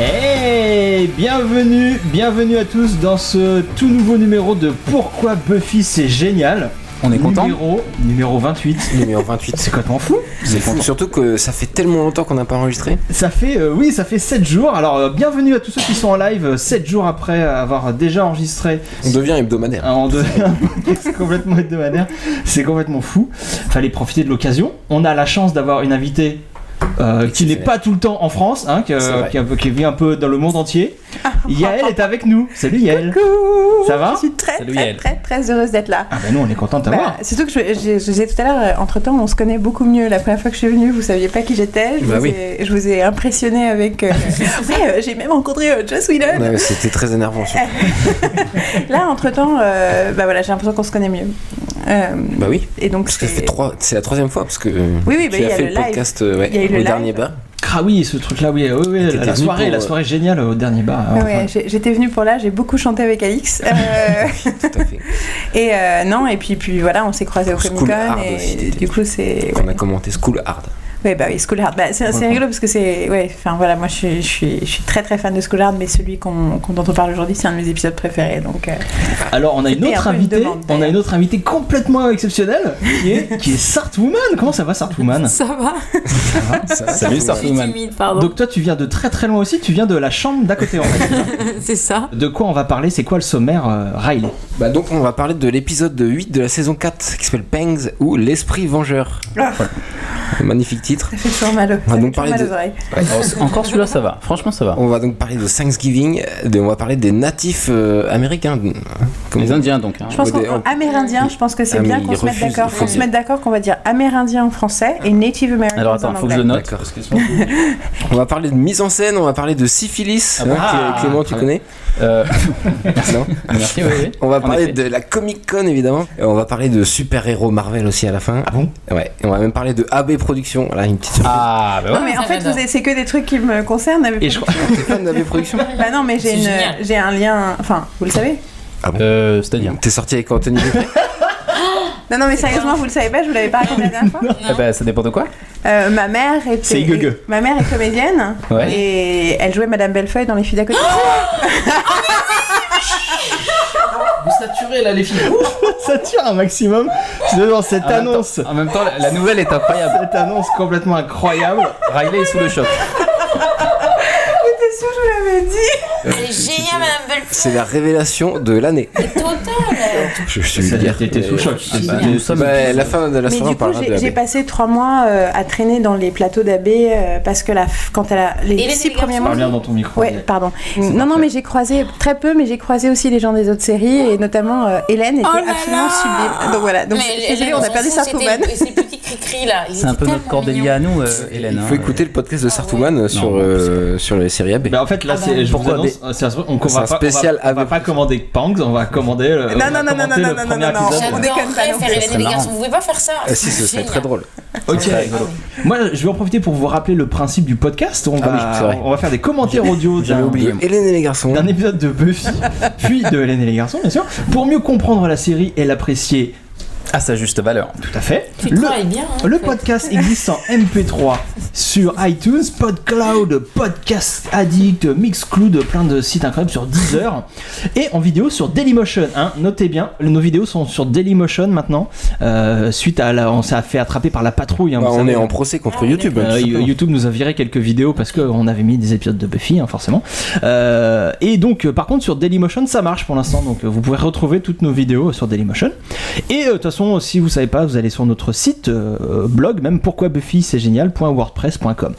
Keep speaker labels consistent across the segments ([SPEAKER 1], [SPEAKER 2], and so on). [SPEAKER 1] Et Eh, bienvenue, bienvenue à tous dans ce tout nouveau numéro de Pourquoi Buffy c'est génial.
[SPEAKER 2] On est content
[SPEAKER 1] Numéro, numéro 28.
[SPEAKER 3] Numéro 28.
[SPEAKER 1] C'est complètement fou.
[SPEAKER 2] C'est fou.
[SPEAKER 3] Surtout que ça fait tellement longtemps qu'on n'a pas enregistré.
[SPEAKER 1] Ça fait, euh, oui, ça fait 7 jours. Alors, euh, bienvenue à tous ceux qui sont en live euh, 7 jours après avoir déjà enregistré.
[SPEAKER 3] On devient hebdomadaire.
[SPEAKER 1] Euh, on devient un podcast complètement hebdomadaire. C'est complètement fou. Fallait profiter de l'occasion. On a la chance d'avoir une invitée. euh, qui n'est pas tout le temps en France, hein, que-
[SPEAKER 3] C'est vrai.
[SPEAKER 1] qui, qui vit un peu dans le monde entier. Yael est avec nous. Salut Yael.
[SPEAKER 4] Coucou
[SPEAKER 1] Ça va
[SPEAKER 4] Je suis très,
[SPEAKER 2] Salut,
[SPEAKER 4] très,
[SPEAKER 2] Yael.
[SPEAKER 4] très, très heureuse d'être là.
[SPEAKER 1] Ah bah nous on est content de t'avoir.
[SPEAKER 4] Bah, surtout que je, je- je disais tout à l'heure, euh, entre-temps, on se connaît beaucoup mieux. La première fois que je suis venue, vous saviez pas qui j'étais. Je,
[SPEAKER 3] Bah
[SPEAKER 4] vous
[SPEAKER 3] oui.
[SPEAKER 4] ai- je vous ai impressionné avec... euh, Ouais, euh, j'ai même rencontré euh, Joss Whedon.
[SPEAKER 3] Ouais, C'était très énervant. surtout.
[SPEAKER 4] Là, entre-temps, euh, bah voilà, j'ai l'impression qu'on se connaît mieux. Euh,
[SPEAKER 3] Bah oui.
[SPEAKER 4] et donc,
[SPEAKER 3] Parce que ça
[SPEAKER 4] c'est-
[SPEAKER 3] fait trois. C'est la troisième fois parce que. Oui,
[SPEAKER 4] oui, bah, il y a
[SPEAKER 3] fait
[SPEAKER 4] le
[SPEAKER 3] le
[SPEAKER 4] live.
[SPEAKER 3] podcast. euh, ouais,
[SPEAKER 4] Il y a eu le
[SPEAKER 3] le
[SPEAKER 4] live.
[SPEAKER 3] dernier bas.
[SPEAKER 1] Ah oui, ce truc-là, oui, oui, oui,
[SPEAKER 3] T'étais
[SPEAKER 1] la
[SPEAKER 3] venu
[SPEAKER 1] soirée,
[SPEAKER 3] pour,
[SPEAKER 1] la
[SPEAKER 3] euh,
[SPEAKER 1] soirée géniale au dernier bar.
[SPEAKER 4] Ah
[SPEAKER 3] hein.
[SPEAKER 1] enfin.
[SPEAKER 4] ouais, j'ai- j'étais venue pour là, j'ai beaucoup chanté avec Alix. Euh,
[SPEAKER 3] Tout à fait.
[SPEAKER 4] et euh, non, et puis, puis voilà, on s'est croisés au
[SPEAKER 3] School
[SPEAKER 4] Comic Con.
[SPEAKER 3] Hard aussi,
[SPEAKER 4] Et
[SPEAKER 3] t'étais-
[SPEAKER 4] du coup, c'est.
[SPEAKER 3] Qu'on a commenté School Hard.
[SPEAKER 4] Ouais, bah oui, School Hard. Bah, c'est c'est
[SPEAKER 1] Ouais.
[SPEAKER 4] rigolo parce que c'est. Ouais, enfin voilà, moi je suis, je, suis, je suis très très fan de School Hard, mais celui qu'on qu'on- dont on parle aujourd'hui, c'est un de mes épisodes préférés. Donc, euh,
[SPEAKER 1] Alors on a une
[SPEAKER 4] C'était
[SPEAKER 1] autre
[SPEAKER 4] un peu une
[SPEAKER 1] invitée,
[SPEAKER 4] demande,
[SPEAKER 1] on a
[SPEAKER 4] d'ailleurs.
[SPEAKER 1] une autre invitée complètement exceptionnelle qui est qui est Sartwoman. Comment ça va Sartwoman
[SPEAKER 5] Ça va
[SPEAKER 2] Salut
[SPEAKER 5] Je suis
[SPEAKER 2] Starfman.
[SPEAKER 5] timide, pardon.
[SPEAKER 1] Donc toi tu viens de très très loin aussi, tu viens de la chambre d'à côté en fait.
[SPEAKER 5] C'est ça.
[SPEAKER 1] De quoi on va parler C'est quoi le sommaire euh, Riley
[SPEAKER 3] Bah donc on va parler de l'épisode 8 de la saison 4 qui s'appelle Pangs ou l'esprit vengeur.
[SPEAKER 4] Ah.
[SPEAKER 3] Voilà. Un Magnifique titre.
[SPEAKER 4] ça fait toujours mal, au- ça
[SPEAKER 3] va
[SPEAKER 4] fait
[SPEAKER 3] donc
[SPEAKER 4] toujours
[SPEAKER 3] parler
[SPEAKER 4] mal
[SPEAKER 3] de-
[SPEAKER 4] aux oreilles.
[SPEAKER 2] Alors,
[SPEAKER 6] Oh, Encore celui-là, ça va. Franchement, ça va.
[SPEAKER 3] On va donc parler de Thanksgiving, de- on va parler des natifs euh, américains. Comme-
[SPEAKER 6] Les Indiens, donc. hein.
[SPEAKER 4] Je pense
[SPEAKER 3] Des-
[SPEAKER 4] qu'en
[SPEAKER 3] on-
[SPEAKER 4] amérindien, je pense que c'est
[SPEAKER 3] Ah,
[SPEAKER 4] bien
[SPEAKER 3] mais
[SPEAKER 4] qu'on
[SPEAKER 3] ils
[SPEAKER 4] se mette
[SPEAKER 3] refusent,
[SPEAKER 4] d'accord.
[SPEAKER 3] il faut
[SPEAKER 4] Faut se
[SPEAKER 3] dire.
[SPEAKER 4] mettre d'accord qu'on va dire amérindien en français et native american
[SPEAKER 6] Alors attends,
[SPEAKER 4] en
[SPEAKER 6] faut que je
[SPEAKER 4] anglais.
[SPEAKER 6] note.
[SPEAKER 3] D'accord.
[SPEAKER 6] Parce que je pense que-
[SPEAKER 3] On va parler de mise en scène, on va parler de syphilis,
[SPEAKER 6] Ah bon
[SPEAKER 3] hein, que- Clément tu
[SPEAKER 6] Ah.
[SPEAKER 3] connais
[SPEAKER 6] Euh,
[SPEAKER 3] Non
[SPEAKER 6] merci, oui, oui.
[SPEAKER 3] On va
[SPEAKER 6] En
[SPEAKER 3] parler
[SPEAKER 6] effet.
[SPEAKER 3] de la Comic Con évidemment. Et on va parler de super-héros Marvel aussi à la fin.
[SPEAKER 1] Ah bon
[SPEAKER 3] Ouais. Et on va même parler de AB Productions. Voilà une petite surprise.
[SPEAKER 6] Ah, bah
[SPEAKER 4] Non,
[SPEAKER 6] ouais.
[SPEAKER 4] mais en
[SPEAKER 5] Ça
[SPEAKER 4] fait,
[SPEAKER 5] j'adore.
[SPEAKER 4] vous avez- c'est que des trucs qui me concernent. mais-
[SPEAKER 1] Et je crois
[SPEAKER 3] T'es fan d'AB Productions
[SPEAKER 4] Bah non, mais j'ai
[SPEAKER 5] C'est
[SPEAKER 4] une-
[SPEAKER 5] génial.
[SPEAKER 4] j'ai un lien. Enfin, vous le savez.
[SPEAKER 6] Euh, C'est-à-dire
[SPEAKER 3] T'es sorti avec Anthony Dupré
[SPEAKER 4] Non, non, mais sérieusement, vous le savez pas. Je vous l'avais pas raconté la dernière fois.
[SPEAKER 6] Eh ben, ça dépend de quoi
[SPEAKER 4] Euh, ma mère était.
[SPEAKER 1] C'est gueugue.
[SPEAKER 4] Ma mère est comédienne
[SPEAKER 6] Ouais.
[SPEAKER 4] et elle jouait Madame Bellefeuille dans Les Filles d'à côté. Ah,
[SPEAKER 6] Vous saturez là les filles.
[SPEAKER 1] ça tire un maximum dans cette annonce.
[SPEAKER 6] En même temps, la, la nouvelle est incroyable.
[SPEAKER 1] Cette annonce complètement incroyable.
[SPEAKER 6] Riley est sous le choc.
[SPEAKER 4] T'es sûr, je vous l'avais dit.
[SPEAKER 5] Elle est géniale, Madame Belfort.
[SPEAKER 3] C'est la révélation de l'année.
[SPEAKER 5] Total.
[SPEAKER 3] Je suis
[SPEAKER 1] Ça,
[SPEAKER 3] vulgaire,
[SPEAKER 1] t'étais
[SPEAKER 3] mais-
[SPEAKER 1] sous choc.
[SPEAKER 6] Ah bah,
[SPEAKER 1] T'étais-
[SPEAKER 6] nous sommes-
[SPEAKER 3] Bah, la fin de la
[SPEAKER 4] Mais du
[SPEAKER 3] soirée, on
[SPEAKER 4] coup,
[SPEAKER 3] parlera de
[SPEAKER 4] j'ai j'ai
[SPEAKER 3] AB.
[SPEAKER 4] passé trois mois euh, à traîner dans les plateaux d'abbé euh, parce que la, f- quand elle a les,
[SPEAKER 5] Et les
[SPEAKER 4] six premiers
[SPEAKER 5] délégations
[SPEAKER 4] mois.
[SPEAKER 1] Parle bien dans ton micro.
[SPEAKER 4] Ouais, pardon. Non, non, mais j'ai croisé très peu, mais j'ai croisé aussi les gens des autres séries et notamment euh, Hélène était
[SPEAKER 5] Oh là
[SPEAKER 4] absolument
[SPEAKER 5] là
[SPEAKER 4] sublime. Donc voilà, donc
[SPEAKER 5] Mais
[SPEAKER 4] je
[SPEAKER 5] les-
[SPEAKER 4] suis désolée,
[SPEAKER 5] les-
[SPEAKER 4] on a
[SPEAKER 5] s'en
[SPEAKER 4] perdu
[SPEAKER 5] fout,
[SPEAKER 4] Sartouman.
[SPEAKER 5] c'était- Ces petits cri-cri là. ils
[SPEAKER 6] C'est un
[SPEAKER 5] étaient
[SPEAKER 6] peu notre
[SPEAKER 5] tellement
[SPEAKER 6] Cordelia
[SPEAKER 5] mignons.
[SPEAKER 6] à nous, euh, Hélène.
[SPEAKER 3] Il
[SPEAKER 6] hein.
[SPEAKER 3] faut écouter le podcast de Sartouman euh, sur,
[SPEAKER 6] Non, non,
[SPEAKER 3] euh, sur les séries AB.
[SPEAKER 1] Bah en fait là
[SPEAKER 5] Ah bah.
[SPEAKER 1] c'est je vous
[SPEAKER 6] Pourquoi
[SPEAKER 1] annonce euh, c'est un, on, on
[SPEAKER 3] C'est
[SPEAKER 1] va pas- on va-
[SPEAKER 3] un spécial
[SPEAKER 1] on va,
[SPEAKER 3] avec-
[SPEAKER 1] pas commander Pangs on va commander le, on
[SPEAKER 4] non,
[SPEAKER 1] va
[SPEAKER 4] non, non,
[SPEAKER 1] commenter
[SPEAKER 4] non,
[SPEAKER 1] le
[SPEAKER 4] non,
[SPEAKER 1] premier
[SPEAKER 4] non, non,
[SPEAKER 1] épisode.
[SPEAKER 4] on déconne pas
[SPEAKER 5] J'adorerais
[SPEAKER 4] non
[SPEAKER 5] faire
[SPEAKER 4] plus.
[SPEAKER 5] Hélène et les
[SPEAKER 6] marrant.
[SPEAKER 5] garçons. Vous pouvez pas faire ça.
[SPEAKER 3] Ah si, ce serait
[SPEAKER 5] génial.
[SPEAKER 3] très drôle.
[SPEAKER 1] Ok. Moi, je vais en profiter pour vous rappeler le principe du podcast. On,
[SPEAKER 3] Ah
[SPEAKER 1] va,
[SPEAKER 3] oui, c'est vrai.
[SPEAKER 1] on va faire des commentaires audio
[SPEAKER 6] j'avais
[SPEAKER 1] d'un-
[SPEAKER 6] oublié.
[SPEAKER 3] Hélène et les garçons.
[SPEAKER 1] d'un épisode de Buffy, puis de Hélène et les garçons, bien sûr, pour mieux comprendre la série et l'apprécier
[SPEAKER 6] À sa Ah, juste valeur.
[SPEAKER 1] tout à fait.
[SPEAKER 5] Tu
[SPEAKER 1] Le,
[SPEAKER 5] travailles bien. hein.
[SPEAKER 1] le podcast existe en MP3 sur iTunes, PodCloud, Podcast Addict, Mixcloud, plein de sites incroyables sur Deezer et en vidéo sur Dailymotion. hein. Notez bien, nos vidéos sont sur Dailymotion maintenant. euh, suite à la, on s'est fait attraper par la patrouille. hein,
[SPEAKER 3] Bah,
[SPEAKER 1] vous
[SPEAKER 3] on
[SPEAKER 1] savez.
[SPEAKER 3] est en procès contre
[SPEAKER 5] Ah,
[SPEAKER 3] YouTube.
[SPEAKER 1] Euh,
[SPEAKER 3] tout simplement.
[SPEAKER 1] YouTube nous a viré quelques vidéos parce qu'on avait mis des épisodes de Buffy, hein, forcément. Euh, et donc, euh, par contre, sur Dailymotion, ça marche pour l'instant. Donc, euh, vous pouvez retrouver toutes nos vidéos sur Dailymotion. Et euh, de toute façon, si vous savez pas, vous allez sur notre site, euh, blog, même pourquoi Buffy c'est génial.wordpress.com.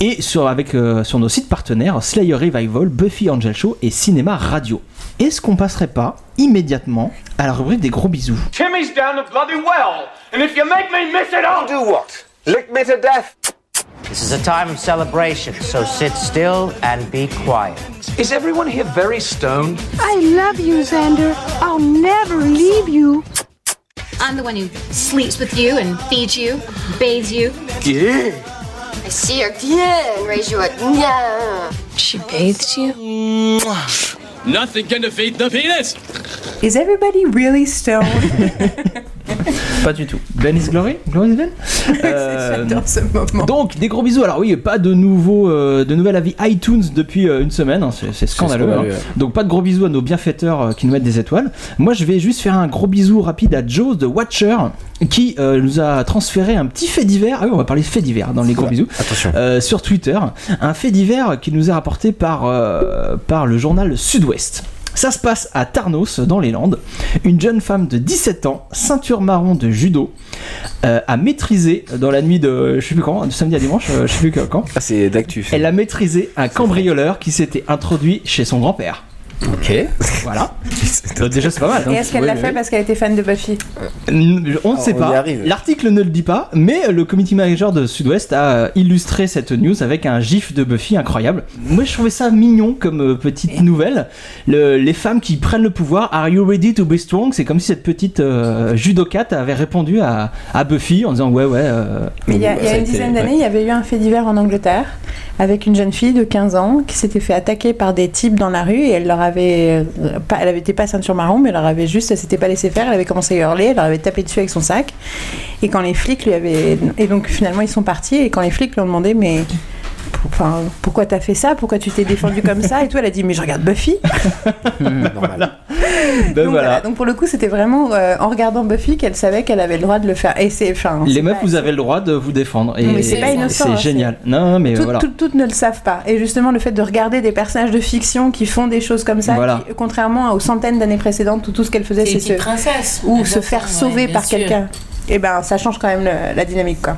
[SPEAKER 1] Et sur, avec, euh, sur nos sites partenaires, Slayer Revival, Buffy Angel Show et Cinéma Radio. Est-ce qu'on passerait pas immédiatement à la rubrique des gros bisous
[SPEAKER 7] Timmy's down the bloody well, and if you make me miss it, I'll do what? Lick me to death.
[SPEAKER 8] This is a time of celebration, so sit still and be quiet.
[SPEAKER 7] Is everyone here very stoned?
[SPEAKER 9] I love you, Xander. I'll never leave you.
[SPEAKER 10] I'm the one who sleeps with you and feeds you, bathes you. I see her yeah, and raise you a yeah. She bathes you?
[SPEAKER 4] Is everybody really stoned
[SPEAKER 1] Pas du tout. Ben is glory Glory is Ben Euh,
[SPEAKER 4] J'adore ce moment.
[SPEAKER 1] donc des gros bisous. Alors oui, pas de nouveau, euh, de nouvel avis iTunes depuis euh, une semaine. hein. C'est, c'est scandaleux.
[SPEAKER 6] scandaleux,
[SPEAKER 1] hein.
[SPEAKER 6] ouais.
[SPEAKER 1] Donc pas de gros bisous à nos bienfaiteurs euh, qui nous mettent des étoiles. Moi, je vais juste faire un gros bisou rapide à Joe de Watcher qui euh, nous a transféré un petit fait divers. Ah oui, on va parler de fait divers dans les gros bisous.
[SPEAKER 3] Attention.
[SPEAKER 1] Euh, sur Twitter, un fait divers qui nous est rapporté par, euh, par le journal Sud-Ouest. Ça se passe à Tarnos, dans les Landes. Une jeune femme de 17 ans, ceinture marron de judo, euh, a maîtrisé dans la nuit de, je sais plus quand, de samedi à dimanche, euh, je sais plus quand,
[SPEAKER 3] Ah, c'est d'actu. ça.
[SPEAKER 1] elle a maîtrisé un cambrioleur qui s'était introduit chez son grand-père.
[SPEAKER 6] Ok.
[SPEAKER 1] Voilà. Donc déjà, c'est pas mal. hein.
[SPEAKER 4] Et est-ce qu'elle
[SPEAKER 6] Oui,
[SPEAKER 4] l'a
[SPEAKER 6] oui.
[SPEAKER 4] fait parce qu'elle était fan de Buffy
[SPEAKER 1] N- On ne sait
[SPEAKER 3] Ah, on y
[SPEAKER 1] pas.
[SPEAKER 3] arrive.
[SPEAKER 1] L'article ne le dit pas, mais le committee manager de Sud-Ouest a euh, illustré cette news avec un gif de Buffy incroyable. Moi, je trouvais ça mignon comme euh,
[SPEAKER 4] Eh.
[SPEAKER 1] petite nouvelle. Le- les femmes qui prennent le pouvoir, Are you ready to be strong C'est comme si cette petite euh, judokate avait répondu à, à Buffy en disant Ouais, ouais. euh,
[SPEAKER 4] Il y a, il y a
[SPEAKER 6] Ça a
[SPEAKER 4] une
[SPEAKER 6] été-
[SPEAKER 4] dizaine
[SPEAKER 6] ouais.
[SPEAKER 4] d'années, il y avait eu un fait divers en Angleterre avec une jeune fille de 15 ans qui s'était fait attaquer par des types dans la rue et elle leur avait. euh, Pas, elle avait été pas ceinture marron, mais elle leur avait juste. Elle s'était pas laissée faire, elle avait commencé à hurler, elle leur avait tapé dessus avec son sac. Et quand les flics lui avaient. Et donc finalement ils sont partis et quand les flics lui ont demandé, mais. pour- Enfin, pourquoi t'as fait ça Pourquoi tu t'es défendu comme ça Et tout, elle a dit mais je regarde Buffy.
[SPEAKER 3] Normal.
[SPEAKER 1] ben
[SPEAKER 4] donc,
[SPEAKER 1] voilà.
[SPEAKER 4] donc pour le coup, c'était vraiment euh, en regardant Buffy qu'elle savait qu'elle avait le droit de le faire. Et c'est, enfin,
[SPEAKER 1] Les
[SPEAKER 4] c'est
[SPEAKER 1] meufs,
[SPEAKER 4] pas-
[SPEAKER 1] vous avez le droit de vous défendre. Et
[SPEAKER 4] Mais c'est pas
[SPEAKER 1] et
[SPEAKER 4] innocent,
[SPEAKER 1] c'est
[SPEAKER 4] hein,
[SPEAKER 1] génial. Non, mais
[SPEAKER 4] Tout-
[SPEAKER 1] voilà.
[SPEAKER 4] tout- toutes ne le savent pas. Et justement, le fait de regarder des personnages de fiction qui font des choses comme ça,
[SPEAKER 1] Voilà.
[SPEAKER 4] qui, contrairement aux centaines d'années précédentes où tout ce qu'elles faisaient,
[SPEAKER 5] C'est une
[SPEAKER 4] c'est
[SPEAKER 5] petite
[SPEAKER 4] se,
[SPEAKER 5] princesse.
[SPEAKER 4] ou
[SPEAKER 5] Elles
[SPEAKER 4] se
[SPEAKER 5] attendent,
[SPEAKER 4] faire
[SPEAKER 5] ouais,
[SPEAKER 4] sauver
[SPEAKER 5] bien
[SPEAKER 4] par
[SPEAKER 5] sûr.
[SPEAKER 4] quelqu'un, et ben ça change quand même le- la dynamique, quoi.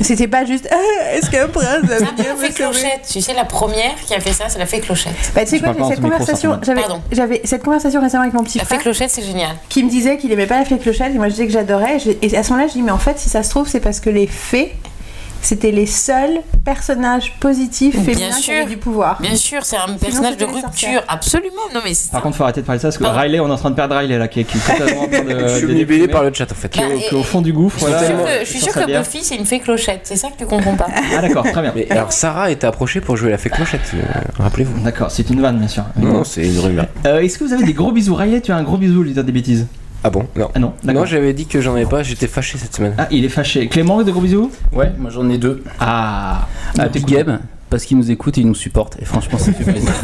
[SPEAKER 4] C'était pas juste Ah, est-ce qu'un prince va
[SPEAKER 5] C'est un peu
[SPEAKER 4] venir
[SPEAKER 5] la
[SPEAKER 4] me
[SPEAKER 5] fée
[SPEAKER 4] sauver
[SPEAKER 5] clochette. Tu sais, la première qui a fait ça, c'est la fée clochette.
[SPEAKER 4] bah, tu sais quoi,
[SPEAKER 1] parles pas
[SPEAKER 4] j'ai cette
[SPEAKER 1] dans ce micro,
[SPEAKER 4] conversation,
[SPEAKER 1] Sarah.
[SPEAKER 4] j'avais,
[SPEAKER 5] Pardon.
[SPEAKER 4] j'avais cette conversation récemment avec mon petit
[SPEAKER 5] La fée
[SPEAKER 4] frère
[SPEAKER 5] clochette, c'est génial.
[SPEAKER 4] qui me disait qu'il aimait pas la fée clochette et moi je disais que j'adorais. Je- Et à ce moment-là, je dis mais en fait, si ça se trouve, c'est parce que les fées, c'était les seuls personnages positifs
[SPEAKER 5] Bien
[SPEAKER 4] féminins qui
[SPEAKER 5] sûr.
[SPEAKER 4] avaient du pouvoir.
[SPEAKER 5] Bien sûr, c'est un personnage de
[SPEAKER 4] c'était les
[SPEAKER 5] rupture.
[SPEAKER 4] sorcières.
[SPEAKER 5] Absolument. Non, mais c'est
[SPEAKER 1] Par contre, faut arrêter de parler de ça parce que
[SPEAKER 4] Ah.
[SPEAKER 5] Pardon.
[SPEAKER 1] Riley, on est en train de perdre Riley là, qui est, qui est totalement en train de.
[SPEAKER 3] Je suis
[SPEAKER 1] de
[SPEAKER 3] omnibulé
[SPEAKER 1] déprimer,
[SPEAKER 3] par le chat en fait.
[SPEAKER 1] qui est au- qui est au fond du gouffre.
[SPEAKER 3] Ils sont
[SPEAKER 5] Je
[SPEAKER 1] voilà,
[SPEAKER 5] suis sûre
[SPEAKER 3] tellement-
[SPEAKER 5] que- je suis
[SPEAKER 1] sur
[SPEAKER 5] sûre
[SPEAKER 1] sa
[SPEAKER 5] que
[SPEAKER 1] bière.
[SPEAKER 5] Buffy, c'est une fée clochette. C'est ça que tu comprends pas.
[SPEAKER 1] Ah d'accord, très bien.
[SPEAKER 3] Mais alors Sarah était approchée pour jouer à la fée clochette, euh, rappelez-vous.
[SPEAKER 1] D'accord, c'est une vanne bien sûr.
[SPEAKER 3] Non, c'est une rumeur.
[SPEAKER 1] Euh, Est-ce que vous avez des gros bisous Riley, tu as un gros bisou, leader des bêtises
[SPEAKER 3] Ah bon Non.
[SPEAKER 1] Ah non, d'accord.
[SPEAKER 3] Non, j'avais dit que j'en avais pas, j'étais fâché cette semaine.
[SPEAKER 1] Ah, il est fâché. Clément, des gros bisous
[SPEAKER 6] Ouais, moi j'en ai deux.
[SPEAKER 1] Ah,
[SPEAKER 6] à
[SPEAKER 1] t'es
[SPEAKER 6] Big Game parce qu'il nous écoute et il nous supporte et franchement ça fait plaisir.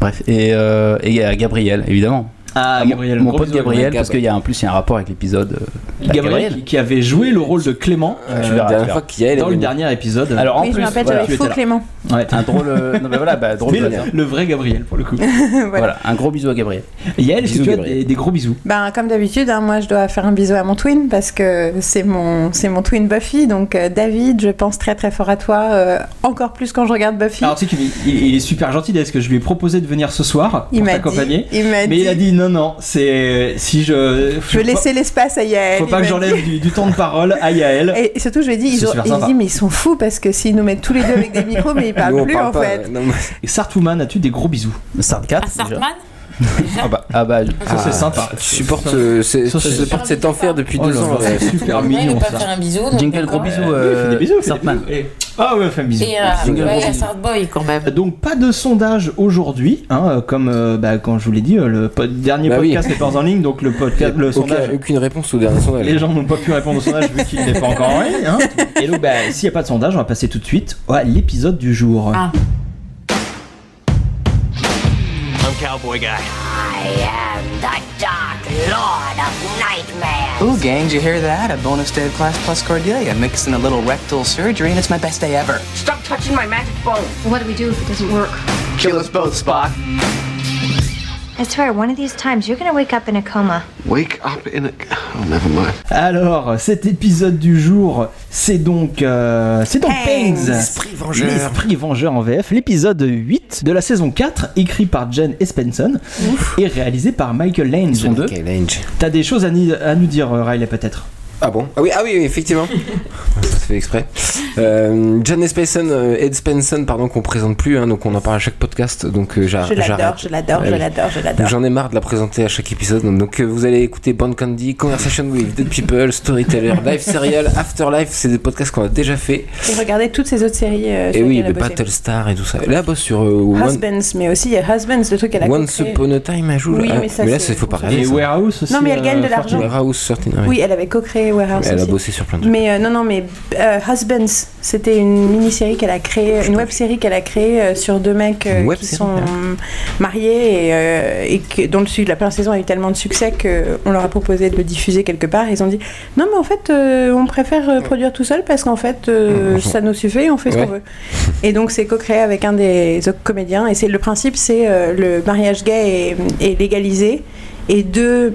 [SPEAKER 6] Bref et, euh, et à Gabriel évidemment.
[SPEAKER 1] Ah,
[SPEAKER 6] À mon-
[SPEAKER 1] Gabriel,
[SPEAKER 6] mon,
[SPEAKER 1] gros
[SPEAKER 6] pote
[SPEAKER 1] bisous,
[SPEAKER 6] Gabriel
[SPEAKER 3] Gabriel.
[SPEAKER 6] parce qu'il y a en plus il y a un rapport avec l'épisode. euh, bah,
[SPEAKER 1] Gabriel, qui, qui avait joué le rôle de Clément
[SPEAKER 6] tu
[SPEAKER 1] euh,
[SPEAKER 6] verras,
[SPEAKER 3] La
[SPEAKER 6] tu
[SPEAKER 3] dernière
[SPEAKER 6] verras.
[SPEAKER 3] fois qu'il y a elle est
[SPEAKER 1] dans le
[SPEAKER 3] venue.
[SPEAKER 1] dernier épisode.
[SPEAKER 6] Alors en
[SPEAKER 4] oui, je
[SPEAKER 6] plus
[SPEAKER 4] me rappelle,
[SPEAKER 6] voilà,
[SPEAKER 1] tu
[SPEAKER 4] j'avais
[SPEAKER 1] étais
[SPEAKER 4] faux
[SPEAKER 1] là.
[SPEAKER 4] Clément.
[SPEAKER 1] Ouais,
[SPEAKER 6] un drôle euh, non, bah, voilà bah, drôle
[SPEAKER 1] mais
[SPEAKER 6] de
[SPEAKER 1] le,
[SPEAKER 6] hasard.
[SPEAKER 1] le vrai Gabriel pour le coup.
[SPEAKER 6] Voilà un gros bisou à Gabriel.
[SPEAKER 1] Yael, est-ce que
[SPEAKER 3] Bisous,
[SPEAKER 1] tu as
[SPEAKER 3] Gabriel.
[SPEAKER 1] des, des gros bisous
[SPEAKER 4] Ben, comme d'habitude, hein, moi je dois faire un bisou à mon twin parce que c'est mon, c'est mon twin Buffy. Donc euh, David, je pense très très fort à toi, euh, encore plus quand je regarde Buffy.
[SPEAKER 1] Alors tu sais qu'il est- il, il est super gentil est-ce que je lui ai proposé de venir ce soir
[SPEAKER 4] il
[SPEAKER 1] pour
[SPEAKER 4] m'a
[SPEAKER 1] t'accompagner.
[SPEAKER 4] dit, il m'a
[SPEAKER 1] Mais
[SPEAKER 4] dit,
[SPEAKER 1] il a dit non non, c'est si je
[SPEAKER 4] je veux laisser l'espace à Yael.
[SPEAKER 1] faut
[SPEAKER 4] il
[SPEAKER 1] pas
[SPEAKER 4] m'a
[SPEAKER 1] que
[SPEAKER 4] dit.
[SPEAKER 1] j'enlève du, du temps de parole à Yael.
[SPEAKER 4] Et surtout, je lui ai dit,
[SPEAKER 1] C'est
[SPEAKER 4] ils ont,
[SPEAKER 1] super
[SPEAKER 4] il
[SPEAKER 1] sympa.
[SPEAKER 4] dit, mais ils sont fous parce que s'ils nous mettent tous les deux avec des micros, mais ils parlent
[SPEAKER 3] Nous, on
[SPEAKER 4] plus
[SPEAKER 3] parle
[SPEAKER 4] en
[SPEAKER 3] pas,
[SPEAKER 4] fait.
[SPEAKER 3] euh, non, mais-
[SPEAKER 1] Et Sartouman, as-tu des gros bisous
[SPEAKER 6] Sard
[SPEAKER 5] À
[SPEAKER 6] 4
[SPEAKER 5] Sartman
[SPEAKER 6] Ah bah ah bah
[SPEAKER 1] Ça c'est
[SPEAKER 3] Ah,
[SPEAKER 1] sympa.
[SPEAKER 3] Je supporte, euh, c'est-
[SPEAKER 1] Ça,
[SPEAKER 3] je
[SPEAKER 1] c'est-
[SPEAKER 3] supporte cet enfer depuis
[SPEAKER 1] Oh
[SPEAKER 3] deux
[SPEAKER 1] là
[SPEAKER 3] ans.
[SPEAKER 1] là,
[SPEAKER 3] ouais.
[SPEAKER 1] c'est super
[SPEAKER 5] Ouais, il
[SPEAKER 1] mignon
[SPEAKER 5] peut pas
[SPEAKER 1] ça.
[SPEAKER 5] faire un bisou. donc
[SPEAKER 6] Jingle gros
[SPEAKER 5] d'accord.
[SPEAKER 6] bisous
[SPEAKER 1] Oui, fais des
[SPEAKER 6] euh,
[SPEAKER 1] bisous, fais des
[SPEAKER 6] Sartman.
[SPEAKER 1] bisous. Et- Ah ouais, fais un bisou.
[SPEAKER 5] Et euh,
[SPEAKER 6] Jingle
[SPEAKER 5] ouais,
[SPEAKER 6] gros
[SPEAKER 5] à
[SPEAKER 6] bisous.
[SPEAKER 5] Sartboy quand même.
[SPEAKER 1] Donc pas de sondage aujourd'hui, hein, euh, comme euh, bah, quand je vous l'ai dit, euh, le pod- dernier
[SPEAKER 3] Bah oui.
[SPEAKER 1] podcast n'est pas en ligne, donc le podcast, le
[SPEAKER 3] Aucun-
[SPEAKER 1] sondage,
[SPEAKER 3] aucune réponse au dernier sondage.
[SPEAKER 1] les gens n'ont pas pu répondre au sondage vu qu'il n'est pas encore en ligne. hein. Et donc bah, s'il n'y a pas de sondage, on va passer tout de suite à l'épisode du jour.
[SPEAKER 5] Ah.
[SPEAKER 7] I'm cowboy guy.
[SPEAKER 8] Ooh, gangs, you hear that? A bonus day of class plus Cordelia. Mix in a little rectal surgery, and it's my best day ever.
[SPEAKER 10] What do we do if it doesn't work?
[SPEAKER 8] Kill us both, Spock.
[SPEAKER 9] I swear, one of these times you're gonna wake up in a coma.
[SPEAKER 7] Wake up in a. Oh, never mind.
[SPEAKER 1] Alors cet épisode du jour, c'est donc euh, c'est donc
[SPEAKER 4] Pangs.
[SPEAKER 1] Pangs.
[SPEAKER 3] L'esprit vengeur.
[SPEAKER 1] L'esprit vengeur en VF, l'épisode 8 de la saison 4, écrit par Jen Espenson et réalisé par Michael Lane.
[SPEAKER 6] sont deux.
[SPEAKER 3] Quel ange.
[SPEAKER 1] T'as des choses à, ni- à nous dire, euh, Riley, peut-être
[SPEAKER 3] Ah bon Ah oui, ah oui, oui, effectivement. Ça se fait exprès. Euh, John Spenson, euh, Ed Spenson, pardon, qu'on présente plus, hein, donc on en parle à chaque podcast, donc euh, j'a-
[SPEAKER 4] Je l'adore,
[SPEAKER 3] j'arrête.
[SPEAKER 4] je l'adore,
[SPEAKER 3] Ouais,
[SPEAKER 4] je
[SPEAKER 3] oui.
[SPEAKER 4] l'adore, je
[SPEAKER 3] Donc,
[SPEAKER 4] l'adore.
[SPEAKER 3] J'en ai marre de la présenter à chaque épisode. Donc euh, vous allez écouter Band Candy, Conversation with Dead People, Storyteller, Life Serial, Afterlife, c'est des podcasts qu'on a déjà fait.
[SPEAKER 4] Et regardez toutes ces autres séries. euh, sur
[SPEAKER 3] et Eh oui,
[SPEAKER 4] lesquelles
[SPEAKER 3] le
[SPEAKER 4] elle a bossé.
[SPEAKER 3] Battlestar et tout ça. Là, elle bosse sur euh, One-
[SPEAKER 4] Husbands, mais aussi il y a Husbands, le truc qu'elle a
[SPEAKER 3] Once
[SPEAKER 4] co-créé.
[SPEAKER 3] Upon a Time, un jour.
[SPEAKER 4] Oui,
[SPEAKER 3] Ah,
[SPEAKER 4] mais ça,
[SPEAKER 3] là,
[SPEAKER 4] c'est-
[SPEAKER 3] c'est faut pas
[SPEAKER 4] c'est-
[SPEAKER 3] regarder.
[SPEAKER 1] Et
[SPEAKER 3] ça.
[SPEAKER 1] Warehouse aussi. euh,
[SPEAKER 4] Non, mais elle gagne de l'argent.
[SPEAKER 3] Warehouse, Sorting, ouais.
[SPEAKER 4] Oui, elle avait co-créé Warehouse.
[SPEAKER 3] Mais elle a
[SPEAKER 4] aussi.
[SPEAKER 3] bossé sur plein de trucs.
[SPEAKER 4] Mais euh, non, non, mais euh, Husbands, c'était une mini-série qu'elle a créée, une web-série qu'elle a créée euh, sur deux mecs euh,
[SPEAKER 3] Oh, Une
[SPEAKER 4] qui
[SPEAKER 3] web-série,
[SPEAKER 4] sont mariés et, euh, et que, dont le su- la première saison a eu tellement de succès qu'on leur a proposé de le diffuser quelque part. Ils ont dit non, mais en fait, euh, on préfère euh, produire tout seul parce qu'en fait, euh,
[SPEAKER 3] Mhm.
[SPEAKER 4] ça nous suffit, on fait ce
[SPEAKER 3] Ouais.
[SPEAKER 4] qu'on veut. Et donc, c'est co-créé avec un des autres comédiens. Et c'est le principe, c'est euh, le mariage gay est, est légalisé et deux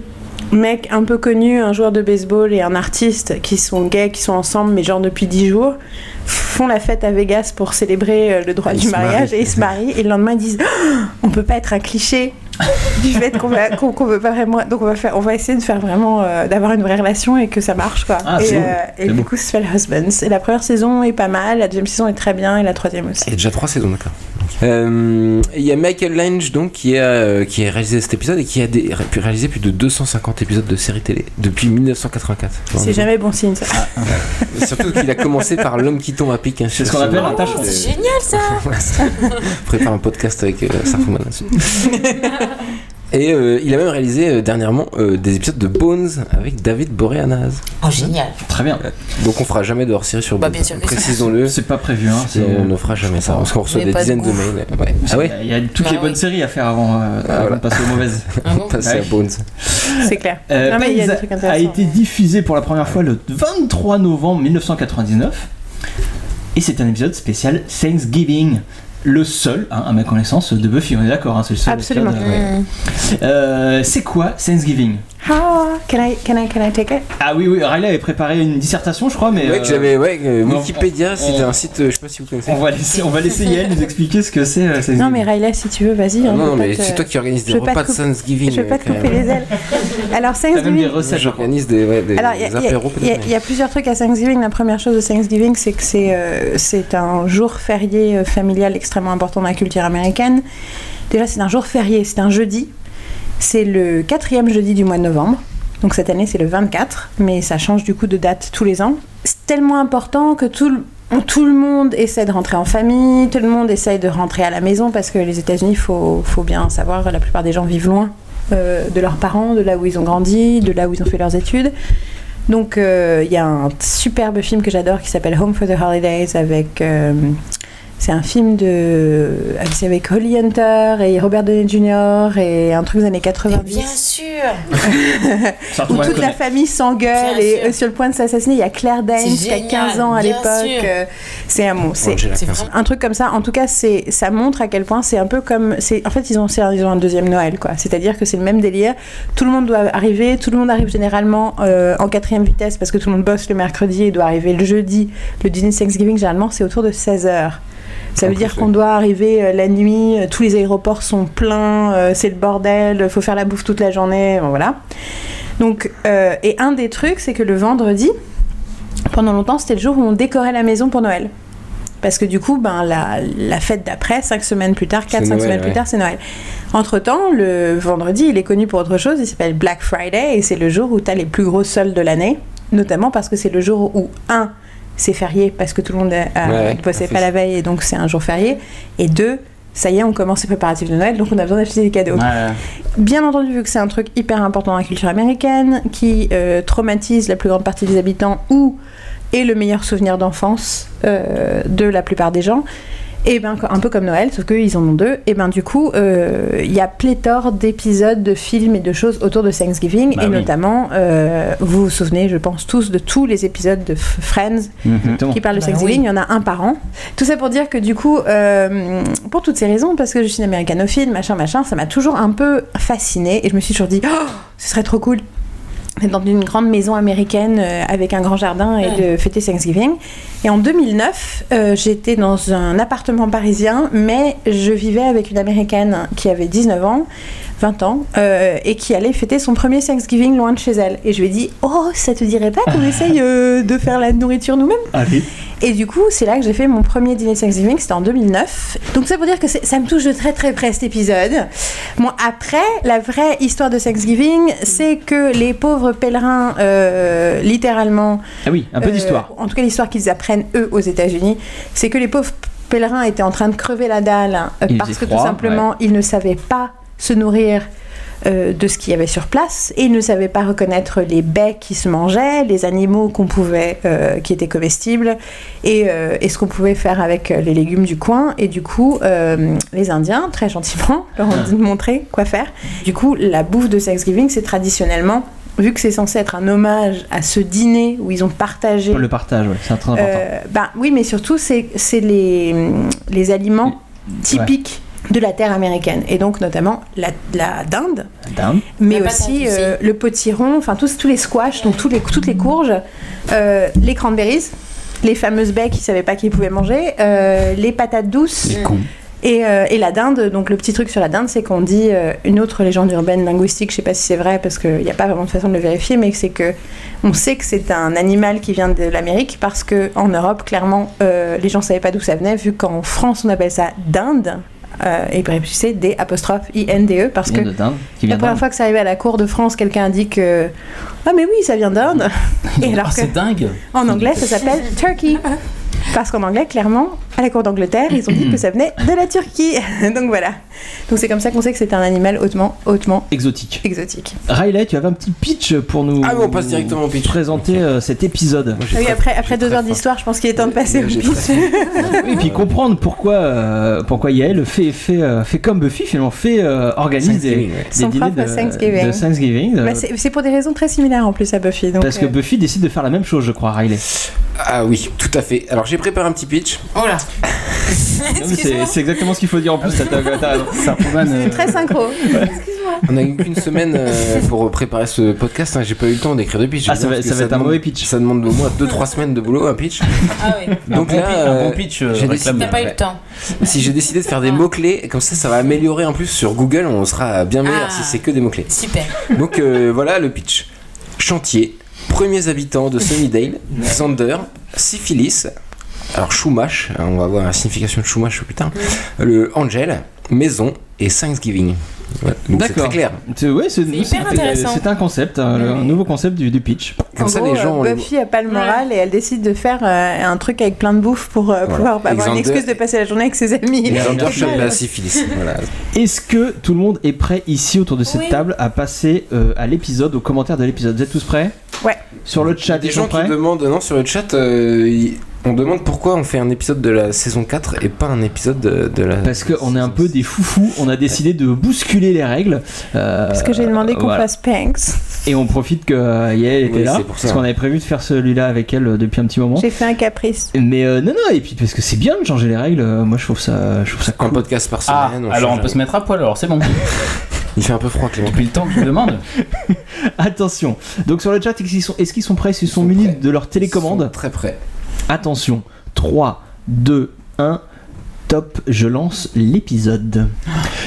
[SPEAKER 4] mecs un peu connus, un joueur de baseball et un artiste qui sont gays, qui sont ensemble, mais genre depuis 10 jours, font la fête à Vegas pour célébrer euh, le droit
[SPEAKER 3] Ils
[SPEAKER 4] du
[SPEAKER 3] se marient.
[SPEAKER 4] mariage et ils se marient. Et le lendemain, ils disent Oh, on peut pas être un cliché du fait qu'on va qu'on qu'on veut pas vraiment donc on va faire on va essayer de faire vraiment euh, d'avoir une vraie relation et que ça marche quoi
[SPEAKER 1] Ah,
[SPEAKER 4] et, euh,
[SPEAKER 1] c'est beau.
[SPEAKER 4] et
[SPEAKER 1] C'est
[SPEAKER 4] du
[SPEAKER 1] beau.
[SPEAKER 4] coup ça fait le husbands et la première saison est pas mal la deuxième saison est très bien et la troisième aussi
[SPEAKER 3] Il y a déjà trois saisons, d'accord. Euh, Il y a Michael Lange donc qui a, euh, qui a réalisé cet épisode et qui a dé- pu réaliser plus de 250 épisodes de séries télé depuis 1984.
[SPEAKER 4] c'est jamais bon signe ça
[SPEAKER 3] Surtout qu'il a commencé par L'homme qui tombe à pic. hein,
[SPEAKER 1] C'est ce
[SPEAKER 3] sur
[SPEAKER 1] qu'on
[SPEAKER 3] ce-
[SPEAKER 1] appelle un tâche.
[SPEAKER 3] Euh,
[SPEAKER 5] C'est génial ça
[SPEAKER 3] prépare un podcast avec euh, Sarfouman là-dessus. Et euh, il a même réalisé euh, dernièrement euh, des épisodes de Bones avec David Boreanaz.
[SPEAKER 5] Oh génial
[SPEAKER 1] Très bien.
[SPEAKER 3] Donc on fera jamais de hors-série sur
[SPEAKER 5] Bah,
[SPEAKER 3] Bones.
[SPEAKER 5] bien sûr que si.
[SPEAKER 3] Précisons-le. Euh,
[SPEAKER 1] C'est pas prévu. Hein. c'est-
[SPEAKER 3] On ne fera jamais ça parce qu'on reçoit
[SPEAKER 5] Mais
[SPEAKER 3] des
[SPEAKER 5] pas de
[SPEAKER 3] dizaines de,
[SPEAKER 5] goût.
[SPEAKER 3] mails. Ouais. Ah ouais
[SPEAKER 1] Il y a toutes
[SPEAKER 5] Bah
[SPEAKER 1] les
[SPEAKER 5] oui.
[SPEAKER 1] bonnes séries à faire avant, euh,
[SPEAKER 3] Ah,
[SPEAKER 1] avant
[SPEAKER 3] voilà.
[SPEAKER 1] de passer aux mauvaises.
[SPEAKER 5] Ah bon
[SPEAKER 3] Passer à
[SPEAKER 1] Ouais.
[SPEAKER 3] Bones.
[SPEAKER 4] c'est clair
[SPEAKER 1] Euh,
[SPEAKER 4] Non, Ah, mais il y a des
[SPEAKER 1] Paiza
[SPEAKER 4] trucs
[SPEAKER 1] a
[SPEAKER 4] intéressants,
[SPEAKER 1] été
[SPEAKER 4] ouais.
[SPEAKER 1] diffusé pour la première fois le 23 novembre 1999 et c'est un épisode spécial Thanksgiving. Le seul, hein, à ma connaissance, de Buffy, on est d'accord, hein, c'est le seul.
[SPEAKER 4] Absolument. Mm.
[SPEAKER 1] épisode, euh, euh, c'est quoi Thanksgiving
[SPEAKER 4] ah can I can I can I take it
[SPEAKER 1] Ah oui, oui, Riley avait préparé une dissertation, je crois, mais.
[SPEAKER 3] Ouais,
[SPEAKER 1] euh,
[SPEAKER 3] que j'avais. Ouais, que
[SPEAKER 1] on-
[SPEAKER 3] Wikipédia,
[SPEAKER 1] on-
[SPEAKER 3] c'était un site, euh, je sais pas si vous connaissez.
[SPEAKER 1] on va laisser, on va laisser Yael nous expliquer ce que c'est euh, Thanksgiving.
[SPEAKER 4] non mais Riley si tu veux vas-y
[SPEAKER 3] Ah
[SPEAKER 4] hein,
[SPEAKER 3] non,
[SPEAKER 4] je
[SPEAKER 3] non,
[SPEAKER 4] veux
[SPEAKER 3] mais
[SPEAKER 4] pas te-
[SPEAKER 3] c'est toi qui organise des
[SPEAKER 4] je veux pas
[SPEAKER 3] repas
[SPEAKER 4] te
[SPEAKER 3] de
[SPEAKER 4] couper-
[SPEAKER 3] Thanksgiving.
[SPEAKER 4] je vais pas te
[SPEAKER 3] quand
[SPEAKER 4] couper
[SPEAKER 3] même.
[SPEAKER 4] les ailes alors
[SPEAKER 1] T'as même des
[SPEAKER 4] Thanksgiving
[SPEAKER 1] recettes. je crois.
[SPEAKER 3] J'organise des, ouais, des,
[SPEAKER 4] Alors, il y, a-
[SPEAKER 3] des
[SPEAKER 4] il y a-
[SPEAKER 3] apéros
[SPEAKER 4] il y a-
[SPEAKER 3] peut-être.
[SPEAKER 4] il y a plusieurs trucs à Thanksgiving. La première chose de Thanksgiving, c'est que c'est euh, c'est un jour férié euh, familial extrêmement important dans la culture américaine. Déjà, c'est un jour férié, c'est un jeudi. C'est le quatrième jeudi du mois de novembre. Donc cette année, c'est le 24, mais ça change du coup de date tous les ans. C'est tellement important que tout le tout le monde essaie de rentrer en famille, tout le monde essaie de rentrer à la maison parce que les États-Unis, faut, faut bien savoir, la plupart des gens vivent loin euh, de leurs parents, de là où ils ont grandi, de là où ils ont fait leurs études. Donc euh, il y a un superbe film que j'adore qui s'appelle Home for the Holidays avec euh, c'est un film de ah, c'est avec Holly Hunter et Robert Downey Jr et un truc des années
[SPEAKER 5] Mais
[SPEAKER 4] 90
[SPEAKER 5] Bien sûr
[SPEAKER 1] Surtout,
[SPEAKER 4] où
[SPEAKER 1] moi, je
[SPEAKER 4] toute la
[SPEAKER 1] connais.
[SPEAKER 4] famille s'engueule
[SPEAKER 5] Bien
[SPEAKER 4] et
[SPEAKER 5] sûr.
[SPEAKER 4] euh, sur le point de s'assassiner. Il y a Claire Danes
[SPEAKER 5] C'est
[SPEAKER 4] qui a
[SPEAKER 5] génial,
[SPEAKER 4] 15 ans à
[SPEAKER 5] bien
[SPEAKER 4] l'époque.
[SPEAKER 5] sûr.
[SPEAKER 4] euh, C'est un bon, c'est
[SPEAKER 3] Angela
[SPEAKER 5] C'est
[SPEAKER 3] Kinsey.
[SPEAKER 5] vraiment.
[SPEAKER 4] un truc comme ça. En tout cas, c'est ça montre à quel point c'est un peu comme c'est en fait ils ont c'est un- ils ont un deuxième Noël quoi. C'est-à-dire que c'est le même délire. Tout le monde doit arriver. Tout le monde arrive généralement euh, en quatrième vitesse parce que tout le monde bosse le mercredi et doit arriver le jeudi. Le dîner de Thanksgiving généralement c'est autour de 16 h ça
[SPEAKER 3] En
[SPEAKER 4] veut
[SPEAKER 3] plus,
[SPEAKER 4] dire
[SPEAKER 3] oui.
[SPEAKER 4] qu'on doit arriver euh, la nuit, euh, tous les aéroports sont pleins, euh, c'est le bordel, faut faire la bouffe toute la journée, bon, voilà. Donc, euh, et un des trucs, c'est que le vendredi, pendant longtemps, c'était le jour où on décorait la maison pour Noël. Parce que du coup, ben, la, la fête d'après, cinq semaines plus tard, quatre,
[SPEAKER 3] C'est
[SPEAKER 4] cinq
[SPEAKER 3] Noël,
[SPEAKER 4] semaines
[SPEAKER 3] ouais.
[SPEAKER 4] plus tard, c'est Noël. Entre-temps, le vendredi, il est connu pour autre chose, il s'appelle Black Friday, et c'est le jour où tu as les plus gros soldes de l'année, notamment parce que c'est le jour où, un, c'est férié parce que tout le monde a- a-
[SPEAKER 3] Ouais, ouais,
[SPEAKER 4] ne bossait
[SPEAKER 3] ça fait
[SPEAKER 4] pas
[SPEAKER 3] ça.
[SPEAKER 4] la veille, et donc c'est un jour férié, et deux, ça y est, on commence les préparatifs de Noël, donc on a besoin d'acheter des cadeaux.
[SPEAKER 1] Ouais.
[SPEAKER 4] Bien entendu, vu que c'est un truc hyper important dans la culture américaine, qui euh, traumatise la plus grande partie des habitants ou est le meilleur souvenir d'enfance euh, de la plupart des gens, et ben un peu comme Noël, sauf qu'ils en ont deux, et ben du coup, euh, il y a pléthore d'épisodes, de films et de choses autour de Thanksgiving,
[SPEAKER 1] Bah
[SPEAKER 4] et
[SPEAKER 1] oui.
[SPEAKER 4] notamment, euh, vous vous souvenez, je pense tous, de tous les épisodes de F- Friends
[SPEAKER 1] Mm. Exactement.
[SPEAKER 4] qui parle de
[SPEAKER 5] Bah
[SPEAKER 4] Thanksgiving,
[SPEAKER 5] oui.
[SPEAKER 4] il y en a un par an. Tout ça pour dire que du coup, euh, pour toutes ces raisons, parce que je suis une américanophile, machin, machin, ça m'a toujours un peu fascinée et je me suis toujours dit, oh, ce serait trop cool dans une grande maison américaine euh, avec un grand jardin et de fêter Thanksgiving. Et en 2009, euh, j'étais dans un appartement parisien, mais je vivais avec une américaine qui avait 19 ans, 20 ans, euh, et qui allait fêter son premier Thanksgiving loin de chez elle. Et je lui ai dit Oh, ça te dirait pas qu'on essaye euh, de faire la nourriture nous-mêmes
[SPEAKER 1] Ah oui.
[SPEAKER 4] et du coup, c'est là que j'ai fait mon premier dîner de Thanksgiving, c'était en 2009. Donc ça veut dire que c'est- ça me touche de très très près cet épisode. Bon, après, la vraie histoire de Thanksgiving, c'est que les pauvres pèlerins, euh, littéralement...
[SPEAKER 1] Ah oui, un peu
[SPEAKER 4] euh,
[SPEAKER 1] d'histoire.
[SPEAKER 4] En tout cas, l'histoire qu'ils apprennent, eux, aux États-Unis, c'est que les pauvres pèlerins étaient en train de crever la dalle euh,
[SPEAKER 1] Il
[SPEAKER 4] parce
[SPEAKER 1] faisait
[SPEAKER 4] que
[SPEAKER 1] froid,
[SPEAKER 4] tout simplement,
[SPEAKER 1] ouais.
[SPEAKER 4] ils ne savaient pas se nourrir euh, de ce qu'il y avait sur place et ils ne savaient pas reconnaître les baies qui se mangeaient, les animaux qu'on pouvait, euh, qui étaient comestibles et, euh, et ce qu'on pouvait faire avec euh, les légumes du coin. Et du coup, euh, les Indiens, très gentiment, leur ont dit de montrer quoi faire. Du coup, la bouffe de Thanksgiving, c'est traditionnellement, vu que c'est censé être un hommage à ce dîner où ils ont partagé
[SPEAKER 1] Le partage, ouais, c'est très important.
[SPEAKER 4] euh, bah, oui, mais surtout, c'est c'est les, les aliments typiques de la terre américaine. Et donc, notamment, la, la dinde,
[SPEAKER 1] Dame.
[SPEAKER 4] mais aussi euh, le potiron, enfin, tous, tous les squash, donc tous les, toutes les courges, euh, les cranberries, les fameuses baies qu'ils ne savaient pas qu'ils pouvaient manger, euh, les patates douces. Et, euh, et la dinde, donc le petit truc sur la dinde, c'est qu'on dit euh, une autre légende urbaine linguistique, je sais pas si c'est vrai parce qu'il n'y a pas vraiment de façon de le vérifier, mais c'est que on sait que c'est un animal qui vient de l'Amérique parce que en Europe, clairement, euh, les gens savaient pas d'où ça venait, vu qu'en France on appelle ça dinde. Euh, et puis c'est D apostrophe I N D E parce que
[SPEAKER 1] Vient de Dinde, qui vient
[SPEAKER 4] la première
[SPEAKER 1] d'Inde.
[SPEAKER 4] fois que ça arrivait à la cour de France, quelqu'un a dit que ah mais oui ça vient d'Inde. Et alors que
[SPEAKER 6] Ah, c'est dingue.
[SPEAKER 4] en anglais, ça s'appelle turkey. Parce qu'en anglais, clairement, à la cour d'Angleterre, ils ont dit que ça venait de la Turquie. Donc voilà. Donc c'est comme ça qu'on sait que c'est un animal hautement, hautement
[SPEAKER 1] Exotique.
[SPEAKER 4] exotique.
[SPEAKER 1] Riley, tu avais un petit pitch pour nous
[SPEAKER 3] Ah oui, on passe directement au pitch.
[SPEAKER 1] présenter euh, cet épisode.
[SPEAKER 4] Ah oui, après, après deux heures d'histoire, je pense qu'il est
[SPEAKER 3] Euh,
[SPEAKER 4] temps de passer au pitch.
[SPEAKER 1] Et puis comprendre pourquoi, euh, pourquoi Yael fait, fait, euh, fait comme Buffy, finalement, fait, euh, organise des,
[SPEAKER 3] Thanksgiving, ouais.
[SPEAKER 1] des
[SPEAKER 4] Son
[SPEAKER 1] dîners
[SPEAKER 4] propre
[SPEAKER 1] de
[SPEAKER 4] Thanksgiving.
[SPEAKER 1] de Thanksgiving, euh,
[SPEAKER 4] Bah, c'est c'est pour des raisons très similaires en plus à Buffy. Donc,
[SPEAKER 1] parce que
[SPEAKER 4] euh,
[SPEAKER 1] Buffy décide de faire la même chose, je crois, Riley.
[SPEAKER 3] Ah oui, tout à fait. Alors j'ai préparé un petit pitch.
[SPEAKER 5] Oh là
[SPEAKER 1] Non, mais C'est c'est exactement ce qu'il faut dire en plus,
[SPEAKER 3] Ah
[SPEAKER 1] t'as- t'as t'as raison.
[SPEAKER 6] C'est un programme. euh,
[SPEAKER 4] c'est très synchro.
[SPEAKER 3] On a eu qu'une semaine euh, pour préparer ce podcast. hein. J'ai pas eu le temps d'écrire de pitch.
[SPEAKER 1] Ah, ça va-
[SPEAKER 3] Parce que
[SPEAKER 1] ça va être un
[SPEAKER 3] demande-
[SPEAKER 1] mauvais pitch.
[SPEAKER 3] Ça demande au moins 2-3 semaines de boulot, un pitch.
[SPEAKER 5] Ah ouais,
[SPEAKER 3] Donc
[SPEAKER 6] un bon
[SPEAKER 3] là,
[SPEAKER 6] pi-
[SPEAKER 3] euh,
[SPEAKER 6] un bon pitch. euh,
[SPEAKER 3] j'ai
[SPEAKER 6] réclame-
[SPEAKER 3] décidé-
[SPEAKER 5] t'as pas eu le temps.
[SPEAKER 3] si j'ai décidé de faire des mots-clés, comme ça, ça va améliorer en plus sur Google. On sera bien meilleur
[SPEAKER 5] Ah.
[SPEAKER 3] si c'est que des mots-clés.
[SPEAKER 5] Super.
[SPEAKER 3] Donc euh, voilà le pitch. Chantier, premiers habitants de Sunnydale, Xander, syphilis, alors Shumash, hein, on va voir la signification de Shumash plus tard, le Angel, maison et Thanksgiving. Voilà. Donc c'est très clair.
[SPEAKER 1] C'est ouais, c'est-
[SPEAKER 5] hyper
[SPEAKER 1] c'est-
[SPEAKER 5] intéressant.
[SPEAKER 1] C'est un concept, un, un nouveau concept du, du pitch.
[SPEAKER 3] Comme
[SPEAKER 4] en
[SPEAKER 3] ça
[SPEAKER 4] gros,
[SPEAKER 3] les gens... on
[SPEAKER 4] euh,
[SPEAKER 3] les
[SPEAKER 4] Buffy a pas le moral et elle décide de faire euh, un truc avec plein de bouffe pour euh, pouvoir avoir une
[SPEAKER 3] Alexander-
[SPEAKER 4] excuse de passer la journée avec ses amis.
[SPEAKER 3] voit.
[SPEAKER 1] Xander
[SPEAKER 3] Xander
[SPEAKER 1] Shumash.
[SPEAKER 3] chope la syphilis. Voilà.
[SPEAKER 1] Est-ce que tout le monde est prêt ici autour de cette
[SPEAKER 5] Oui.
[SPEAKER 1] table à passer euh, à l'épisode, aux commentaires de l'épisode Vous êtes tous prêts
[SPEAKER 4] Ouais.
[SPEAKER 1] Sur le chat,
[SPEAKER 3] Des
[SPEAKER 1] ils sont
[SPEAKER 3] gens
[SPEAKER 1] prêts
[SPEAKER 3] qui demandent, non, sur le chat, euh, ils- on demande pourquoi on fait un épisode de la saison 4 et pas un épisode de, de la...
[SPEAKER 1] Parce qu'on est un peu des foufous, on a décidé de bousculer les règles. euh,
[SPEAKER 4] Parce que j'ai demandé qu'on
[SPEAKER 1] voilà.
[SPEAKER 4] fasse Panks.
[SPEAKER 1] Et on profite que euh, Yael était
[SPEAKER 3] Oui,
[SPEAKER 1] là,
[SPEAKER 3] c'est pour ça.
[SPEAKER 1] parce qu'on avait prévu de faire celui-là avec elle euh, depuis un petit moment.
[SPEAKER 4] J'ai fait un caprice.
[SPEAKER 1] Mais euh, non, non, et puis parce que c'est bien de changer les règles, euh, moi je trouve ça, je trouve ça
[SPEAKER 3] Un
[SPEAKER 1] cool.
[SPEAKER 3] podcast par
[SPEAKER 6] Ah,
[SPEAKER 3] semaine.
[SPEAKER 6] alors on
[SPEAKER 3] change-
[SPEAKER 6] peut se mettre à poil alors, c'est bon.
[SPEAKER 3] Il fait un peu froid, Clément.
[SPEAKER 6] Depuis le temps que je demande.
[SPEAKER 1] Attention. Donc sur le chat, est-ce qu'ils sont, est-ce qu'ils sont prêts Est-ce qu'ils sont,
[SPEAKER 3] sont
[SPEAKER 1] munis
[SPEAKER 3] prêts.
[SPEAKER 1] de leur télécommande
[SPEAKER 3] Ils sont Très près.
[SPEAKER 1] Attention, 3, 2, 1, top, je lance l'épisode.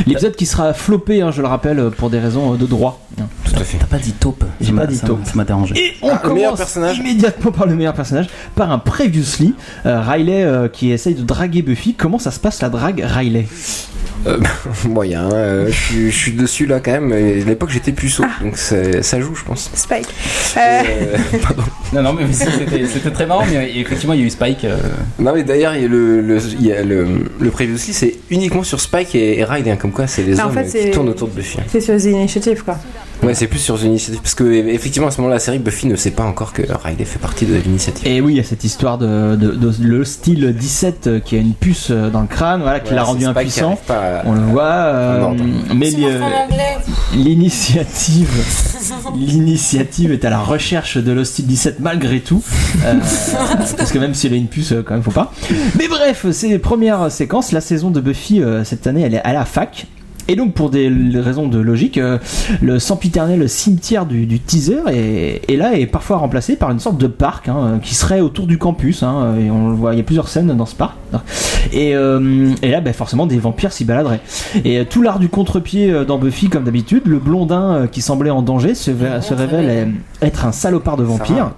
[SPEAKER 1] L'épisode qui sera floppé, hein, je le rappelle, pour des raisons euh, de droit.
[SPEAKER 3] Tout à fait.
[SPEAKER 6] T'as pas dit taupe.
[SPEAKER 1] J'ai
[SPEAKER 6] Ça
[SPEAKER 1] pas
[SPEAKER 6] m'a-
[SPEAKER 1] dit
[SPEAKER 6] ça-
[SPEAKER 1] taupe.
[SPEAKER 6] Ça m'a dérangé.
[SPEAKER 1] Et on
[SPEAKER 3] Ah, le meilleur
[SPEAKER 1] commence
[SPEAKER 3] personnage.
[SPEAKER 1] immédiatement par le meilleur personnage, par un previously. Euh, Riley euh, qui essaye de draguer Buffy. Comment ça se passe la drague Riley
[SPEAKER 3] Moyen, euh, je, suis- je suis dessus là quand même. et À l'époque j'étais puceau,
[SPEAKER 4] Ah.
[SPEAKER 3] donc c'est- ça joue, je pense.
[SPEAKER 4] Spike. Euh,
[SPEAKER 3] Euh, pardon.
[SPEAKER 6] Non, non, mais c'était c'était très marrant, mais effectivement, il y a eu Spike. euh,
[SPEAKER 3] Non, mais d'ailleurs, il y a le, le, il y a le, le previously, c'est uniquement sur Spike et, et Ryde, hein, comme quoi c'est les
[SPEAKER 4] Ah, en
[SPEAKER 3] hommes
[SPEAKER 4] fait,
[SPEAKER 3] euh,
[SPEAKER 4] c'est-
[SPEAKER 3] qui tournent autour de Buffy. hein.
[SPEAKER 4] C'est sur les initiatives, quoi.
[SPEAKER 3] Ouais, c'est plus sur une initiative, parce que effectivement à ce moment-là, la série Buffy ne sait pas encore que Riley fait partie de l'initiative.
[SPEAKER 1] Et Eh oui, il y a cette histoire de, de- de- le style 17 euh, qui a une puce euh, dans le crâne, voilà, qui
[SPEAKER 3] Voilà,
[SPEAKER 1] l'a rendu
[SPEAKER 3] c'est Spike qui
[SPEAKER 1] impuissant.
[SPEAKER 3] arrive pas à-
[SPEAKER 1] On le voit, euh,
[SPEAKER 3] En ordre.
[SPEAKER 1] mais
[SPEAKER 5] C'est
[SPEAKER 1] les-
[SPEAKER 5] marqué en anglais.
[SPEAKER 1] L'initiative, l'initiative est à la recherche de l'hostie 17 malgré tout, Euh, parce que même s'il a une puce, euh, quand même faut pas. Mais bref, c'est les premières séquences. La saison de Buffy euh, cette année, elle est à la fac. Et donc, pour des l- raisons de logique, euh, le sempiternel cimetière du, du teaser est, est là et parfois remplacé par une sorte de parc hein, qui serait autour du campus. hein, et on le voit, il y a plusieurs scènes dans ce parc. Et, euh, et là, ben, forcément, des vampires s'y baladeraient. Et euh, tout l'art du contre-pied euh, dans Buffy, comme d'habitude, le blondin euh, qui semblait en danger se, ver- se révèle euh, être un salopard de vampire.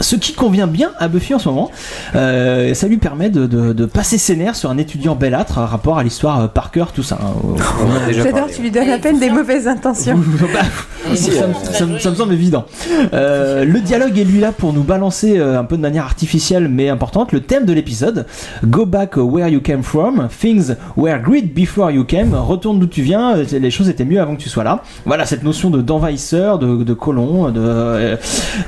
[SPEAKER 1] Ce qui convient bien à Buffy en ce moment. Euh, ça lui permet de, de- de passer ses nerfs sur un étudiant belâtre, euh, rapport à l'histoire euh, Parker, tout ça. hein, au- au-
[SPEAKER 4] J'adore, tu lui donnes à peine des mauvaises intentions.
[SPEAKER 1] Bah,
[SPEAKER 3] Ah,
[SPEAKER 1] ça,
[SPEAKER 3] euh,
[SPEAKER 1] me- ça me- ça me semble évident. Euh, le dialogue est lui là pour nous balancer euh, un peu de manière artificielle mais importante le thème de l'épisode. Go back where you came from, things were great before you came, retourne d'où tu viens, euh, les choses étaient mieux avant que tu sois là. Voilà cette notion de d'envahisseur, de, de colon, de, euh,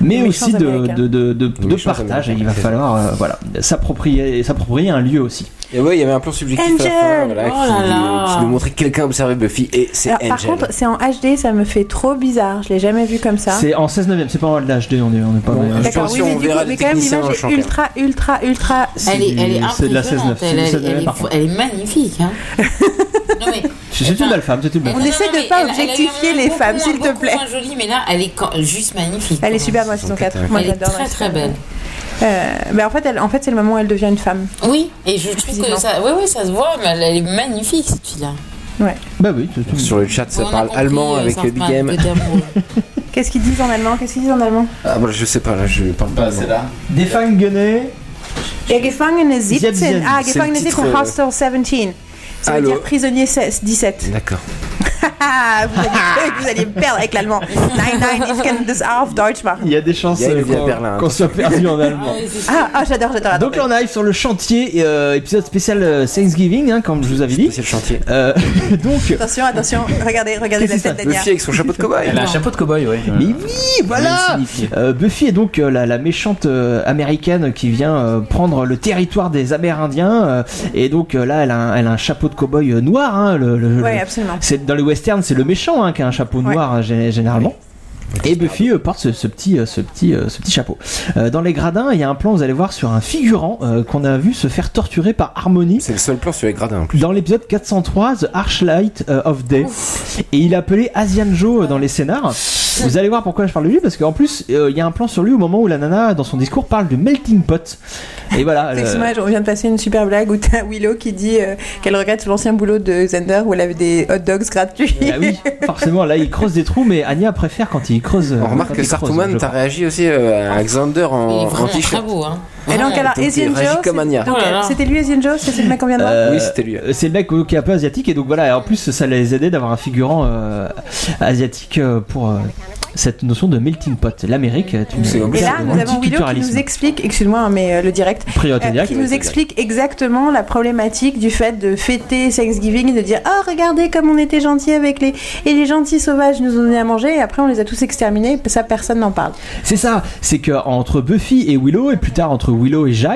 [SPEAKER 1] mais
[SPEAKER 3] Méchants
[SPEAKER 1] aussi de,
[SPEAKER 3] Américains.
[SPEAKER 1] de, de, de- de
[SPEAKER 3] Méchants
[SPEAKER 1] partage. Et il va
[SPEAKER 3] Américains, c'est
[SPEAKER 1] falloir euh, voilà s'approprier s'approprier un lieu aussi.
[SPEAKER 3] Et ouais, il y avait un plan subjectif à la fin,
[SPEAKER 4] Angel
[SPEAKER 3] voilà,
[SPEAKER 4] Oh
[SPEAKER 3] qui,
[SPEAKER 4] là
[SPEAKER 3] qui
[SPEAKER 4] là.
[SPEAKER 3] nous montrait quelqu'un observer Buffy et c'est
[SPEAKER 4] Alors,
[SPEAKER 3] Angel.
[SPEAKER 4] par contre, c'est en HD, ça me fait trop bizarre. Je l'ai jamais vu comme ça.
[SPEAKER 1] C'est en 16 9 c'est pas en de l'HD, on est, on est pas
[SPEAKER 3] Bon,
[SPEAKER 1] mal.
[SPEAKER 3] je pense
[SPEAKER 4] Oui, mais, du coup, mais quand même, l'image est ultra, ultra, ultra.
[SPEAKER 5] Elle est, elle est
[SPEAKER 1] C'est de la 16-9,
[SPEAKER 5] impressionnante,
[SPEAKER 1] c'est
[SPEAKER 5] elle,
[SPEAKER 1] du
[SPEAKER 5] elle-
[SPEAKER 1] 16-9,
[SPEAKER 5] elle est,
[SPEAKER 1] par
[SPEAKER 5] fou- elle est magnifique. Hein.
[SPEAKER 1] C'est une belle femme, c'est une belle
[SPEAKER 4] On
[SPEAKER 1] femme.
[SPEAKER 4] essaie de pas objectifier les femmes, s'il te plaît.
[SPEAKER 5] moins jolie, mais là, elle est quand- juste magnifique.
[SPEAKER 4] Elle est super, moi, saison 4. Moi,
[SPEAKER 5] Elle est
[SPEAKER 4] j'adore. la
[SPEAKER 5] très
[SPEAKER 4] saison
[SPEAKER 5] très
[SPEAKER 4] 4.
[SPEAKER 5] belle.
[SPEAKER 4] Euh, mais en fait, elle- en fait c'est le moment où elle devient une femme.
[SPEAKER 5] Oui, et je trouve que
[SPEAKER 4] Physiquement.
[SPEAKER 5] ça, oui, oui, ça se voit, mais elle, elle est magnifique cette fille-là.
[SPEAKER 4] Ouais.
[SPEAKER 1] Bah oui,
[SPEAKER 3] Sur le chat, ça
[SPEAKER 5] On a
[SPEAKER 3] parle
[SPEAKER 5] compris,
[SPEAKER 3] allemand
[SPEAKER 5] euh,
[SPEAKER 3] avec
[SPEAKER 5] Sarfman,
[SPEAKER 3] Big Game.
[SPEAKER 5] peut-être.
[SPEAKER 4] Qu'est-ce qu'ils disent en allemand Qu'est-ce qu'ils disent en allemand
[SPEAKER 3] Ah, bon, je sais pas, là, je parle
[SPEAKER 6] Bah,
[SPEAKER 3] pas. allemand.
[SPEAKER 1] Des Gefangene.
[SPEAKER 4] Et Gefangene
[SPEAKER 3] Siebzehn.
[SPEAKER 4] 17. Ah,
[SPEAKER 3] C'est le
[SPEAKER 4] Gefangene
[SPEAKER 3] titre,
[SPEAKER 4] 17,
[SPEAKER 3] euh,
[SPEAKER 4] Hostel 17. Ça veut
[SPEAKER 3] Allô
[SPEAKER 4] dire prisonnier 16, 17.
[SPEAKER 3] D'accord.
[SPEAKER 4] Ah, vous alliez, vous alliez me perdre avec l'allemand. Nein, nein, ich kann das auf Deutsch machen.
[SPEAKER 1] Il y a des chances
[SPEAKER 3] Il y a une
[SPEAKER 1] euh,
[SPEAKER 3] vie à
[SPEAKER 1] qu'on-
[SPEAKER 3] Berlin, hein,
[SPEAKER 1] qu'on soit perdu en allemand.
[SPEAKER 4] Ah, ah, j'adore, j'adore, j'adore.
[SPEAKER 1] Donc là on arrive sur le chantier, euh, épisode spécial euh, Thanksgiving, hein, comme je vous avais dit.
[SPEAKER 3] C'est le chantier.
[SPEAKER 1] Euh, donc,
[SPEAKER 4] Attention, attention, regardez, regardez la
[SPEAKER 1] Qu'est-ce que
[SPEAKER 4] tête
[SPEAKER 1] c'est ça,
[SPEAKER 4] d'Ania.
[SPEAKER 3] Buffy avec son chapeau de cobaye.
[SPEAKER 6] Elle a un chapeau de cow-boy, ouais.
[SPEAKER 1] mais oui, voilà Euh, Buffy est donc euh, la, la méchante euh, américaine qui vient euh, prendre le territoire des Amérindiens. euh, et donc euh, là, elle a, un, elle a un chapeau de cow-boy euh, noir. Hein, le, le-
[SPEAKER 4] Ouais,
[SPEAKER 1] le-
[SPEAKER 4] absolument.
[SPEAKER 1] c'est, dans les westerns, c'est le méchant hein, qui a un chapeau
[SPEAKER 4] Ouais.
[SPEAKER 1] noir hein, gé- généralement. Et Buffy euh, porte ce, ce petit, euh, ce, petit, euh, ce petit chapeau. Euh, dans les gradins, il y a un plan, vous allez voir, sur un figurant euh, qu'on a vu se faire torturer par Harmony.
[SPEAKER 3] C'est le seul plan sur les gradins en plus.
[SPEAKER 1] Dans l'épisode 403, The Archlight euh, of Day. Et il est appelé Asian Joe euh, dans les scénars. Vous allez voir pourquoi je parle de lui, parce qu'en plus, euh, il y a un plan sur lui au moment où la nana, dans son discours, parle de melting pot. Et voilà. euh,
[SPEAKER 4] Excuse-moi, je- on vient de passer une super blague où t'as Willow qui dit euh, qu'elle regrette l'ancien boulot de Xander où elle avait des hot dogs gratuits.
[SPEAKER 1] bah oui, forcément, là, il creuse des trous, mais Anya préfère quand il creuse. euh,
[SPEAKER 3] On remarque
[SPEAKER 1] quand
[SPEAKER 3] que
[SPEAKER 1] il creuse,
[SPEAKER 3] Sartouman,
[SPEAKER 1] je
[SPEAKER 3] t'as
[SPEAKER 1] crois.
[SPEAKER 3] réagi aussi euh, à Xander
[SPEAKER 5] Il est
[SPEAKER 3] en, en
[SPEAKER 5] vraiment très
[SPEAKER 3] t-shirt.
[SPEAKER 5] beau. Hein.
[SPEAKER 4] Et donc alors,
[SPEAKER 3] Ah, Donc, il
[SPEAKER 4] Asian
[SPEAKER 3] réagit
[SPEAKER 4] Joe,
[SPEAKER 3] comme Anya.
[SPEAKER 4] donc,
[SPEAKER 5] Oh là
[SPEAKER 4] euh,
[SPEAKER 5] là.
[SPEAKER 4] c'était lui Asian Joe, c'est c'est le mec qu'on vient de voir
[SPEAKER 1] Euh,
[SPEAKER 3] Oui, c'était lui.
[SPEAKER 1] C'est le mec euh, qui est un peu asiatique et donc voilà. Et en plus, ça les aidait d'avoir un figurant euh, asiatique euh, pour euh, cette notion de melting pot. L'Amérique est une.
[SPEAKER 3] C'est
[SPEAKER 4] Et
[SPEAKER 3] obligé.
[SPEAKER 4] là, nous avons Willow qui nous explique, excuse-moi, hein, mais euh, le direct, euh,
[SPEAKER 1] Prioritaire.
[SPEAKER 4] qui nous explique exactement la problématique du fait de fêter Thanksgiving et de dire Oh, regardez comme on était gentils avec les. Et les gentils sauvages nous ont donné à manger et après on les a tous exterminés, ça personne n'en parle.
[SPEAKER 1] C'est ça, c'est que entre Buffy et Willow, et plus tard entre Willow et Giles,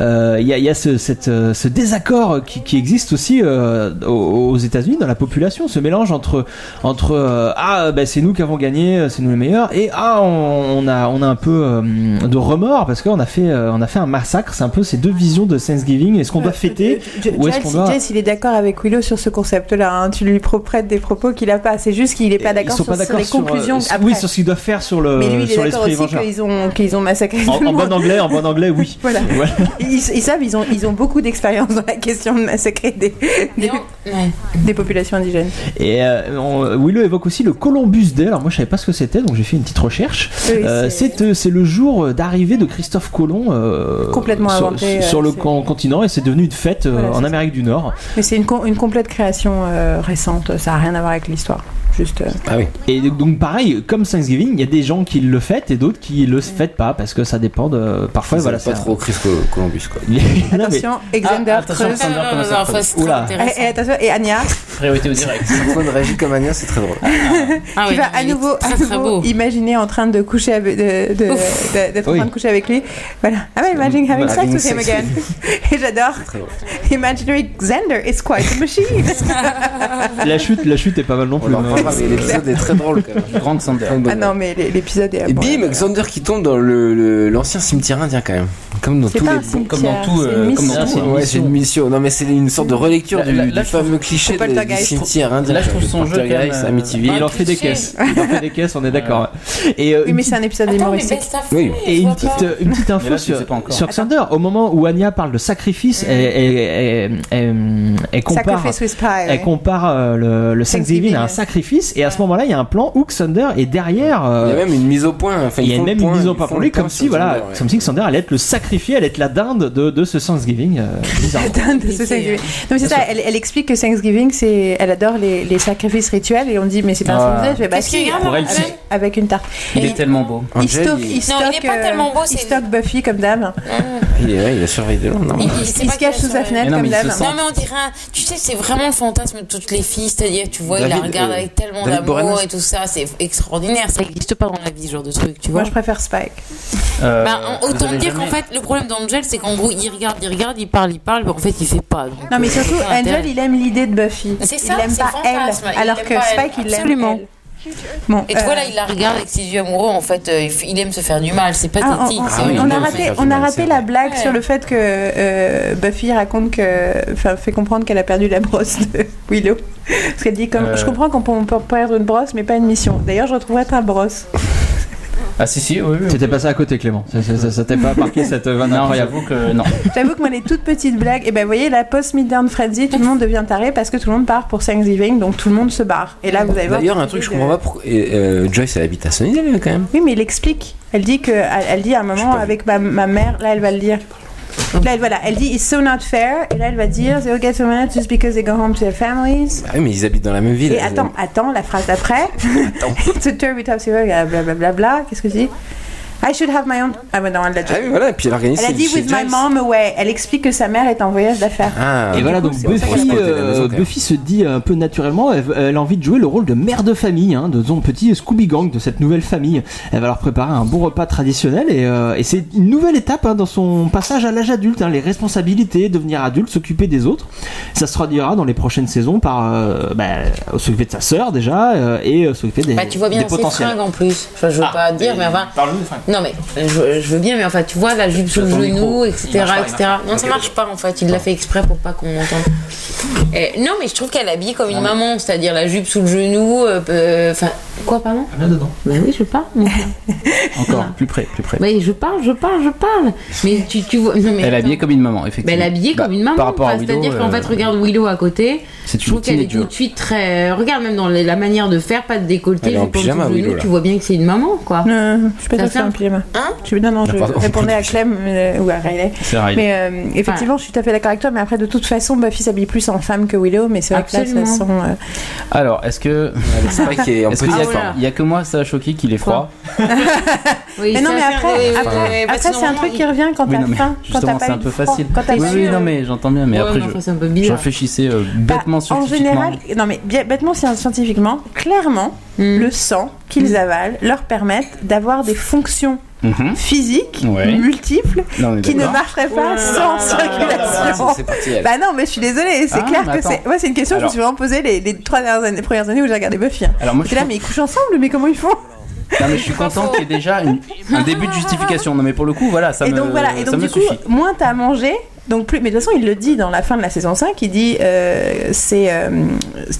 [SPEAKER 1] euh, il y a, il y a ce, cette, euh, ce désaccord qui, qui existe aussi euh, aux, aux États-Unis dans la population, ce mélange entre entre euh, ah ben c'est nous qui avons gagné, euh, c'est nous les meilleurs, et ah on, on a on a un peu euh, de remords parce qu'on a fait euh, on a fait un massacre. C'est un peu ces deux visions de Thanksgiving. Est-ce qu'on doit fêter ou est-ce
[SPEAKER 4] Euh, Giles,
[SPEAKER 1] qu'on doit
[SPEAKER 4] Jess, il est d'accord avec Willow sur ce concept-là. hein. Tu lui pro- prêtes des propos qu'il a pas. C'est juste qu'il est pas
[SPEAKER 1] Ils
[SPEAKER 4] d'accord
[SPEAKER 1] sont
[SPEAKER 4] sur,
[SPEAKER 1] pas
[SPEAKER 4] sur
[SPEAKER 1] d'accord
[SPEAKER 4] les
[SPEAKER 1] sur, euh,
[SPEAKER 4] conclusions.
[SPEAKER 1] sur-
[SPEAKER 4] après.
[SPEAKER 1] oui sur ce qu'ils doivent faire sur le
[SPEAKER 4] Mais lui, il
[SPEAKER 1] sur
[SPEAKER 4] est d'accord
[SPEAKER 1] l'esprit
[SPEAKER 4] aussi
[SPEAKER 1] vengeur.
[SPEAKER 4] qu'ils ont, qu'ils ont massacré
[SPEAKER 1] En,
[SPEAKER 4] tout le
[SPEAKER 1] en
[SPEAKER 4] monde.
[SPEAKER 1] bon anglais, en bon anglais, oui.
[SPEAKER 4] Voilà.
[SPEAKER 1] Voilà.
[SPEAKER 4] Ils, ils savent, ils ont, ils ont beaucoup d'expérience dans la question de massacrer des, des,
[SPEAKER 5] Ouais.
[SPEAKER 4] des populations indigènes.
[SPEAKER 1] Et euh, on- Willow évoque aussi le Columbus Day. Alors moi je savais pas ce que c'était, donc j'ai fait une petite recherche.
[SPEAKER 4] Oui,
[SPEAKER 1] Euh,
[SPEAKER 4] c'est-
[SPEAKER 1] c'est euh, c'est le jour d'arrivée de Christophe Colomb euh,
[SPEAKER 4] Complètement
[SPEAKER 1] sur,
[SPEAKER 4] inventé,
[SPEAKER 1] sur
[SPEAKER 4] euh,
[SPEAKER 1] le
[SPEAKER 4] c'est-
[SPEAKER 1] con- continent et c'est devenu une fête euh,
[SPEAKER 4] Voilà,
[SPEAKER 1] en
[SPEAKER 4] c'est
[SPEAKER 1] Amérique du Nord.
[SPEAKER 4] Mais c'est une, com- une complète création euh, récente, ça n'a rien à voir avec l'histoire. Juste. euh,
[SPEAKER 3] Ah oui.
[SPEAKER 1] Et donc pareil, comme Thanksgiving, il y a des gens qui le fêtent et d'autres qui le fêtent pas parce que ça dépend de parfois
[SPEAKER 3] Ils
[SPEAKER 1] voilà
[SPEAKER 3] aiment pas
[SPEAKER 1] ça-
[SPEAKER 3] trop Chris Col- Columbus quoi.
[SPEAKER 1] Les- non, mais- Ah,
[SPEAKER 4] Attention, Alexander
[SPEAKER 6] attention,
[SPEAKER 4] Creuse.
[SPEAKER 5] Non, non, non, non, Euh, enfin, c'est très
[SPEAKER 1] Oula.
[SPEAKER 4] Et, et
[SPEAKER 5] intéressant.
[SPEAKER 4] attention, et Anya,
[SPEAKER 6] Priorité au direct.
[SPEAKER 3] Sartouman réagit comme Anya, c'est très drôle.
[SPEAKER 5] Ah
[SPEAKER 4] tu
[SPEAKER 5] ouais,
[SPEAKER 4] vas
[SPEAKER 5] il
[SPEAKER 4] à
[SPEAKER 5] est
[SPEAKER 4] nouveau,
[SPEAKER 5] très,
[SPEAKER 4] à
[SPEAKER 5] très
[SPEAKER 4] nouveau
[SPEAKER 5] beau.
[SPEAKER 4] imaginer en train de coucher avec, de- de- de- d'être
[SPEAKER 1] Oui.
[SPEAKER 4] en train de coucher avec lui. Voilà. I'm imagining having sex
[SPEAKER 3] Having
[SPEAKER 4] with him
[SPEAKER 3] sex
[SPEAKER 4] again. et j'adore.
[SPEAKER 3] drôle.
[SPEAKER 4] Imaginary Xander is quite a machine. Ah
[SPEAKER 1] la chute, la chute est pas mal non
[SPEAKER 3] On
[SPEAKER 1] plus. hein.
[SPEAKER 3] leur parlera, mais l'épisode est très drôle quand même.
[SPEAKER 6] Grande Sander.
[SPEAKER 3] Très bonne.
[SPEAKER 4] ah non, mais l'é- l'épisode est.
[SPEAKER 3] Et
[SPEAKER 4] bon,
[SPEAKER 3] bim,
[SPEAKER 4] euh,
[SPEAKER 3] Xander qui tombe dans le- le- l'ancien cimetière indien quand même. Comme dans
[SPEAKER 4] C'est
[SPEAKER 3] tous
[SPEAKER 4] pas
[SPEAKER 3] les
[SPEAKER 4] un cimetière,
[SPEAKER 6] comme dans tout,
[SPEAKER 4] c'est une
[SPEAKER 6] euh, comme dans
[SPEAKER 3] hein.
[SPEAKER 4] mission.
[SPEAKER 1] tout,
[SPEAKER 3] Ouais, c'est une mission. Non, mais c'est une sorte de relecture
[SPEAKER 6] Là,
[SPEAKER 3] du,
[SPEAKER 6] là,
[SPEAKER 3] du
[SPEAKER 6] je trouve
[SPEAKER 3] fameux cliché de, de du cimetière indien.
[SPEAKER 6] Là, je trouve son jeu quand même, euh,
[SPEAKER 1] Et il en fait des caisses. Il en fait des caisses, on est d'accord. Et euh,
[SPEAKER 4] Oui, mais c'est un épisode humoristique.
[SPEAKER 1] Oui. Et
[SPEAKER 5] euh,
[SPEAKER 1] une petite, une petite info
[SPEAKER 6] Mais là, tu
[SPEAKER 1] sur,
[SPEAKER 6] sais pas encore.
[SPEAKER 1] sur Xander. Au moment où Anya parle de sacrifice, elle, elle- elle- elle- elle compare,
[SPEAKER 4] Sacrifice with pie,
[SPEAKER 1] elle
[SPEAKER 4] ouais.
[SPEAKER 1] compare euh, le, le Thanksgiving à un sacrifice. Et à ce moment-là, il y a un plan où Xander est derrière. euh,
[SPEAKER 3] Il y a même une mise au point. Enfin,
[SPEAKER 1] il y
[SPEAKER 3] ils
[SPEAKER 1] a
[SPEAKER 3] font le
[SPEAKER 1] même
[SPEAKER 3] point,
[SPEAKER 1] une mise au
[SPEAKER 3] ils
[SPEAKER 1] point
[SPEAKER 3] font
[SPEAKER 1] pour
[SPEAKER 3] le
[SPEAKER 1] lui,
[SPEAKER 3] point
[SPEAKER 1] comme
[SPEAKER 3] sur
[SPEAKER 1] si, voilà,
[SPEAKER 3] Xander, ouais.
[SPEAKER 1] comme si Xander allait être le sacrifié, allait être la dinde de, de ce Thanksgiving. euh, bizarre.
[SPEAKER 4] Dinde, c'est Thanksgiving. Non, mais c'est ça, elle, elle explique que Thanksgiving, c'est, elle adore les, les sacrifices rituels et on dit, mais c'est pas
[SPEAKER 6] Ah.
[SPEAKER 4] un sacrifice, je fais, bah
[SPEAKER 5] Qu'est-ce
[SPEAKER 4] si,
[SPEAKER 5] qu'il y a,
[SPEAKER 6] Pour elle,
[SPEAKER 4] avec,
[SPEAKER 6] c'est-
[SPEAKER 4] avec une tarte.
[SPEAKER 6] Il est tellement beau.
[SPEAKER 4] Il
[SPEAKER 3] Angel,
[SPEAKER 4] stocke,
[SPEAKER 3] il-
[SPEAKER 4] il stocke, euh,
[SPEAKER 5] il est pas tellement beau,
[SPEAKER 4] il
[SPEAKER 5] c'est-
[SPEAKER 4] stocke Buffy comme dame.
[SPEAKER 3] Il est ouais, il a surveillé de loin. non, mais-
[SPEAKER 4] Il se euh, cache sous
[SPEAKER 5] euh,
[SPEAKER 4] sa fenêtre
[SPEAKER 6] Mais non,
[SPEAKER 4] comme
[SPEAKER 6] mais il se
[SPEAKER 4] dame.
[SPEAKER 6] sent-
[SPEAKER 5] Non mais on dirait, un- tu sais, c'est vraiment le fantasme de toutes les filles, c'est-à-dire tu vois, il la
[SPEAKER 3] David,
[SPEAKER 5] regarde
[SPEAKER 3] euh,
[SPEAKER 5] avec tellement
[SPEAKER 3] David
[SPEAKER 5] d'amour
[SPEAKER 3] Boreanaz.
[SPEAKER 5] et tout ça, c'est extraordinaire, ça n'existe pas dans la vie ce genre de truc, tu vois.
[SPEAKER 4] Moi, je préfère Spike.
[SPEAKER 6] Euh,
[SPEAKER 5] Bah, en-
[SPEAKER 6] vous
[SPEAKER 5] autant
[SPEAKER 6] avez
[SPEAKER 5] dire
[SPEAKER 6] jamais-
[SPEAKER 5] qu'en fait le problème d'Angel c'est qu'en gros il regarde, il regarde, il parle, il parle, mais en fait il fait pas. donc,
[SPEAKER 4] Non, mais
[SPEAKER 5] euh,
[SPEAKER 4] surtout,
[SPEAKER 5] aucun
[SPEAKER 4] Angel,
[SPEAKER 5] intérêt.
[SPEAKER 4] il aime l'idée de Buffy.
[SPEAKER 5] C'est ça,
[SPEAKER 4] il aime
[SPEAKER 5] c'est
[SPEAKER 4] pas
[SPEAKER 5] fantasme,
[SPEAKER 4] elle,
[SPEAKER 5] il
[SPEAKER 4] alors
[SPEAKER 5] aime
[SPEAKER 4] que
[SPEAKER 5] pas elle,
[SPEAKER 4] Spike, il l'aime.
[SPEAKER 5] absolument.
[SPEAKER 4] elle. Bon,
[SPEAKER 5] Et toi
[SPEAKER 4] euh,
[SPEAKER 5] là il la regarde avec ses yeux amoureux, en fait euh, il f- il aime se faire du mal, c'est
[SPEAKER 4] Ah, on-
[SPEAKER 5] pathétique.
[SPEAKER 4] on,
[SPEAKER 5] c'est
[SPEAKER 4] on-
[SPEAKER 3] oui,
[SPEAKER 4] on
[SPEAKER 3] non,
[SPEAKER 4] a
[SPEAKER 3] c'est
[SPEAKER 4] raté,
[SPEAKER 3] faire du
[SPEAKER 4] on a
[SPEAKER 3] mal,
[SPEAKER 4] raté
[SPEAKER 3] c'est
[SPEAKER 4] la
[SPEAKER 3] vrai.
[SPEAKER 4] blague sur le fait que euh, Buffy raconte que, enfin, fait comprendre qu'elle a perdu la brosse de Willow. Parce qu'elle dit comme,
[SPEAKER 6] Euh.
[SPEAKER 4] je comprends qu'on peut, on peut perdre une brosse, mais pas une mission. D'ailleurs, je retrouverai ta brosse.
[SPEAKER 6] Ah si si, oui, oui.
[SPEAKER 1] T'étais passé à côté, Clément. Ça, ça- ça- ça t'est pas marqué cette vanne
[SPEAKER 6] Non,
[SPEAKER 1] incroyable.
[SPEAKER 6] j'avoue que non.
[SPEAKER 4] J'avoue que moi, les toutes petites blagues, et ben, vous voyez, la post midnight frenzy, tout le monde devient taré parce que tout le monde part pour Thanksgiving, donc tout le monde se barre. Et là, vous allez voir.
[SPEAKER 3] D'ailleurs, un truc, que je comprends pas pourquoi. et, euh, Joyce, elle habite à Sunnydale quand même.
[SPEAKER 4] Oui, mais il explique. Elle dit que, elle, elle dit à un moment avec ma, ma mère, là, elle va le dire. Là, elle, voilà, elle dit it's so not fair, et là, elle va dire they all get so mad just because they go home to their families.
[SPEAKER 3] Ah oui, mais ils habitent dans la même ville.
[SPEAKER 4] Et attends, attends, la phrase d'après. The Terry Top Secret, blablabla. Qu'est-ce que tu dis I should have my own. Ah, mais non, elle l'a
[SPEAKER 3] Ah
[SPEAKER 4] déjà.
[SPEAKER 3] oui, voilà, et puis elle organise
[SPEAKER 4] Elle a
[SPEAKER 3] chez
[SPEAKER 4] dit with my
[SPEAKER 3] Joyce.
[SPEAKER 4] mom away. Elle explique que sa mère est en voyage d'affaires.
[SPEAKER 3] Ah,
[SPEAKER 1] Et voilà, donc
[SPEAKER 4] c'est pour ça
[SPEAKER 1] Buffy,
[SPEAKER 3] qu'elle a-
[SPEAKER 1] euh, Buffy se dit un peu naturellement, elle, elle a envie de jouer le rôle de mère de famille, hein, de son petit Scooby Gang, de cette nouvelle famille. Elle va leur préparer un bon repas traditionnel et, euh, et c'est une nouvelle étape hein, dans son passage à l'âge adulte, hein, les responsabilités, devenir adulte, s'occuper des autres. Ça se traduira dans les prochaines saisons par euh, bah, s'occuper de sa sœur déjà euh, et euh, s'occuper des,
[SPEAKER 5] Bah, tu vois bien
[SPEAKER 1] des
[SPEAKER 5] ses
[SPEAKER 1] potentiels.
[SPEAKER 5] fringues en plus. Enfin, je veux
[SPEAKER 6] Ah,
[SPEAKER 5] pas dire, mais enfin. Non, mais je, je veux bien, mais enfin, tu vois, la jupe sous le
[SPEAKER 6] Ton micro,
[SPEAKER 5] genou,
[SPEAKER 6] il
[SPEAKER 5] etc.
[SPEAKER 6] marche pas, il
[SPEAKER 5] etc. non, ça marche pas en fait. Il l'a fait exprès pour pas qu'on m'entende. Euh, non, mais je trouve qu'elle habille comme une maman, c'est-à-dire la jupe sous le genou. euh, euh, Enfin, quoi, pardon
[SPEAKER 1] dedans.
[SPEAKER 5] Bah oui, je parle. mon frère.
[SPEAKER 6] Encore, plus près, plus près.
[SPEAKER 5] Mais je parle, je parle, je parle. Mais tu, tu vois. Non, mais
[SPEAKER 6] Elle est
[SPEAKER 5] attends.
[SPEAKER 6] habillée comme une maman, effectivement.
[SPEAKER 5] Bah, elle est habillée
[SPEAKER 6] Bah,
[SPEAKER 5] comme une maman.
[SPEAKER 6] Par rapport à
[SPEAKER 5] enfin,
[SPEAKER 6] Willow,
[SPEAKER 5] C'est-à-dire qu'en
[SPEAKER 6] euh,
[SPEAKER 5] fait, regarde Willow à côté.
[SPEAKER 6] C'est
[SPEAKER 5] Je
[SPEAKER 6] une
[SPEAKER 5] trouve qu'elle est tout
[SPEAKER 6] teenager.
[SPEAKER 5] de suite très. euh, Regarde, même dans les- la manière de faire, pas de décolleté,
[SPEAKER 3] Elle est en
[SPEAKER 5] jupe en
[SPEAKER 3] pyjama,
[SPEAKER 5] dessous du
[SPEAKER 3] Willow,
[SPEAKER 5] genou,
[SPEAKER 3] là.
[SPEAKER 5] tu vois bien que c'est une maman, quoi.
[SPEAKER 4] Non, je suis pas sûre
[SPEAKER 5] Ça
[SPEAKER 4] que c'est
[SPEAKER 5] tient
[SPEAKER 4] un pyjama.
[SPEAKER 5] Hein
[SPEAKER 4] Je, non, non, je
[SPEAKER 3] pardon.
[SPEAKER 4] répondais à Clem euh, ou à Riley.
[SPEAKER 6] C'est Riley.
[SPEAKER 4] Mais euh, effectivement, je suis tout à fait d'accord avec toi. Mais après, de toute façon, Buffy s'habille plus en femme que Willow. Mais c'est vrai que là, ça
[SPEAKER 5] Absolument.
[SPEAKER 4] sent. euh,
[SPEAKER 6] Alors, est-ce que
[SPEAKER 3] C'est vrai qu'il est en
[SPEAKER 6] est-ce qu'il y, a-
[SPEAKER 5] Ah, voilà.
[SPEAKER 6] il y a que moi ça a choqué qu'il est froid
[SPEAKER 5] Oui,
[SPEAKER 4] Mais non,
[SPEAKER 5] ça,
[SPEAKER 4] mais après-
[SPEAKER 5] c'est- oui, oui,
[SPEAKER 4] après-
[SPEAKER 5] oui, oui, parce
[SPEAKER 4] Après,
[SPEAKER 5] que
[SPEAKER 4] c'est un truc euh, qui revient quand
[SPEAKER 6] Oui,
[SPEAKER 4] t'as
[SPEAKER 6] non, mais
[SPEAKER 4] faim. Quand t'as
[SPEAKER 6] justement,
[SPEAKER 4] pas
[SPEAKER 6] c'est un
[SPEAKER 4] eu
[SPEAKER 6] peu
[SPEAKER 4] froid,
[SPEAKER 6] facile.
[SPEAKER 4] Quand t'as
[SPEAKER 6] Oui,
[SPEAKER 4] pas eu-
[SPEAKER 6] oui, non, mais j'entends bien, mais
[SPEAKER 5] Ouais,
[SPEAKER 6] après
[SPEAKER 5] mais enfin,
[SPEAKER 6] je,
[SPEAKER 5] c'est un peu
[SPEAKER 6] je
[SPEAKER 5] bizarre.
[SPEAKER 6] réfléchissais euh, bêtement
[SPEAKER 4] Bah, en
[SPEAKER 6] scientifiquement.
[SPEAKER 4] général, non mais bien- bêtement scien- scientifiquement, clairement,
[SPEAKER 5] Mm.
[SPEAKER 4] le sang qu'ils avalent leur permet d'avoir des fonctions
[SPEAKER 6] Mhm.
[SPEAKER 4] physiques
[SPEAKER 6] Ouais.
[SPEAKER 4] multiples
[SPEAKER 6] Non, on est
[SPEAKER 4] qui ne
[SPEAKER 6] d'accord.
[SPEAKER 4] marcheraient pas sans circulation.
[SPEAKER 3] C'est parti, elle.
[SPEAKER 4] Bah non, mais je suis désolée, c'est
[SPEAKER 6] Ah,
[SPEAKER 4] clair
[SPEAKER 6] mais
[SPEAKER 4] que
[SPEAKER 6] attends.
[SPEAKER 4] c'est. Moi, c'est une question que je me
[SPEAKER 6] Alors-
[SPEAKER 4] suis vraiment posée les, les trois dernières années- premières années où j'ai regardé Buffy. hein.
[SPEAKER 6] Alors moi,
[SPEAKER 4] J'étais
[SPEAKER 6] je
[SPEAKER 4] là, mais ils couchent ensemble, mais comment ils font
[SPEAKER 6] Non, mais je suis content qu'il y ait déjà une- un début de justification. Non, mais pour le coup, voilà, ça
[SPEAKER 4] Et
[SPEAKER 6] me,
[SPEAKER 4] donc voilà, et
[SPEAKER 6] ça
[SPEAKER 4] donc
[SPEAKER 6] me
[SPEAKER 4] du coup,
[SPEAKER 6] suffit.
[SPEAKER 4] moins t'as à manger, donc plus. Mais de toute façon, il le dit dans la fin de la saison 5, il dit euh, c'est euh,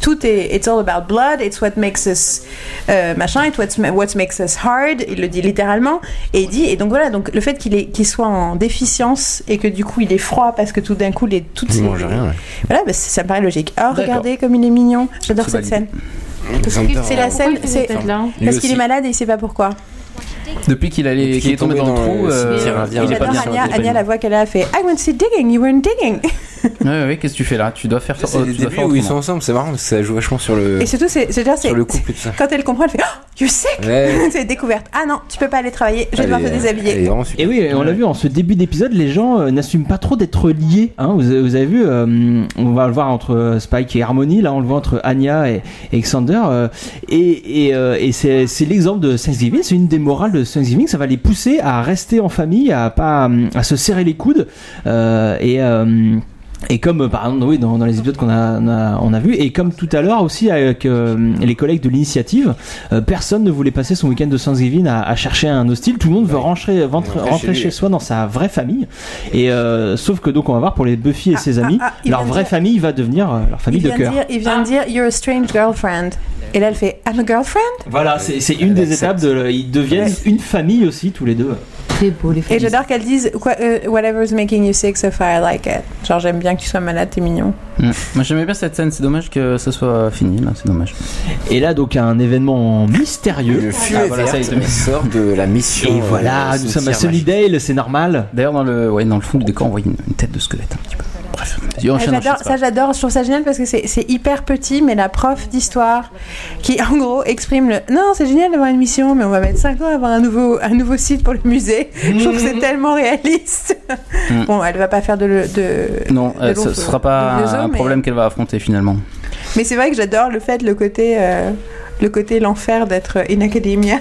[SPEAKER 4] tout est it's all about blood, it's what makes us euh, machin, it's what, what makes us hard. Il le dit littéralement. Et il dit et donc voilà, donc le fait qu'il est qu'il soit en déficience et que du coup il est froid parce que tout d'un coup les toutes
[SPEAKER 3] Il
[SPEAKER 4] ces-
[SPEAKER 3] mange rien. ouais.
[SPEAKER 4] voilà, bah, c'est- ça me paraît logique. Oh
[SPEAKER 6] D'accord.
[SPEAKER 4] regardez comme il est mignon, j'adore
[SPEAKER 6] C'est
[SPEAKER 4] cette scène.
[SPEAKER 6] valide.
[SPEAKER 4] C'est la scène, c'est
[SPEAKER 5] là
[SPEAKER 3] Lui
[SPEAKER 4] parce qu'il
[SPEAKER 3] aussi.
[SPEAKER 4] est malade et il sait pas pourquoi.
[SPEAKER 6] Depuis qu'il allait-
[SPEAKER 3] Depuis
[SPEAKER 6] qu'il est tombé dans le trou, euh,
[SPEAKER 3] cimetière indien.
[SPEAKER 6] il est pas
[SPEAKER 4] J'adore
[SPEAKER 6] bien.
[SPEAKER 4] Anya,
[SPEAKER 6] il est pas
[SPEAKER 4] Anya
[SPEAKER 6] bien.
[SPEAKER 4] la voix qu'elle a fait I went to digging, you weren't digging.
[SPEAKER 6] Ouais, ouais, qu'est-ce que tu fais là Tu dois faire.
[SPEAKER 3] C'est
[SPEAKER 6] oh,
[SPEAKER 3] les
[SPEAKER 6] tu dois
[SPEAKER 3] débuts
[SPEAKER 6] faire
[SPEAKER 3] où ils sont
[SPEAKER 6] autrement.
[SPEAKER 3] ensemble, c'est marrant parce que ça joue vachement sur le,
[SPEAKER 4] Et surtout, c'est, c'est-à-dire, c'est-
[SPEAKER 3] sur le couple et tout ça.
[SPEAKER 4] quand elle comprend, elle fait oh, You sick
[SPEAKER 3] Ouais.
[SPEAKER 4] C'est découverte. Ah non, tu peux pas aller travailler, je vais
[SPEAKER 3] Elle
[SPEAKER 4] devoir
[SPEAKER 3] est-
[SPEAKER 4] te
[SPEAKER 3] elle est
[SPEAKER 4] déshabiller.
[SPEAKER 3] vraiment super.
[SPEAKER 1] Et oui, on l'a vu en ce début d'épisode, les gens euh, n'assument pas trop d'être liés. hein. Vous, vous avez vu, euh, on va le voir entre euh, Spike et Harmony, là on le voit entre Anya et, et Xander. euh, et et, euh, et c'est c'est l'exemple de Thanksgiving, c'est une des morales de Thanksgiving, ça va les pousser à rester en famille, à pas euh, à se serrer les coudes. euh, et euh, Et comme euh, par exemple oui, dans, dans les épisodes qu'on a, on a, on a vu, et comme tout à l'heure aussi avec euh, les collègues de l'initiative, euh, personne ne voulait passer son week-end de Thanksgiving à, à chercher un hostile. Tout le monde veut rentrer, ventre-
[SPEAKER 11] Rentrer
[SPEAKER 1] rentrer
[SPEAKER 11] chez
[SPEAKER 1] chez,
[SPEAKER 11] lui.
[SPEAKER 1] soi dans sa vraie famille. Et euh, sauf que donc on va voir pour les Buffy et ses amis,
[SPEAKER 4] ah, il
[SPEAKER 1] leur
[SPEAKER 4] vient de
[SPEAKER 1] vraie
[SPEAKER 4] dire-
[SPEAKER 1] famille va devenir euh, leur famille
[SPEAKER 4] il
[SPEAKER 1] de
[SPEAKER 4] vient
[SPEAKER 1] cœur.
[SPEAKER 4] dire, il vient de dire You're a strange girlfriend. Et là, elle fait I'm a girlfriend.
[SPEAKER 1] Voilà, c'est c'est une des étapes. De, le- ils deviennent une famille aussi tous les deux.
[SPEAKER 5] Très beau les
[SPEAKER 4] Et j'adore qu'elle dise quoi, euh, Whatever's making you sick, so far I like it. Genre, j'aime bien que tu sois malade, t'es mignon.
[SPEAKER 6] Mm. Moi j'aimais bien cette scène, c'est dommage que ça soit fini là, c'est dommage.
[SPEAKER 1] Et là donc un événement mystérieux. Ah,
[SPEAKER 6] Le
[SPEAKER 3] Fumée verte sort de la mission.
[SPEAKER 6] Et voilà,
[SPEAKER 3] euh,
[SPEAKER 6] nous sommes à
[SPEAKER 3] cimetière magique.
[SPEAKER 1] Sunnydale, c'est normal.
[SPEAKER 6] D'ailleurs dans le, ouais, dans le fond du décor on voit une, une tête de squelette un petit peu. Bref, vas-y,
[SPEAKER 4] Ah,
[SPEAKER 6] enchaîne,
[SPEAKER 4] j'adore,
[SPEAKER 6] enchaîne, c'est
[SPEAKER 4] ça
[SPEAKER 6] pas
[SPEAKER 4] j'adore, je trouve ça génial parce que c'est c'est hyper petit, mais la prof d'histoire qui en gros exprime le non, c'est génial d'avoir une mission, mais on va mettre 5 ans à avoir un nouveau, un nouveau site pour le musée. Je trouve que
[SPEAKER 6] Mmh.
[SPEAKER 4] c'est tellement réaliste.
[SPEAKER 6] Mm.
[SPEAKER 4] Bon, elle va pas faire de. le- de
[SPEAKER 6] grave. Non,
[SPEAKER 4] de
[SPEAKER 6] euh,
[SPEAKER 4] long
[SPEAKER 6] ce
[SPEAKER 4] feu-
[SPEAKER 6] ce sera
[SPEAKER 4] de vieux os,
[SPEAKER 6] pas un
[SPEAKER 4] mais-
[SPEAKER 6] problème qu'elle va affronter finalement.
[SPEAKER 4] Mais c'est vrai que j'adore le fait, le côté, euh, le côté l'enfer d'être in academia.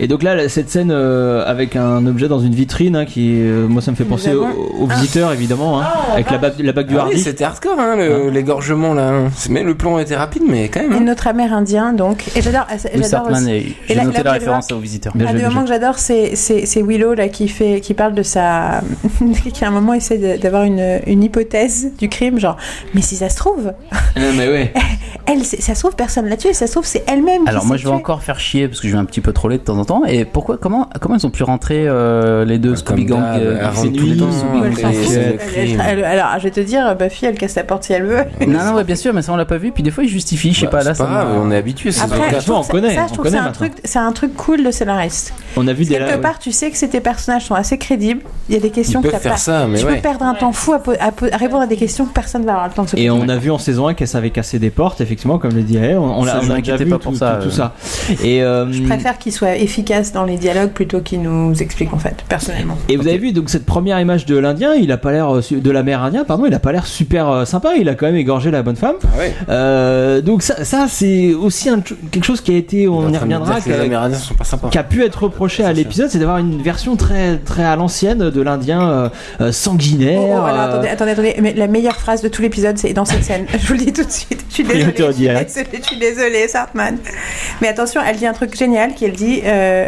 [SPEAKER 1] Et donc là, là, cette scène euh, avec un objet dans une vitrine, hein, qui, euh, moi, ça me fait penser aux, aux visiteurs, évidemment, hein, avec la bague, la bague du
[SPEAKER 3] Ah
[SPEAKER 1] Hardy.
[SPEAKER 3] oui, c'était hardcore, hein, le- l'égorgement là. hein. C'est- Mais le plan était rapide, mais
[SPEAKER 6] Mmh.
[SPEAKER 3] quand même.
[SPEAKER 4] Et
[SPEAKER 3] hein.
[SPEAKER 4] notre amérindien, donc. Et j'adore. ah, c'est-
[SPEAKER 3] Oui,
[SPEAKER 4] j'adore
[SPEAKER 3] Sartman
[SPEAKER 4] aussi-
[SPEAKER 3] et- j'ai
[SPEAKER 4] là-
[SPEAKER 3] noté
[SPEAKER 4] là,
[SPEAKER 3] la
[SPEAKER 4] vous allez
[SPEAKER 3] référence
[SPEAKER 4] voir,
[SPEAKER 3] au visiteur.
[SPEAKER 4] Un
[SPEAKER 6] Ah,
[SPEAKER 3] Bien
[SPEAKER 4] des
[SPEAKER 3] joué, bien
[SPEAKER 4] moments
[SPEAKER 3] joué.
[SPEAKER 4] Ah, que j'adore, c'est- c'est c'est Willow là, qui, fait, qui parle de sa. qui à un moment essaie de- d'avoir une, une hypothèse du crime, genre, mais si ça se trouve,
[SPEAKER 1] Non, mais ouais.
[SPEAKER 4] elle, c'est- ça se trouve, personne l'a tué, ça se trouve, c'est elle-même. qui
[SPEAKER 6] Alors moi
[SPEAKER 4] s'est
[SPEAKER 6] je vais
[SPEAKER 4] tuée.
[SPEAKER 6] encore faire chier parce que je vais un petit peu troller de temps en temps. Et pourquoi comment comment ils ont pu rentrer euh, les deux Scooby Gang
[SPEAKER 3] Bah, d'hab,
[SPEAKER 6] euh,
[SPEAKER 3] avant
[SPEAKER 6] c'est
[SPEAKER 3] tous les
[SPEAKER 6] nuit,
[SPEAKER 3] temps,
[SPEAKER 6] Scooby
[SPEAKER 3] hein,
[SPEAKER 6] Gang,
[SPEAKER 3] les-
[SPEAKER 6] Gang,
[SPEAKER 3] les-
[SPEAKER 6] euh,
[SPEAKER 4] Elle- elle- alors, je vais te dire, Buffy, elle casse la porte si elle veut.
[SPEAKER 6] Non non ouais bien sûr mais ça on l'a pas vu. Puis des fois ils justifient, je sais
[SPEAKER 3] Bah,
[SPEAKER 6] pas là.
[SPEAKER 3] c'est pas grave, on est habitué, c'est
[SPEAKER 4] Après, je trouve que ça- ça, je trouve que c'est un,
[SPEAKER 1] maintenant.
[SPEAKER 4] truc- c'est un truc cool de scénariste.
[SPEAKER 1] On a vu des
[SPEAKER 4] Quelque
[SPEAKER 6] euh,
[SPEAKER 4] part, tu sais que ces- tes personnages sont assez crédibles. Il y a des questions
[SPEAKER 1] Ils
[SPEAKER 4] que
[SPEAKER 1] peuvent
[SPEAKER 4] t'as
[SPEAKER 1] faire
[SPEAKER 4] pas-
[SPEAKER 1] ça, mais
[SPEAKER 4] tu
[SPEAKER 1] ouais.
[SPEAKER 4] peux perdre un temps fou à, po- à po- à répondre à des questions que personne va avoir le temps de se
[SPEAKER 1] Et
[SPEAKER 4] poser.
[SPEAKER 1] on a vu en saison 1 qu'elle savait casser des portes, effectivement, comme je le disais. On, on,
[SPEAKER 6] Ça,
[SPEAKER 1] l'a-
[SPEAKER 6] je
[SPEAKER 1] on a
[SPEAKER 6] m'inquiétais
[SPEAKER 1] déjà vu
[SPEAKER 6] pas
[SPEAKER 1] tout,
[SPEAKER 6] pour ça,
[SPEAKER 1] tout- tout
[SPEAKER 6] euh.
[SPEAKER 1] ça. Et, euh,
[SPEAKER 4] Je préfère qu'ils soient efficaces dans les dialogues plutôt qu'ils nous expliquent en fait, personnellement.
[SPEAKER 1] Et vous avez vu donc cette première image de l'Indien, il a pas l'air euh, su- de la mère indienne, pardon, il a pas l'air super euh, sympa. Il a quand même égorgé la bonne femme.
[SPEAKER 6] Ah
[SPEAKER 1] Euh, donc ça, ça c'est aussi un ch- quelque chose qui a été, on y
[SPEAKER 3] train de me
[SPEAKER 1] reviendra,
[SPEAKER 3] dire que les
[SPEAKER 1] qu'a-
[SPEAKER 3] Amérindiens sont pas sympas.
[SPEAKER 1] qui a pu être reproché à l'épisode, c'est d'avoir une version très très à l'ancienne de l'Indien euh, euh, sanguinaire.
[SPEAKER 4] Oh, alors,
[SPEAKER 1] euh,
[SPEAKER 4] attendez, attendez, attendez, mais la meilleure phrase de tout l'épisode, c'est dans cette scène. Je vous le dis tout de suite. Je suis désolée.
[SPEAKER 1] Priorité au
[SPEAKER 4] Je suis
[SPEAKER 1] direct.
[SPEAKER 4] désolée, je suis désolée, Sartman. Mais attention, elle dit un truc génial qu'elle dit. euh,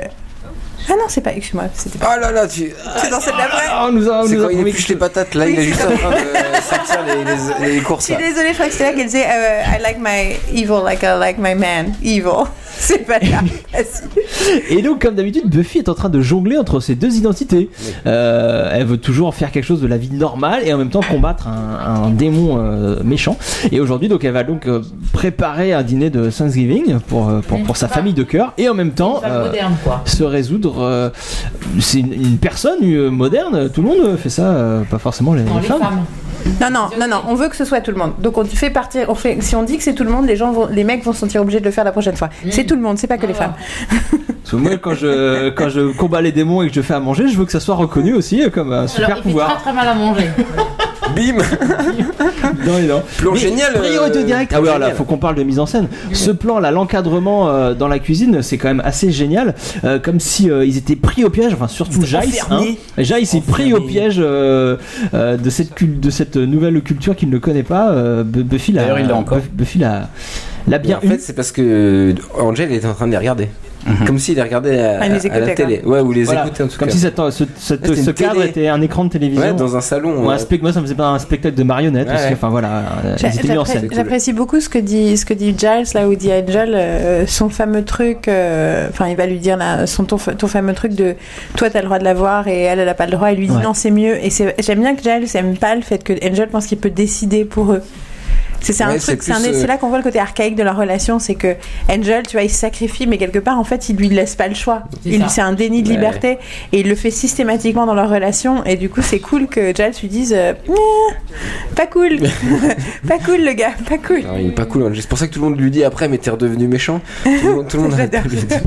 [SPEAKER 4] Ah non, c'est pas. Excuse-moi, c'était pas.
[SPEAKER 3] Oh là là, tu.
[SPEAKER 1] Ah,
[SPEAKER 4] C'est dans cette d'après.
[SPEAKER 1] oh,
[SPEAKER 3] C'est quand il épluche les patates là,
[SPEAKER 4] Oui,
[SPEAKER 3] il est
[SPEAKER 4] c'est
[SPEAKER 3] juste
[SPEAKER 4] ça.
[SPEAKER 3] en train de sortir les- les les
[SPEAKER 4] Je
[SPEAKER 3] courses.
[SPEAKER 4] suis
[SPEAKER 3] là.
[SPEAKER 4] désolée, je crois que c'est là qu'elle disait euh, I like my evil like I like my man. Evil. C'est pas là.
[SPEAKER 1] Et donc, comme d'habitude, Buffy est en train de jongler entre ces deux identités. Euh, elle veut toujours faire quelque chose de la vie normale et en même temps combattre un, un démon euh, méchant. Et aujourd'hui, donc, elle va donc euh, préparer un dîner de Thanksgiving pour, euh, pour, pour sa famille de cœur et en même temps
[SPEAKER 8] Uh,
[SPEAKER 1] euh,
[SPEAKER 5] femme moderne, quoi.
[SPEAKER 1] se résoudre. euh, C'est une, une personne euh, moderne. Tout le monde fait ça, euh, pas forcément les, femmes.
[SPEAKER 4] Non, non, non, non, on veut que ce soit tout le monde. Donc on fait partir, on fait, si on dit que c'est tout le monde, les gens vont, les mecs vont se sentir obligés de le faire la prochaine fois. C'est tout le monde, c'est pas que les femmes.
[SPEAKER 1] Parce que moi, quand je, quand je combats les démons et que je fais à manger, je veux que ça soit reconnu aussi euh, comme un super
[SPEAKER 5] Alors, il fait
[SPEAKER 1] pouvoir.
[SPEAKER 5] très très mal à manger.
[SPEAKER 3] Bim
[SPEAKER 1] Non, et non.
[SPEAKER 3] Plan
[SPEAKER 1] Mais
[SPEAKER 3] génial, euh,
[SPEAKER 1] Priorité au direct. Ah ouais, alors là,
[SPEAKER 3] génial.
[SPEAKER 1] faut qu'on parle de mise en scène. Ce plan là, l'encadrement euh, dans la cuisine, c'est quand même assez génial. Euh, comme si euh, ils étaient pris au piège. Enfin, surtout Jace. Hein.
[SPEAKER 11] enfermés.
[SPEAKER 1] Jace est pris au piège euh, euh, de cette cul- de cette nouvelle culture qu'il ne connaît pas. Euh, Bu- Buffy l'a.
[SPEAKER 6] D'ailleurs, il l'a encore.
[SPEAKER 1] Buff- Buffy l'a. l'a
[SPEAKER 3] Mais
[SPEAKER 1] bien
[SPEAKER 3] en
[SPEAKER 1] eu.
[SPEAKER 3] fait, c'est parce que Angel est en train de les regarder. Comme s'il les regardait à,
[SPEAKER 1] Ah, il les
[SPEAKER 3] à la
[SPEAKER 1] écoutait,
[SPEAKER 3] télé.
[SPEAKER 1] quoi.
[SPEAKER 3] Ouais, ou les
[SPEAKER 1] Mhm. Voilà.
[SPEAKER 3] écoutait en tout
[SPEAKER 1] Comme
[SPEAKER 3] cas.
[SPEAKER 1] si cette- euh, ce, cette-
[SPEAKER 3] Ouais, c'était
[SPEAKER 1] ce
[SPEAKER 3] une
[SPEAKER 1] cadre
[SPEAKER 3] télé.
[SPEAKER 1] était un écran de télévision.
[SPEAKER 3] Ouais, dans un salon, euh,
[SPEAKER 1] Ou un
[SPEAKER 3] ouais.
[SPEAKER 1] spect- Moi, ça me faisait pas un spectacle de marionnettes.
[SPEAKER 3] Ouais,
[SPEAKER 1] parce que,
[SPEAKER 3] ouais.
[SPEAKER 1] Enfin voilà, euh, ils étaient mis en scène.
[SPEAKER 4] J'appré- J'apprécie beaucoup ce que dit ce que dit Giles là où dit Angel euh, son fameux truc. euh, Enfin, il va lui dire là, son ton, fa- ton fameux truc de toi t'as le droit de l'avoir et elle elle a pas le droit. Et lui dit
[SPEAKER 1] Ouais.
[SPEAKER 4] non c'est mieux. Et c'est- j'aime bien que Giles aime pas le fait que Angel pense qu'il peut décider pour eux. C'est c'est un
[SPEAKER 11] Ouais, c'est
[SPEAKER 4] truc, c'est un-
[SPEAKER 11] plus, euh,
[SPEAKER 4] c'est là qu'on voit le côté archaïque de leur relation, c'est que Angel, tu vois, il se sacrifie, mais quelque part, en fait, il lui laisse pas le choix.
[SPEAKER 11] C'est
[SPEAKER 4] Il-
[SPEAKER 11] ça.
[SPEAKER 4] C'est un déni de
[SPEAKER 11] Ouais.
[SPEAKER 4] liberté, et il le fait systématiquement dans leur relation, et du coup, c'est cool que Giles lui dise, euh, Meh, pas cool, pas cool le gars, pas cool.
[SPEAKER 3] Non, il est pas cool, Angel. C'est pour ça que tout le monde lui dit après, mais t'es redevenu méchant. Tout le monde, tout le monde arrête de lui dire.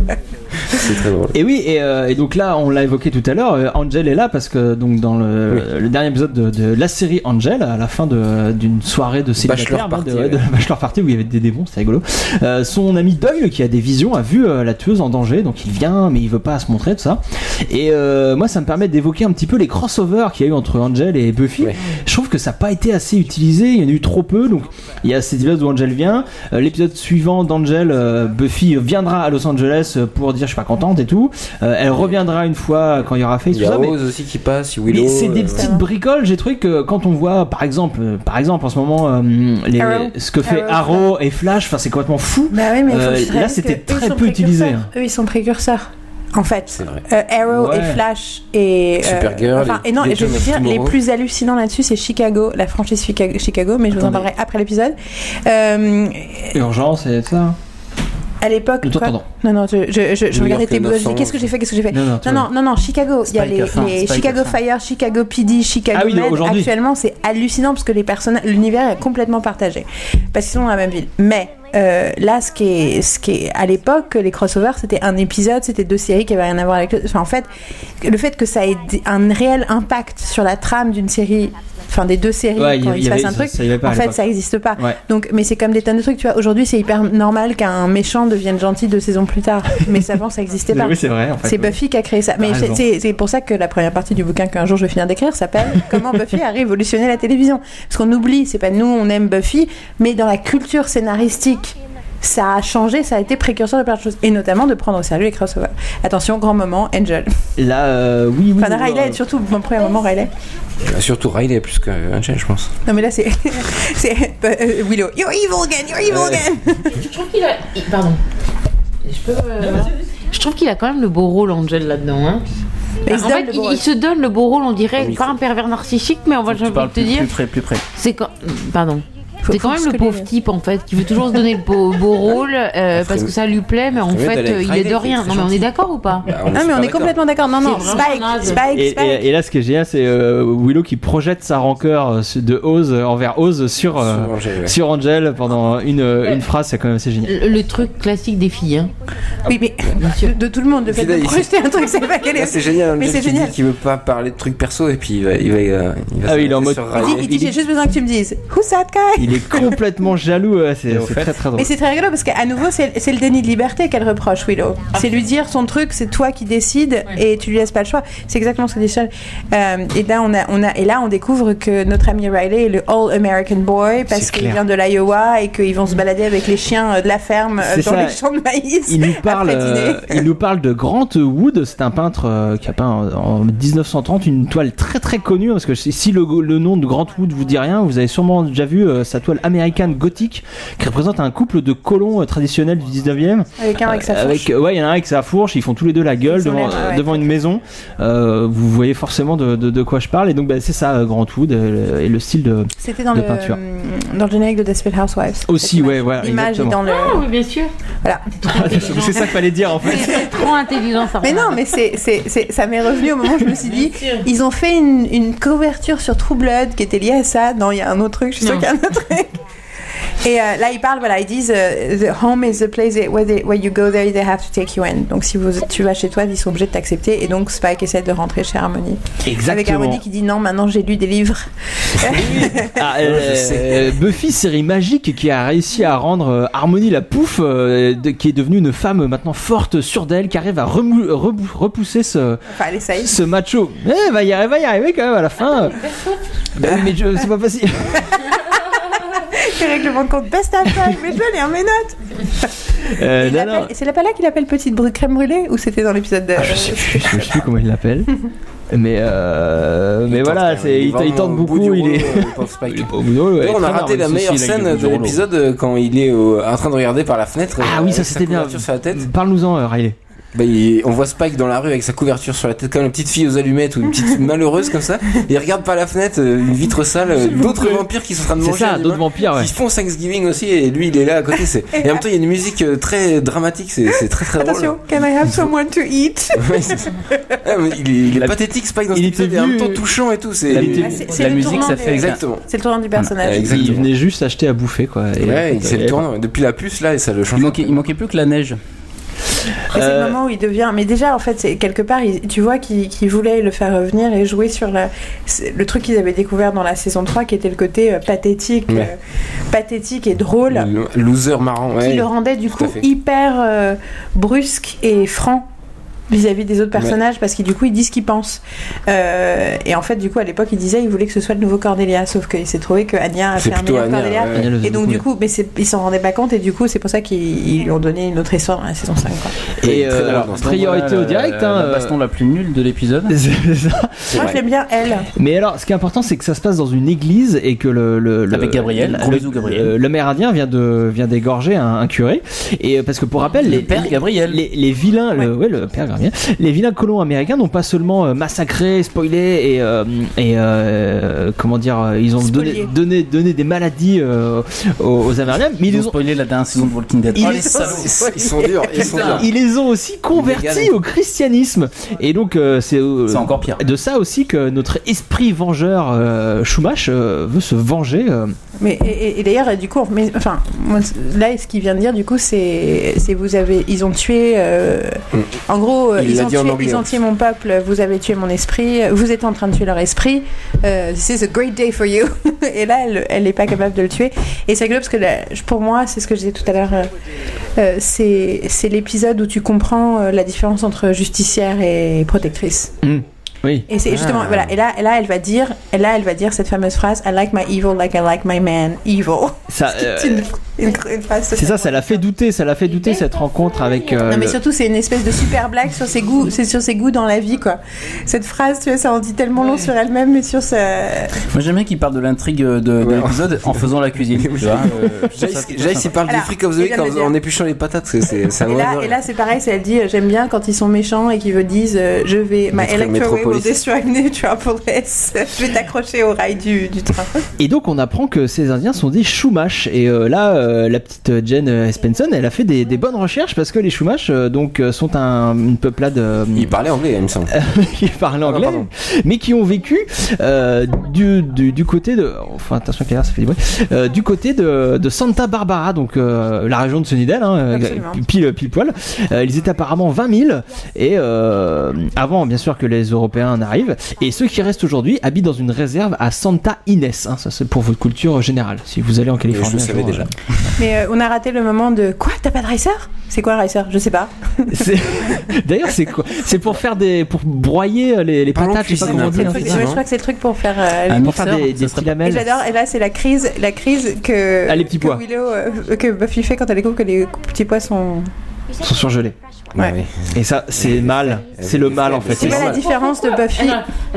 [SPEAKER 3] C'est très drôle.
[SPEAKER 1] Et oui, et, euh, et donc là, on l'a évoqué tout à l'heure, euh, Angel est là parce que donc dans le, le dernier épisode de, de la série Angel, à la fin de- d'une soirée de célibataire,
[SPEAKER 3] Bachelor
[SPEAKER 1] hein, de,
[SPEAKER 3] party, ouais.
[SPEAKER 1] de la Bachelor Party où il y avait des démons, c'était rigolo, euh, son ami Doyle, qui a des visions, a vu euh, la tueuse en danger, donc il vient, mais il veut pas se montrer, tout ça. Et euh, moi, ça me permet d'évoquer un petit peu les crossovers qu'il y a eu entre Angel et Buffy. Je trouve que ça n'a pas été assez utilisé, il y en a eu trop peu, donc il y a cet épisode où Angel vient, euh, l'épisode suivant d'Angel, euh, Buffy viendra à Los Angeles euh, pour dire je suis pas contente et tout, Euh, elle reviendra une fois quand il y aura fait
[SPEAKER 3] Il
[SPEAKER 1] tout
[SPEAKER 3] y a
[SPEAKER 1] ça, mais-
[SPEAKER 3] Rose aussi qui passe, Willow.
[SPEAKER 1] mais c'est des
[SPEAKER 3] euh,
[SPEAKER 1] petites bricoles, j'ai trouvé que quand on voit, par exemple, euh, par exemple en ce moment, euh, les-
[SPEAKER 4] Arrow.
[SPEAKER 1] ce que fait
[SPEAKER 4] Arrow,
[SPEAKER 1] Arrow et Flash, enfin c'est complètement fou.
[SPEAKER 4] Bah oui, mais il faut
[SPEAKER 1] Euh,
[SPEAKER 4] que je
[SPEAKER 1] là,
[SPEAKER 4] réalise
[SPEAKER 1] c'était
[SPEAKER 4] que eux, ils
[SPEAKER 1] très
[SPEAKER 4] sont
[SPEAKER 1] peu utilisé. hein.
[SPEAKER 4] précurseurs. Eux, ils sont précurseurs. En fait, Euh, Arrow
[SPEAKER 1] Ouais.
[SPEAKER 4] et Flash et euh,
[SPEAKER 1] Supergirl,
[SPEAKER 4] enfin,
[SPEAKER 1] les-
[SPEAKER 4] et non,
[SPEAKER 1] les
[SPEAKER 4] et je
[SPEAKER 1] Dawn
[SPEAKER 4] vais vous
[SPEAKER 1] of
[SPEAKER 4] dire, les
[SPEAKER 1] Tomorrow.
[SPEAKER 4] plus hallucinants là-dessus, c'est Chicago, la franchise Chica- Chicago, mais je vous en parlerai après l'épisode. Euh,
[SPEAKER 1] Urgence et ça.
[SPEAKER 4] à l'époque,
[SPEAKER 1] Le temps
[SPEAKER 4] quoi
[SPEAKER 1] pendant.
[SPEAKER 4] Non, non, je, je, je- je
[SPEAKER 1] New
[SPEAKER 4] regardais
[SPEAKER 1] York
[SPEAKER 4] tes boules. Je
[SPEAKER 1] 911.
[SPEAKER 4] dis qu'est-ce que j'ai fait, qu'est-ce que j'ai fait.
[SPEAKER 1] Non, non, toi.
[SPEAKER 4] non, non, non, Chicago. Il y a
[SPEAKER 1] Spike
[SPEAKER 4] les,
[SPEAKER 1] F1,
[SPEAKER 4] les
[SPEAKER 1] Spike
[SPEAKER 4] Chicago
[SPEAKER 1] F1.
[SPEAKER 4] Fire, Chicago PD, Chicago
[SPEAKER 1] Ah oui,
[SPEAKER 4] Med.
[SPEAKER 1] aujourd'hui.
[SPEAKER 4] Actuellement, c'est hallucinant parce que les personnes, l'univers est complètement partagé parce qu'ils sont dans la même ville. Mais euh, là, ce qui est, ce qui est, à l'époque, les crossovers, c'était un épisode, c'était deux séries qui avaient rien à voir avec. l'autre. Enfin, en fait, le fait que ça ait d- un réel impact sur la trame d'une série. Enfin, des deux séries,
[SPEAKER 1] Ouais, il y
[SPEAKER 4] quand il se
[SPEAKER 1] avait-
[SPEAKER 4] passe un
[SPEAKER 1] ça-
[SPEAKER 4] truc,
[SPEAKER 1] ça y avait pas à
[SPEAKER 4] en fait,
[SPEAKER 1] l'époque.
[SPEAKER 4] ça n'existe pas.
[SPEAKER 1] Ouais.
[SPEAKER 4] Donc, mais c'est comme des tonnes de trucs, tu vois. Aujourd'hui, c'est hyper normal qu'un méchant devienne gentil deux saisons plus tard. Mais avant, ça n'existait pas.
[SPEAKER 1] Oui, c'est vrai, en fait,
[SPEAKER 4] C'est
[SPEAKER 1] oui.
[SPEAKER 4] Buffy qui a créé ça.
[SPEAKER 1] T'as
[SPEAKER 4] Mais c'est-
[SPEAKER 1] raison.
[SPEAKER 4] c'est c'est pour ça que la première partie du bouquin qu'un jour je vais finir d'écrire s'appelle Comment Buffy a révolutionné la télévision. Parce qu'on oublie, c'est pas nous, on aime Buffy, mais dans la culture scénaristique. Ça a changé, ça a été précurseur de plein de choses, et notamment de prendre au sérieux les crossovers. Attention, grand moment, Angel.
[SPEAKER 1] Là, euh, oui, oui.
[SPEAKER 4] Enfin,
[SPEAKER 1] oui,
[SPEAKER 4] Riley, surtout, mon premier moment, Riley.
[SPEAKER 3] Surtout Riley plus qu'Angel, je pense.
[SPEAKER 4] Non, mais là, c'est. c'est euh, Willow. You're evil again, you're evil again!
[SPEAKER 5] Je trouve qu'il a. il- Pardon. Je peux. euh, Je trouve qu'il a quand même le beau rôle, Angel, là-dedans. hein.
[SPEAKER 4] Mais il
[SPEAKER 5] en
[SPEAKER 4] se donne
[SPEAKER 5] fait,
[SPEAKER 4] le beau
[SPEAKER 5] il,
[SPEAKER 4] rôle.
[SPEAKER 5] il se donne le beau rôle, on dirait
[SPEAKER 6] Ah Oui,
[SPEAKER 5] pas un pervers narcissique, mais on va
[SPEAKER 6] Tu
[SPEAKER 5] jamais
[SPEAKER 6] parles
[SPEAKER 5] te
[SPEAKER 6] plus,
[SPEAKER 5] dire.
[SPEAKER 6] plus près, plus près.
[SPEAKER 5] C'est quand. Pardon. C'est
[SPEAKER 6] faut
[SPEAKER 5] quand même
[SPEAKER 6] se
[SPEAKER 5] le pauvre type en fait qui veut toujours se donner le beau, beau rôle euh, parce que ça lui plaît, mais en
[SPEAKER 1] Faudrait
[SPEAKER 5] fait
[SPEAKER 1] d'aller avec
[SPEAKER 5] euh, il est
[SPEAKER 1] Riley,
[SPEAKER 5] de
[SPEAKER 1] qui est
[SPEAKER 5] rien.
[SPEAKER 1] très
[SPEAKER 5] Non mais on
[SPEAKER 1] gentil.
[SPEAKER 5] est d'accord ou pas
[SPEAKER 1] Bah, on Ah, est mais super on est d'accord.
[SPEAKER 4] complètement d'accord. Non, non,
[SPEAKER 5] C'est
[SPEAKER 4] Spike,
[SPEAKER 5] vraiment naze.
[SPEAKER 4] Spike,
[SPEAKER 1] Et, et- et là, ce qui est génial, c'est euh, Willow qui projette sa rancœur euh, su- de Oz euh, envers Oz sur, euh,
[SPEAKER 3] Sur Angel, ouais.
[SPEAKER 1] sur Angel pendant une, euh, une phrase, c'est quand même assez génial.
[SPEAKER 5] Le, le truc classique des filles. hein.
[SPEAKER 4] Oui, mais de, de tout le monde, le fait de
[SPEAKER 3] Fidèle,
[SPEAKER 4] projeter un truc, c'est
[SPEAKER 1] Ah,
[SPEAKER 4] pas qu'elle
[SPEAKER 3] Là,
[SPEAKER 4] est.
[SPEAKER 3] Ah, c'est génial,
[SPEAKER 4] Mais
[SPEAKER 3] Angel
[SPEAKER 4] c'est
[SPEAKER 3] qui
[SPEAKER 4] génial.
[SPEAKER 3] dit qu'il veut pas parler de trucs perso et puis il va. Il va, euh, il va
[SPEAKER 1] Ah oui, il est en
[SPEAKER 3] s'arrêter
[SPEAKER 1] mode-
[SPEAKER 4] Il dit,
[SPEAKER 3] sur Riley.
[SPEAKER 4] il dit, j'ai juste besoin que tu me dises Who's that guy
[SPEAKER 1] Il est complètement jaloux, ouais, c'est
[SPEAKER 3] Et au
[SPEAKER 1] c'est
[SPEAKER 3] fait-
[SPEAKER 1] très très drôle.
[SPEAKER 4] Mais c'est très rigolo parce qu'à nouveau, c'est c'est le déni de liberté qu'elle reproche, Willow.
[SPEAKER 1] Ah.
[SPEAKER 4] C'est lui dire son truc, c'est toi qui décides et tu lui laisses pas le choix. C'est exactement ce que dit Charles. Euh, et, là, on a, on a, et là, on découvre que notre ami Riley est le All-American Boy parce
[SPEAKER 1] C'est
[SPEAKER 4] qu'il
[SPEAKER 1] clair.
[SPEAKER 4] vient de l'Iowa et qu'ils vont se balader avec les chiens euh, de la ferme euh,
[SPEAKER 1] C'est
[SPEAKER 4] dans
[SPEAKER 1] ça.
[SPEAKER 4] les champs de maïs.
[SPEAKER 1] Il nous parle,
[SPEAKER 4] après
[SPEAKER 1] euh,
[SPEAKER 4] dîner.
[SPEAKER 1] il nous parle de Grant Wood. C'est un peintre euh, qui a peint en, en 1930 une toile très très connue. hein, Parce que si si le, le nom de Grant Wood vous dit rien, vous avez sûrement déjà vu euh, sa toile américaine gothique qui représente un couple de colons euh, traditionnels du 19e.
[SPEAKER 4] Avec un avec sa
[SPEAKER 1] Euh,
[SPEAKER 4] fourche.
[SPEAKER 1] avec- ouais, il y en a un avec sa fourche. Ils font tous les deux la gueule
[SPEAKER 4] Ils sont
[SPEAKER 1] devant,
[SPEAKER 4] là, ouais.
[SPEAKER 1] devant une maison. Euh, vous voyez forcément de, de- de quoi je parle. Et donc bah, c'est ça euh, Grant Wood euh, et le style de,
[SPEAKER 4] C'était dans
[SPEAKER 1] de
[SPEAKER 4] le, euh,
[SPEAKER 1] peinture.
[SPEAKER 4] dans le générique de Desperate Housewives.
[SPEAKER 1] Aussi, ouais, voilà.
[SPEAKER 4] L'image est
[SPEAKER 1] exactement.
[SPEAKER 4] dans le.
[SPEAKER 5] Ah oui bien sûr.
[SPEAKER 4] Voilà.
[SPEAKER 1] c'est ça qu'il fallait dire en fait.
[SPEAKER 5] Trop intelligent ça.
[SPEAKER 4] Mais non, mais c'est, c'est, c'est- ça m'est revenu au moment où je me suis dit, ils ont fait une, une couverture sur True Blood qui était liée à ça. Non, il y a un autre truc, je suis sûre
[SPEAKER 5] Non.
[SPEAKER 4] qu'il y a un autre truc. Et euh, là, ils parlent, voilà, ils disent euh, The home is the place that- where, they- where you go there, they have to take you in. Donc, si vous, tu vas chez toi, ils sont obligés de t'accepter. Et donc, Spike essaie de rentrer chez Harmony. Avec
[SPEAKER 1] Exactement.
[SPEAKER 4] Harmony qui dit Non, maintenant j'ai lu des livres.
[SPEAKER 1] Ah, euh, Buffy, série magique qui a réussi à rendre euh, Harmony la pouffe, euh, de- qui est devenue une femme euh, maintenant forte, sûre d'elle, qui arrive à remou- rebou- repousser ce,
[SPEAKER 4] Enfin, elle essaye.
[SPEAKER 1] ce macho. Eh, va y arriver, va y arriver quand même à la fin. Bah oui, mais je- c'est pas facile.
[SPEAKER 4] Les règlements de compte, best à mais je vais lire mes notes.
[SPEAKER 1] Euh,
[SPEAKER 4] Il
[SPEAKER 1] non,
[SPEAKER 4] appelle-
[SPEAKER 1] non.
[SPEAKER 4] C'est la pala qu'il appelle petite brû- crème brûlée ou c'était dans l'épisode de.
[SPEAKER 1] Je sais plus, je sais plus comment il l'appelle. Mais euh, mais voilà, c'est il, il tente
[SPEAKER 3] Au bout du
[SPEAKER 1] beaucoup, il
[SPEAKER 3] rouleau,
[SPEAKER 1] est.
[SPEAKER 3] euh, le pauvre Spike.
[SPEAKER 1] Au bout du rouleau, ouais,
[SPEAKER 3] D'ailleurs, on a
[SPEAKER 1] très
[SPEAKER 3] raté
[SPEAKER 1] marrant,
[SPEAKER 3] la
[SPEAKER 1] ceci,
[SPEAKER 3] meilleure
[SPEAKER 1] là, avec
[SPEAKER 3] scène
[SPEAKER 1] le bout du
[SPEAKER 3] de
[SPEAKER 1] rouleau.
[SPEAKER 3] l'épisode euh, quand il est au- en train de regarder par la fenêtre.
[SPEAKER 1] Ah
[SPEAKER 3] euh,
[SPEAKER 1] oui, ça
[SPEAKER 3] avec sa
[SPEAKER 1] c'était bien.
[SPEAKER 3] couverture sur la tête.
[SPEAKER 1] Parle-nous-en, euh, Riley.
[SPEAKER 3] Bah, il- on voit Spike dans la rue avec sa couverture sur la tête, comme une petite fille aux allumettes ou une petite malheureuse comme ça. Et il regarde par la fenêtre, euh, une vitre sale, euh, d'autres vampires qui sont en train de
[SPEAKER 1] C'est
[SPEAKER 3] manger.
[SPEAKER 1] ça,
[SPEAKER 3] un
[SPEAKER 1] d'autres
[SPEAKER 3] humain,
[SPEAKER 1] vampires, ouais.
[SPEAKER 3] Qui font Thanksgiving aussi, et lui il est là à côté. c'est- Et en même temps, il y a une musique euh, très dramatique, c'est c'est très très
[SPEAKER 4] Attention, can I have someone to eat?
[SPEAKER 3] drôle. Ouais, c'est ça. Ah, mais il est, il est pathétique Spike dans cet épisode, et en même temps touchant et tout. C'est
[SPEAKER 1] Il était- Ah, c'est-
[SPEAKER 4] c'est la le musique, tournant ça des- fait-
[SPEAKER 3] exactement.
[SPEAKER 4] C'est le tournant du personnage.
[SPEAKER 1] Il venait juste acheter à bouffer, quoi. Et-
[SPEAKER 3] Ouais, c'est
[SPEAKER 1] et-
[SPEAKER 3] le tournant. Depuis la puce là, et ça le change.
[SPEAKER 6] Il manquait, il manquait plus que la neige.
[SPEAKER 4] Et C'est
[SPEAKER 1] Euh,
[SPEAKER 4] le moment où il devient. Mais déjà, en fait, c'est quelque part, il- tu vois qu'il qu'il voulait le faire revenir et jouer sur la- c'est le truc qu'ils avaient découvert dans la saison 3, qui était le côté euh, pathétique,
[SPEAKER 3] Ouais.
[SPEAKER 4] euh, pathétique et drôle,
[SPEAKER 3] Le Loser marrant, ouais.
[SPEAKER 4] qui le rendait du
[SPEAKER 3] Tout
[SPEAKER 4] coup
[SPEAKER 3] à fait.
[SPEAKER 4] hyper euh, brusque et franc vis-à-vis des autres personnages parce qu'il du coup il dit ce qu'il pense Euh, et en fait du coup à l'époque il disait il voulait que ce soit le nouveau Cordelia sauf qu'il s'est trouvé que Anya a
[SPEAKER 3] C'est
[SPEAKER 4] fait un
[SPEAKER 3] plutôt
[SPEAKER 4] meilleur
[SPEAKER 3] Anya,
[SPEAKER 4] Cordelia
[SPEAKER 3] ouais. Anya le faisait
[SPEAKER 4] et donc
[SPEAKER 3] beaucoup
[SPEAKER 4] du
[SPEAKER 3] mieux.
[SPEAKER 4] coup mais c'est- ils s'en rendaient pas compte et du coup c'est pour ça qu'ils ils lui ont donné une autre histoire dans la saison 5 quoi.
[SPEAKER 1] Et
[SPEAKER 6] Très
[SPEAKER 1] euh,
[SPEAKER 6] drôle
[SPEAKER 1] alors,
[SPEAKER 6] dans ce
[SPEAKER 1] priorité
[SPEAKER 6] moment-là,
[SPEAKER 1] au
[SPEAKER 6] la-
[SPEAKER 1] direct.
[SPEAKER 6] la-
[SPEAKER 1] hein,
[SPEAKER 6] la
[SPEAKER 1] euh,
[SPEAKER 6] baston la plus nulle de l'épisode.
[SPEAKER 1] c'est ça.
[SPEAKER 4] moi je l'aime bien elle
[SPEAKER 1] Mais alors, ce qui est important, c'est que ça se passe dans une église et que le. le, le-
[SPEAKER 6] Avec Gabriel,
[SPEAKER 1] le-
[SPEAKER 6] gros
[SPEAKER 1] le-
[SPEAKER 6] bisous, Gabriel.
[SPEAKER 1] euh, le maire indien vient de vient d'égorger un, un curé. Et euh, parce que pour rappel, les
[SPEAKER 6] père
[SPEAKER 1] les-
[SPEAKER 6] Gabriel.
[SPEAKER 1] les, les vilains, le, ouais, le père Gabriel, les vilains colons américains n'ont pas seulement euh, massacré, spoilé et euh, et euh, comment dire, euh, ils ont donné,
[SPEAKER 4] Spolié.
[SPEAKER 1] donné donné des maladies euh, aux, aux Amérindiens, mais ils
[SPEAKER 6] Ils ont
[SPEAKER 1] les ont
[SPEAKER 6] spoilé la dernière saison de Walking Dead.
[SPEAKER 1] Ils
[SPEAKER 6] Oh,
[SPEAKER 1] les
[SPEAKER 6] les
[SPEAKER 1] ont-
[SPEAKER 6] salauds.
[SPEAKER 3] Ils sont durs, ils sont
[SPEAKER 1] Putain,
[SPEAKER 3] durs.
[SPEAKER 1] ils les ont aussi convertis
[SPEAKER 3] Légal.
[SPEAKER 1] au christianisme. Et donc, euh, c'est euh,
[SPEAKER 6] C'est encore pire.
[SPEAKER 1] de ça aussi que notre esprit vengeur euh, Shumash euh, veut se venger. euh.
[SPEAKER 4] Mais et, et- et d'ailleurs, du coup, on- mais, enfin, moi, c- là, ce qu'il vient de dire, du coup, c'est, c'est vous avez, ils ont tué, euh, en gros, euh,
[SPEAKER 3] Mm. Il
[SPEAKER 4] ils,
[SPEAKER 3] l'a
[SPEAKER 4] ont
[SPEAKER 3] dit en
[SPEAKER 4] tué,
[SPEAKER 3] anglais,
[SPEAKER 4] ils
[SPEAKER 3] en
[SPEAKER 4] ont tué mon peuple, vous avez tué mon esprit, vous êtes en train de tuer leur esprit. euh, this is a great day for you. et là, elle, elle n'est pas capable de le tuer. Et c'est rigolo parce que là, je- pour moi, c'est ce que je disais tout à l'heure. euh, euh, c'est, c'est l'épisode où tu comprends euh, la différence entre justicière et protectrice.
[SPEAKER 1] Oui.
[SPEAKER 4] Et c'est justement voilà et là et là elle va dire et là elle va dire cette fameuse phrase I like my evil like I like my man evil.
[SPEAKER 1] Ça, euh,
[SPEAKER 4] C'est une, une- une phrase.
[SPEAKER 1] c'est ça, ça l'a fait douter, ça l'a fait douter cette rencontre avec. euh,
[SPEAKER 4] Non mais
[SPEAKER 1] le-
[SPEAKER 4] surtout c'est une espèce de super blague sur ses goûts, c'est sur ses goûts dans la vie quoi. Cette phrase tu vois ça en dit tellement long sur elle-même et sur sa.
[SPEAKER 6] Moi j'aime bien qu'il parle de l'intrigue de, de
[SPEAKER 3] Ouais.
[SPEAKER 6] l'épisode en faisant la cuisine. tu vois, euh, je trouve ça plutôt
[SPEAKER 3] Jace, il parle du
[SPEAKER 4] Alors,
[SPEAKER 3] Freak of the
[SPEAKER 4] je
[SPEAKER 3] Week
[SPEAKER 4] viens de le
[SPEAKER 3] en,
[SPEAKER 4] dire.
[SPEAKER 3] en épluchant les patates, c'est- c'est c'est un
[SPEAKER 4] Et là,
[SPEAKER 3] bonheur.
[SPEAKER 4] et là c'est pareil, c'est elle dit euh, j'aime bien quand ils sont méchants et qu'ils me disent euh, je vais my
[SPEAKER 3] Détruire
[SPEAKER 4] electrowave will
[SPEAKER 3] Metropolis.
[SPEAKER 4] destroy natural progress. je vais t'accrocher au rail du, du train.
[SPEAKER 1] Et donc on apprend que ces Indiens sont des Shumash. Et euh, là, euh, la petite Jen euh, Espenson, elle a fait des, des bonnes recherches parce que les Shumash euh, donc euh, sont un- une peuplade euh,
[SPEAKER 3] Il parlait anglais, il me semble.
[SPEAKER 1] qui parlent
[SPEAKER 3] non,
[SPEAKER 1] anglais,
[SPEAKER 3] Ah, pardon.
[SPEAKER 1] mais qui ont vécu euh, du, du, du côté de. Enfin, attention, Clara, ça fait du bruit. Euh, du côté de, de Santa Barbara, donc euh, la région de Sunnydale, hein,
[SPEAKER 4] Absolument.
[SPEAKER 1] pile, pile poil. Euh, ils étaient apparemment 20 000, et euh, avant, bien sûr, que les Européens n'arrivent. Et ceux qui restent aujourd'hui habitent dans une réserve à Santa Ines. hein. ça, c'est pour votre culture générale. Si vous allez en Californie,
[SPEAKER 3] Je le
[SPEAKER 1] un
[SPEAKER 3] savais
[SPEAKER 1] jour,
[SPEAKER 3] déjà.
[SPEAKER 1] euh,
[SPEAKER 4] Mais euh, on a raté le moment de quoi T'as pas de racer C'est quoi un racer Je sais pas.
[SPEAKER 1] c'est- D'ailleurs, c'est quoi C'est pour faire des, pour broyer euh, les, les
[SPEAKER 3] Parlons
[SPEAKER 1] patates. Je sais pas
[SPEAKER 3] cuisine,
[SPEAKER 1] comment on
[SPEAKER 3] un
[SPEAKER 1] dit.
[SPEAKER 3] peu
[SPEAKER 1] hein.
[SPEAKER 3] de
[SPEAKER 4] Ouais,
[SPEAKER 3] cuisine.
[SPEAKER 4] je crois que c'est le truc pour faire. euh,
[SPEAKER 6] Un
[SPEAKER 1] Pour faire
[SPEAKER 6] mixeur,
[SPEAKER 1] des,
[SPEAKER 6] ça
[SPEAKER 1] des
[SPEAKER 6] serait-
[SPEAKER 1] petits lamelles.
[SPEAKER 4] Et j'adore. Et là, c'est la crise, la crise que,
[SPEAKER 1] Ah, les petits
[SPEAKER 4] que
[SPEAKER 1] pois.
[SPEAKER 4] Willow, euh, que Buffy fait quand elle découvre que les petits pois sont.
[SPEAKER 1] Ils sont surgelés.
[SPEAKER 3] Ouais,
[SPEAKER 4] Ouais.
[SPEAKER 3] oui.
[SPEAKER 1] Et ça, c'est mal. C'est le mal en fait.
[SPEAKER 4] C'est
[SPEAKER 1] C'est
[SPEAKER 4] pas la
[SPEAKER 1] normal.
[SPEAKER 4] différence de Buffy,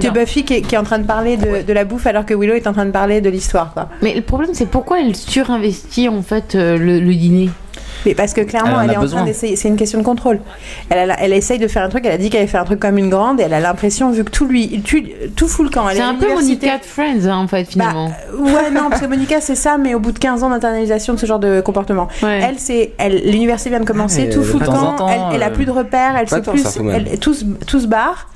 [SPEAKER 4] de Buffy qui est, qui est en train de parler de, de la bouffe alors que Willow est en train de parler de l'histoire, quoi.
[SPEAKER 5] Mais le problème, c'est pourquoi elle surinvestit en fait euh, le, le dîner
[SPEAKER 4] Mais parce que clairement,
[SPEAKER 6] Elle en
[SPEAKER 4] elle,
[SPEAKER 6] a
[SPEAKER 4] est en
[SPEAKER 6] besoin.
[SPEAKER 4] train d'essayer. C'est une question de contrôle. Elle, a la- elle essaye de faire un truc. Elle a dit qu'elle allait faire un truc comme une grande. Et elle a l'impression, vu que tout lui, tout, tout fout le camp. Elle
[SPEAKER 5] C'est
[SPEAKER 4] est à
[SPEAKER 5] un peu
[SPEAKER 4] l'université.
[SPEAKER 5] Monica de Friends hein, en fait
[SPEAKER 4] Bah,
[SPEAKER 5] finalement.
[SPEAKER 4] euh, ouais, non, parce que Monica, c'est ça, mais au bout de 15 ans d'internalisation de ce genre de comportement.
[SPEAKER 5] Ouais.
[SPEAKER 4] Elle, c'est. elle- L'université vient de commencer,
[SPEAKER 6] Ouais,
[SPEAKER 4] tout
[SPEAKER 6] de
[SPEAKER 4] fout le
[SPEAKER 6] temps en
[SPEAKER 4] camp,
[SPEAKER 6] temps,
[SPEAKER 4] elle, elle a
[SPEAKER 6] euh,
[SPEAKER 4] plus de repères, elle
[SPEAKER 3] pas
[SPEAKER 4] sait
[SPEAKER 3] tant,
[SPEAKER 4] plus.
[SPEAKER 3] ça, quand même.
[SPEAKER 4] Elle, tout, se- tout se barre.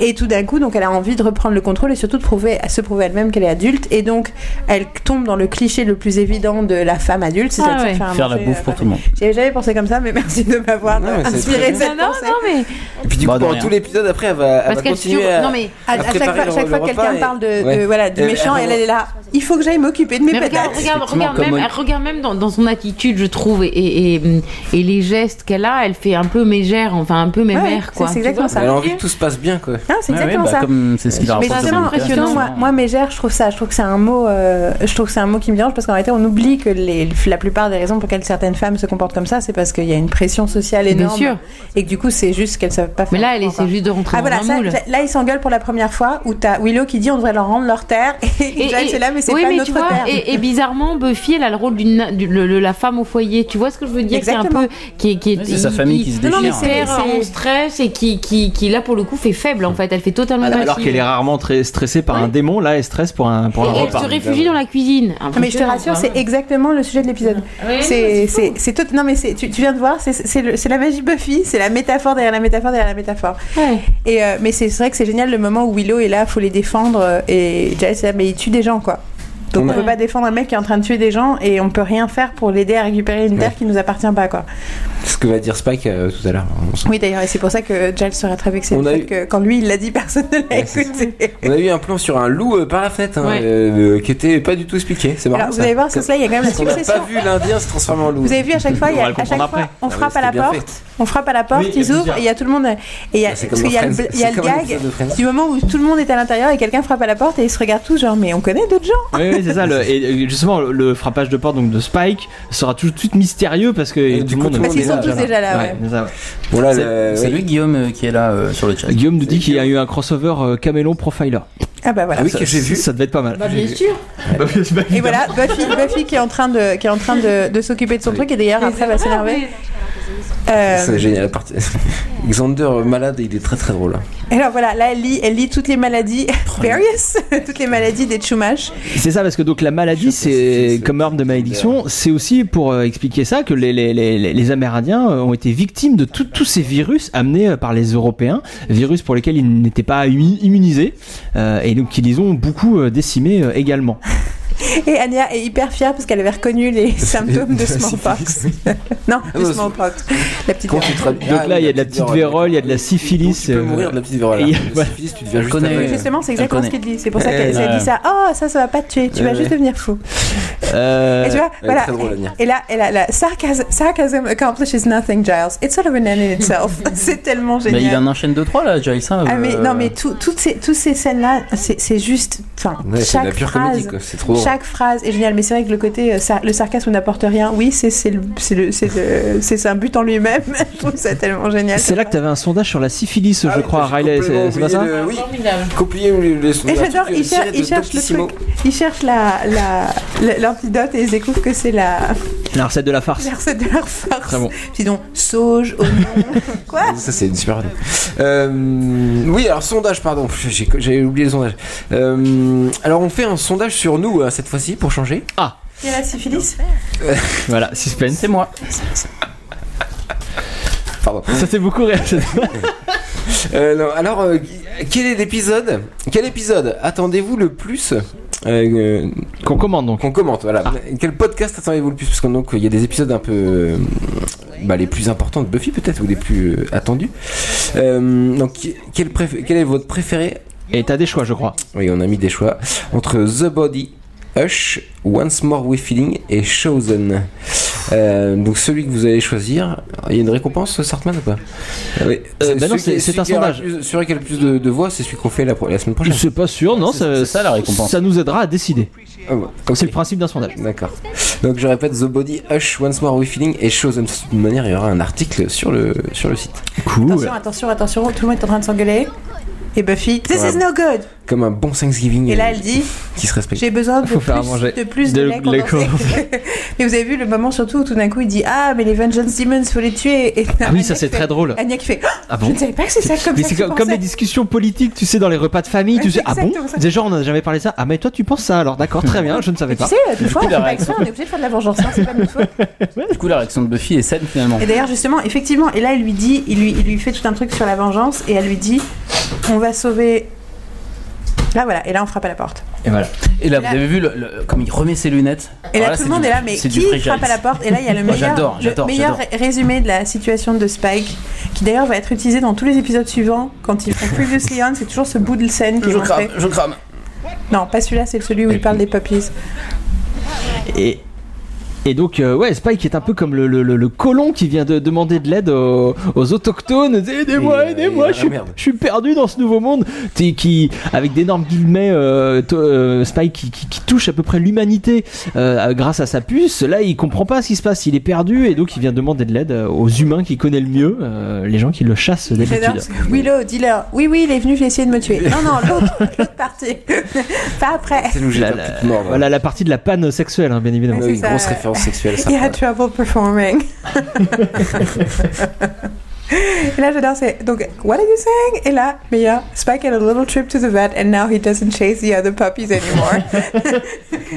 [SPEAKER 4] Et tout d'un coup, donc, elle a envie de reprendre le contrôle et surtout de prouver, à se prouver elle-même qu'elle est adulte. Et donc, elle tombe dans le cliché le plus évident de la femme adulte, c'est-à-dire
[SPEAKER 5] Ah ouais.
[SPEAKER 4] faire, à
[SPEAKER 6] Faire la
[SPEAKER 4] manger,
[SPEAKER 6] bouffe
[SPEAKER 4] euh,
[SPEAKER 6] pour tout le monde.
[SPEAKER 4] J'avais jamais pensé comme ça, mais merci de m'avoir
[SPEAKER 3] Non,
[SPEAKER 4] euh,
[SPEAKER 3] mais c'est très
[SPEAKER 4] inspiré
[SPEAKER 3] bien.
[SPEAKER 5] Non,
[SPEAKER 4] cette
[SPEAKER 5] non,
[SPEAKER 4] pensée.
[SPEAKER 5] non, mais
[SPEAKER 3] Et puis du
[SPEAKER 6] Bah,
[SPEAKER 3] coup,
[SPEAKER 6] de
[SPEAKER 3] pendant
[SPEAKER 6] rien.
[SPEAKER 3] tout l'épisode après, elle va, elle
[SPEAKER 5] parce
[SPEAKER 3] va
[SPEAKER 5] qu'elle
[SPEAKER 3] continuer
[SPEAKER 5] sur-
[SPEAKER 3] à.
[SPEAKER 5] non mais
[SPEAKER 4] À, à
[SPEAKER 3] Après,
[SPEAKER 4] chaque
[SPEAKER 3] pareil,
[SPEAKER 4] fois,
[SPEAKER 3] le-
[SPEAKER 4] chaque
[SPEAKER 3] le
[SPEAKER 4] fois que quelqu'un
[SPEAKER 3] repas est-
[SPEAKER 4] parle de, de-
[SPEAKER 3] Ouais.
[SPEAKER 4] voilà, du
[SPEAKER 3] Elle-
[SPEAKER 4] méchant,
[SPEAKER 3] elle-
[SPEAKER 4] elle, elle est là. Il faut que j'aille m'occuper de mes
[SPEAKER 5] Mais regarde,
[SPEAKER 4] patates.
[SPEAKER 5] regarde,
[SPEAKER 6] Effectivement,
[SPEAKER 5] regarde, même,
[SPEAKER 6] comme-
[SPEAKER 5] elle regarde même dans, dans son attitude, je trouve, et, et, et- et les gestes qu'elle a, elle fait un peu mégère, enfin un peu
[SPEAKER 4] Ouais,
[SPEAKER 5] mémère, quoi.
[SPEAKER 4] c'est
[SPEAKER 5] Tu
[SPEAKER 4] exactement
[SPEAKER 5] vois
[SPEAKER 4] ça.
[SPEAKER 3] Elle a envie que tout se passe bien, quoi.
[SPEAKER 4] Non, Hein, c'est
[SPEAKER 6] Ouais,
[SPEAKER 4] exactement
[SPEAKER 6] ouais, bah,
[SPEAKER 4] ça.
[SPEAKER 6] Comme c'est ce qu'il a
[SPEAKER 4] Mais
[SPEAKER 6] rapporté
[SPEAKER 4] justement,
[SPEAKER 6] dans le bouquin,
[SPEAKER 4] justement, moi, moi, mégère, je trouve ça. Je trouve que c'est un mot. euh, je trouve que c'est un mot qui me dérange parce qu'en réalité, on oublie que les- la plupart des raisons pour lesquelles certaines femmes se comportent comme ça, c'est parce qu'il y a une pression sociale
[SPEAKER 5] Bien
[SPEAKER 4] énorme.
[SPEAKER 5] sûr.
[SPEAKER 4] Et que du coup, c'est juste qu'elles savent pas faire.
[SPEAKER 5] Mais là, elle
[SPEAKER 4] autrement,
[SPEAKER 5] essaie
[SPEAKER 4] quoi.
[SPEAKER 5] juste de rentrer
[SPEAKER 4] Ah
[SPEAKER 5] dans
[SPEAKER 4] voilà,
[SPEAKER 5] un
[SPEAKER 4] ça,
[SPEAKER 5] moule.
[SPEAKER 4] ça- là ils s'engueulent pour la première fois où t'as Willow qui dit on devrait leur rendre leur terre et, Jack, c'est là mais c'est
[SPEAKER 5] oui,
[SPEAKER 4] pas
[SPEAKER 5] mais
[SPEAKER 4] notre
[SPEAKER 5] tu vois,
[SPEAKER 4] terre.
[SPEAKER 5] Et, et bizarrement, Buffy, elle a le rôle d'une du- le- le- la femme au foyer. Tu vois ce que je veux dire C'est un
[SPEAKER 4] Exactement.
[SPEAKER 5] peu qui est qui est
[SPEAKER 6] Oui, c'est sa famille qui se
[SPEAKER 5] Non, non, mais c'est
[SPEAKER 6] déchire.
[SPEAKER 4] C'est-
[SPEAKER 5] en stress et qui, qui qui là pour le coup fait faible en fait. Elle fait totalement
[SPEAKER 1] Alors
[SPEAKER 5] passive.
[SPEAKER 1] qu'elle est rarement très stressée par un démon, là elle stresse pour un, pour
[SPEAKER 5] Et
[SPEAKER 1] un
[SPEAKER 5] elle
[SPEAKER 1] repas.
[SPEAKER 5] se réfugie dans la cuisine.
[SPEAKER 4] Mais je te rassure, c'est exactement le sujet de l'épisode.
[SPEAKER 5] Oui,
[SPEAKER 4] c'est c'est- c'est tout. Non mais c'est- tu, tu viens de voir, c'est- c'est le- c'est la magie Buffy, c'est la métaphore derrière la métaphore derrière la métaphore.
[SPEAKER 5] Ouais.
[SPEAKER 4] Et euh, mais c'est c'est vrai que c'est génial le moment où Willow est là, faut les défendre euh, et Giles est là mais il tue des gens quoi. Donc
[SPEAKER 3] On
[SPEAKER 4] on,
[SPEAKER 3] a-
[SPEAKER 4] peut pas défendre un mec qui est en train de tuer des gens et on peut rien faire pour l'aider à récupérer une terre qui nous appartient pas quoi.
[SPEAKER 3] C'est ce que va dire Spike euh, tout à l'heure. On s'en-
[SPEAKER 4] Oui d'ailleurs et c'est pour ça que Giles serait très vexé
[SPEAKER 3] On
[SPEAKER 4] du
[SPEAKER 3] a
[SPEAKER 4] fait
[SPEAKER 3] eu-
[SPEAKER 4] que quand lui il l'a dit personne ne l'a écouté.
[SPEAKER 3] On a eu un plan sur un loup euh, par la fenêtre hein,
[SPEAKER 4] Ouais.
[SPEAKER 3] euh, euh, qui était pas du tout expliqué. C'est marrant.
[SPEAKER 4] Alors vous
[SPEAKER 3] ça.
[SPEAKER 4] allez voir sur cela il y a quand même la
[SPEAKER 3] Parce qu'on n'a
[SPEAKER 4] succession.
[SPEAKER 3] pas vu l'Indien se transformer en loup.
[SPEAKER 4] Vous avez vu à chaque fois, il y a, à chaque fois on
[SPEAKER 3] Ah oui,
[SPEAKER 4] frappe à
[SPEAKER 3] c'était
[SPEAKER 4] la
[SPEAKER 3] bien
[SPEAKER 4] porte,
[SPEAKER 3] fait.
[SPEAKER 4] on frappe à la porte,
[SPEAKER 3] Oui, il y a
[SPEAKER 4] ils ouvrent,
[SPEAKER 3] plusieurs.
[SPEAKER 4] et il y a tout le monde. Et il y a,
[SPEAKER 3] Ah, c'est
[SPEAKER 4] parce
[SPEAKER 3] comme
[SPEAKER 4] qu'il y a le,
[SPEAKER 3] dans Friends.
[SPEAKER 4] il y a
[SPEAKER 3] C'est
[SPEAKER 4] le
[SPEAKER 3] comme
[SPEAKER 4] gag
[SPEAKER 3] l'épisode de Friends.
[SPEAKER 4] du moment où tout le monde est à l'intérieur et quelqu'un frappe à la porte et ils se regardent tous genre mais on connaît d'autres gens.
[SPEAKER 1] Oui, oui, c'est ça. le- et euh, justement, le, le frappage de porte donc de Spike sera tout de suite mystérieux parce que tout le monde
[SPEAKER 4] Parce qu'ils sont tous déjà là. ouais.
[SPEAKER 1] c'est ça, ouais.
[SPEAKER 3] Voilà,
[SPEAKER 6] c'est
[SPEAKER 3] le-
[SPEAKER 6] c'est
[SPEAKER 3] oui.
[SPEAKER 6] lui Guillaume euh, qui est là euh, sur le chat.
[SPEAKER 1] Guillaume nous dit qu'il y a eu un crossover euh, Camélon Profiler.
[SPEAKER 4] Ah bah voilà.
[SPEAKER 1] Ça- Ça devait être pas mal.
[SPEAKER 4] Bah, bien sûr.
[SPEAKER 1] Bah, bien sûr.
[SPEAKER 4] Et voilà Buffy, Buffy qui est en train de qui est en train de, de s'occuper de son truc et d'ailleurs après va s'énerver. Euh,
[SPEAKER 3] C'est génial la partie. Xander euh, malade, il est très très drôle. hein.
[SPEAKER 4] Et Alors voilà, là elle lit, elle lit toutes les maladies, various, toutes les maladies des Chumash.
[SPEAKER 1] C'est ça, parce que donc la maladie, c'est comme arme de malédiction, c'est aussi pour euh, expliquer ça que les, les, les, les- les Amérindiens euh, ont été victimes de tout- tous ces virus amenés euh, par les Européens, virus pour lesquels ils n'étaient pas immu- immunisés, euh, et donc qui les ont beaucoup euh, décimés euh, également.
[SPEAKER 4] Et Anya est hyper fière parce qu'elle avait reconnu les symptômes de smallpox. non,
[SPEAKER 3] Ah
[SPEAKER 4] de
[SPEAKER 3] non,
[SPEAKER 4] smallpox. La petite
[SPEAKER 3] Quand tu te
[SPEAKER 1] Donc
[SPEAKER 3] traduis- Ah,
[SPEAKER 1] là, il y a de la
[SPEAKER 3] petite
[SPEAKER 1] petite vérole, il y a de la syphilis. euh,
[SPEAKER 3] Tu peux mourir de la petite vérole.
[SPEAKER 1] Et
[SPEAKER 3] hein.
[SPEAKER 1] il y a-
[SPEAKER 3] Le
[SPEAKER 1] voilà.
[SPEAKER 3] syphilis, tu deviens juste
[SPEAKER 1] connaît.
[SPEAKER 3] aveugle.
[SPEAKER 4] Justement, c'est
[SPEAKER 1] Elle
[SPEAKER 4] exactement ce
[SPEAKER 1] connaît.
[SPEAKER 4] qu'il dit. C'est pour ça
[SPEAKER 1] Eh,
[SPEAKER 4] qu'elle elle
[SPEAKER 1] ouais.
[SPEAKER 4] dit ça. Oh, ça, ça va pas te tuer. Tu
[SPEAKER 1] Ouais,
[SPEAKER 4] vas juste
[SPEAKER 1] ouais.
[SPEAKER 4] devenir fou.
[SPEAKER 1] Euh,
[SPEAKER 4] Et tu vois,
[SPEAKER 1] elle est
[SPEAKER 4] voilà.
[SPEAKER 1] très drôle, Anya.
[SPEAKER 4] Et là, et là, là, sarcasm, sarcasm accomplishes nothing, Giles. It's sort of an end in itself. c'est tellement génial.
[SPEAKER 6] Mais il en enchaîne 2-3 là, Giles. hein,
[SPEAKER 4] Ah
[SPEAKER 6] euh,
[SPEAKER 4] mais non mais tout- toutes ces toutes ces scènes là c'est c'est juste enfin
[SPEAKER 6] Ouais, c'est
[SPEAKER 4] chaque
[SPEAKER 6] de la pure
[SPEAKER 4] phrase
[SPEAKER 6] comédie, quoi. C'est trop drôle.
[SPEAKER 4] chaque phrase est géniale mais c'est vrai que le côté euh, sar- le sarcasme n'apporte rien oui c'est c'est le c'est le- c'est le- c'est- c'est un but en lui-même je trouve ça tellement génial
[SPEAKER 1] C'est là que tu avais un sondage sur la syphilis, je crois,
[SPEAKER 3] Ah,
[SPEAKER 1] à Riley, c'est c'est pas ça
[SPEAKER 3] Oui, Compliqué ou les
[SPEAKER 4] et j'adore il, cher- il cherche le truc il cherche la la- la- l'antidote et il découvre que c'est la
[SPEAKER 1] La recette de la farce.
[SPEAKER 4] la recette de leur farce
[SPEAKER 1] Très bon.
[SPEAKER 4] Puis donc sauge oignon quoi
[SPEAKER 3] Ça, c'est une super idée. Euh, oui, alors sondage, pardon. J'ai- J'avais oublié le sondage. Euh, alors, on fait un sondage sur nous hein, cette fois-ci pour changer.
[SPEAKER 1] Ah
[SPEAKER 4] qui est la syphilis
[SPEAKER 1] Voilà, suspense. C'est
[SPEAKER 6] moi.
[SPEAKER 3] Pardon.
[SPEAKER 1] Ça fait beaucoup rire.
[SPEAKER 3] Euh, non, alors, euh, quel est l'épisode Quel épisode attendez-vous le plus euh,
[SPEAKER 1] Qu'on commande donc.
[SPEAKER 3] Qu'on commente, voilà. Quel podcast attendez-vous le plus Parce que donc il y a des épisodes un peu euh, bah, les plus importants de Buffy peut-être ou les plus euh, attendus. Euh, donc quel, préf- quel est votre préféré
[SPEAKER 1] Et t'as des choix, je crois.
[SPEAKER 3] Oui, on a mis des choix entre The Body, Hush, Once More with Feeling et Chosen. Euh, donc celui que vous allez choisir, il y a une récompense Sartman ou pas Ah oui.
[SPEAKER 1] Euh, bah non,
[SPEAKER 3] celui qui-
[SPEAKER 1] c'est- c'est
[SPEAKER 3] celui
[SPEAKER 1] un
[SPEAKER 3] qui aura
[SPEAKER 1] sondage.
[SPEAKER 3] le plus- Celui qui a le plus de, de voix, c'est celui qu'on fait la, pro- la semaine prochaine.
[SPEAKER 1] C'est pas sûr, non, ça, ça la
[SPEAKER 3] récompense.
[SPEAKER 1] Ça nous aidera à décider.
[SPEAKER 3] Ah ouais, ok.
[SPEAKER 1] C'est le principe d'un sondage.
[SPEAKER 3] D'accord. Donc je répète The Body, Hush, Once More with Feeling et Chosen. De toute manière, il y aura un article sur le, sur le site.
[SPEAKER 1] Cool. Ah
[SPEAKER 4] attention attention attention tout le monde est en train de s'engueuler et Buffy this
[SPEAKER 3] Ouais.
[SPEAKER 4] is no good
[SPEAKER 3] Comme un bon Thanksgiving.
[SPEAKER 4] et là
[SPEAKER 3] euh,
[SPEAKER 4] elle dit
[SPEAKER 3] Qui se respecte.
[SPEAKER 4] J'ai besoin de
[SPEAKER 3] Faut
[SPEAKER 4] plus,
[SPEAKER 3] faire à manger.
[SPEAKER 4] de plus de,
[SPEAKER 3] De
[SPEAKER 4] lait
[SPEAKER 3] lait
[SPEAKER 4] condensé. mais vous avez vu le moment surtout où tout d'un coup il dit Ah, mais les Vengeance Demons, faut les tuer. Et
[SPEAKER 1] Ah oui, ça c'est très drôle.
[SPEAKER 4] Anya qui fait Ah,
[SPEAKER 1] Ah bon
[SPEAKER 4] Je ne savais pas que c'est ça comme
[SPEAKER 1] Mais
[SPEAKER 4] ça.
[SPEAKER 1] c'est
[SPEAKER 4] que
[SPEAKER 1] comme,
[SPEAKER 4] tu
[SPEAKER 1] comme les
[SPEAKER 4] pensais.
[SPEAKER 1] discussions politiques, tu sais, dans les repas de famille, tu
[SPEAKER 4] Ouais,
[SPEAKER 1] sais,
[SPEAKER 4] c'est
[SPEAKER 1] ah bon
[SPEAKER 4] exactement ça.
[SPEAKER 1] Déjà, on n'a jamais parlé de ça. Ah, mais toi, tu penses ça alors, d'accord, très bien, je ne savais
[SPEAKER 4] Et tu
[SPEAKER 1] pas.
[SPEAKER 4] sais, euh, des fois, on fait pas exprès, on est obligé de faire de la vengeance, hein, c'est pas de notre faute.
[SPEAKER 6] Du coup, la réaction de Buffy est saine finalement.
[SPEAKER 4] Et d'ailleurs, justement, effectivement, et là, il lui dit, il lui, il lui fait tout un truc sur la vengeance, et elle lui dit On va sauver. Là, voilà, et là, on frappe à la porte.
[SPEAKER 1] Et voilà.
[SPEAKER 6] Et là,
[SPEAKER 4] Et là-
[SPEAKER 6] vous avez vu le- le- comme il remet ses lunettes.
[SPEAKER 4] Et là,
[SPEAKER 6] Alors
[SPEAKER 4] tout
[SPEAKER 6] c'est
[SPEAKER 4] le monde
[SPEAKER 6] du-
[SPEAKER 4] est là, mais
[SPEAKER 6] c'est
[SPEAKER 4] qui
[SPEAKER 6] du free
[SPEAKER 4] frappe à
[SPEAKER 6] Giles.
[SPEAKER 4] la porte Et là, il y a le
[SPEAKER 6] Moi,
[SPEAKER 4] meilleur,
[SPEAKER 6] J'adore,
[SPEAKER 4] le
[SPEAKER 6] j'adore,
[SPEAKER 4] meilleur
[SPEAKER 6] j'adore.
[SPEAKER 4] ré- résumé de la situation de Spike, qui d'ailleurs va être utilisé dans tous les épisodes suivants. Quand ils font Previously On, c'est toujours ce bout de scène qui est
[SPEAKER 6] Je crame,
[SPEAKER 4] montré.
[SPEAKER 6] je crame.
[SPEAKER 4] Non, pas celui-là, c'est celui où il parle des puppies.
[SPEAKER 1] Et. Et donc, euh, ouais, Spike est un peu comme le, le- le- le colon qui vient de demander de l'aide aux, aux autochtones. Aidez-moi,
[SPEAKER 3] Et, euh,
[SPEAKER 1] aidez-moi,
[SPEAKER 3] et
[SPEAKER 1] je
[SPEAKER 3] la
[SPEAKER 1] suis-
[SPEAKER 3] merde.
[SPEAKER 1] je suis perdu dans ce nouveau monde. T'es- qui, avec d'énormes guillemets, euh, to- euh, Spike qui, qui- qui touche à peu près l'humanité euh, grâce à sa puce. Là, il comprend pas ce qui se passe, il est perdu et donc il vient demander de l'aide euh, aux humains qu'il connaît le mieux, euh, les gens qui le chassent
[SPEAKER 4] J'adore,
[SPEAKER 1] d'habitude.
[SPEAKER 4] parce que Willow, dealer. Oui, oui, il est venu essayer de me tuer. Non, non, l'autre, l'autre partie. pas après.
[SPEAKER 3] C'est nous, j'ai
[SPEAKER 1] La-
[SPEAKER 3] pas
[SPEAKER 1] la-
[SPEAKER 3] pu te mordre.
[SPEAKER 1] voilà la partie de la panne sexuelle, hein, bien évidemment.
[SPEAKER 3] On a eu une grosse référence sexuelle.
[SPEAKER 4] Il
[SPEAKER 3] Sartman.
[SPEAKER 4] a trouble performing. Et là, j'adore, c'est donc, what are you saying? Et là, mais il y a Spike had a little trip to the vet and now he doesn't chase the other puppies anymore.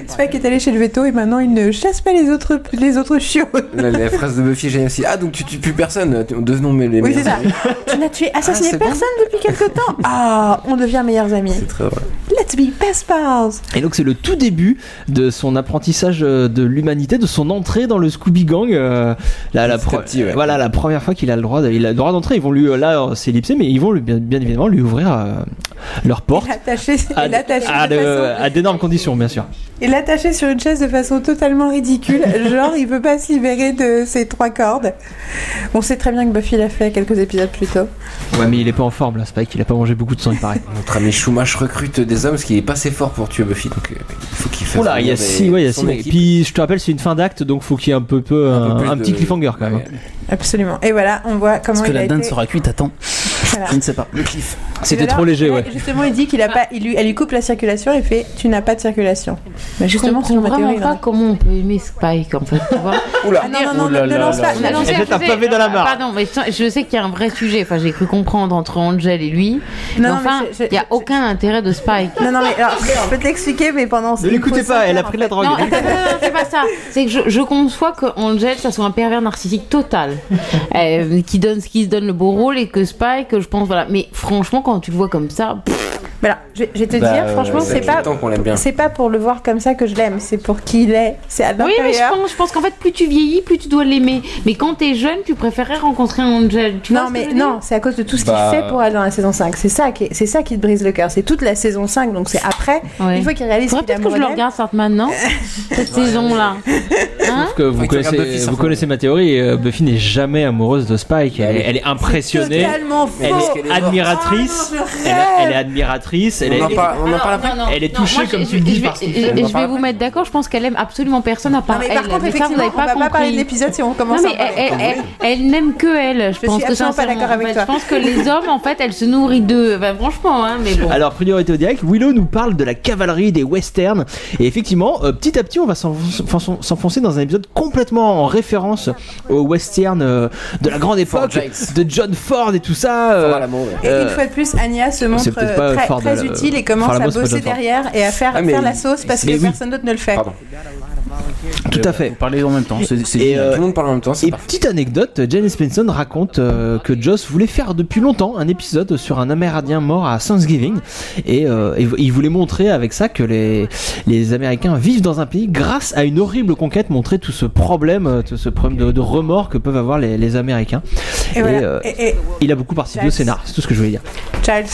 [SPEAKER 4] Spike est allé chez le veto et maintenant il ne chasse pas les autres, les autres chiots.
[SPEAKER 3] La, la phrase de Buffy est géniale aussi. Ah, donc tu tues plus personne, tu- devenons les
[SPEAKER 4] Oui, c'est
[SPEAKER 3] meilleurs
[SPEAKER 4] ça.
[SPEAKER 3] amis.
[SPEAKER 4] tu n'as tué, assassiné
[SPEAKER 3] Ah, c'est bon.
[SPEAKER 4] personne depuis quelque temps. Ah, on devient meilleurs amis. C'est
[SPEAKER 3] très vrai.
[SPEAKER 4] Let's be best pals.
[SPEAKER 1] Et donc c'est le tout début de son apprentissage euh, de l'humanité, de son entrée dans le Scooby Gang. euh, là, la pre- Voilà la première fois qu'il a le drois, de- il a le droit d'entrer. Ils vont lui, euh, là euh, c'est ellipsé, mais ils vont lui- bien, bien évidemment lui ouvrir euh, leur porte
[SPEAKER 4] Attaché,
[SPEAKER 1] à,
[SPEAKER 4] il attaché
[SPEAKER 1] à
[SPEAKER 4] de
[SPEAKER 1] de- ah,
[SPEAKER 4] façon-
[SPEAKER 1] à d'énormes conditions, bien sûr.
[SPEAKER 4] Et l'attacher sur une chaise de façon totalement ridicule, genre il veut pas se libérer de ses trois cordes. On sait très bien que Buffy l'a fait quelques épisodes plus tôt.
[SPEAKER 1] Ouais, mais il est pas en forme là, Spike. Il a pas mangé beaucoup de sang, il paraît.
[SPEAKER 3] Notre ami Shumash recrute des hommes parce qu'il est pas assez fort pour tuer Buffy, donc euh, il faut qu'il fasse.
[SPEAKER 1] Oula, il y a
[SPEAKER 3] venir des-
[SPEAKER 1] six, ouais, il y a
[SPEAKER 3] son
[SPEAKER 1] six mecs.
[SPEAKER 3] équipe.
[SPEAKER 1] Puis je te rappelle, c'est une fin d'acte, donc faut qu'il y ait un peu, peu un,
[SPEAKER 3] plus
[SPEAKER 1] un
[SPEAKER 3] de-
[SPEAKER 1] petit cliffhanger quand même. hein.
[SPEAKER 4] Absolument. Et voilà, on voit comment
[SPEAKER 6] Est-ce que
[SPEAKER 4] il a
[SPEAKER 6] la dinde
[SPEAKER 4] été-
[SPEAKER 6] sera cuite Attends.
[SPEAKER 4] Voilà.
[SPEAKER 6] Je ne sais pas. Le cliff.
[SPEAKER 1] C'était
[SPEAKER 4] Et alors,
[SPEAKER 1] trop léger,
[SPEAKER 4] là,
[SPEAKER 1] ouais.
[SPEAKER 4] Justement, il dit qu'il a pas, il lui, elle lui coupe la circulation et fait tu n'as pas de circulation. Mais
[SPEAKER 5] Je
[SPEAKER 4] justement, c'est
[SPEAKER 5] comprends
[SPEAKER 4] ma
[SPEAKER 5] vraiment
[SPEAKER 4] théorie.
[SPEAKER 5] pas comment on peut aimer Spike en fait, tu vois.
[SPEAKER 4] Oula. Ah non, non, non, ne- ne lance pas, ne lance pas.
[SPEAKER 1] Jette un pavé
[SPEAKER 6] Ah,
[SPEAKER 1] dans la
[SPEAKER 6] bah.
[SPEAKER 1] mare.
[SPEAKER 5] Pardon, mais je- je sais qu'il y a un vrai sujet. Enfin, j'ai cru comprendre entre Angel et lui. mais
[SPEAKER 4] non, mais
[SPEAKER 5] enfin,
[SPEAKER 4] c'est-
[SPEAKER 5] il n'y a aucun intérêt de Spike.
[SPEAKER 4] Non, non, mais alors, je peux te l'expliquer, mais pendant.
[SPEAKER 1] Ne l'écoutez pas, elle a pris de la drogue.
[SPEAKER 5] Non, attends, non, non, c'est pas ça. C'est que je, je conçois que Angel, ça soit un pervers narcissique total, euh, qui donne ce qui se donne le beau rôle et que Spike, je pense, voilà. Mais franchement, quand tu le vois comme ça, pff,
[SPEAKER 4] Mais alors, je, je vais te
[SPEAKER 5] Bah,
[SPEAKER 4] dire,
[SPEAKER 5] euh,
[SPEAKER 4] franchement,
[SPEAKER 5] ça fait
[SPEAKER 4] c'est pas.
[SPEAKER 5] longtemps qu'on l'aime bien.
[SPEAKER 4] C'est pas pour le voir comme ça que je l'aime, c'est pour qui il est. C'est à
[SPEAKER 5] oui,
[SPEAKER 4] l'intérieur.
[SPEAKER 5] mais je pense, je pense qu'en fait, plus tu vieillis, plus tu dois l'aimer. Mais quand t'es jeune, tu préférais rencontrer un Angel. Tu
[SPEAKER 4] non, mais non, c'est à cause de tout ce qu'il
[SPEAKER 5] Bah,
[SPEAKER 4] fait pour aller dans la saison 5. C'est ça, qui est- c'est ça qui te brise le cœur. C'est toute la saison 5, donc c'est après.
[SPEAKER 5] Ouais.
[SPEAKER 4] Une fois qu'il réalise
[SPEAKER 5] Faudrait
[SPEAKER 4] qu'il est
[SPEAKER 5] peut-être que je le
[SPEAKER 4] amoureux d'elle.
[SPEAKER 5] regarde certes maintenant, cette saison-là. Hein
[SPEAKER 1] Sauf que vous
[SPEAKER 3] qu'il regarde
[SPEAKER 1] connaissez,
[SPEAKER 3] Buffy, ça
[SPEAKER 1] vous
[SPEAKER 3] ressemble.
[SPEAKER 1] connaissez ma théorie, euh, Buffy n'est jamais amoureuse de Spike. Elle, est- elle est impressionnée.
[SPEAKER 4] totalement faux.
[SPEAKER 1] Elle
[SPEAKER 4] Parce qu'elle est
[SPEAKER 1] est
[SPEAKER 4] morte.
[SPEAKER 1] admiratrice.
[SPEAKER 4] Oh non, je
[SPEAKER 1] elle,
[SPEAKER 4] rêve.
[SPEAKER 1] elle est admiratrice. Elle
[SPEAKER 3] On
[SPEAKER 1] est,
[SPEAKER 3] en parle- on en parle après
[SPEAKER 5] Non, non,
[SPEAKER 1] elle est
[SPEAKER 5] non,
[SPEAKER 1] touchée,
[SPEAKER 5] moi, je-
[SPEAKER 1] comme
[SPEAKER 5] je-
[SPEAKER 1] tu le dis,
[SPEAKER 5] Je vais,
[SPEAKER 1] par ce qu'il
[SPEAKER 5] je-
[SPEAKER 1] fait. On en
[SPEAKER 5] je vais
[SPEAKER 1] parle
[SPEAKER 5] vous mettre d'accord, je pense qu'elle aime absolument personne à part
[SPEAKER 4] Non, mais
[SPEAKER 5] elle.
[SPEAKER 4] par contre,
[SPEAKER 5] mais ça, vous n'avez
[SPEAKER 4] effectivement, on va pas
[SPEAKER 5] compris.
[SPEAKER 4] parler de l'épisode si on commence
[SPEAKER 5] Non, mais
[SPEAKER 4] à en parler.
[SPEAKER 5] elle, elle- elle- elle n'aime que elle. Je,
[SPEAKER 4] Je
[SPEAKER 5] pense
[SPEAKER 4] suis
[SPEAKER 5] que
[SPEAKER 4] absolument pas
[SPEAKER 5] sincèrement,
[SPEAKER 4] d'accord avec
[SPEAKER 5] en fait,
[SPEAKER 4] toi.
[SPEAKER 5] Je pense que les hommes, en fait, elle se nourrit d'eux. Ben, franchement, hein, mais bon.
[SPEAKER 1] Alors, priorité au direct, Willow nous parle de la cavalerie des westerns. Et effectivement, euh, petit à petit, on va s'enf- enfin, s'enfoncer dans un épisode complètement en référence aux westerns euh, de la grande époque, de John Ford et tout ça. euh,
[SPEAKER 4] Et
[SPEAKER 1] euh,
[SPEAKER 4] une fois de plus, Agnès se montre
[SPEAKER 1] c'est peut-être pas
[SPEAKER 4] euh, très,
[SPEAKER 1] Ford,
[SPEAKER 4] très
[SPEAKER 1] euh,
[SPEAKER 4] utile et
[SPEAKER 1] Ford
[SPEAKER 4] commence à
[SPEAKER 1] Labo, c'est pas
[SPEAKER 4] bosser
[SPEAKER 1] John Ford.
[SPEAKER 4] derrière et à faire,
[SPEAKER 1] hein. Ah, mais-
[SPEAKER 4] faire la sauce parce que
[SPEAKER 1] mais oui.
[SPEAKER 4] personne d'autre ne le fait.
[SPEAKER 1] Tout à fait. Vous
[SPEAKER 6] parlez en même temps.
[SPEAKER 1] et,
[SPEAKER 3] euh,
[SPEAKER 1] tout le monde parle en même temps. Et petite anecdote, Janice Benson raconte euh, que Joss voulait faire depuis longtemps un épisode sur un Amérindien mort à Thanksgiving. Et, euh, et il voulait montrer avec ça que les, les Américains vivent dans un pays grâce à une horrible conquête, montrer tout ce problème, euh, tout ce problème de, de remords que peuvent avoir les, les Américains.
[SPEAKER 4] Et voilà.
[SPEAKER 1] euh,
[SPEAKER 4] Et- et-
[SPEAKER 1] il a beaucoup participé au scénar, c'est tout ce que je voulais dire.
[SPEAKER 4] Charles.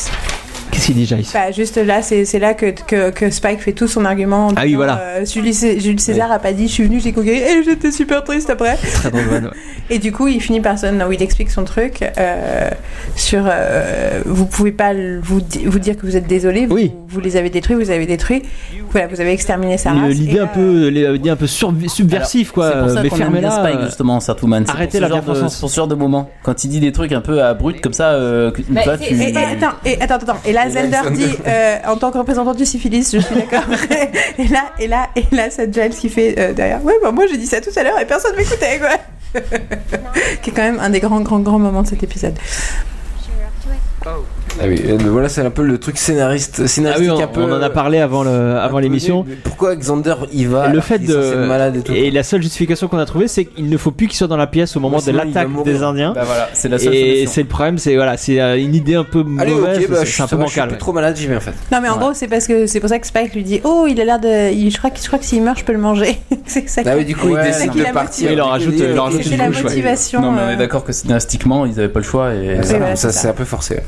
[SPEAKER 1] Qu'est-ce qu'il dit, Jace
[SPEAKER 4] Bah, juste là, c'est c'est là que, que, que Spike fait tout son argument. en
[SPEAKER 1] Ah oui,
[SPEAKER 4] disant,
[SPEAKER 1] voilà.
[SPEAKER 4] euh, Julie Cé- Jules César a pas dit, je suis venu, j'ai conquis, et j'étais super triste après.
[SPEAKER 1] Très drôle, ouais, ouais.
[SPEAKER 4] Et du coup, il finit par ça, où il explique son truc euh, sur euh, vous pouvez pas le- vous, di- vous dire que vous êtes désolé, vous, vous les avez détruits, vous les avez détruits, voilà, vous avez exterminé sa race.
[SPEAKER 1] L'idée un peu, l'idée un peu surv- subversif, quoi. euh,
[SPEAKER 6] C'est pour ça
[SPEAKER 1] mais
[SPEAKER 6] qu'on aime bien
[SPEAKER 1] fermez-la.
[SPEAKER 6] Spike justement, Sartouman. C'est
[SPEAKER 1] Arrêtez
[SPEAKER 6] pour ce
[SPEAKER 1] la
[SPEAKER 6] genre de-
[SPEAKER 1] bienfaisance.
[SPEAKER 6] C'est pour ce genre de moment. Quand il dit des trucs un peu abrupts comme ça, euh, que-
[SPEAKER 4] Bah,
[SPEAKER 6] toi,
[SPEAKER 4] c'est-
[SPEAKER 6] tu.
[SPEAKER 4] et, et attends, et attends, attends. Et là,
[SPEAKER 6] Et là, il
[SPEAKER 4] Zelda
[SPEAKER 6] sonne.
[SPEAKER 4] dit euh, en tant que représentant du syphilis, je suis d'accord. et là, et là, et là, cette Giles qui fait euh, derrière. Ouais, bah moi j'ai dit ça tout à l'heure et personne m'écoutait, quoi. qui est quand même un des grands, grands, grands moments de cet épisode.
[SPEAKER 3] Ah oui, euh, voilà, c'est un peu le truc scénariste, scénaristique
[SPEAKER 1] Ah on,
[SPEAKER 3] un peu.
[SPEAKER 1] on en a parlé avant le- avant l'émission.
[SPEAKER 3] Pourquoi Xander y va
[SPEAKER 1] le
[SPEAKER 3] alors
[SPEAKER 1] fait
[SPEAKER 3] qu'il est censé être
[SPEAKER 1] de
[SPEAKER 3] malade et tout
[SPEAKER 1] la seule justification qu'on a trouvée c'est qu'il ne faut plus qu'il soit dans la pièce au moment
[SPEAKER 3] Ouais,
[SPEAKER 1] de
[SPEAKER 3] sinon, il va
[SPEAKER 1] l'attaque
[SPEAKER 3] mourir.
[SPEAKER 1] des Indiens
[SPEAKER 6] Bah voilà, c'est la seule
[SPEAKER 1] et
[SPEAKER 6] solution.
[SPEAKER 1] c'est le problème c'est voilà c'est euh, une idée un peu
[SPEAKER 3] Allez, ok,
[SPEAKER 1] mauvaise
[SPEAKER 3] bah,
[SPEAKER 1] c'est-
[SPEAKER 3] je
[SPEAKER 1] c'est un
[SPEAKER 3] ça
[SPEAKER 1] peu
[SPEAKER 3] va, je suis
[SPEAKER 1] bancal
[SPEAKER 3] plus trop malade, j'y vais en fait.
[SPEAKER 4] Non, mais en gros, c'est parce que c'est pour ça que Spike lui dit Oh, il a l'air de. il- je crois que je crois que s'il meurt, je peux le manger. c'est ça.
[SPEAKER 3] Ah
[SPEAKER 4] qui-
[SPEAKER 3] oui, du coup, il
[SPEAKER 4] c'est ça
[SPEAKER 3] décide
[SPEAKER 4] qui
[SPEAKER 3] de
[SPEAKER 4] la
[SPEAKER 3] partir.
[SPEAKER 4] motive.
[SPEAKER 3] Il en rajoute- il en rajoute
[SPEAKER 4] C'était
[SPEAKER 3] une
[SPEAKER 4] la
[SPEAKER 3] couche, ouais.
[SPEAKER 4] motivation.
[SPEAKER 6] Non, mais on
[SPEAKER 4] euh,
[SPEAKER 6] est d'accord que scénaristiquement, ils n'avaient pas le choix. Et...
[SPEAKER 4] Oui, voilà, c'est ça.
[SPEAKER 3] un peu forcé.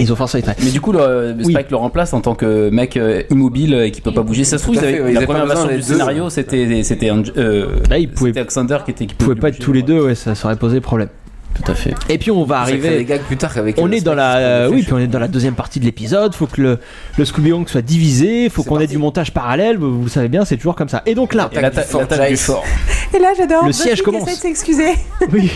[SPEAKER 1] Ils ont forcé.
[SPEAKER 6] Mais du coup, le- euh, Spike le remplace en tant que mec euh, immobile et qui peut pas bouger. Ça se trouve,
[SPEAKER 3] Tout à
[SPEAKER 6] ils avaient-
[SPEAKER 3] fait, ouais, ils
[SPEAKER 6] la
[SPEAKER 3] avaient
[SPEAKER 6] première
[SPEAKER 3] pas besoin
[SPEAKER 6] version du
[SPEAKER 3] des deux.
[SPEAKER 6] scénario, c'était c'était un- euh, c'était Alexander qui était qui
[SPEAKER 1] ils pouvaient pas être tous les deux ouais ça ça aurait posé problème tout à fait et puis on va
[SPEAKER 3] Ça crée
[SPEAKER 1] arriver
[SPEAKER 3] des gags plus tard avec,
[SPEAKER 1] on
[SPEAKER 3] euh,
[SPEAKER 1] est dans
[SPEAKER 3] Spike
[SPEAKER 1] la
[SPEAKER 3] qui se
[SPEAKER 1] euh,
[SPEAKER 3] fait
[SPEAKER 1] oui puis on est dans la deuxième partie de l'épisode faut que le le Scooby Gang soit divisé faut qu'on ait du montage parallèle vous, vous le savez bien c'est toujours comme ça et donc là
[SPEAKER 6] Et l'atta- l'attaque du fort.
[SPEAKER 4] Et là, j'adore.
[SPEAKER 1] Le
[SPEAKER 4] Buffy
[SPEAKER 1] siège
[SPEAKER 4] qui
[SPEAKER 1] commence.
[SPEAKER 4] essaie de s'excuser.
[SPEAKER 1] Oui.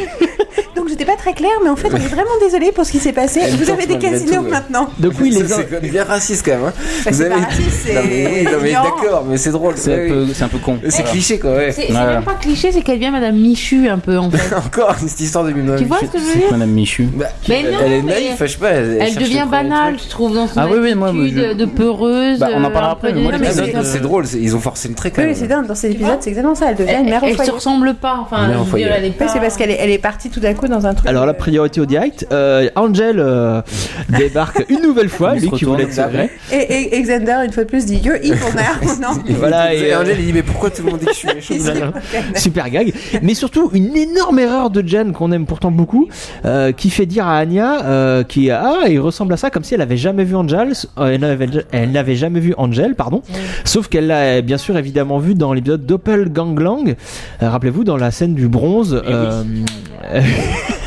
[SPEAKER 4] Donc j'étais pas très claire, mais en fait, on est vraiment désolé pour ce qui s'est passé.
[SPEAKER 3] Elle
[SPEAKER 4] Vous
[SPEAKER 3] tente
[SPEAKER 4] avez des
[SPEAKER 3] malgré
[SPEAKER 4] casinos
[SPEAKER 3] tout, euh.
[SPEAKER 4] maintenant.
[SPEAKER 3] Ça, C'est quand même bien raciste quand même. hein.
[SPEAKER 4] Bah, c'est pas raciste, c'est
[SPEAKER 3] Non, mais, oui, non, mais
[SPEAKER 4] ignorant.
[SPEAKER 3] d'accord, mais c'est drôle.
[SPEAKER 6] C'est un
[SPEAKER 3] ouais,
[SPEAKER 6] peu-
[SPEAKER 3] oui.
[SPEAKER 6] c'est un peu con.
[SPEAKER 3] C'est
[SPEAKER 6] Voilà.
[SPEAKER 3] cliché quoi, ouais.
[SPEAKER 5] C'est c'est même pas cliché, c'est qu'elle vient Madame Michu un peu en fait.
[SPEAKER 3] Encore cette histoire de Madame
[SPEAKER 5] Tu vois
[SPEAKER 3] Michu.
[SPEAKER 5] ce que je veux dire
[SPEAKER 6] Madame Michu.
[SPEAKER 5] Mais non,
[SPEAKER 3] elle est
[SPEAKER 5] mais-
[SPEAKER 3] naïve, je sais pas. Elle, elle
[SPEAKER 5] Elle
[SPEAKER 3] cherche le
[SPEAKER 5] devient
[SPEAKER 3] premier
[SPEAKER 5] banale,
[SPEAKER 3] truc.
[SPEAKER 5] je trouve, dans son
[SPEAKER 3] Ah oui, oui, moi,
[SPEAKER 5] attitude
[SPEAKER 3] je-
[SPEAKER 5] de peureuse.
[SPEAKER 6] Bah, on en
[SPEAKER 5] euh,
[SPEAKER 6] parlera
[SPEAKER 5] un
[SPEAKER 6] après,
[SPEAKER 5] peu
[SPEAKER 6] mais moi,
[SPEAKER 5] de-
[SPEAKER 6] les
[SPEAKER 5] Non, mais
[SPEAKER 3] L'épisode, C'est drôle, c'est- ils ont forcé le trait quand
[SPEAKER 4] Oui,
[SPEAKER 3] même.
[SPEAKER 4] c'est dingue. Dans cet épisode, c'est exactement ça. Elle devient une
[SPEAKER 5] Elle,
[SPEAKER 4] mère au
[SPEAKER 5] elle se
[SPEAKER 4] foyer.
[SPEAKER 5] ressemble pas, enfin,
[SPEAKER 1] Mère
[SPEAKER 5] je
[SPEAKER 1] au
[SPEAKER 5] veux
[SPEAKER 1] foyer.
[SPEAKER 5] dire, elle est pas.
[SPEAKER 4] Oui, c'est parce qu'elle est, elle est partie tout d'un coup dans un truc.
[SPEAKER 1] Alors la priorité au direct, euh, Angel euh, débarque une nouvelle fois, lui qui voulait être
[SPEAKER 3] bah,
[SPEAKER 1] secret.
[SPEAKER 4] Et, et, et Xander, une fois de plus, dit You're evil now. non
[SPEAKER 1] Et voilà, et,
[SPEAKER 3] Et Angel, il dit Mais pourquoi tout le monde dit que je suis méchant
[SPEAKER 1] super gag. Mais surtout une énorme erreur de Jen qu'on aime pourtant beaucoup, euh, qui fait dire à Anya euh, qui ah il ressemble à ça comme si elle avait jamais vu Angel, euh, elle n'avait elle n'avait jamais vu Angel pardon. Sauf qu'elle l'a bien sûr évidemment vu dans l'épisode Doppelganglang. Euh, Rappelez-vous dans la scène du bronze.
[SPEAKER 4] Eh
[SPEAKER 1] euh,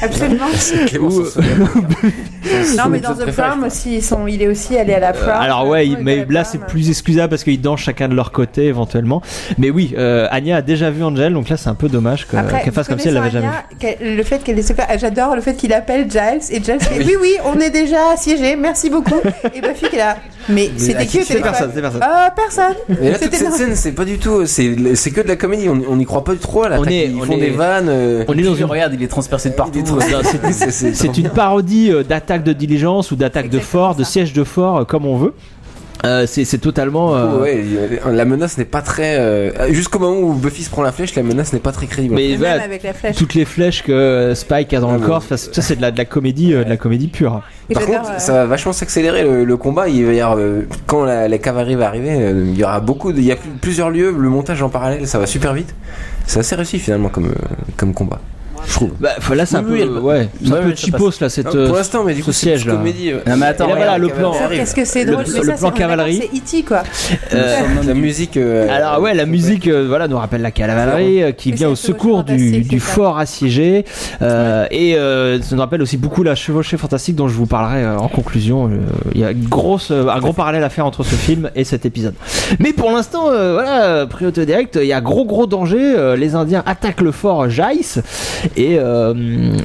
[SPEAKER 4] Absolument.
[SPEAKER 3] Ou-
[SPEAKER 4] non, mais dans The Prom aussi, ils sont, il est aussi allé à la prom. Euh,
[SPEAKER 1] Alors ouais, il-
[SPEAKER 4] il
[SPEAKER 1] mais là c'est plus excusable parce qu'ils dansent chacun de leur côté éventuellement. Mais oui, euh, Anya a déjà vu Angel, donc là c'est un peu dommage que-
[SPEAKER 4] Après,
[SPEAKER 1] Euh, qu'elle fasse
[SPEAKER 4] vous
[SPEAKER 1] comme si elle l'avait
[SPEAKER 4] connaissez
[SPEAKER 1] jamais vu.
[SPEAKER 4] Anya, qu'elle- Le fait qu'elle ait séparé- j'adore le fait qu'il appelle Giles et Giles fait oui oui on est déjà assiégé merci beaucoup et Buffy qui est là mais,
[SPEAKER 3] Mais à
[SPEAKER 4] c'était
[SPEAKER 3] qui
[SPEAKER 4] qui au
[SPEAKER 3] c'est
[SPEAKER 4] téléphone
[SPEAKER 3] personne, c'est personne.
[SPEAKER 4] Euh, personne
[SPEAKER 3] Mais là, toute
[SPEAKER 4] C'était
[SPEAKER 3] cette
[SPEAKER 4] dans-
[SPEAKER 3] scène, c'est pas du tout. C'est c'est que de la comédie. On on n'y croit pas trop là.
[SPEAKER 1] On est-
[SPEAKER 3] Ils
[SPEAKER 1] on
[SPEAKER 3] font
[SPEAKER 1] est-
[SPEAKER 3] des vannes. euh,
[SPEAKER 1] On est dans une-
[SPEAKER 6] Regarde, il est transpercé de partout.
[SPEAKER 3] des trucs. C'est- c'est-
[SPEAKER 1] C'est une parodie euh, d'attaque de diligence ou d'attaque de fort, de siège de fort, euh, comme on veut. Euh, c'est c'est totalement. euh,
[SPEAKER 3] Ouais, il- la menace n'est pas très. euh, Jusqu'au moment où Buffy se prend la flèche, la menace n'est pas très crédible.
[SPEAKER 1] Mais
[SPEAKER 4] même
[SPEAKER 1] voilà,
[SPEAKER 4] avec la flèche
[SPEAKER 1] toutes les flèches que euh, Spike a dans
[SPEAKER 3] Ah
[SPEAKER 1] le
[SPEAKER 3] ouais.
[SPEAKER 1] corps, ça, c'est- ça, c'est de la, de la comédie, euh, de la comédie pure.
[SPEAKER 4] Et
[SPEAKER 3] Par
[SPEAKER 4] j'adore,
[SPEAKER 3] contre,
[SPEAKER 4] euh,
[SPEAKER 3] ça va vachement s'accélérer le, le combat. Il va y avoir, euh, quand la, la cavalerie va arriver, euh, il y aura beaucoup. de- il y a plus- plusieurs lieux. Le montage en parallèle, ça va super vite. C'est assez réussi finalement comme euh, comme combat. Je trouve.
[SPEAKER 1] Bah, faut- là, c'est un
[SPEAKER 6] Oui,
[SPEAKER 1] peu,
[SPEAKER 6] oui, elle-
[SPEAKER 1] ouais, c'est
[SPEAKER 6] Ouais,
[SPEAKER 1] un peu
[SPEAKER 6] ouais, ça
[SPEAKER 1] cheapos là, cette.
[SPEAKER 3] pour
[SPEAKER 1] euh,
[SPEAKER 3] l'instant, mais du
[SPEAKER 1] ce
[SPEAKER 3] coup, c'est une
[SPEAKER 1] siège, là.
[SPEAKER 3] comédie. euh, ouais.
[SPEAKER 6] Non, mais attends,
[SPEAKER 1] Et là, voilà,
[SPEAKER 6] regarde,
[SPEAKER 1] le
[SPEAKER 6] la
[SPEAKER 1] plan.
[SPEAKER 3] cavalerie.
[SPEAKER 4] Qu'est-ce que c'est
[SPEAKER 1] Le-
[SPEAKER 4] drôle,
[SPEAKER 1] le
[SPEAKER 4] mais ça,
[SPEAKER 1] plan
[SPEAKER 4] c'est- on est d'accord,
[SPEAKER 1] cavalerie.
[SPEAKER 4] C'est E.T. quoi.
[SPEAKER 1] euh,
[SPEAKER 3] La musique. euh,
[SPEAKER 1] Alors ouais, la musique euh, voilà nous rappelle la cavalerie euh, qui
[SPEAKER 4] Oui,
[SPEAKER 1] vient
[SPEAKER 4] c'est
[SPEAKER 1] au
[SPEAKER 4] un chevauchée
[SPEAKER 1] secours du,
[SPEAKER 4] fantastique,
[SPEAKER 1] du
[SPEAKER 4] c'est ça.
[SPEAKER 1] fort assiégé euh, et euh, ça nous rappelle aussi beaucoup la chevauchée fantastique dont je vous parlerai euh, en conclusion. Euh, Il y a une grosse, euh, un gros parallèle à faire entre ce film et cet épisode. Mais pour l'instant, euh, voilà, euh, priorité directe, il y a gros gros danger. euh, les Indiens attaquent le fort Jaïs et euh,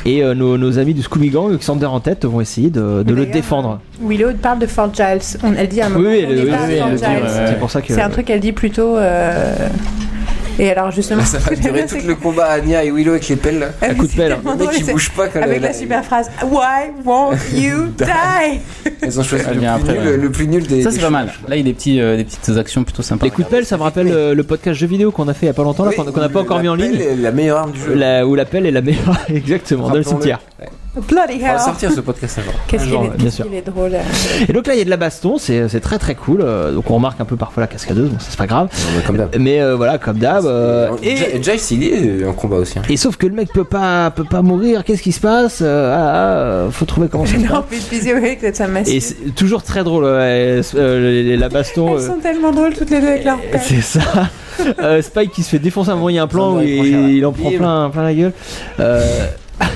[SPEAKER 1] et euh, nos, nos amis du Scooby Gang, Xander en tête, vont essayer de, de le
[SPEAKER 4] D'ailleurs,
[SPEAKER 1] défendre.
[SPEAKER 4] Willow parle de Fort Giles. On- elle dit à un
[SPEAKER 1] Oui,
[SPEAKER 4] moment,
[SPEAKER 1] oui,
[SPEAKER 4] on
[SPEAKER 1] elle-
[SPEAKER 4] est
[SPEAKER 1] oui,
[SPEAKER 4] pas
[SPEAKER 1] oui,
[SPEAKER 4] à Fort
[SPEAKER 1] elle-
[SPEAKER 4] Giles.
[SPEAKER 1] c'est pour ça que
[SPEAKER 4] C'est un truc qu'elle dit plutôt. euh, Et alors justement,
[SPEAKER 3] Ça va durer tout le combat Anya et Willow avec les pelles. là.
[SPEAKER 1] à coup de
[SPEAKER 4] C'est
[SPEAKER 1] pelle.
[SPEAKER 4] tellement
[SPEAKER 3] hein. Le mec,
[SPEAKER 4] drôle,
[SPEAKER 3] il
[SPEAKER 4] c'est-
[SPEAKER 3] bouge pas quand
[SPEAKER 4] Avec
[SPEAKER 3] la-
[SPEAKER 4] la super phrase Why won't you die
[SPEAKER 3] Elles ont choisi
[SPEAKER 6] Elle
[SPEAKER 3] le plus,
[SPEAKER 6] vient après,
[SPEAKER 3] nul,
[SPEAKER 6] ouais.
[SPEAKER 3] le plus nul des.
[SPEAKER 6] Ça
[SPEAKER 3] des
[SPEAKER 6] c'est pas
[SPEAKER 3] choses.
[SPEAKER 6] mal. Là il y a des, petits, euh, des petites actions plutôt sympas.
[SPEAKER 1] Les coups de pelle, ça me rappelle euh, le podcast jeux vidéo qu'on a fait il y a pas longtemps, là,
[SPEAKER 3] Oui,
[SPEAKER 1] qu'on qu'on n'a pas
[SPEAKER 3] la
[SPEAKER 1] encore mis en
[SPEAKER 3] pelle
[SPEAKER 1] ligne.
[SPEAKER 3] est La meilleure arme du jeu.
[SPEAKER 1] La- où l'appel est la meilleure, exactement, dans le
[SPEAKER 3] Rappelons-le.
[SPEAKER 1] cimetière.
[SPEAKER 4] Bloody
[SPEAKER 3] On va
[SPEAKER 4] hell
[SPEAKER 3] sortir ce podcast avant.
[SPEAKER 4] Qu'est-ce qu'il
[SPEAKER 1] Genre,
[SPEAKER 4] est,
[SPEAKER 1] bien
[SPEAKER 4] qu'est-ce
[SPEAKER 1] sûr.
[SPEAKER 4] qu'il est drôle. euh.
[SPEAKER 1] Et donc là, il y a de la baston, c'est c'est très très cool. euh, Donc on remarque un peu parfois la cascadeuse, bon, ça, c'est pas grave.
[SPEAKER 3] bah, Comme d'hab.
[SPEAKER 1] Mais euh, voilà, comme d'hab. euh, et,
[SPEAKER 3] Et Jace, il est en combat aussi. hein.
[SPEAKER 1] et sauf que le mec peut pas, peut pas mourir, qu'est-ce qui se passe Euh, ah, ah, faut trouver comment ça se passe.
[SPEAKER 4] Non, puis Busy Work, c'est un
[SPEAKER 1] Et
[SPEAKER 4] massif.
[SPEAKER 1] c'est toujours très drôle, ouais, euh, la baston.
[SPEAKER 4] Elles
[SPEAKER 1] euh,
[SPEAKER 4] sont tellement drôles toutes les deux avec leur père.
[SPEAKER 1] C'est ça. Euh, Spike qui se fait défoncer à un moment, il y a un plan où
[SPEAKER 3] Xander est
[SPEAKER 1] il,
[SPEAKER 3] prochain, ouais.
[SPEAKER 1] il en prend
[SPEAKER 3] Bim.
[SPEAKER 1] plein, plein la gueule. Euh,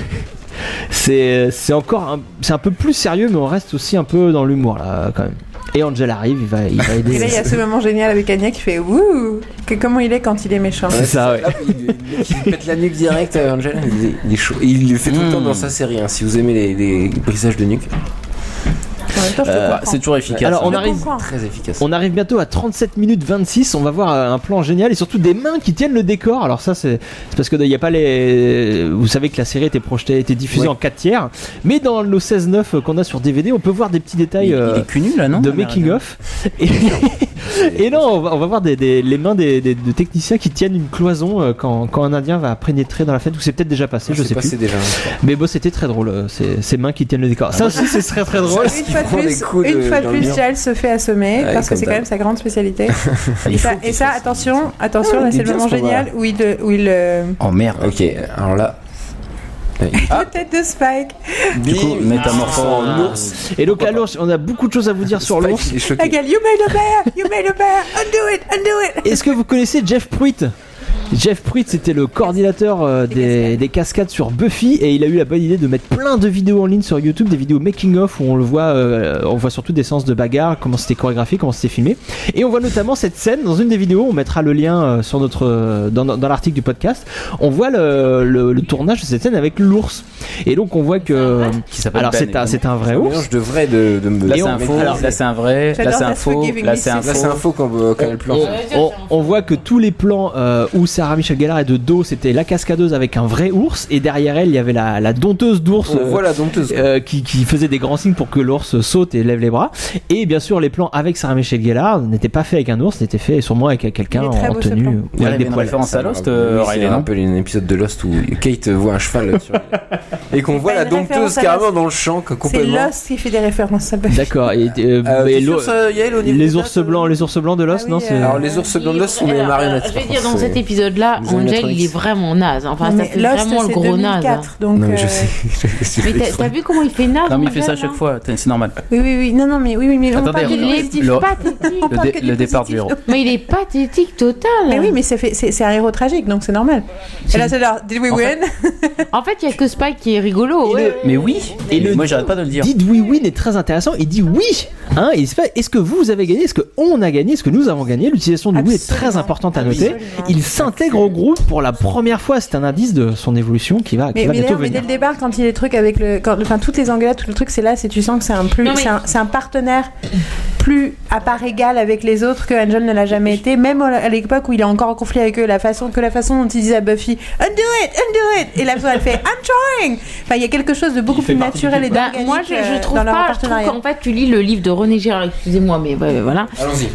[SPEAKER 1] c'est c'est encore un, c'est un peu plus sérieux, mais on reste aussi un peu dans l'humour là quand même. Et Angel arrive, il va, il va
[SPEAKER 4] Et là, il y
[SPEAKER 1] aider.
[SPEAKER 4] a ce moment génial avec Anya qui fait Wouh que Comment il est quand il est méchant
[SPEAKER 1] C'est ça, ouais.
[SPEAKER 3] Hop, il, il pète la nuque direct à Angel. Il, est- il est chaud. Et Il le fait tout le
[SPEAKER 6] Mm.
[SPEAKER 1] Hmm.
[SPEAKER 3] temps dans sa série. hein, si vous aimez les, les brisages de nuque,
[SPEAKER 4] En même temps, je
[SPEAKER 1] Euh,
[SPEAKER 4] te
[SPEAKER 3] Euh,
[SPEAKER 6] Bah,
[SPEAKER 4] comprends.
[SPEAKER 6] c'est toujours efficace.
[SPEAKER 1] Alors,
[SPEAKER 6] hein.
[SPEAKER 1] on
[SPEAKER 4] Je
[SPEAKER 1] arrive-
[SPEAKER 4] comprends.
[SPEAKER 3] très efficace.
[SPEAKER 1] On arrive bientôt à 37 minutes 26. On va voir euh, un plan génial et surtout des mains qui tiennent le décor. Alors ça, c'est c'est parce que il y a pas les. Vous savez que la série était projetée, était diffusée
[SPEAKER 3] Ouais.
[SPEAKER 1] en 4 tiers, mais dans nos 16-9 qu'on a sur DVD, on peut voir des petits détails.
[SPEAKER 6] il,
[SPEAKER 1] euh,
[SPEAKER 6] il est cul nul là non Ah,
[SPEAKER 1] de making of et, et non on va, on va voir des, des- les mains des, des- de techniciens qui tiennent une cloison euh, quand, quand un indien va pénétrer dans la fête ou c'est peut-être déjà passé je sais
[SPEAKER 3] pas,
[SPEAKER 1] plus
[SPEAKER 3] Ah, c'est déjà.
[SPEAKER 1] mais bon c'était très drôle euh, ces, ces mains qui tiennent le décor ça aussi c'est très très drôle
[SPEAKER 4] Une fois de
[SPEAKER 3] prend des
[SPEAKER 4] plus,
[SPEAKER 3] coups de-
[SPEAKER 4] une fois de
[SPEAKER 3] dans le
[SPEAKER 4] plus
[SPEAKER 3] mur.
[SPEAKER 4] Giles se fait assommer
[SPEAKER 3] Ouais,
[SPEAKER 4] parce que
[SPEAKER 3] comme
[SPEAKER 4] c'est quand
[SPEAKER 3] d'hab.
[SPEAKER 4] même sa grande spécialité.
[SPEAKER 6] Il
[SPEAKER 4] et ça,
[SPEAKER 6] faut
[SPEAKER 4] et
[SPEAKER 6] qu'il
[SPEAKER 4] ça,
[SPEAKER 6] fasse-
[SPEAKER 4] attention, attention,
[SPEAKER 3] Ah,
[SPEAKER 4] là
[SPEAKER 3] il est
[SPEAKER 4] c'est le
[SPEAKER 3] bien,
[SPEAKER 4] moment
[SPEAKER 3] ce combat-là.
[SPEAKER 4] génial où il, de- où il euh,
[SPEAKER 6] Oh merde.
[SPEAKER 3] Ok, alors là.
[SPEAKER 4] la tête de Spike,
[SPEAKER 6] Du coup,
[SPEAKER 3] Bim,
[SPEAKER 6] métamorphose
[SPEAKER 3] en
[SPEAKER 6] en
[SPEAKER 3] ours.
[SPEAKER 1] et donc à l'ours on a beaucoup de choses à vous dire sur
[SPEAKER 3] Spike,
[SPEAKER 1] l'ours
[SPEAKER 3] il est
[SPEAKER 4] la
[SPEAKER 3] choqué.
[SPEAKER 4] gueule, you made a bear, you made a bear, undo it, undo it.
[SPEAKER 1] est-ce que vous connaissez Jeff Pruitt Jeff Pruitt, c'était le coordinateur euh, des, des cascades sur Buffy et il a eu la bonne idée de mettre plein de vidéos en ligne sur YouTube, des vidéos making of où on le voit, euh, on voit surtout des séances de bagarre, comment c'était chorégraphié, comment c'était filmé. Et on voit notamment cette scène dans une des vidéos, on mettra le lien euh, sur notre euh, dans, dans l'article du podcast. On voit le, le- le tournage de cette scène avec l'ours. Et donc on voit que
[SPEAKER 6] s'appelle
[SPEAKER 1] alors
[SPEAKER 6] Ben,
[SPEAKER 1] c'est un,
[SPEAKER 6] évidemment.
[SPEAKER 1] c'est un vrai
[SPEAKER 6] C'est un
[SPEAKER 1] ours.
[SPEAKER 6] mélange
[SPEAKER 3] de vrai de, de-
[SPEAKER 6] Là,
[SPEAKER 1] Et
[SPEAKER 6] c'est
[SPEAKER 1] on-
[SPEAKER 6] un faux,
[SPEAKER 1] alors-
[SPEAKER 6] là, c'est un vrai, là, c'est un faux, là, c'est un faux.
[SPEAKER 3] Là, c'est un faux quand euh, quand elle
[SPEAKER 4] Oh.
[SPEAKER 3] plante.
[SPEAKER 1] on, on voit que tous les plans euh, où Sarah Michel Gellar est de dos, c'était la cascadeuse avec un vrai ours, et derrière elle, il y avait la, la dompteuse d'ours
[SPEAKER 4] Oh.
[SPEAKER 3] On voit la dompteuse.
[SPEAKER 1] euh, qui, qui faisait des grands signes pour que l'ours saute et lève les bras. Et bien sûr, les plans avec Sarah Michel Gellar n'étaient pas faits avec un ours, n'étaient faits sûrement avec quelqu'un
[SPEAKER 6] Il est
[SPEAKER 1] en
[SPEAKER 6] très beau, ce
[SPEAKER 1] tenue
[SPEAKER 6] plan.
[SPEAKER 1] ou
[SPEAKER 6] Il
[SPEAKER 1] avec
[SPEAKER 6] y avait
[SPEAKER 1] des
[SPEAKER 6] une
[SPEAKER 1] poils.
[SPEAKER 6] référence à Lost, euh,
[SPEAKER 3] Oui,
[SPEAKER 6] Riley,
[SPEAKER 3] c'est
[SPEAKER 6] non
[SPEAKER 3] un peu un épisode de Lost où Kate voit un cheval sur- et qu'on voit la
[SPEAKER 4] une référence
[SPEAKER 3] dompteuse
[SPEAKER 4] à
[SPEAKER 3] carrément
[SPEAKER 4] Lost.
[SPEAKER 3] dans le champ que-
[SPEAKER 4] C'est
[SPEAKER 3] complètement.
[SPEAKER 4] Lost qui fait des références à Buffy.
[SPEAKER 1] D'accord. Et, euh,
[SPEAKER 3] Euh,
[SPEAKER 1] mais
[SPEAKER 3] t'es sûr,
[SPEAKER 1] l'ours-
[SPEAKER 3] ça, Yael, au
[SPEAKER 1] les
[SPEAKER 3] niveau des
[SPEAKER 1] ours blancs, les ours blancs de
[SPEAKER 6] Ah
[SPEAKER 1] l'os, non c'est-
[SPEAKER 6] euh,
[SPEAKER 3] Alors les ours blancs de Lost sont des
[SPEAKER 5] Alors,
[SPEAKER 4] euh,
[SPEAKER 3] marionnettes.
[SPEAKER 5] Je vais
[SPEAKER 3] par
[SPEAKER 5] dire,
[SPEAKER 3] contre,
[SPEAKER 5] dans
[SPEAKER 3] c'est-
[SPEAKER 5] cet épisode-là,
[SPEAKER 3] des années
[SPEAKER 5] Angel,
[SPEAKER 3] 90.
[SPEAKER 5] il est vraiment naze. Enfin,
[SPEAKER 4] Non,
[SPEAKER 5] ça
[SPEAKER 4] mais
[SPEAKER 5] fait
[SPEAKER 4] Lost,
[SPEAKER 5] vraiment le
[SPEAKER 4] c'est
[SPEAKER 5] gros
[SPEAKER 4] 2004,
[SPEAKER 5] naze. hein.
[SPEAKER 4] donc, Non, mais je euh, sais.
[SPEAKER 5] Mais t'as- t'as vu comment il fait naze
[SPEAKER 6] Non, mais il fait
[SPEAKER 5] Angel,
[SPEAKER 6] ça à chaque fois, t'as- c'est normal.
[SPEAKER 4] Oui, oui, oui. Non, non, mais oui, oui, mais on
[SPEAKER 6] Attendez,
[SPEAKER 4] parle
[SPEAKER 6] on-
[SPEAKER 4] du positif,
[SPEAKER 6] le-
[SPEAKER 4] pas technique.
[SPEAKER 6] Le, dé- le départ du héros.
[SPEAKER 5] Mais il est pathétique total.
[SPEAKER 4] Mais oui, mais ça fait- c'est c'est un héros tragique, donc c'est normal. Et là, c'est leur Did we win
[SPEAKER 5] En fait, il n'y a que Spike qui est rigolo. ouais.
[SPEAKER 6] Mais oui,
[SPEAKER 1] Et
[SPEAKER 6] mais
[SPEAKER 1] le-
[SPEAKER 6] moi j'arrête pas de le dire.
[SPEAKER 1] Did we win est très intéressant. Il dit oui. Hein, et il se fait, est-ce que vous avez gagné Est-ce que on a gagné Est-ce que nous avons gagné L'utilisation du oui est très importante à noter. Il s'intègre au groupe pour la première fois. C'est un indice de son évolution qui va, qui
[SPEAKER 4] Mais,
[SPEAKER 1] va
[SPEAKER 4] mais
[SPEAKER 1] bientôt
[SPEAKER 4] d'ailleurs, mais dès
[SPEAKER 1] venir.
[SPEAKER 4] le départ, quand il y a les trucs avec le. Quand, enfin, toutes les engueulades, tout le truc, c'est là, c'est tu sens que c'est un, plus-
[SPEAKER 5] Non, mais-
[SPEAKER 4] c'est un, c'est un partenaire plus à part égale avec les autres que Angel ne l'a jamais été, même à l'époque où il est encore en conflit avec eux, la façon, que la façon dont il disait à Buffy Undo it, undo it Et la fois, elle fait I'm trying Enfin, il y a quelque chose de beaucoup plus naturel et
[SPEAKER 6] hein.
[SPEAKER 5] Bah,
[SPEAKER 4] d'organique
[SPEAKER 5] moi, je,
[SPEAKER 4] euh,
[SPEAKER 5] je trouve
[SPEAKER 4] dans leur
[SPEAKER 5] pas. Je trouve
[SPEAKER 4] partenariat.
[SPEAKER 5] qu'en fait, tu lis le livre de René Girard, excusez-moi, mais ouais, ouais, voilà.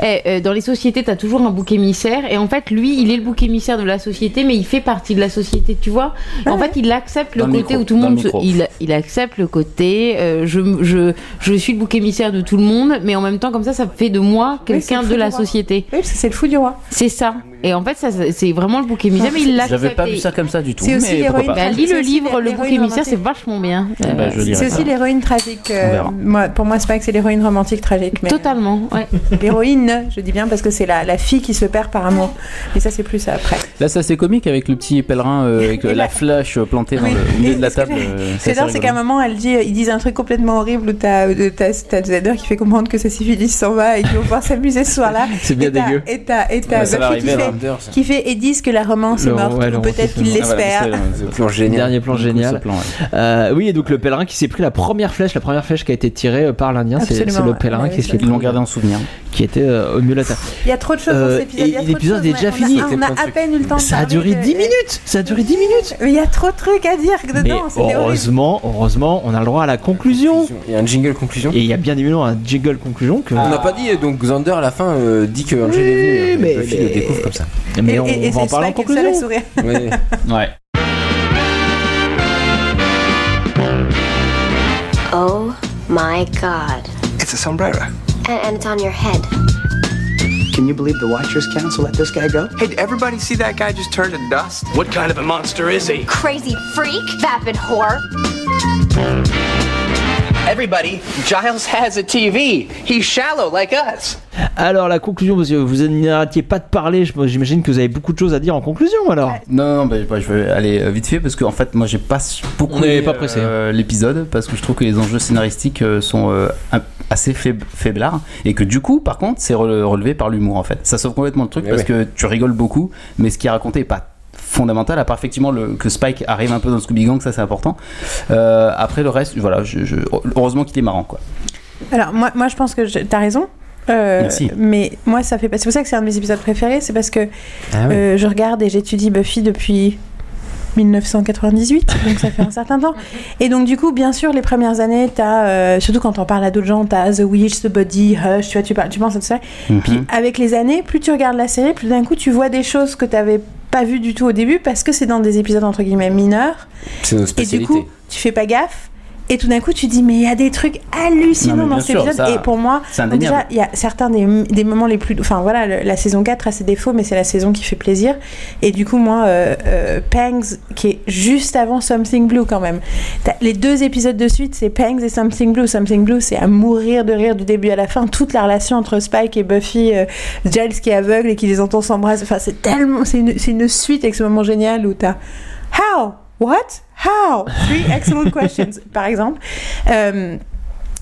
[SPEAKER 5] Eh, euh, dans les sociétés, tu as toujours un bouc émissaire. Et en fait, lui, il est le bouc émissaire de la société, mais il fait partie de la société, tu vois. en fait, il accepte le
[SPEAKER 6] Dans le
[SPEAKER 5] côté
[SPEAKER 6] micro,
[SPEAKER 5] où tout le
[SPEAKER 6] dans le
[SPEAKER 5] monde. se-
[SPEAKER 6] micro.
[SPEAKER 5] il, il accepte le côté. euh, je, je, je suis le bouc émissaire de tout le monde, mais en même temps, comme ça, ça fait de moi quelqu'un
[SPEAKER 4] le
[SPEAKER 5] de
[SPEAKER 4] fou
[SPEAKER 5] la
[SPEAKER 4] du roi.
[SPEAKER 5] société.
[SPEAKER 4] Oui, parce que c'est le fou du roi.
[SPEAKER 5] C'est ça. Et en fait, ça, ça- c'est vraiment le bouc
[SPEAKER 4] Ah.
[SPEAKER 5] émissaire, mais il l'accepte.
[SPEAKER 6] J'avais pas
[SPEAKER 5] et-
[SPEAKER 6] vu ça comme ça du tout.
[SPEAKER 4] C'est aussi
[SPEAKER 6] mais pourquoi
[SPEAKER 4] l'héroïne.
[SPEAKER 6] pas.
[SPEAKER 5] Bah, lis
[SPEAKER 4] C'est
[SPEAKER 5] le
[SPEAKER 4] aussi
[SPEAKER 5] livre, le
[SPEAKER 4] l'héroïne
[SPEAKER 5] bouc
[SPEAKER 4] romantique.
[SPEAKER 5] émissaire, c'est vachement bien.
[SPEAKER 4] Ah
[SPEAKER 5] Euh,
[SPEAKER 6] Eh
[SPEAKER 4] bah,
[SPEAKER 6] ben, je dirais
[SPEAKER 4] C'est aussi
[SPEAKER 6] pas.
[SPEAKER 4] l'héroïne tragique. euh,
[SPEAKER 6] On verra.
[SPEAKER 4] moi, pour moi, c'est pas que c'est l'héroïne romantique tragique, mais
[SPEAKER 5] Totalement, ouais.
[SPEAKER 4] l'héroïne, je dis bien parce que c'est la, la fille qui se perd par amour. Mais ça, c'est plus après.
[SPEAKER 6] Là, c'est assez comique avec le petit pèlerin, euh, avec euh, la flèche euh, plantée dans le au milieu de la table. euh,
[SPEAKER 4] C'est
[SPEAKER 6] assez
[SPEAKER 4] drôle, c'est
[SPEAKER 6] rigolo.
[SPEAKER 4] qu'à un moment, elle dit, euh, ils disent un truc complètement horrible où t'as euh, t'as t'as Xander qui fait comprendre que sa syphilis s'en va et qu'ils vont pouvoir s'amuser ce soir-là.
[SPEAKER 1] C'est bien
[SPEAKER 4] Et t'as-
[SPEAKER 1] dégueu.
[SPEAKER 4] Et t'as et t'as
[SPEAKER 6] Ouais, ça va
[SPEAKER 4] Buffy qui
[SPEAKER 6] arriver,
[SPEAKER 4] fait-
[SPEAKER 3] Thunder, ça.
[SPEAKER 4] qui fait et disent que la romance est
[SPEAKER 1] Le-
[SPEAKER 4] morte
[SPEAKER 1] ouais, le
[SPEAKER 4] ou
[SPEAKER 1] romance
[SPEAKER 4] peut-être
[SPEAKER 1] est
[SPEAKER 4] qu'il
[SPEAKER 1] morte.
[SPEAKER 6] Ah, voilà,
[SPEAKER 4] l'espère.
[SPEAKER 6] c'est, euh,
[SPEAKER 3] Le plan génial.
[SPEAKER 1] Dernier plan
[SPEAKER 6] ce
[SPEAKER 1] génial.
[SPEAKER 6] plan, ouais.
[SPEAKER 1] Euh, oui, et donc le pèlerin qui s'est pris la première flèche, la première flèche qui a été tirée euh, par l'Indien, c'est
[SPEAKER 4] Absolument,
[SPEAKER 1] c'est le
[SPEAKER 4] ouais.
[SPEAKER 1] pèlerin
[SPEAKER 4] Ouais, Ah
[SPEAKER 1] qui, se
[SPEAKER 4] ouais.
[SPEAKER 1] l'est
[SPEAKER 6] Ils l'ont
[SPEAKER 1] pris,
[SPEAKER 6] gardé en souvenir.
[SPEAKER 1] qui était euh, au milieu de la terre.
[SPEAKER 4] Il y a trop de choses dans
[SPEAKER 1] Euh,
[SPEAKER 4] cet épisode. il y a
[SPEAKER 1] et
[SPEAKER 4] trop de
[SPEAKER 1] l'épisode
[SPEAKER 4] choses,
[SPEAKER 1] est déjà
[SPEAKER 4] on a-
[SPEAKER 1] fini.
[SPEAKER 4] On a à peine eu le temps de
[SPEAKER 1] Ça a
[SPEAKER 4] parler
[SPEAKER 1] duré
[SPEAKER 4] de-
[SPEAKER 1] 10 minutes Ça a duré 10 minutes
[SPEAKER 4] Mais il y a trop de trucs à dire
[SPEAKER 1] Mais
[SPEAKER 4] dedans. c'était horrible.
[SPEAKER 1] heureusement, heureusement, on a le droit à la conclusion.
[SPEAKER 3] Il y a un jingle conclusion.
[SPEAKER 1] Et il y a bien évidemment un jingle conclusion
[SPEAKER 6] euh,
[SPEAKER 1] que.
[SPEAKER 4] Ah.
[SPEAKER 3] On n'a pas dit, donc Xander à la fin euh, dit que Angel est venu.
[SPEAKER 1] mais-
[SPEAKER 3] euh, Buffy le découvre comme ça.
[SPEAKER 1] Mais
[SPEAKER 4] Et-
[SPEAKER 1] on
[SPEAKER 4] et- et
[SPEAKER 1] va en
[SPEAKER 4] c'est
[SPEAKER 1] parler en
[SPEAKER 4] Spike qui est le seul à
[SPEAKER 1] conclusion.
[SPEAKER 4] sourire.
[SPEAKER 3] Ouais.
[SPEAKER 6] Ouais.
[SPEAKER 10] Oh my god.
[SPEAKER 8] It's a sombrero.
[SPEAKER 10] And, and it's on your head.
[SPEAKER 8] Can you believe the Watchers Council let this guy go? Hey, did everybody see that guy just turn to dust?
[SPEAKER 7] What kind of a monster is he?
[SPEAKER 10] Crazy freak, vapid whore.
[SPEAKER 8] Everybody, Giles has a TV. He's shallow like us.
[SPEAKER 1] Alors la conclusion, parce que vous n'arrêtiez pas de parler, je- j'imagine que vous avez beaucoup de choses à dire en conclusion alors.
[SPEAKER 6] Non, non, non, bah, bah, je vais aller euh, vite fait parce que en fait, moi, j'ai pas su- beaucoup
[SPEAKER 1] On est
[SPEAKER 6] aimé,
[SPEAKER 1] pas pressé, hein.
[SPEAKER 6] euh, l'épisode parce que je trouve que les enjeux scénaristiques euh, sont euh, un- assez faib- faiblards et que du coup, par contre, c'est rele- relevé par l'humour en fait. Ça sauve complètement le truc
[SPEAKER 3] Mais
[SPEAKER 6] parce
[SPEAKER 3] ouais.
[SPEAKER 6] que tu rigoles beaucoup, mais ce qui est raconté est pas fondamental à part effectivement le, que Spike arrive un peu dans Scooby Gang ça c'est important Euh, après le reste voilà je, je- heureusement qu'il est marrant quoi
[SPEAKER 4] Alors, moi, moi, je pense que je- t'as raison. Euh,
[SPEAKER 6] Merci.
[SPEAKER 4] Mais moi, ça fait pas. C'est pour ça que c'est un de mes épisodes préférés. C'est parce que
[SPEAKER 3] Ah ouais.
[SPEAKER 4] euh, je regarde et j'étudie Buffy depuis 1998, donc ça fait un certain temps. Et donc, du coup, bien sûr, les premières années, t'as, euh, surtout quand on parle à d'autres gens, t'as The Witch, The Body, Hush, tu vois, tu, parles, tu penses à tout ça. Puis, avec les années, plus tu regardes la série, plus d'un coup, tu vois des choses que t'avais pas vues du tout au début parce que c'est dans des épisodes entre guillemets mineurs.
[SPEAKER 3] C'est nos
[SPEAKER 4] Et du
[SPEAKER 3] spécialités.
[SPEAKER 4] coup, tu fais pas gaffe. Et tout d'un coup, tu dis, mais il y a des trucs hallucinants
[SPEAKER 6] Non, mais
[SPEAKER 4] dans
[SPEAKER 6] bien
[SPEAKER 4] cet
[SPEAKER 6] sûr,
[SPEAKER 4] épisode.
[SPEAKER 6] ça,
[SPEAKER 4] et pour moi,
[SPEAKER 6] c'est
[SPEAKER 4] donc
[SPEAKER 6] indéniable.
[SPEAKER 4] déjà, il y a certains des, des moments les plus. Enfin, voilà, le- la saison 4 a ses défauts, mais c'est la saison qui fait plaisir. Et du coup, moi, euh, euh, Pangs, qui est juste avant Something Blue quand même. T'as- Les deux épisodes de suite, c'est Pangs et Something Blue. Something Blue, c'est à mourir de rire du début à la fin. Toute la relation entre Spike et Buffy, euh, Giles qui est aveugle et qui les entend s'embrasser. Enfin, c'est tellement. C'est une, c'est une suite avec ce moment génial où t'as. How? What? How? Three excellent questions, par exemple. Euh,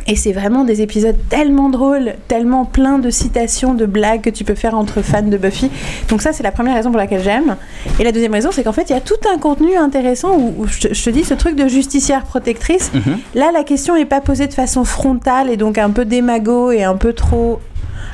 [SPEAKER 4] et c'est vraiment des épisodes tellement drôles, tellement pleins de citations, de blagues que tu peux faire entre fans de Buffy. Donc ça, c'est la première raison pour laquelle j'aime. Et la deuxième raison, c'est qu'en fait, il y a tout un contenu intéressant où, où je, te- je te dis ce truc de justicière protectrice.
[SPEAKER 11] Mhm.
[SPEAKER 4] Là, la question n'est pas posée de façon frontale et donc un peu démago et un peu trop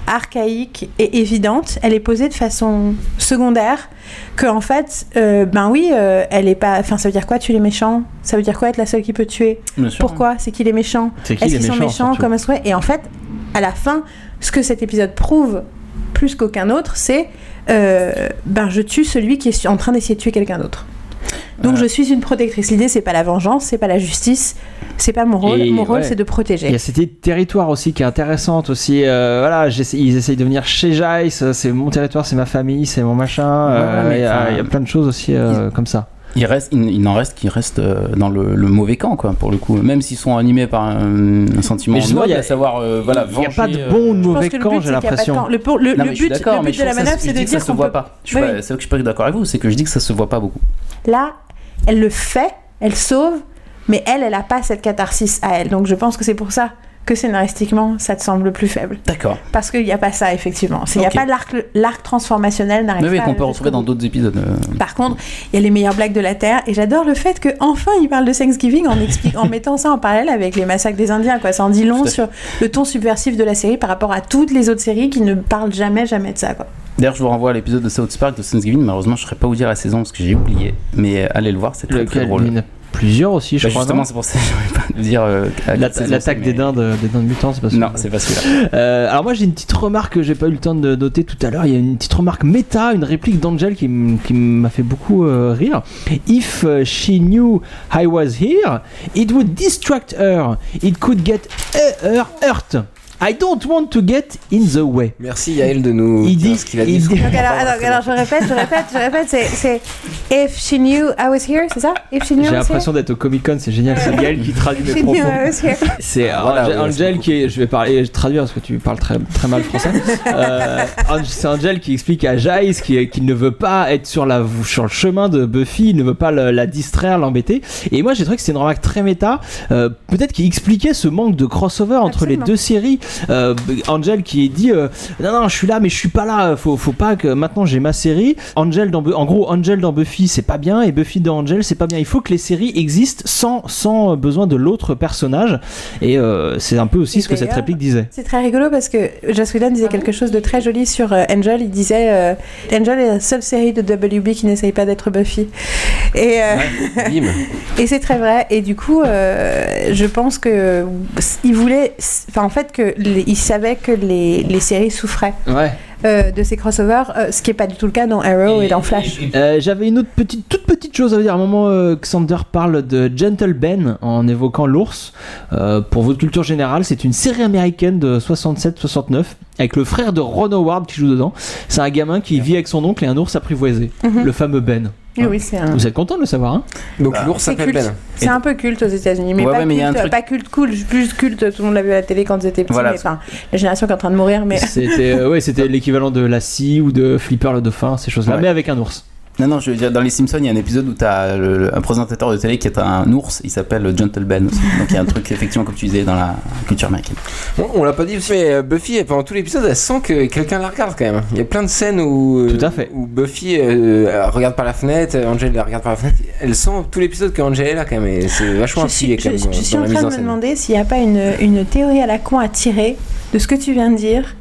[SPEAKER 4] archaïque et évidente, elle est posée de façon secondaire que en fait, euh, ben oui, euh, elle est pas. Enfin, ça veut dire quoi tuer les méchants Ça veut dire quoi être la seule qui peut tuer
[SPEAKER 11] Bien sûr.
[SPEAKER 4] Pourquoi C'est qui les méchants
[SPEAKER 11] C'est qui
[SPEAKER 4] Est-ce
[SPEAKER 11] les
[SPEAKER 4] qu'ils sont
[SPEAKER 11] méchants,
[SPEAKER 4] méchants
[SPEAKER 11] surtout
[SPEAKER 4] Comment est-ce qu'on- Et en fait, à la fin, ce que cet épisode prouve plus qu'aucun autre, c'est euh, ben je tue celui qui est su- en train d'essayer de tuer quelqu'un d'autre. Donc je suis une protectrice. L'idée c'est pas la vengeance, c'est pas la justice, c'est pas mon rôle.
[SPEAKER 1] Et
[SPEAKER 4] mon rôle
[SPEAKER 1] ouais.
[SPEAKER 4] c'est de protéger.
[SPEAKER 1] Il y a cette idée de territoire aussi qui est intéressante aussi. euh, voilà, j'essa- ils essayent de venir chez Jace, euh, c'est mon territoire, c'est ma famille, c'est mon machin. euh, il
[SPEAKER 6] mais
[SPEAKER 1] y a-
[SPEAKER 6] enfin,
[SPEAKER 1] il y a plein de choses aussi euh, comme ça.
[SPEAKER 6] Il, reste, il, il en reste qui reste euh, dans le, le mauvais camp, quoi, pour le coup. Même s'ils sont animés par un, un sentiment
[SPEAKER 1] Mais justement,
[SPEAKER 6] noble,
[SPEAKER 1] il y a-
[SPEAKER 6] à savoir, euh, voilà,
[SPEAKER 1] il y a
[SPEAKER 6] venger,
[SPEAKER 1] pas de
[SPEAKER 6] euh,
[SPEAKER 1] bon ou de
[SPEAKER 4] Je pense
[SPEAKER 1] mauvais
[SPEAKER 4] que le
[SPEAKER 1] camp,
[SPEAKER 4] but,
[SPEAKER 1] j'ai
[SPEAKER 4] c'est qu'il y a pas de
[SPEAKER 1] l'impression.
[SPEAKER 4] camp. Le pour- le- le
[SPEAKER 6] Non, mais je suis
[SPEAKER 4] but-
[SPEAKER 6] d'accord,
[SPEAKER 4] le
[SPEAKER 6] mais
[SPEAKER 4] but
[SPEAKER 6] je
[SPEAKER 4] de la
[SPEAKER 6] trouve ça-
[SPEAKER 4] manœuvre,
[SPEAKER 6] je
[SPEAKER 4] c'est de
[SPEAKER 6] dis que
[SPEAKER 4] dire
[SPEAKER 6] ça se
[SPEAKER 4] qu'on
[SPEAKER 6] voit
[SPEAKER 4] peut-
[SPEAKER 6] pas. Je suis
[SPEAKER 4] Oui,
[SPEAKER 6] pas-
[SPEAKER 4] oui.
[SPEAKER 6] C'est là que je suis pas d'accord avec vous, c'est que je dis que ça se voit pas beaucoup.
[SPEAKER 4] Là, elle le fait, elle sauve, mais elle, elle a pas cette catharsis à elle. Donc je pense que c'est pour ça que scénaristiquement, ça te semble plus faible.
[SPEAKER 6] D'accord.
[SPEAKER 1] Ah,
[SPEAKER 4] Parce qu'il n'y a pas ça, effectivement. Il n'y a
[SPEAKER 6] Ok.
[SPEAKER 4] pas l'arc, l'arc transformationnel n'arrive
[SPEAKER 6] Mais oui,
[SPEAKER 4] pas
[SPEAKER 6] qu'on
[SPEAKER 4] à-
[SPEAKER 6] peut retrouver dans d'autres épisodes. euh,
[SPEAKER 4] Par contre, il y a les meilleures blagues de la Terre, et j'adore le fait qu'enfin il parle de Thanksgiving en, expli- en mettant ça en parallèle avec les massacres des Indiens. Quoi. Ça en dit long sur le ton subversif de la série par rapport à toutes les autres séries qui ne parlent jamais, jamais de ça. Quoi.
[SPEAKER 6] D'ailleurs, je vous renvoie à l'épisode de South Park de Thanksgiving. Malheureusement, je ne saurais pas vous dire la saison parce que j'ai oublié. Mais euh, allez le voir, c'est très, très
[SPEAKER 1] Lequel
[SPEAKER 6] drôle.
[SPEAKER 1] Il y en a plusieurs aussi, je
[SPEAKER 6] Bah,
[SPEAKER 1] crois.
[SPEAKER 6] Justement,
[SPEAKER 1] non
[SPEAKER 6] c'est pour ça que je n'aurais pas à dire. euh, à quelle
[SPEAKER 1] L'atta-
[SPEAKER 6] saison
[SPEAKER 1] L'attaque
[SPEAKER 6] c'est,
[SPEAKER 1] des
[SPEAKER 6] mais-
[SPEAKER 1] dindes, euh, des dindes mutants, c'est pas
[SPEAKER 6] Non, c'est pas celui-là.
[SPEAKER 1] Euh, alors moi j'ai une petite remarque que j'ai pas eu le temps de noter tout à l'heure. Il y a une petite remarque méta, une réplique d'Angel qui m- qui m'a fait beaucoup euh, rire. If euh, she knew I was here, it would distract her. It could get uh, her hurt. I don't want to get in the way.
[SPEAKER 3] Merci Yael de nous
[SPEAKER 1] Il
[SPEAKER 3] dire
[SPEAKER 1] dit-
[SPEAKER 3] ce qu'il a
[SPEAKER 1] il
[SPEAKER 3] dit.
[SPEAKER 1] dit-
[SPEAKER 4] Donc alors, alors, alors, je répète, je répète, je répète, c'est, c'est If she knew I was here, c'est ça If she
[SPEAKER 1] J'ai
[SPEAKER 4] knew I was here
[SPEAKER 1] l'impression d'être au Comic Con, c'est génial. C'est Gaël qui traduit
[SPEAKER 4] She
[SPEAKER 1] mes
[SPEAKER 4] knew
[SPEAKER 1] propos.
[SPEAKER 4] I was here.
[SPEAKER 1] C'est
[SPEAKER 6] Ah, voilà,
[SPEAKER 1] Angel,
[SPEAKER 6] ouais,
[SPEAKER 1] Angel qui est, je vais parler, je traduis parce que tu parles très, très mal français. Euh, Ang- c'est Angel qui explique à Jace qui- qu'il ne veut pas être sur, la, sur le chemin de Buffy, il ne veut pas le- la distraire, l'embêter. Et moi j'ai trouvé que c'est une remarque très méta, euh, peut-être qui expliquait ce manque de crossover entre les deux séries. Euh, Angel qui dit euh, non non je suis là mais je suis pas là, faut, faut pas que maintenant j'ai ma série. Angel dans Bu- en gros Angel dans Buffy c'est pas bien et Buffy dans Angel c'est pas bien. Il faut que les séries existent sans, sans euh, besoin de l'autre personnage et euh, c'est un peu aussi
[SPEAKER 4] Et
[SPEAKER 1] ce que cette
[SPEAKER 4] d'ailleurs,
[SPEAKER 1] réplique disait.
[SPEAKER 4] C'est très rigolo parce que Joss Whedon disait quelque chose de très joli sur euh, Angel. Il disait euh, Angel est la seule série de WB qui n'essaye pas d'être Buffy. Et, euh, et c'est très vrai. Et du coup, euh, je pense que il voulait, enfin en fait que les- il savait que les, les séries souffraient.
[SPEAKER 1] Ouais.
[SPEAKER 4] euh, de ces crossovers, euh, ce qui n'est pas du tout le cas dans Arrow et, dans Flash.
[SPEAKER 1] Euh, J'avais une autre petite, toute petite chose à vous dire. À un moment, euh, Xander parle de Gentle Ben en évoquant l'ours. Euh, pour votre culture générale, c'est une série américaine de 67-69 avec le frère de Ron Howard qui joue dedans. C'est un gamin qui vit avec son oncle et un ours apprivoisé,
[SPEAKER 4] Mhm.
[SPEAKER 1] le fameux Ben.
[SPEAKER 4] Oui, oui, c'est un.
[SPEAKER 1] Vous êtes content de le savoir, hein
[SPEAKER 3] Donc
[SPEAKER 6] Bah.
[SPEAKER 3] l'ours Ben.
[SPEAKER 4] C'est culte. C'est un peu culte aux États-Unis, mais,
[SPEAKER 1] Ben. Ouais,
[SPEAKER 4] pas,
[SPEAKER 1] ouais, mais il y a un
[SPEAKER 4] culte,
[SPEAKER 1] truc-
[SPEAKER 4] pas culte cool, plus culte. Tout le monde l'a vu à la télé quand ils étaient petits,
[SPEAKER 1] Voilà.
[SPEAKER 4] mais enfin, la génération qui est en train de mourir. Mais
[SPEAKER 1] C'était euh, ouais, c'était l'équivalent de la scie ou de Flipper le dauphin, ces choses-là,
[SPEAKER 6] Ouais.
[SPEAKER 1] mais avec un ours.
[SPEAKER 6] Non, non, je veux dire, dans Les Simpsons, il y a un épisode où tu as un présentateur de télé qui est un ours, il s'appelle Gentle Ben aussi. Donc il y a un truc, effectivement, comme tu disais, dans la culture américaine.
[SPEAKER 3] Bon, on l'a pas dit aussi, mais euh, Buffy, elle, pendant tout l'épisode, elle sent que quelqu'un la regarde quand même. Il y a plein de scènes où, euh, où Buffy euh, elle regarde par la fenêtre, euh, Angel la regarde par la fenêtre. Elle sent tout l'épisode que Angel est là quand même. et C'est vachement
[SPEAKER 4] je suis,
[SPEAKER 3] appuyé
[SPEAKER 4] je-
[SPEAKER 3] quand même.
[SPEAKER 4] je
[SPEAKER 3] dans
[SPEAKER 4] suis en
[SPEAKER 3] la
[SPEAKER 4] train
[SPEAKER 3] mise
[SPEAKER 4] de
[SPEAKER 3] en
[SPEAKER 4] me
[SPEAKER 3] scène.
[SPEAKER 4] demander s'il n'y a pas une, une théorie à la con à tirer de ce que tu viens de dire,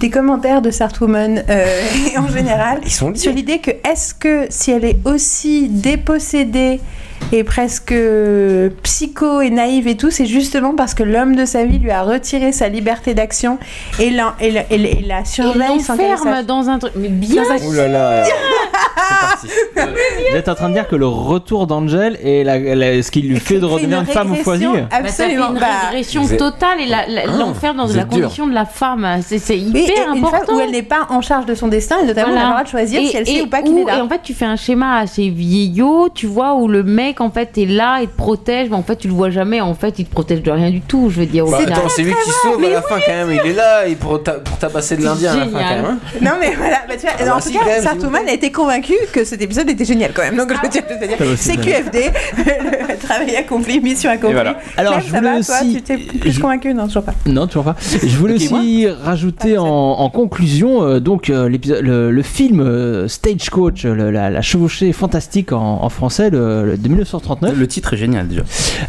[SPEAKER 4] des commentaires de Sartwoman euh, et en général,
[SPEAKER 3] sont
[SPEAKER 4] sur l'idée que est-ce que si elle est aussi dépossédée et presque euh, psycho et naïve et tout, c'est justement parce que l'homme de sa vie lui a retiré sa liberté d'action et la, et la, et la- et la surveille sans qu'elle
[SPEAKER 5] l'enferme
[SPEAKER 4] sache.
[SPEAKER 5] dans un truc. Mais bien
[SPEAKER 4] Dans un-
[SPEAKER 3] Oh
[SPEAKER 1] Ouh là là. Vous êtes en train de dire que le retour d'Angel et la- la- ce qu'il lui fait de redevenir une femme au foyer
[SPEAKER 5] Bah, ça fait
[SPEAKER 4] absolument.
[SPEAKER 5] une
[SPEAKER 4] Bah,
[SPEAKER 5] régression
[SPEAKER 1] vous êtes-
[SPEAKER 5] totale et la- la-
[SPEAKER 1] Ah,
[SPEAKER 5] l'enferme dans
[SPEAKER 1] vous
[SPEAKER 5] la
[SPEAKER 1] êtes dur.
[SPEAKER 5] condition de la femme. hein. C'est- C'est
[SPEAKER 4] Oui, et
[SPEAKER 5] hyper
[SPEAKER 4] une femme
[SPEAKER 5] important.
[SPEAKER 4] où elle n'est pas en charge de son destin et notamment
[SPEAKER 5] Voilà.
[SPEAKER 4] on a le droit de choisir
[SPEAKER 5] Et-
[SPEAKER 4] si elle sait
[SPEAKER 5] et
[SPEAKER 4] ou pas qu'il est
[SPEAKER 5] où-
[SPEAKER 4] là.
[SPEAKER 5] Et en fait, tu fais un schéma assez vieillot, tu vois, où le mec, en fait, est là et te protège, mais en fait, tu le vois jamais, en fait, il te protège de rien du tout, je veux dire. au
[SPEAKER 3] Bah,
[SPEAKER 5] final.
[SPEAKER 3] attends, c'est lui qui sauve à la fin quand même. Il est là et pour, ta- pour tabasser de l'Indien à la fin quand
[SPEAKER 5] Génial.
[SPEAKER 3] même. hein.
[SPEAKER 4] Non mais voilà, bah, tu vois,
[SPEAKER 3] Ah bah
[SPEAKER 4] en tout
[SPEAKER 3] si, quand
[SPEAKER 4] cas,
[SPEAKER 3] même,
[SPEAKER 4] Sartouman a été convaincu que cet épisode était génial quand même. Donc je veux dire, je veux dire,
[SPEAKER 1] Ah bah, c'est
[SPEAKER 4] c'est QFD, le travail accompli, mission accomplie.
[SPEAKER 1] voilà. Alors,
[SPEAKER 4] Clem,
[SPEAKER 1] je
[SPEAKER 4] ça
[SPEAKER 1] voulais
[SPEAKER 4] va,
[SPEAKER 1] aussi-
[SPEAKER 4] toi, tu t'es plus
[SPEAKER 1] je-
[SPEAKER 4] convaincu Non, toujours pas.
[SPEAKER 1] Non, toujours pas. Je voulais
[SPEAKER 4] Ok, Ah,
[SPEAKER 1] aussi rajouter en, en conclusion euh, donc euh, l'épisode- le, le film euh, Stagecoach, le- la, la chevauchée fantastique en, en français le- le- de 1939.
[SPEAKER 6] Le titre est génial déjà.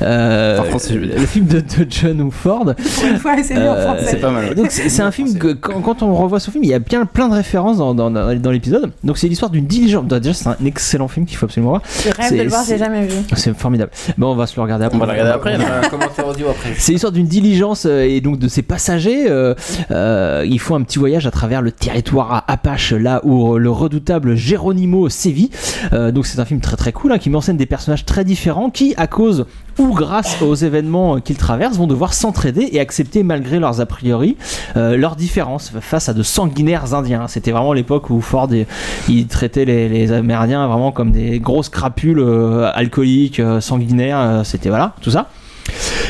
[SPEAKER 1] Euh,
[SPEAKER 6] En français, je veux dire.
[SPEAKER 1] le film de, de John Woodford.
[SPEAKER 4] Une fois, c'est mieux en
[SPEAKER 1] Euh,
[SPEAKER 4] français.
[SPEAKER 6] C'est pas mal.
[SPEAKER 1] Donc c'est c'est un film que quand, quand on revoit ce film, il y a bien plein de références dans, dans- dans- dans l'épisode. Donc c'est l'histoire d'une diligence. Déjà c'est un excellent film qu'il faut absolument voir.
[SPEAKER 4] Je rêve de
[SPEAKER 1] c'est-
[SPEAKER 4] le voir,
[SPEAKER 1] c'est-
[SPEAKER 4] j'ai jamais vu.
[SPEAKER 1] C'est formidable. Bon on va se le regarder après.
[SPEAKER 6] On va le regarder après.
[SPEAKER 3] Bah,
[SPEAKER 6] hein.
[SPEAKER 3] On
[SPEAKER 6] là.
[SPEAKER 3] a un commentaire audio après.
[SPEAKER 1] C'est l'histoire d'une diligence euh, et donc de ses passagers. euh, euh, ils font un petit voyage à travers le territoire à Apache, là où le redoutable Geronimo sévit. Euh, donc c'est un film très très cool hein, qui met en scène des personnages très différents qui, à cause ou grâce aux événements qu'ils traversent, vont devoir s'entraider et accepter malgré leurs a priori euh, leurs différences face à de sanguinaires Indiens. C'était vraiment l'époque où Ford et- il traitait les, les Amérindiens vraiment comme des grosses crapules euh, alcooliques, euh, sanguinaires. euh, C'était voilà tout ça.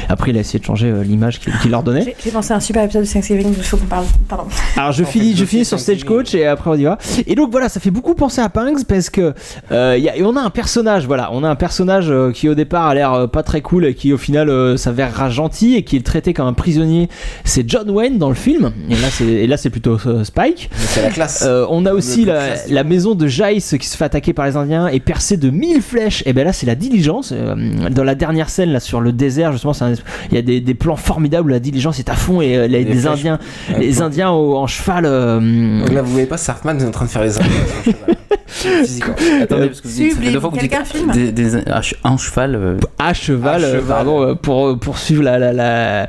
[SPEAKER 1] Après, il a essayé de changer euh, l'image qu'il qu'il leur donnait.
[SPEAKER 4] J'ai j'ai pensé à un super épisode de Thanksgiving, il faut qu'on parle. Pardon.
[SPEAKER 1] Alors, je finis, je finis sur Stagecoach et après on y va. Et donc voilà, ça fait beaucoup penser à Punks parce que euh, y a- et on a un personnage, voilà, on a un personnage euh, qui au départ a l'air euh, pas très cool et qui au final euh, s'avérera gentil et qui est traité comme un prisonnier. C'est John Wayne dans le film. Et là, c'est et là, c'est plutôt euh, Spike.
[SPEAKER 3] C'est la classe.
[SPEAKER 1] Euh, on a aussi
[SPEAKER 3] plus
[SPEAKER 1] la,
[SPEAKER 3] classe.
[SPEAKER 1] la maison de Jace qui se fait attaquer par les Indiens et percée de 1000 flèches. Et ben là, c'est la diligence. Euh, Dans la dernière scène, là, sur le désert, justement, c'est un- il y a des, des plans formidables où la diligence est à fond et euh, les,
[SPEAKER 3] Les
[SPEAKER 1] les
[SPEAKER 3] flèches.
[SPEAKER 1] Indiens,
[SPEAKER 3] Ouais,
[SPEAKER 1] les
[SPEAKER 3] pour-
[SPEAKER 1] Indiens au- en cheval. euh,
[SPEAKER 3] Donc là, vous voyez pas, Sartman est en train de faire les Indiens. Physiquement.
[SPEAKER 6] Attendez, parce que vous dites, ça fait deux fois que vous dites
[SPEAKER 4] Quelqu'un filme
[SPEAKER 6] des, des- un ch- un cheval. euh,
[SPEAKER 1] à cheval,
[SPEAKER 3] À
[SPEAKER 1] euh,
[SPEAKER 3] cheval.
[SPEAKER 1] pardon, euh, pour poursuivre la, la, la,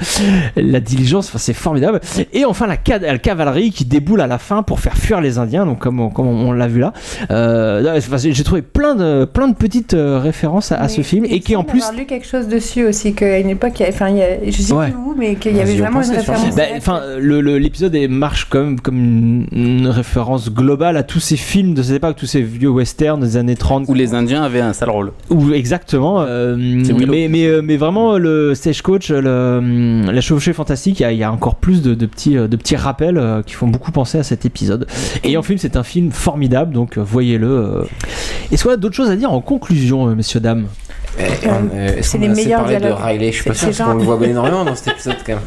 [SPEAKER 1] la diligence. Enfin, c'est formidable. Et enfin, la, ca- la cavalerie qui déboule à la fin pour faire fuir les Indiens. Donc, comme on, comme on, on l'a vu là, Euh, non, enfin, j'ai j'ai trouvé plein de, plein de petites euh, références à, à ce
[SPEAKER 4] Mais
[SPEAKER 1] film
[SPEAKER 4] il
[SPEAKER 1] et qui en
[SPEAKER 4] semble
[SPEAKER 1] plus.
[SPEAKER 4] avoir lu quelque chose dessus aussi, qu'à une époque, il y avait, enfin, il y a- je sais
[SPEAKER 1] Ouais.
[SPEAKER 4] plus où, mais qu'il y
[SPEAKER 3] Vas-y,
[SPEAKER 4] avait
[SPEAKER 3] on
[SPEAKER 4] vraiment une
[SPEAKER 3] pensait sur ça.
[SPEAKER 4] référence.
[SPEAKER 1] Bah, Enfin, le- le- l'épisode est- marche comme comme une, une référence globale à tous ces films de cette époque, tous ces vieux westerns des années 30
[SPEAKER 6] Où les Indiens avaient un sale rôle.
[SPEAKER 1] Ou exactement. euh,
[SPEAKER 6] C'est Willow.
[SPEAKER 1] mais, mais, euh, mais vraiment, le stagecoach, le, la chevauchée fantastique, il y a- il y, a encore plus de, de petits, euh, de petits rappels euh, qui font beaucoup penser à cet épisode. Et en film, c'est un film formidable, donc euh, voyez-le. euh. Est-ce qu'on a d'autres choses à dire en conclusion, euh, messieurs, dames
[SPEAKER 3] Eh, on- euh, Est-ce
[SPEAKER 4] C'est
[SPEAKER 3] qu'on
[SPEAKER 4] les
[SPEAKER 3] a assez
[SPEAKER 4] meilleurs
[SPEAKER 3] parlé de
[SPEAKER 4] dialogues.
[SPEAKER 3] Riley Je suis pas
[SPEAKER 4] C'est-
[SPEAKER 3] sûr,
[SPEAKER 4] c'est
[SPEAKER 3] parce qu'on
[SPEAKER 4] genre-
[SPEAKER 3] le voit bien énormément dans cet épisode quand même.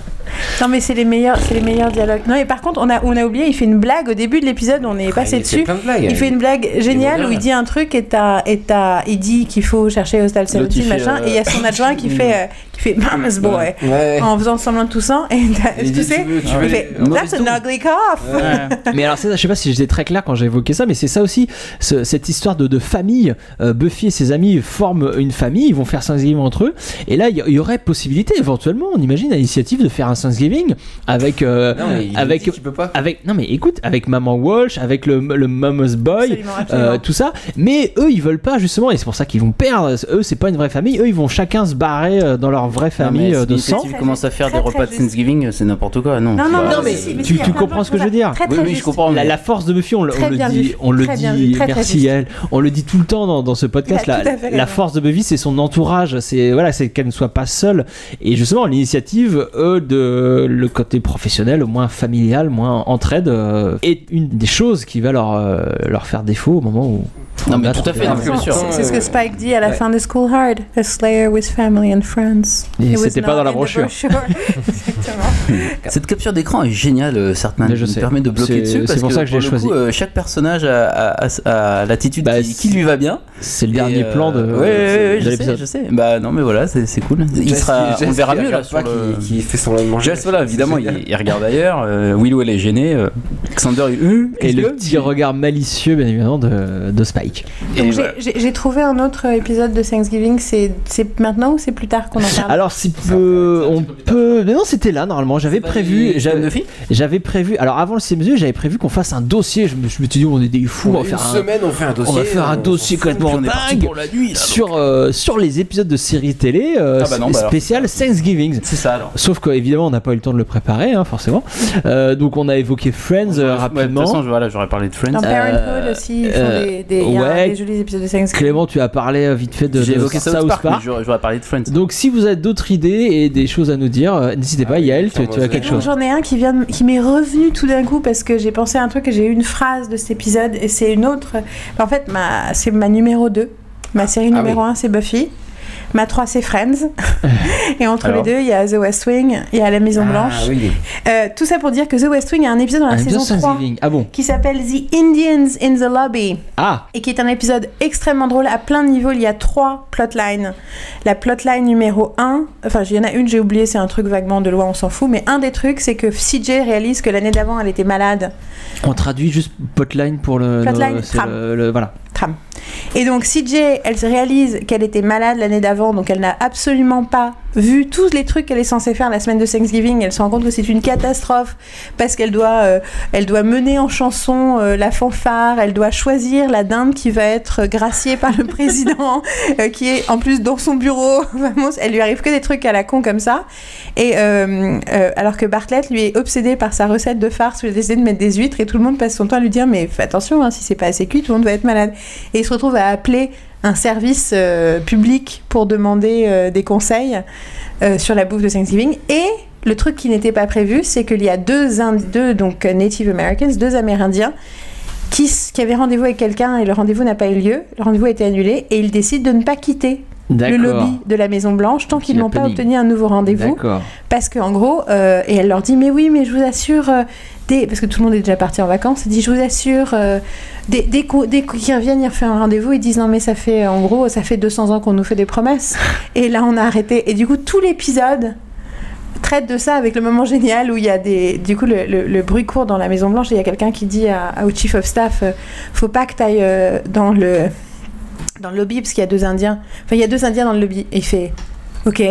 [SPEAKER 4] Non mais c'est les meilleurs, c'est les meilleurs dialogues. Non et par contre on a on a oublié, il fait une blague au début de l'épisode, on est passé
[SPEAKER 3] Ah, il
[SPEAKER 4] Bah, dessus.
[SPEAKER 3] fait plein de blagues.
[SPEAKER 4] Il fait une blague géniale
[SPEAKER 3] moderne.
[SPEAKER 4] où il dit un truc et t'as- et t'as- il dit qu'il faut chercher Hostel
[SPEAKER 6] L'autre, il
[SPEAKER 4] 17
[SPEAKER 6] fait,
[SPEAKER 4] machin
[SPEAKER 6] euh,
[SPEAKER 4] et il y a son adjoint qui fait euh, qui fait Mama's boy
[SPEAKER 3] Ouais.
[SPEAKER 4] en faisant semblant de tout ça et t'as-
[SPEAKER 3] Il
[SPEAKER 4] tu
[SPEAKER 3] dit,
[SPEAKER 4] sais
[SPEAKER 3] veux- tu
[SPEAKER 4] il
[SPEAKER 3] veux
[SPEAKER 4] fait
[SPEAKER 3] les-
[SPEAKER 4] That's an ugly cough.
[SPEAKER 1] Mais alors, ça, je sais pas si j'étais très clair quand j'ai évoqué ça, mais c'est ça aussi, ce- cette histoire de, de famille. Euh, Buffy et ses amis forment une famille, ils vont faire Thanksgiving entre eux. Et là, il y, il y aurait possibilité, éventuellement, on imagine, à l'initiative de faire un Thanksgiving avec. euh,
[SPEAKER 3] Non, mais il
[SPEAKER 1] avec
[SPEAKER 3] dit qu'il peut pas.
[SPEAKER 1] avec non mais écoute avec maman Walsh avec le, le Mama's Boy
[SPEAKER 4] Absolument,
[SPEAKER 1] euh,
[SPEAKER 4] absolument.
[SPEAKER 1] tout ça mais eux ils veulent pas justement et c'est pour ça qu'ils vont perdre eux c'est pas une vraie famille eux ils vont chacun se barrer euh, dans leur vraie famille
[SPEAKER 6] Non, mais
[SPEAKER 1] euh,
[SPEAKER 6] si
[SPEAKER 1] de sang
[SPEAKER 6] l'initiative commence à faire
[SPEAKER 4] Très,
[SPEAKER 6] des
[SPEAKER 4] très
[SPEAKER 6] repas de
[SPEAKER 4] juste.
[SPEAKER 6] Thanksgiving, c'est n'importe quoi. Non,
[SPEAKER 4] Non non
[SPEAKER 6] Bah,
[SPEAKER 4] non mais
[SPEAKER 1] mais
[SPEAKER 4] si, mais
[SPEAKER 1] tu-
[SPEAKER 4] si, il y a
[SPEAKER 1] tu
[SPEAKER 4] plein de
[SPEAKER 1] comprends ce
[SPEAKER 4] choses
[SPEAKER 1] que je veux
[SPEAKER 4] à-
[SPEAKER 1] dire
[SPEAKER 4] Très,
[SPEAKER 6] Oui,
[SPEAKER 4] très
[SPEAKER 6] oui, je
[SPEAKER 4] juste.
[SPEAKER 6] comprends.
[SPEAKER 1] la,
[SPEAKER 6] mais-
[SPEAKER 1] la force de Buffy, on, le-
[SPEAKER 4] Très
[SPEAKER 1] on le
[SPEAKER 4] bien
[SPEAKER 1] dit,
[SPEAKER 4] vu,
[SPEAKER 1] on le
[SPEAKER 4] très
[SPEAKER 1] dit,
[SPEAKER 4] bien vu, très, très
[SPEAKER 1] merci
[SPEAKER 4] juste.
[SPEAKER 1] à elle. On le dit tout le temps dans, dans ce podcast.
[SPEAKER 4] Il a
[SPEAKER 1] La,
[SPEAKER 4] tout à fait
[SPEAKER 1] la
[SPEAKER 4] raison.
[SPEAKER 1] force de Buffy, c'est son entourage. C'est voilà, c'est qu'elle ne soit pas seule. Et justement, l'initiative, eux, de le côté professionnel, moins familial, moins entraide, euh, est une des choses qui va leur euh, leur faire défaut au moment où.
[SPEAKER 6] Non,
[SPEAKER 1] on
[SPEAKER 6] mais
[SPEAKER 1] a
[SPEAKER 6] tout à
[SPEAKER 1] trouvé
[SPEAKER 6] fait,
[SPEAKER 1] un-
[SPEAKER 6] non, bien sûr.
[SPEAKER 4] C'est ce que Spike dit à la
[SPEAKER 3] Ouais.
[SPEAKER 4] fin de School Hard, a slayer with family and friends.
[SPEAKER 1] Et
[SPEAKER 4] It was
[SPEAKER 1] c'était pas
[SPEAKER 4] not
[SPEAKER 1] dans la
[SPEAKER 4] in the
[SPEAKER 1] brochure.
[SPEAKER 4] Exactement.
[SPEAKER 6] Cette capture d'écran est géniale, euh, Sartman.
[SPEAKER 1] Mais je
[SPEAKER 6] Il me
[SPEAKER 1] sais.
[SPEAKER 6] permet de
[SPEAKER 1] C'est-
[SPEAKER 6] bloquer dessus
[SPEAKER 1] c'est
[SPEAKER 6] parce
[SPEAKER 1] pour ça que je l'ai
[SPEAKER 6] pour le coup,
[SPEAKER 1] choisi.
[SPEAKER 6] euh, chaque personnage a, a- a- a l'attitude
[SPEAKER 1] Bah,
[SPEAKER 6] qui,
[SPEAKER 1] c'est-
[SPEAKER 6] qui lui va bien.
[SPEAKER 1] C'est le
[SPEAKER 6] Et,
[SPEAKER 1] dernier
[SPEAKER 6] euh,
[SPEAKER 1] plan de,
[SPEAKER 6] ouais, ouais, ouais,
[SPEAKER 1] de
[SPEAKER 6] je sais,
[SPEAKER 1] l'épisode.
[SPEAKER 6] je sais. Bah non, mais voilà, c'est c'est cool. Il
[SPEAKER 3] Jess
[SPEAKER 6] sera,
[SPEAKER 3] qui-
[SPEAKER 6] on le
[SPEAKER 3] Jess
[SPEAKER 6] verra
[SPEAKER 3] qui
[SPEAKER 6] mieux là
[SPEAKER 3] regarde
[SPEAKER 6] sur
[SPEAKER 3] pas,
[SPEAKER 6] le.
[SPEAKER 3] Qui, qui fait semblant de manger.
[SPEAKER 6] Jess, voilà, évidemment,
[SPEAKER 3] C'est-
[SPEAKER 6] il, il regarde ailleurs. euh, Willow, elle est gênée. euh, Xander, il. Euh,
[SPEAKER 1] Et
[SPEAKER 6] qu'est-ce
[SPEAKER 1] le
[SPEAKER 6] que-
[SPEAKER 1] petit regard malicieux, bien évidemment, de, de Spike. Spike.
[SPEAKER 4] Donc, j'ai- j'ai j'ai trouvé un autre épisode de Thanksgiving. C'est c'est maintenant ou c'est plus tard qu'on en parle
[SPEAKER 1] Alors si peu, on peut. Mais non, c'était là normalement. J'avais prévu. J'avais j'avais prévu. Alors avant le CMZ, j'avais prévu qu'on fasse un dossier. Je me, je me suis dit, on est des fous. on va
[SPEAKER 3] Une
[SPEAKER 6] hein.
[SPEAKER 1] faire un-
[SPEAKER 3] semaine, on fait un dossier,
[SPEAKER 1] On va faire un
[SPEAKER 3] on
[SPEAKER 1] dossier
[SPEAKER 3] s'en fout,
[SPEAKER 1] complètement
[SPEAKER 3] puis on est parti
[SPEAKER 1] dingue
[SPEAKER 3] pour la nuit, là,
[SPEAKER 1] sur euh, sur les épisodes de séries télé euh,
[SPEAKER 6] Ah bah non, bah alors,
[SPEAKER 1] spécial Thanksgiving.
[SPEAKER 6] C'est ça alors.
[SPEAKER 1] Sauf qu'évidemment, on n'a pas eu le temps de le préparer, hein, forcément. Euh, donc on a évoqué Friends euh,
[SPEAKER 6] Ouais, de toute
[SPEAKER 1] rapidement.
[SPEAKER 6] façon, je- voilà, j'aurais parlé de Friends.
[SPEAKER 4] Dans Parenthood aussi, ils font
[SPEAKER 1] euh,
[SPEAKER 4] des, des, il y a
[SPEAKER 1] ouais.
[SPEAKER 4] des jolis épisodes de Thanksgiving.
[SPEAKER 1] Clément, tu as parlé euh, vite fait de,
[SPEAKER 6] J'ai
[SPEAKER 1] de
[SPEAKER 6] évoqué South Park, mais j'aurais- j'aurais parlé de Friends.
[SPEAKER 1] Donc, si vous avez d'autres idées et des choses à nous dire, euh, n'hésitez
[SPEAKER 6] Ah
[SPEAKER 1] pas. Yael, tu, tu as quelque
[SPEAKER 4] Donc,
[SPEAKER 1] chose.
[SPEAKER 4] J'en ai un qui vient, de- qui m'est revenu tout d'un coup parce que j'ai pensé à un truc et j'ai eu une phrase de cet épisode et c'est une autre. En fait, ma, c'est ma numéro 2. Ma série
[SPEAKER 5] Ah
[SPEAKER 4] numéro
[SPEAKER 5] oui.
[SPEAKER 4] 1, c'est Buffy. Ma 3, c'est Friends. et entre
[SPEAKER 5] Alors
[SPEAKER 4] les deux, il y a The West Wing, il y a La Maison Blanche.
[SPEAKER 3] Ah oui.
[SPEAKER 4] Euh, tout ça pour dire que The West Wing a un épisode dans la
[SPEAKER 1] Ah Un
[SPEAKER 4] saison
[SPEAKER 1] épisode
[SPEAKER 4] 3
[SPEAKER 1] Thanksgiving. Ah bon
[SPEAKER 4] qui s'appelle The Indians in the Lobby
[SPEAKER 1] Ah
[SPEAKER 4] et qui est un épisode extrêmement drôle à plein de niveaux. Il y a trois plotlines. La plotline numéro 1, enfin il y en a une, j'ai oublié, c'est un truc vaguement de loi, on s'en fout, mais un des trucs, c'est que CJ réalise que l'année d'avant, elle était malade.
[SPEAKER 1] On traduit juste potline pour le.
[SPEAKER 4] Potline,
[SPEAKER 1] le- c'est
[SPEAKER 4] tram.
[SPEAKER 1] le- le- voilà.
[SPEAKER 4] Tram. Et donc CJ, elle réalise qu'elle était malade l'année d'avant, donc elle n'a absolument pas vu tous les trucs qu'elle est censée faire la semaine de Thanksgiving. Elle se rend compte que c'est une catastrophe parce qu'elle doit, euh, elle doit mener en chanson euh, la fanfare, elle doit choisir la dinde qui va être graciée par le président, euh, qui est en plus dans son bureau. Vraiment, elle lui arrive que des trucs à la con comme ça. Et euh, euh, alors que Bartlett, lui, est obsédé par sa recette de farce où il a décidé de mettre des huîtres et tout le monde passe son temps à lui dire mais fais attention, hein, si c'est pas assez cuit, tout le monde va être malade. Et il se retrouve à appeler un service euh, public pour demander euh, des conseils euh, sur la bouffe de Thanksgiving. Et le truc qui n'était pas prévu, c'est qu'il y a deux, Indi- deux donc, euh, Native Americans, deux Amérindiens, qui, s- qui avaient rendez-vous avec quelqu'un et le rendez-vous n'a pas eu lieu. Le rendez-vous a été annulé et ils décident de ne pas quitter le
[SPEAKER 1] D'accord.
[SPEAKER 4] lobby de la Maison Blanche tant qu'ils n'ont pas
[SPEAKER 1] happening.
[SPEAKER 4] obtenu un nouveau rendez-vous.
[SPEAKER 1] D'accord.
[SPEAKER 4] Parce qu'en gros, euh, et elle leur dit Mais oui, mais je vous assure, euh, dès- parce que tout le monde est déjà parti en vacances, elle dit Je vous assure, euh, dès, dès qu'on- dès qu'ils reviennent, ils refont un rendez-vous, ils disent Non, mais ça fait, en gros, ça fait 200 ans qu'on nous fait des promesses. Et là, on a arrêté. Et du coup, tout l'épisode traite de ça avec le moment génial où il y a des du coup le, le- le bruit court dans la Maison Blanche et il y a quelqu'un qui dit à, à- au chief of staff euh, faut pas que t'ailles euh, dans le dans le lobby parce qu'il y a deux Indiens enfin il y a deux Indiens dans le lobby et il fait ok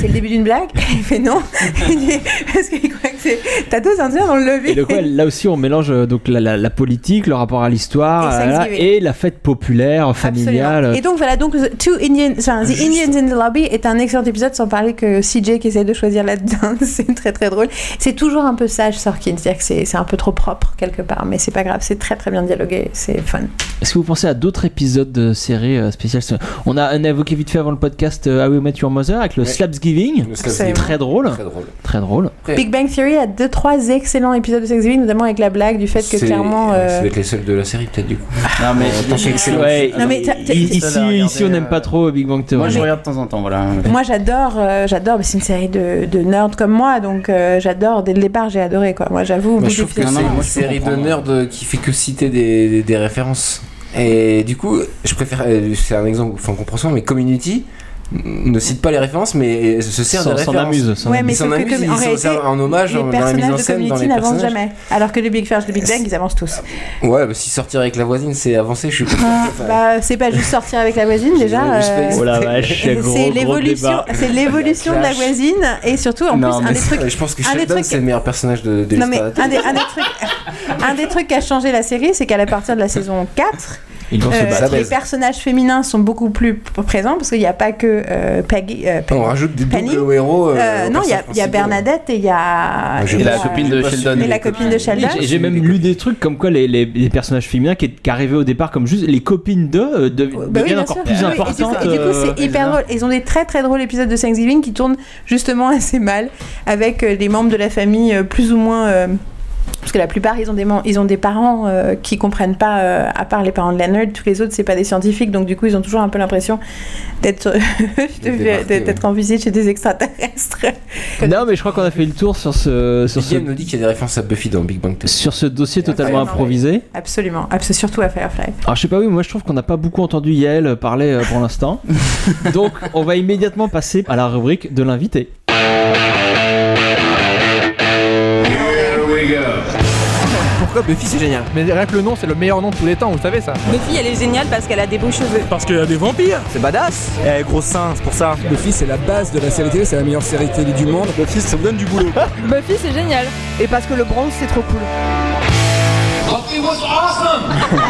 [SPEAKER 4] c'est le début d'une blague il fait non Il dit, parce qu'il croit que c'est t'as deux Indiens dans le lobby
[SPEAKER 1] Et donc, ouais, là aussi, on mélange euh, donc la, la- la politique, le rapport à l'histoire
[SPEAKER 4] Et
[SPEAKER 1] euh, voilà,
[SPEAKER 4] Thanksgiving.
[SPEAKER 1] et la fête populaire, familiale.
[SPEAKER 4] Absolument. Et donc voilà, donc The, two Indian, enfin, The Indians in the Lobby est un excellent épisode, sans parler que CJ qui essaie de choisir la dinde, c'est très très drôle. C'est toujours un peu sage Sorkin, c'est-à-dire que c'est c'est un peu trop propre quelque part, mais c'est pas grave, c'est très très bien dialogué, c'est fun.
[SPEAKER 1] Est-ce que vous pensez à d'autres épisodes de séries euh, spéciales on a, on a évoqué vite fait avant le podcast euh, How I Met Your Mother avec le
[SPEAKER 3] Ouais.
[SPEAKER 1] Slapsgiving.
[SPEAKER 3] Le
[SPEAKER 1] C'est
[SPEAKER 3] Slapsgiving.
[SPEAKER 1] très drôle.
[SPEAKER 3] Très drôle.
[SPEAKER 1] Très drôle.
[SPEAKER 4] Big Bang Theory a deux trois excellents épisodes de Thanksgiving, notamment avec la blague du fait que
[SPEAKER 3] C'est-
[SPEAKER 4] clairement. euh,
[SPEAKER 3] Ça doit être les seuls de la série, peut-être, du coup.
[SPEAKER 6] Non, mais.
[SPEAKER 3] Euh, tant qu'elle est excellente.
[SPEAKER 1] Ouais,
[SPEAKER 4] Non, mais t'as- t'as-
[SPEAKER 1] ici,
[SPEAKER 6] Ça, là, regardez,
[SPEAKER 1] ici, on n'aime pas trop Big Bang Theory.
[SPEAKER 6] Moi, je regarde de temps en temps, voilà.
[SPEAKER 4] Moi j'adore, euh, j'adore, mais c'est une série de, de nerds comme moi, donc euh, j'adore, dès le départ j'ai adoré quoi. Moi j'avoue, au
[SPEAKER 3] Moi,
[SPEAKER 4] bout
[SPEAKER 3] je
[SPEAKER 4] du
[SPEAKER 3] trouve que c'est
[SPEAKER 4] film-
[SPEAKER 3] une
[SPEAKER 6] moi, je peux
[SPEAKER 3] série de
[SPEAKER 6] comprendre.
[SPEAKER 3] nerds qui fait que citer des, des- des références. Et du coup, je préfère. euh, C'est un exemple, enfin, on comprend ça, mais Community n- ne cite pas les références, mais se sert
[SPEAKER 1] S'en-
[SPEAKER 3] des
[SPEAKER 1] s'en
[SPEAKER 3] références.
[SPEAKER 1] amuse, s'en
[SPEAKER 4] Ouais, mais
[SPEAKER 3] Ils s'en
[SPEAKER 4] sauf que
[SPEAKER 3] amusent,
[SPEAKER 4] comme- en
[SPEAKER 3] ils s'en
[SPEAKER 4] réalité,
[SPEAKER 3] servent en hommage
[SPEAKER 4] les
[SPEAKER 3] dans la mise en
[SPEAKER 4] personnages de
[SPEAKER 3] scène, dans
[SPEAKER 4] Community
[SPEAKER 3] les
[SPEAKER 4] n'avancent
[SPEAKER 3] personnages.
[SPEAKER 4] jamais. Alors que les Big First, les Big Bang, ils avancent tous.
[SPEAKER 3] Ouais, bah, si sortir avec la voisine, c'est avancer, je suis content. Enfin,
[SPEAKER 4] Bah, c'est pas juste sortir avec la voisine déjà.
[SPEAKER 3] Je- je fais-
[SPEAKER 4] euh,
[SPEAKER 1] Oh la vache, quel gros,
[SPEAKER 4] c'est
[SPEAKER 1] gros
[SPEAKER 4] l'évolution,
[SPEAKER 1] débat.
[SPEAKER 4] c'est l'évolution de la
[SPEAKER 3] clash.
[SPEAKER 4] voisine et surtout en
[SPEAKER 6] Non,
[SPEAKER 4] plus un
[SPEAKER 6] mais
[SPEAKER 4] des trucs.
[SPEAKER 3] Je pense que
[SPEAKER 4] un des
[SPEAKER 3] Sheldon,
[SPEAKER 4] trucs-
[SPEAKER 3] c'est le meilleur personnage de, de
[SPEAKER 4] Non mais
[SPEAKER 3] l'histoire de la
[SPEAKER 4] un des, un des trucs, un des trucs qui a changé la série, c'est qu'à partir de la saison 4,
[SPEAKER 1] Ils vont
[SPEAKER 4] euh,
[SPEAKER 1] se battre.
[SPEAKER 3] Ça
[SPEAKER 4] les
[SPEAKER 3] baise.
[SPEAKER 4] personnages féminins sont beaucoup plus p- présents parce qu'il n'y a pas que euh, Peggy. euh,
[SPEAKER 3] télé. On rajoute des
[SPEAKER 4] Fanny
[SPEAKER 3] doubles au héros. euh,
[SPEAKER 4] euh,
[SPEAKER 3] au
[SPEAKER 4] non, il y a- il y,
[SPEAKER 3] personnage
[SPEAKER 4] a
[SPEAKER 3] principal.
[SPEAKER 4] Bernadette et il y a.
[SPEAKER 3] Ah, j'ai
[SPEAKER 4] et
[SPEAKER 6] Et
[SPEAKER 3] pas
[SPEAKER 6] la
[SPEAKER 4] il y a-
[SPEAKER 6] copine de
[SPEAKER 3] pas
[SPEAKER 6] Sheldon.
[SPEAKER 4] et la copine de Sheldon.
[SPEAKER 1] J'ai- J'ai même lu des trucs comme quoi les, les- les personnages féminins qui, qui arrivaient au départ comme juste les copines d'eux euh, de-
[SPEAKER 4] Bah oui,
[SPEAKER 1] deviennent
[SPEAKER 4] bien
[SPEAKER 1] encore
[SPEAKER 4] sûr.
[SPEAKER 1] plus
[SPEAKER 4] Ah oui, et du coup-
[SPEAKER 1] importantes.
[SPEAKER 4] Et du coup,
[SPEAKER 1] euh,
[SPEAKER 4] c'est hyper drôle. Ils ont des très très drôles épisodes de Thanksgiving qui tournent justement assez mal avec euh, des membres de la famille euh, plus ou moins. euh, parce que la plupart, ils ont des, mem- ils ont des parents euh, qui comprennent pas, euh, à part les parents de Leonard, tous les autres, c'est pas des scientifiques, donc du coup, ils ont toujours un peu l'impression d'être
[SPEAKER 3] débarqués, ouais.
[SPEAKER 4] d'être en visite chez des extraterrestres.
[SPEAKER 1] Non, mais je crois qu'on a fait le tour sur ce, sur ce,
[SPEAKER 3] Guillaume nous dit qu'il y a des références à Buffy dans Big Bang Theory.
[SPEAKER 1] sur ce dossier totalement
[SPEAKER 4] Absolument.
[SPEAKER 1] improvisé.
[SPEAKER 4] Absolument, Abs- surtout à Firefly.
[SPEAKER 1] Alors je sais pas oui, moi je trouve qu'on n'a pas beaucoup entendu Yael parler euh, pour l'instant. Donc on va immédiatement passer à la rubrique de l'invité. Pour
[SPEAKER 3] pourquoi Buffy c'est génial.
[SPEAKER 11] Mais rien que le nom, c'est le meilleur nom de tous les temps, vous savez ça.
[SPEAKER 12] Buffy, elle est géniale parce qu'elle a des beaux cheveux.
[SPEAKER 11] Parce qu'il y a des vampires C'est badass
[SPEAKER 13] Eh, gros sein, c'est pour ça.
[SPEAKER 2] Buffy, c'est la base de la série télé, c'est la meilleure série télé du monde. Buffy, ça me donne du boulot.
[SPEAKER 14] Buffy, c'est génial. Et parce que le bronze, c'est trop cool.
[SPEAKER 7] Buffy was awesome!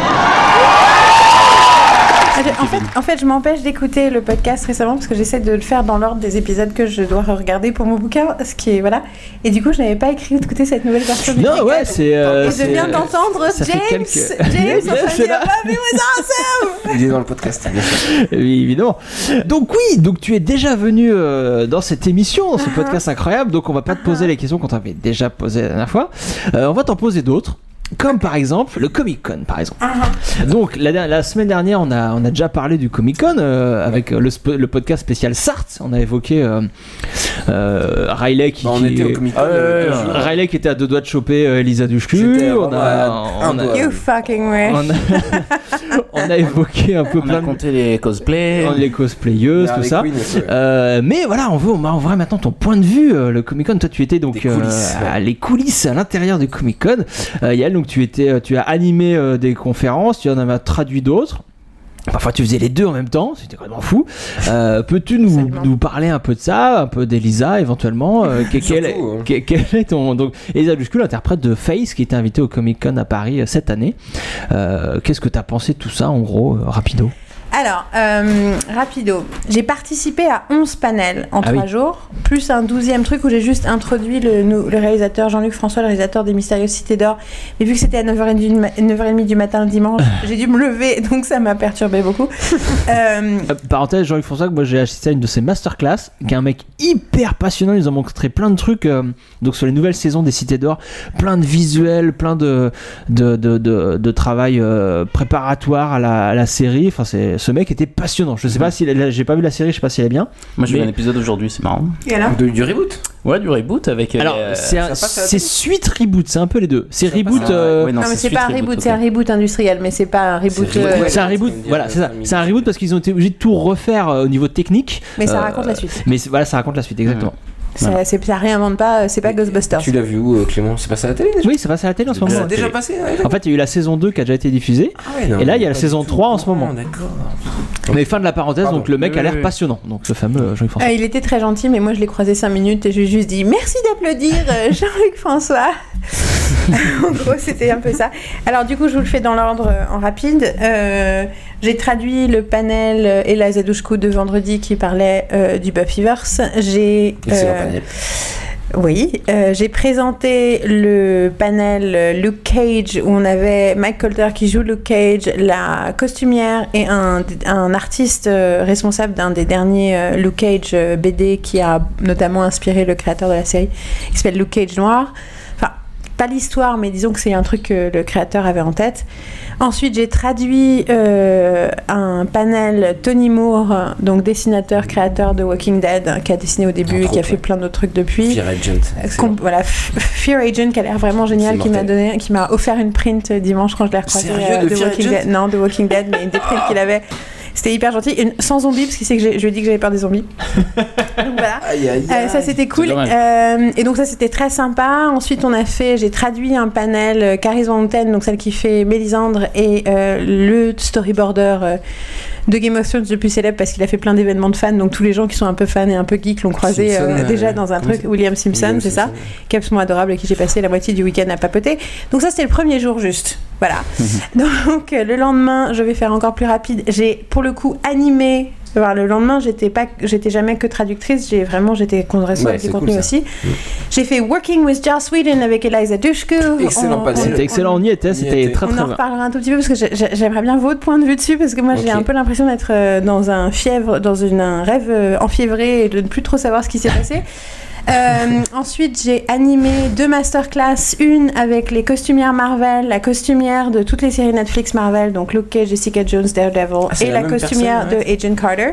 [SPEAKER 4] En fait, en fait, Ah, je m'empêche d'écouter le podcast récemment parce que j'essaie de le faire dans l'ordre des épisodes que je dois regarder pour mon bouquin, ce qui est voilà. Et du coup, je n'avais pas écrit d'écouter cette nouvelle version. du
[SPEAKER 1] Non,
[SPEAKER 4] podcast.
[SPEAKER 1] ouais, c'est. euh,
[SPEAKER 4] Et je
[SPEAKER 1] c'est-
[SPEAKER 4] viens d'entendre
[SPEAKER 1] ça fait
[SPEAKER 4] James.
[SPEAKER 1] quelques-
[SPEAKER 4] James,
[SPEAKER 1] Yes,
[SPEAKER 4] en train de
[SPEAKER 1] c'est
[SPEAKER 4] dire,
[SPEAKER 1] là.
[SPEAKER 4] Buffy was awesome.
[SPEAKER 3] Il est dans le podcast.
[SPEAKER 1] Oui, évidemment. Donc oui, donc tu es déjà venu euh, dans cette émission, dans ce podcast incroyable. Donc on va pas te poser les questions qu'on t'avait déjà posées la dernière fois. Euh, on va t'en poser d'autres. Comme par exemple le Comic Con, par exemple. Donc la, la semaine dernière, on a, on a déjà parlé du Comic Con avec euh, le, sp- le podcast spécial Sarthe. On a évoqué euh, euh, Riley qui, qui-
[SPEAKER 3] Bah, était au Comic-Con,
[SPEAKER 1] Ah, ouais,
[SPEAKER 3] euh,
[SPEAKER 1] ouais,
[SPEAKER 3] un jour.
[SPEAKER 1] Riley qui était à deux doigts de choper euh, Elisa Duchcu.
[SPEAKER 3] C'était
[SPEAKER 1] On a,
[SPEAKER 3] vraiment à
[SPEAKER 1] on a-
[SPEAKER 3] un doigt.
[SPEAKER 4] You fucking wish.
[SPEAKER 1] on a- on a évoqué un peu plein de Oh,
[SPEAKER 6] les cosplays,
[SPEAKER 1] les cosplayeuses,
[SPEAKER 6] Harley
[SPEAKER 1] tout ça.
[SPEAKER 6] Quinn aussi, ouais.
[SPEAKER 1] Euh, mais voilà, on veut, on va- on verra maintenant ton point de vue. euh, le Comic Con, toi, tu étais donc euh,
[SPEAKER 6] coulisses, ouais.
[SPEAKER 1] à les coulisses à l'intérieur du Comic Con. Euh, Yael, donc tu étais, euh, tu as animé euh, des conférences, tu en as traduit d'autres. Parfois, tu faisais les deux en même temps, c'était complètement fou. Euh, Peux-tu nous, nous parler un peu de ça, un peu d'Elisa éventuellement euh, que- quel, est-
[SPEAKER 3] Surtout, hein.
[SPEAKER 1] que- quel est ton. Donc, Elisa Luscul, interprète de Face, qui était invitée au Comic Con à Paris euh, cette année. Euh, Qu'est-ce que tu as pensé de tout ça, en gros, euh, rapido
[SPEAKER 4] Alors, euh, rapido. J'ai participé à 11 panels en
[SPEAKER 1] Ah
[SPEAKER 4] trois
[SPEAKER 1] oui.
[SPEAKER 4] jours, plus un douzième truc où j'ai juste introduit le, nou- le réalisateur Jean-Luc François, le réalisateur des Mystérieuses Cités d'Or. Mais vu que c'était à 9h30 du, ma- 9h30 du matin le dimanche, j'ai dû me lever, donc ça m'a perturbé beaucoup. Euh,
[SPEAKER 1] Euh, Parenthèse, Jean-Luc François, que moi j'ai assisté à une de ses masterclass, qui est un mec hyper passionnant, ils ont montré plein de trucs, euh, donc sur les nouvelles saisons des Cités d'Or, plein de visuels, plein de, de, de, de- de travail euh, préparatoire à la, à la série, enfin c'est- ce mec était passionnant, je sais pas si, j'ai pas vu la série, je sais pas si elle est bien.
[SPEAKER 6] Moi, j'ai vu
[SPEAKER 1] mais-
[SPEAKER 6] un épisode aujourd'hui, c'est marrant.
[SPEAKER 4] Et alors
[SPEAKER 3] Du reboot
[SPEAKER 6] Ouais, du reboot avec. euh,
[SPEAKER 1] Alors,
[SPEAKER 6] les-
[SPEAKER 1] c'est un-
[SPEAKER 6] ça passe à la
[SPEAKER 1] c'est
[SPEAKER 6] télé
[SPEAKER 1] suite reboot, c'est un peu les deux. C'est reboot.
[SPEAKER 6] à la-
[SPEAKER 1] euh,
[SPEAKER 6] Ouais,
[SPEAKER 4] non, mais c'est pas un reboot, c'est un reboot industriel, mais c'est pas un reboot.
[SPEAKER 1] C'est
[SPEAKER 4] euh,
[SPEAKER 1] un reboot, voilà, c'est ça. C'est un reboot parce qu'ils ont été obligés de tout refaire euh, au niveau technique.
[SPEAKER 4] Mais ça raconte la suite.
[SPEAKER 1] Mais c'est- voilà, ça raconte la suite, exactement.
[SPEAKER 4] ça, c'est- ça réinvente pas, euh, c'est pas Ghostbusters.
[SPEAKER 3] Tu l'as vu où, euh, Clément C'est passé à la télé déjà
[SPEAKER 1] Oui, c'est passé à la télé en ce
[SPEAKER 3] C'est
[SPEAKER 1] moment.
[SPEAKER 3] déjà
[SPEAKER 1] La télé.
[SPEAKER 3] passé, ouais, d'accord.
[SPEAKER 1] En fait, il y a eu la saison 2 qui a déjà été diffusée.
[SPEAKER 3] ouais, non,
[SPEAKER 1] et là, il y
[SPEAKER 3] pas
[SPEAKER 1] a la
[SPEAKER 3] du
[SPEAKER 1] saison
[SPEAKER 3] tout
[SPEAKER 1] 3 en ce moment.
[SPEAKER 3] D'accord.
[SPEAKER 1] Mais fin de la parenthèse, donc le mec
[SPEAKER 3] Oui,
[SPEAKER 1] a
[SPEAKER 3] oui,
[SPEAKER 1] l'air
[SPEAKER 3] oui.
[SPEAKER 1] passionnant. Donc ce fameux euh, Jean-Yves François.
[SPEAKER 4] Euh, il était très gentil, mais moi je l'ai croisé 5 minutes et je lui ai juste dit merci d'applaudir euh, Jean-Luc François. en gros, c'était un peu ça. Alors, du coup, je vous le fais dans l'ordre euh, en rapide. Euh, J'ai traduit le panel euh, Ella Zadouchkou de vendredi qui parlait euh, du Buffyverse. J'ai.
[SPEAKER 3] Excellent
[SPEAKER 4] euh,
[SPEAKER 3] panel.
[SPEAKER 4] oui, euh, j'ai présenté le panel euh, Luke Cage où on avait Mike Colter qui joue Luke Cage, la costumière et un, un artiste euh, responsable d'un des derniers euh, Luke Cage euh, BD qui a notamment inspiré le créateur de la série qui s'appelle Luke Cage Noir. Enfin, pas l'histoire, mais disons que c'est un truc que le créateur avait en tête. Ensuite, j'ai traduit euh, un panel Tony Moore, donc dessinateur, créateur de Walking Dead, hein, qui a dessiné au début et qui a fait plein d'autres trucs depuis.
[SPEAKER 3] Fear Agent.
[SPEAKER 4] Com- voilà, F- Fear Agent qui a l'air vraiment génial,
[SPEAKER 3] C'est
[SPEAKER 4] qui m'a
[SPEAKER 3] mortel.
[SPEAKER 4] donné, qui m'a offert une print euh, dimanche quand je l'ai recroisé
[SPEAKER 3] Sérieux,
[SPEAKER 4] euh,
[SPEAKER 3] de Fear
[SPEAKER 4] Walking
[SPEAKER 3] Agent
[SPEAKER 4] Dead. Non, de Walking Dead, mais une des prints qu'il avait. C'était hyper gentil, Une- sans zombies parce qu'il sait que j'ai- je lui ai dit que j'avais peur des zombies.
[SPEAKER 3] Aïe, aïe,
[SPEAKER 4] Euh, ça c'était cool.
[SPEAKER 3] dommage.
[SPEAKER 4] Euh, et donc ça c'était très sympa. Ensuite on a fait, j'ai traduit un panel euh, Carison Mountain, donc celle qui fait Mélisandre et euh, le storyboarder euh, de Game of Thrones le plus célèbre parce qu'il a fait plein d'événements de fans. Donc tous les gens qui sont un peu fans et un peu geeks l'ont croisé
[SPEAKER 12] Simpson,
[SPEAKER 4] euh,
[SPEAKER 12] euh,
[SPEAKER 4] déjà dans un
[SPEAKER 12] comment
[SPEAKER 4] truc.
[SPEAKER 12] c'est
[SPEAKER 4] William Simpson,
[SPEAKER 12] William
[SPEAKER 4] c'est ça,
[SPEAKER 12] Simpson,
[SPEAKER 4] qui est absolument adorable et qui j'ai passé la moitié du week-end à papoter. Donc ça c'était le premier jour juste. Voilà.
[SPEAKER 1] Mhm.
[SPEAKER 4] Donc euh, le lendemain, je vais faire encore plus rapide. J'ai pour le coup animé. Enfin, le lendemain, j'étais pas, j'étais jamais que traductrice. J'ai vraiment, j'étais responsable
[SPEAKER 1] Ouais,
[SPEAKER 4] du
[SPEAKER 1] c'est
[SPEAKER 4] contenu
[SPEAKER 1] cool, ça.
[SPEAKER 4] aussi. J'ai fait Working with Joss Whedon avec Eliza Dushku. On- on-
[SPEAKER 1] C'était excellent, on y était, c'était très
[SPEAKER 4] Eh, on
[SPEAKER 1] très bien.
[SPEAKER 4] en reparlera un tout petit peu parce que j'ai- j'ai- j'aimerais bien votre point de vue dessus parce que moi j'ai
[SPEAKER 1] Ok.
[SPEAKER 4] un peu l'impression d'être euh, dans un fièvre, dans une, un rêve euh, enfiévré et de ne plus trop savoir ce qui s'est passé. Euh, ensuite, j'ai animé deux masterclass, une avec les costumières Marvel, la costumière de toutes les séries Netflix Marvel, donc Luke Cage, Jessica Jones, Daredevil,
[SPEAKER 12] Ah, c'est
[SPEAKER 4] et
[SPEAKER 12] la
[SPEAKER 4] la,
[SPEAKER 12] même
[SPEAKER 4] costumière
[SPEAKER 12] personne, ouais.
[SPEAKER 4] de Agent Carter.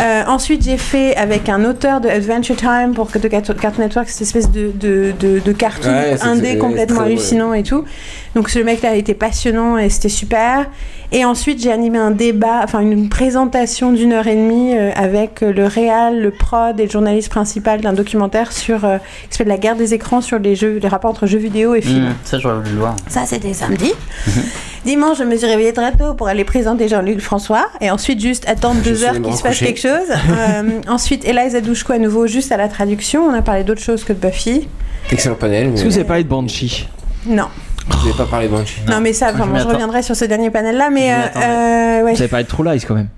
[SPEAKER 4] Euh, ensuite, j'ai fait avec un auteur de Adventure Time pour que de Cartoon Cartoon Network, cette espèce de, de, de, de cartoon
[SPEAKER 12] Ouais, c'est-
[SPEAKER 4] indé
[SPEAKER 12] c'est-
[SPEAKER 4] complètement
[SPEAKER 12] c'est très-
[SPEAKER 4] hallucinant et tout. Donc ce mec-là était passionnant et c'était super. Et ensuite, j'ai animé un débat, enfin une présentation d'une heure et demie euh, avec euh, le réal, le prod et le journaliste principal d'un documentaire sur euh, qui s'appelle la guerre des écrans sur les jeux, les rapports entre jeux vidéo et films.
[SPEAKER 6] Mmh, ça, j'aurais voulu le voir.
[SPEAKER 4] Ça, c'était samedi. Dimanche, je me suis réveillée très tôt pour aller présenter Jean-Luc François et ensuite juste attendre
[SPEAKER 3] Je
[SPEAKER 4] deux
[SPEAKER 3] suis
[SPEAKER 4] heures
[SPEAKER 3] allée me
[SPEAKER 4] qu'il se fasse
[SPEAKER 3] recoucher.
[SPEAKER 4] quelque chose. Euh, ensuite, Eliza Douchko à nouveau juste à la traduction. On a parlé d'autre chose que de Buffy.
[SPEAKER 3] Excellent panel. mais-
[SPEAKER 1] Est-ce que vous avez parlé de Banshee
[SPEAKER 4] Non.
[SPEAKER 3] Vous n'avez pas parlé de Banshee.
[SPEAKER 4] Non, mais ça,
[SPEAKER 1] Moi, je
[SPEAKER 4] vraiment,
[SPEAKER 1] m'y
[SPEAKER 4] je,
[SPEAKER 1] attends-
[SPEAKER 4] reviendrai sur ce dernier panel-là, mais euh, euh, ouais.
[SPEAKER 1] Vous avez parlé de True Lies quand même.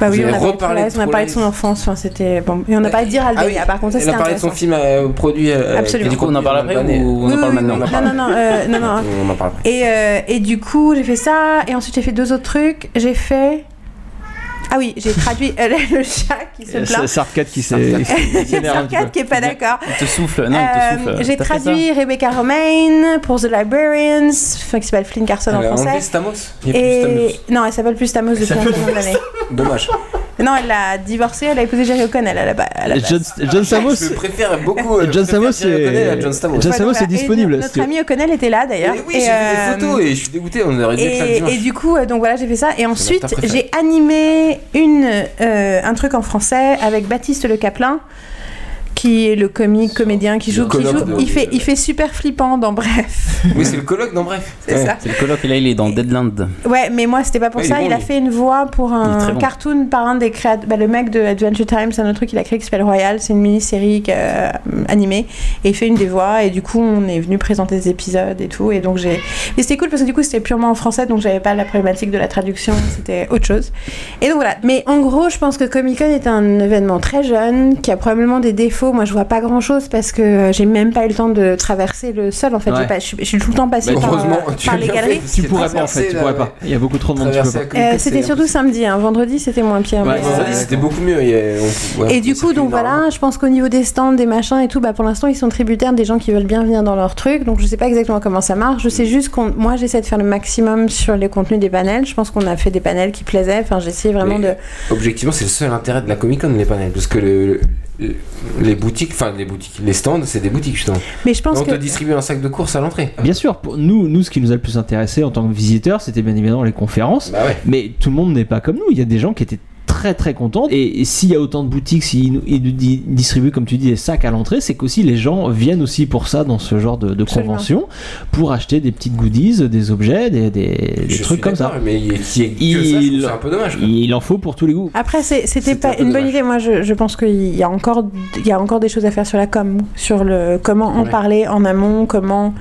[SPEAKER 4] Bah oui,
[SPEAKER 3] Vous
[SPEAKER 4] on a parlé
[SPEAKER 3] avez
[SPEAKER 4] de
[SPEAKER 3] reparlé de
[SPEAKER 4] Trolls, on a
[SPEAKER 3] Trolls.
[SPEAKER 4] parlé de son enfance, enfin, c'était bon. Et on a parlé d'Hiralbenia, par contre, ça
[SPEAKER 3] Elle
[SPEAKER 4] c'était
[SPEAKER 3] a parlé de
[SPEAKER 4] intéressant.
[SPEAKER 3] son film euh, produit. euh,
[SPEAKER 4] Absolument.
[SPEAKER 3] qui
[SPEAKER 4] Et du coup,
[SPEAKER 6] on en parle après
[SPEAKER 3] Albanais.
[SPEAKER 6] ou on en
[SPEAKER 3] Oui,
[SPEAKER 6] parle
[SPEAKER 3] oui,
[SPEAKER 6] maintenant
[SPEAKER 3] oui, on en
[SPEAKER 4] Non,
[SPEAKER 3] parle.
[SPEAKER 4] non, non, euh, non, non.
[SPEAKER 3] On en parle après.
[SPEAKER 4] Et, euh, et du coup, j'ai fait ça, et ensuite j'ai fait deux autres trucs. J'ai fait. Ah oui, j'ai traduit euh, le chat qui se
[SPEAKER 1] Euh,
[SPEAKER 4] plaint.
[SPEAKER 1] C'est Sarkat qui s'est.
[SPEAKER 4] C'est Sarkat qui est pas d'accord.
[SPEAKER 6] Il te souffle, Ah non,
[SPEAKER 4] Euh,
[SPEAKER 6] il te souffle.
[SPEAKER 4] j'ai
[SPEAKER 6] T'as fait ça
[SPEAKER 4] traduit Rebecca Romaine pour The Librarians, enfin, qui s'appelle Flynn Carson en
[SPEAKER 3] Elle a enlevé
[SPEAKER 4] français.
[SPEAKER 3] Stamos. Il n'y a plus de
[SPEAKER 4] Et
[SPEAKER 3] Stamos.
[SPEAKER 4] non, elle s'appelle plus Stamos depuis un
[SPEAKER 3] s'appelle
[SPEAKER 4] certain nombre d'années.
[SPEAKER 3] Dommage.
[SPEAKER 4] Non, elle a divorcé, elle a épousé Jerry O'Connell à la ba- à la base.
[SPEAKER 1] John, John Samos.
[SPEAKER 3] Je préfère beaucoup. euh,
[SPEAKER 1] John
[SPEAKER 3] je
[SPEAKER 1] Samos
[SPEAKER 3] préfère Thierry O'Connell à
[SPEAKER 1] est.
[SPEAKER 3] John Stamos.
[SPEAKER 1] John
[SPEAKER 4] Ouais,
[SPEAKER 1] Samos
[SPEAKER 4] donc
[SPEAKER 1] est
[SPEAKER 4] voilà. Et
[SPEAKER 1] disponible.
[SPEAKER 4] Notre
[SPEAKER 1] C'est-
[SPEAKER 4] ami O'Connell était là d'ailleurs.
[SPEAKER 3] Oui, j'ai vu des
[SPEAKER 4] euh,
[SPEAKER 3] photos et je suis dégoûté. On aurait dû être là le
[SPEAKER 4] Et,
[SPEAKER 3] dimanche.
[SPEAKER 4] et du coup, euh, donc voilà, j'ai fait ça. Et ensuite,
[SPEAKER 3] t'as préféré.
[SPEAKER 4] j'ai animé une, euh, un truc en français avec Baptiste Le Caplin, qui est le comique comédien qui
[SPEAKER 3] Le
[SPEAKER 4] joue. Qui
[SPEAKER 3] colloque
[SPEAKER 4] joue.
[SPEAKER 3] de-
[SPEAKER 4] Il, fait, il fait super flippant dans Bref.
[SPEAKER 3] Oui, c'est le colloque, non, bref.
[SPEAKER 4] C'est ça.
[SPEAKER 6] C'est le colloque, et là, il est dans Deadland.
[SPEAKER 4] Ouais, mais moi, c'était pas pour
[SPEAKER 6] Ouais, il
[SPEAKER 4] ça.
[SPEAKER 6] est bon,
[SPEAKER 4] il a
[SPEAKER 6] lui.
[SPEAKER 4] fait une voix pour
[SPEAKER 6] est
[SPEAKER 4] un
[SPEAKER 6] très bon.
[SPEAKER 4] cartoon par un des créateurs. Bah, le mec de Adventure Time, c'est un autre truc qu'il a créé qui s'appelle Royal. C'est une mini-série euh, animée. Et il fait une des voix. Et du coup, on est venu présenter des épisodes et tout. Et donc, j'ai. Mais c'était cool parce que du coup, c'était purement en français. Donc, j'avais pas la problématique de la traduction. C'était autre chose. Et donc, voilà. Mais en gros, je pense que Comic Con est un événement très jeune qui a probablement des défauts. Moi, je vois pas grand chose parce que euh, j'ai même pas eu le temps de traverser le sol. En fait,
[SPEAKER 1] Ouais.
[SPEAKER 4] J'ai pas- je suis- je suis tout le temps passée
[SPEAKER 1] Bah,
[SPEAKER 4] par, euh,
[SPEAKER 1] heureusement,
[SPEAKER 3] tu
[SPEAKER 4] par
[SPEAKER 3] as
[SPEAKER 4] les
[SPEAKER 3] bien
[SPEAKER 4] galeries.
[SPEAKER 3] fait, parce
[SPEAKER 1] Tu
[SPEAKER 3] que
[SPEAKER 1] pourrais pas en fait,
[SPEAKER 3] traverser,
[SPEAKER 1] tu
[SPEAKER 3] là,
[SPEAKER 1] pourrais
[SPEAKER 3] ouais.
[SPEAKER 1] pas. Il y a beaucoup trop de monde, tu
[SPEAKER 3] Traverser
[SPEAKER 1] peux
[SPEAKER 3] la
[SPEAKER 1] pas.
[SPEAKER 4] Euh,
[SPEAKER 3] Comic-Con,
[SPEAKER 4] c'était
[SPEAKER 3] c'est-
[SPEAKER 4] surtout samedi, hein. vendredi c'était moins pire. mais,
[SPEAKER 3] Ouais,
[SPEAKER 4] euh,
[SPEAKER 3] vendredi, c'était beaucoup mieux. il y a- on- ouais,
[SPEAKER 4] et du
[SPEAKER 3] ça
[SPEAKER 4] coup,
[SPEAKER 3] fait
[SPEAKER 4] donc
[SPEAKER 3] énorme.
[SPEAKER 4] voilà, je pense qu'au niveau des stands, des machins et tout, bah pour l'instant, ils sont tributaires des gens qui veulent bien venir dans leur truc. Donc je sais pas exactement comment ça marche. Je sais juste qu'on, moi, j'essaie de faire le maximum sur les contenus des panels. Je pense qu'on a fait des panels qui plaisaient. Enfin, j'essaie vraiment
[SPEAKER 3] Mais
[SPEAKER 4] de.
[SPEAKER 3] Objectivement, c'est le seul intérêt de la Comic Con, les panels. Parce que le- le- les boutiques, enfin les boutiques, les stands, c'est des boutiques justement.
[SPEAKER 4] Mais je pense
[SPEAKER 3] On
[SPEAKER 4] que.
[SPEAKER 3] te distribue un sac de course à l'entrée.
[SPEAKER 1] Bien sûr, pour nous, nous, ce qui nous a le plus intéressé en tant que visiteurs, c'était bien évidemment les conférences.
[SPEAKER 3] Bah ouais.
[SPEAKER 1] Mais tout le monde n'est pas comme nous. Il y a des gens qui étaient très très contents. Et, et s'il y a autant de boutiques, s'ils nous- ils nous di- distribuent, comme tu dis, des sacs à l'entrée, c'est qu'aussi les gens viennent aussi pour ça dans ce genre de, de
[SPEAKER 4] Absolument.
[SPEAKER 1] convention pour acheter des petites goodies, des objets, des, des- des
[SPEAKER 3] Je
[SPEAKER 1] trucs
[SPEAKER 3] suis
[SPEAKER 1] comme ça.
[SPEAKER 3] d'accord, Mais qui est que ça, je trouve
[SPEAKER 1] Il,
[SPEAKER 3] c'est un peu dommage. quoi.
[SPEAKER 1] il en faut pour tous les goûts.
[SPEAKER 4] Après, c'est- c'était
[SPEAKER 3] un
[SPEAKER 4] pas
[SPEAKER 3] peu
[SPEAKER 4] une bonne
[SPEAKER 3] dommage.
[SPEAKER 4] idée. Moi, je, je pense qu'il y a encore, il y a encore des choses à faire sur la com, sur le comment en
[SPEAKER 3] Ouais.
[SPEAKER 4] parler en amont, comment,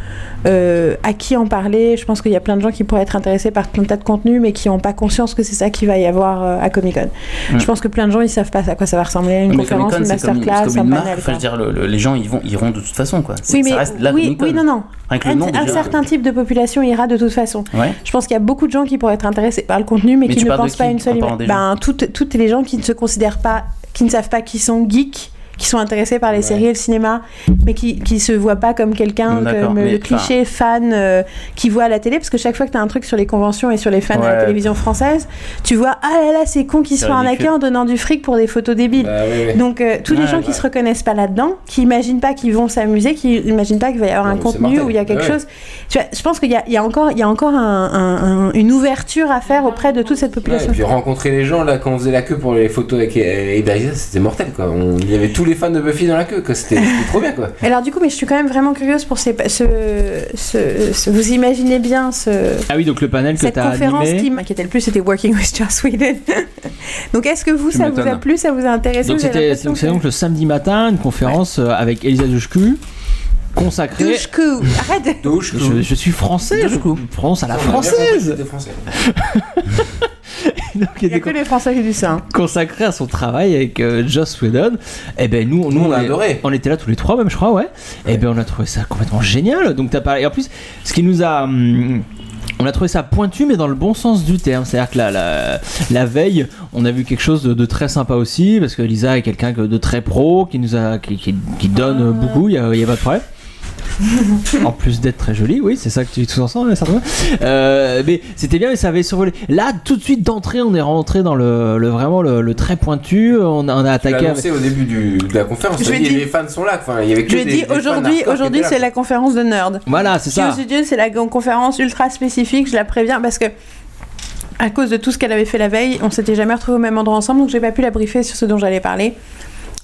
[SPEAKER 4] euh, à qui en parler. Je pense qu'il y a plein de gens qui pourraient être intéressés par tout un tas de contenus, mais qui n'ont pas conscience que c'est ça qui va y avoir euh, à Comic Con.
[SPEAKER 6] Mm.
[SPEAKER 4] Je pense que plein de gens ils savent pas à quoi ça va ressembler, une
[SPEAKER 6] Mais
[SPEAKER 4] conférence,
[SPEAKER 6] Comic-Con,
[SPEAKER 4] une
[SPEAKER 6] c'est comme une,
[SPEAKER 4] masterclass,
[SPEAKER 6] c'est
[SPEAKER 4] un
[SPEAKER 6] comme une marque.
[SPEAKER 4] panel.
[SPEAKER 6] Enfin, je veux dire, le- le- les gens, ils vont, ils iront de toute façon, quoi. C'est-
[SPEAKER 4] Oui, mais
[SPEAKER 6] ça reste la
[SPEAKER 4] oui,
[SPEAKER 6] Comic-Con.
[SPEAKER 4] oui, non, non.
[SPEAKER 6] Rien que le
[SPEAKER 4] Un,
[SPEAKER 6] nom,
[SPEAKER 4] un
[SPEAKER 6] déjà.
[SPEAKER 4] certain type de population ira de toute façon.
[SPEAKER 6] Ouais.
[SPEAKER 4] Je pense qu'il y a beaucoup de gens qui pourraient être intéressés par le contenu, mais,
[SPEAKER 6] Mais
[SPEAKER 4] qui
[SPEAKER 6] tu
[SPEAKER 4] ne
[SPEAKER 6] parles de
[SPEAKER 4] pensent pas à
[SPEAKER 6] qui,
[SPEAKER 4] une seule
[SPEAKER 6] en parlant
[SPEAKER 4] image.
[SPEAKER 6] des
[SPEAKER 4] Ben, toutes, toutes les gens qui ne se considèrent pas, qui ne savent pas qui sont geeks, qui sont intéressés par les séries et le cinéma, mais qui ne se voient pas comme quelqu'un,
[SPEAKER 6] Mm, d'accord,
[SPEAKER 4] comme euh,
[SPEAKER 6] mais,
[SPEAKER 4] le cliché fan euh, qui voit à la télé, parce que chaque fois que tu as un truc sur les conventions et sur les fans à la
[SPEAKER 6] Ouais.
[SPEAKER 4] télévision française, tu vois, ah là là, c'est con qu'ils se
[SPEAKER 6] C'est
[SPEAKER 4] font arnaquer
[SPEAKER 6] ridicule.
[SPEAKER 4] en donnant du fric pour des photos débiles.
[SPEAKER 3] Bah, ouais, ouais.
[SPEAKER 4] Donc euh, tous les
[SPEAKER 6] Ouais,
[SPEAKER 4] gens qui se reconnaissent pas là-dedans, qui imaginent pas qu'ils vont s'amuser, qui imaginent pas qu'il va y avoir un
[SPEAKER 3] Ouais, c'est
[SPEAKER 4] contenu
[SPEAKER 3] mortel.
[SPEAKER 4] où il y a quelque
[SPEAKER 3] Ouais.
[SPEAKER 4] chose. Tu vois, je pense qu'il y a, il y a encore, il y a encore un- un- un- une ouverture à faire auprès de toute cette
[SPEAKER 3] Ouais, et
[SPEAKER 4] population.
[SPEAKER 3] puis rencontrer les gens là quand on faisait la queue pour les photos avec euh, Eliza, c'était mortel quoi. On- Il y avait tous les fans de Buffy dans la queue, quoi. C'était c'était trop bien quoi.
[SPEAKER 4] Alors du coup, mais je suis quand même vraiment curieuse pour ces, ce, ce- ce- vous imaginez bien ce,
[SPEAKER 1] Ah oui, donc le panel que
[SPEAKER 4] cette
[SPEAKER 1] tu as
[SPEAKER 4] conférence
[SPEAKER 1] animé.
[SPEAKER 4] qui m'inquiétait le plus, c'était Working with Joss Whedon. donc est-ce que vous,
[SPEAKER 6] Tu
[SPEAKER 4] ça vous a
[SPEAKER 6] m'étonnes.
[SPEAKER 4] plu, ça vous a intéressé
[SPEAKER 1] Donc
[SPEAKER 4] Vous avez
[SPEAKER 1] c'était
[SPEAKER 4] l'impression
[SPEAKER 1] donc, c'est
[SPEAKER 4] que-
[SPEAKER 1] donc le samedi matin une conférence euh, avec Elisa Dushku consacrée.
[SPEAKER 4] Douche-cou. arrête.
[SPEAKER 3] Douche,
[SPEAKER 1] Je, je suis français, je prononce à la française. Donc, il
[SPEAKER 4] Il y a
[SPEAKER 1] était
[SPEAKER 4] que les Français qui disent ça. hein.
[SPEAKER 1] consacré à son travail avec euh, Joss Whedon. Et ben nous, nous
[SPEAKER 3] on l'a
[SPEAKER 1] est-
[SPEAKER 3] adoré.
[SPEAKER 1] On était là tous les trois, même je crois, ouais. Et ben on a trouvé ça complètement génial. Donc t'as parlé. Et en plus, ce qui nous a hum, on a trouvé ça pointu, mais dans le bon sens du terme. C'est-à-dire que la, la, la veille, on a vu quelque chose de, de très sympa aussi, parce que Lisa est quelqu'un que- de très pro, qui nous a, qui, qui- qui donne euh, beaucoup. Il y a, il y a pas de problème. en plus d'être très jolie, oui, c'est ça que tu dis tous ensemble, certainement. Euh, mais c'était bien, mais ça avait survolé. Là, tout de suite d'entrée, on est rentré dans le, le- vraiment le, le très pointu. On a, on a
[SPEAKER 3] Tu l'as
[SPEAKER 1] attaqué. avec-
[SPEAKER 3] annoncé au début du- de la conférence.
[SPEAKER 4] Je
[SPEAKER 3] t'as
[SPEAKER 4] lui ai
[SPEAKER 3] dit,
[SPEAKER 4] dit-
[SPEAKER 3] les fans sont là. Enfin, il y avait que
[SPEAKER 4] Je
[SPEAKER 3] des-
[SPEAKER 4] lui ai dit
[SPEAKER 3] des fans
[SPEAKER 4] aujourd'hui,
[SPEAKER 3] hardcore qui
[SPEAKER 4] aujourd'hui
[SPEAKER 3] étaient
[SPEAKER 4] c'est
[SPEAKER 3] là,
[SPEAKER 4] la conférence de nerd.
[SPEAKER 1] Voilà, c'est ça.
[SPEAKER 4] Studios Studio, c'est la grande conférence ultra spécifique, je la préviens parce que à cause de tout ce qu'elle avait fait la veille, on s'était jamais retrouvés au même endroit ensemble, donc j'ai pas pu la briefer sur ce dont j'allais parler.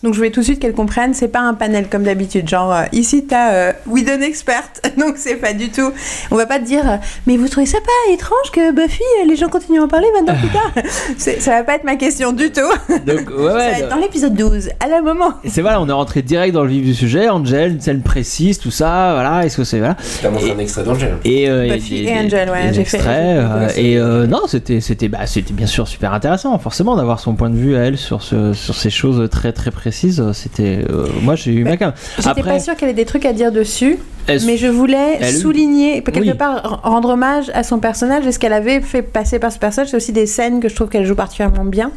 [SPEAKER 4] Donc je voulais tout de suite qu'elle comprenne, c'est pas un panel comme d'habitude, genre euh, ici t'as euh, We Don't Expert, donc c'est pas du tout. On va pas te dire, euh, mais vous trouvez ça pas étrange que Buffy, euh, les gens continuent à en parler 20 ans plus tard C'est- Ça va pas être ma question du tout.
[SPEAKER 1] Donc, ouais,
[SPEAKER 4] ça va
[SPEAKER 1] ouais,
[SPEAKER 4] être dans l'épisode 12, à la moment.
[SPEAKER 1] Et c'est voilà, on est rentré direct dans le vif du sujet. Angel, une scène précise, tout ça, voilà. Est-ce que c'est voilà.
[SPEAKER 3] T'as montré un extrait d'Angel.
[SPEAKER 1] Et, euh,
[SPEAKER 4] Buffy
[SPEAKER 1] des-
[SPEAKER 4] et
[SPEAKER 1] des-
[SPEAKER 4] Angel, ouais,
[SPEAKER 1] des
[SPEAKER 4] j'ai fait-
[SPEAKER 1] extraits, euh, et euh, non, c'était, c'était, bah, c'était bien sûr super intéressant, forcément, d'avoir son point de vue à elle sur ce, sur ces choses très très précises. C'était, euh, moi, j'ai eu ma cam.
[SPEAKER 4] J'étais
[SPEAKER 1] Après,
[SPEAKER 4] pas sûre qu'elle ait des trucs à dire dessus,
[SPEAKER 1] Elle-
[SPEAKER 4] mais je voulais
[SPEAKER 1] elle-
[SPEAKER 4] souligner, quelque
[SPEAKER 1] Oui.
[SPEAKER 4] part r- rendre hommage à son personnage et ce qu'elle avait fait passer par ce personnage. C'est aussi des scènes que je trouve qu'elle joue particulièrement bien.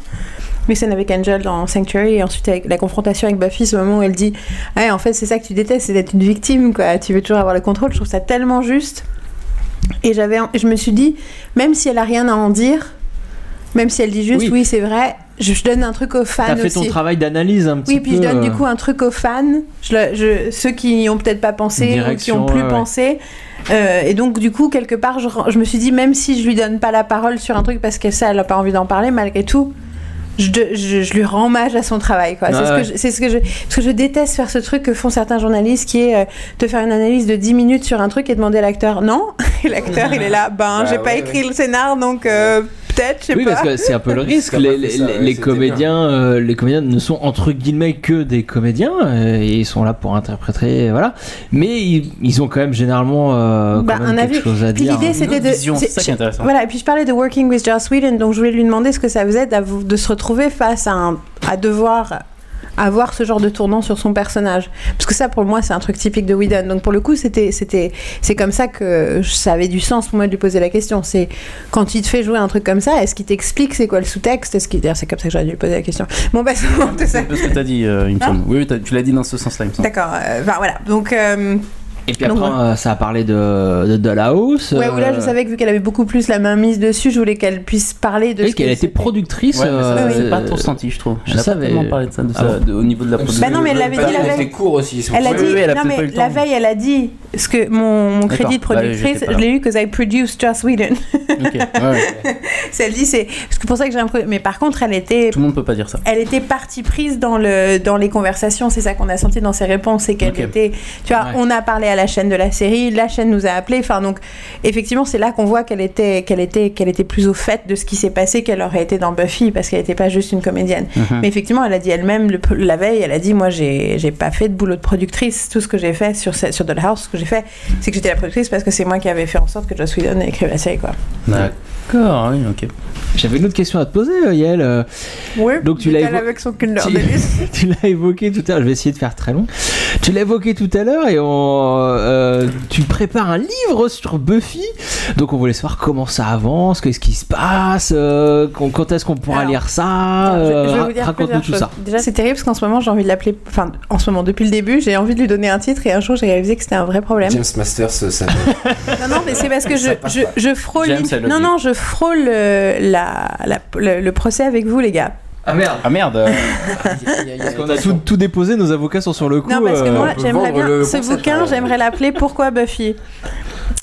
[SPEAKER 4] Les scènes avec Angel dans Sanctuary et ensuite avec la confrontation avec Buffy, ce moment où elle dit Ouais, En fait, c'est ça que tu détestes, c'est d'être une victime, quoi. tu veux toujours avoir le contrôle. Je trouve ça tellement juste. Et j'avais, en- je me suis dit, même si elle a rien à en dire, même si elle dit juste Oui, c'est vrai, je, je donne un truc aux fans.
[SPEAKER 1] t'as fait ton
[SPEAKER 4] aussi.
[SPEAKER 1] travail d'analyse un petit
[SPEAKER 4] Oui,
[SPEAKER 1] peu.
[SPEAKER 4] puis je donne
[SPEAKER 1] euh,
[SPEAKER 4] du coup un truc aux fans, je, le- je- ceux qui n'y ont peut-être pas pensé ou qui
[SPEAKER 1] Direction,
[SPEAKER 4] ont plus
[SPEAKER 1] ouais, ouais.
[SPEAKER 4] pensé. Euh, et donc du coup, quelque part, je, je me suis dit, même si je lui donne pas la parole sur un truc parce que ça, elle n'a pas envie d'en parler, malgré tout, je, de- je- je lui rends hommage à son travail. quoi. c'est
[SPEAKER 14] Ouais,
[SPEAKER 4] ce, que
[SPEAKER 14] ouais.
[SPEAKER 4] je- c'est ce que je... Parce que je déteste faire ce truc que font certains journalistes qui est euh, de faire une analyse de 10 minutes sur un truc et demander à l'acteur, non Et l'acteur, il est là, ben,
[SPEAKER 1] Bah
[SPEAKER 4] j'ai pas
[SPEAKER 1] ouais,
[SPEAKER 4] écrit le scénar, donc euh, peut-être, je sais
[SPEAKER 1] Oui,
[SPEAKER 4] pas.
[SPEAKER 1] parce que c'est un peu le risque.
[SPEAKER 3] T'as pas
[SPEAKER 1] Les,
[SPEAKER 3] fait
[SPEAKER 1] les-
[SPEAKER 3] ça, ouais,
[SPEAKER 1] les
[SPEAKER 3] c'était
[SPEAKER 1] comédiens, euh, les comédiens ne sont entre guillemets que des comédiens. euh, et ils sont là pour interpréter, voilà. Mais ils, ils ont quand même généralement euh, quand
[SPEAKER 4] Bah,
[SPEAKER 1] même
[SPEAKER 4] un
[SPEAKER 1] quelque
[SPEAKER 4] avis.
[SPEAKER 1] chose à
[SPEAKER 4] Puis
[SPEAKER 1] dire. hein.
[SPEAKER 4] l'idée c'était de. c'est- je- Voilà, et puis je parlais de Working with Joss Whedon, donc je voulais lui demander ce que ça faisait d'avo- de se retrouver face à, un, à devoir avoir ce genre de tournant sur son personnage. Parce que ça, pour moi, c'est un truc typique de Whedon. Donc pour le coup, c'était, c'était, c'est comme ça que je- ça avait du sens pour moi de lui poser la question. C'est quand il te fait jouer un truc comme ça, est-ce qu'il t'explique c'est quoi le sous-texte Est-ce qu'il... D'ailleurs, c'est comme ça que j'aurais dû lui poser la question. Bon, bah, c'est bon, tout ça.
[SPEAKER 6] C'est un peu ce que t'as dit, euh, il me
[SPEAKER 4] Ah.
[SPEAKER 6] semble. Oui, oui, t'as- tu l'as dit dans ce sens-là, il me semble.
[SPEAKER 4] D'accord, euh, bah, voilà. Donc. euh,
[SPEAKER 1] Et puis
[SPEAKER 4] Donc,
[SPEAKER 1] après, euh, ça a parlé de, de Dollhouse.
[SPEAKER 4] Ouais, ou là, je
[SPEAKER 1] euh,
[SPEAKER 4] savais que vu qu'elle avait beaucoup plus la main mise dessus, je voulais qu'elle puisse parler de
[SPEAKER 1] Et
[SPEAKER 4] ce
[SPEAKER 1] qu'elle
[SPEAKER 4] que
[SPEAKER 1] était
[SPEAKER 4] c'était.
[SPEAKER 1] productrice.
[SPEAKER 6] Ouais, mais ça,
[SPEAKER 1] euh,
[SPEAKER 6] c'est pas trop ressenti, je trouve.
[SPEAKER 1] Je
[SPEAKER 6] Elle a pas
[SPEAKER 1] savais.
[SPEAKER 6] tellement parlé de ça, de
[SPEAKER 1] Ah
[SPEAKER 6] ça,
[SPEAKER 1] bon
[SPEAKER 6] de- au niveau de la production.
[SPEAKER 4] Bah non, mais elle l'avait dit la veille.
[SPEAKER 3] court aussi.
[SPEAKER 4] Elle a dit, non, mais la veille, elle a dit ce que mon, mon
[SPEAKER 6] D'accord.
[SPEAKER 4] crédit de
[SPEAKER 6] Bah, j'étais
[SPEAKER 4] productrice,
[SPEAKER 6] pas là.
[SPEAKER 4] je l'ai eu que I produced Joss Whedon. elle dit, c'est c'est pour ça que j'ai un pro- Mais par contre, elle était,
[SPEAKER 6] Tout le monde peut pas dire ça.
[SPEAKER 4] elle était partie prise dans, le, dans les conversations, c'est ça qu'on a senti dans ses réponses, c'est qu'elle
[SPEAKER 6] Ok.
[SPEAKER 4] était. Tu vois,
[SPEAKER 6] Ouais.
[SPEAKER 4] on a parlé à la chaîne de la série, la chaîne nous a appelés, enfin donc, effectivement, c'est là qu'on voit qu'elle était, qu'elle était, qu'elle était plus au fait de ce qui s'est passé qu'elle aurait été dans Buffy, parce qu'elle n'était pas juste une comédienne.
[SPEAKER 14] Mhm.
[SPEAKER 4] Mais effectivement, elle a dit elle-même le- la veille, elle a dit Moi, j'ai j'ai pas fait de boulot de productrice, tout ce que j'ai fait sur, ce- sur Dollhouse, ce que j'ai fait, c'est que j'étais la productrice parce que c'est moi qui avais fait en sorte que Joss Whedon ait écrit la série, quoi.
[SPEAKER 6] D'accord, oui, ok.
[SPEAKER 1] J'avais une autre question à te poser, euh, Yael. euh,
[SPEAKER 4] Ouais,
[SPEAKER 1] Donc tu l'as
[SPEAKER 4] décale
[SPEAKER 1] évo-
[SPEAKER 4] avec son Kinder
[SPEAKER 1] tu-
[SPEAKER 4] Delice.
[SPEAKER 1] tu l'as évoqué tout à l'heure. Je vais essayer de faire très long. Tu l'as évoqué tout à l'heure et on, euh, tu prépares un livre sur Buffy. Donc on voulait savoir comment ça avance, qu'est-ce qui se passe, euh, qu'on- quand est-ce qu'on pourra lire ça.
[SPEAKER 4] Je-
[SPEAKER 1] euh,
[SPEAKER 4] je vais
[SPEAKER 1] ra-
[SPEAKER 4] vous dire
[SPEAKER 1] Raconte-nous
[SPEAKER 4] plusieurs
[SPEAKER 1] tout
[SPEAKER 4] choses.
[SPEAKER 1] ça.
[SPEAKER 4] Déjà, c'est terrible parce qu'en ce moment, j'ai envie de l'appeler. Enfin, en ce moment, depuis le début, j'ai envie de lui donner un titre et un jour, j'ai réalisé que c'était un vrai problème.
[SPEAKER 3] James Masters, ça.
[SPEAKER 4] Non, non, mais c'est parce que je, je, je frôle.
[SPEAKER 3] James, elle le
[SPEAKER 4] non,
[SPEAKER 3] dit.
[SPEAKER 4] non, je frôle euh, la, la- le, le procès avec vous, les gars.
[SPEAKER 1] Ah merde.
[SPEAKER 6] Ah merde.
[SPEAKER 1] Parce qu'on a tout, tout déposé, nos avocats sont sur le coup.
[SPEAKER 4] Non, parce que
[SPEAKER 1] euh,
[SPEAKER 4] moi,
[SPEAKER 1] on peut
[SPEAKER 4] j'aimerais
[SPEAKER 1] vendre
[SPEAKER 4] bien.
[SPEAKER 1] le euh,
[SPEAKER 4] ce
[SPEAKER 1] concept,
[SPEAKER 4] bouquin,
[SPEAKER 1] alors.
[SPEAKER 4] j'aimerais l'appeler Pourquoi Buffy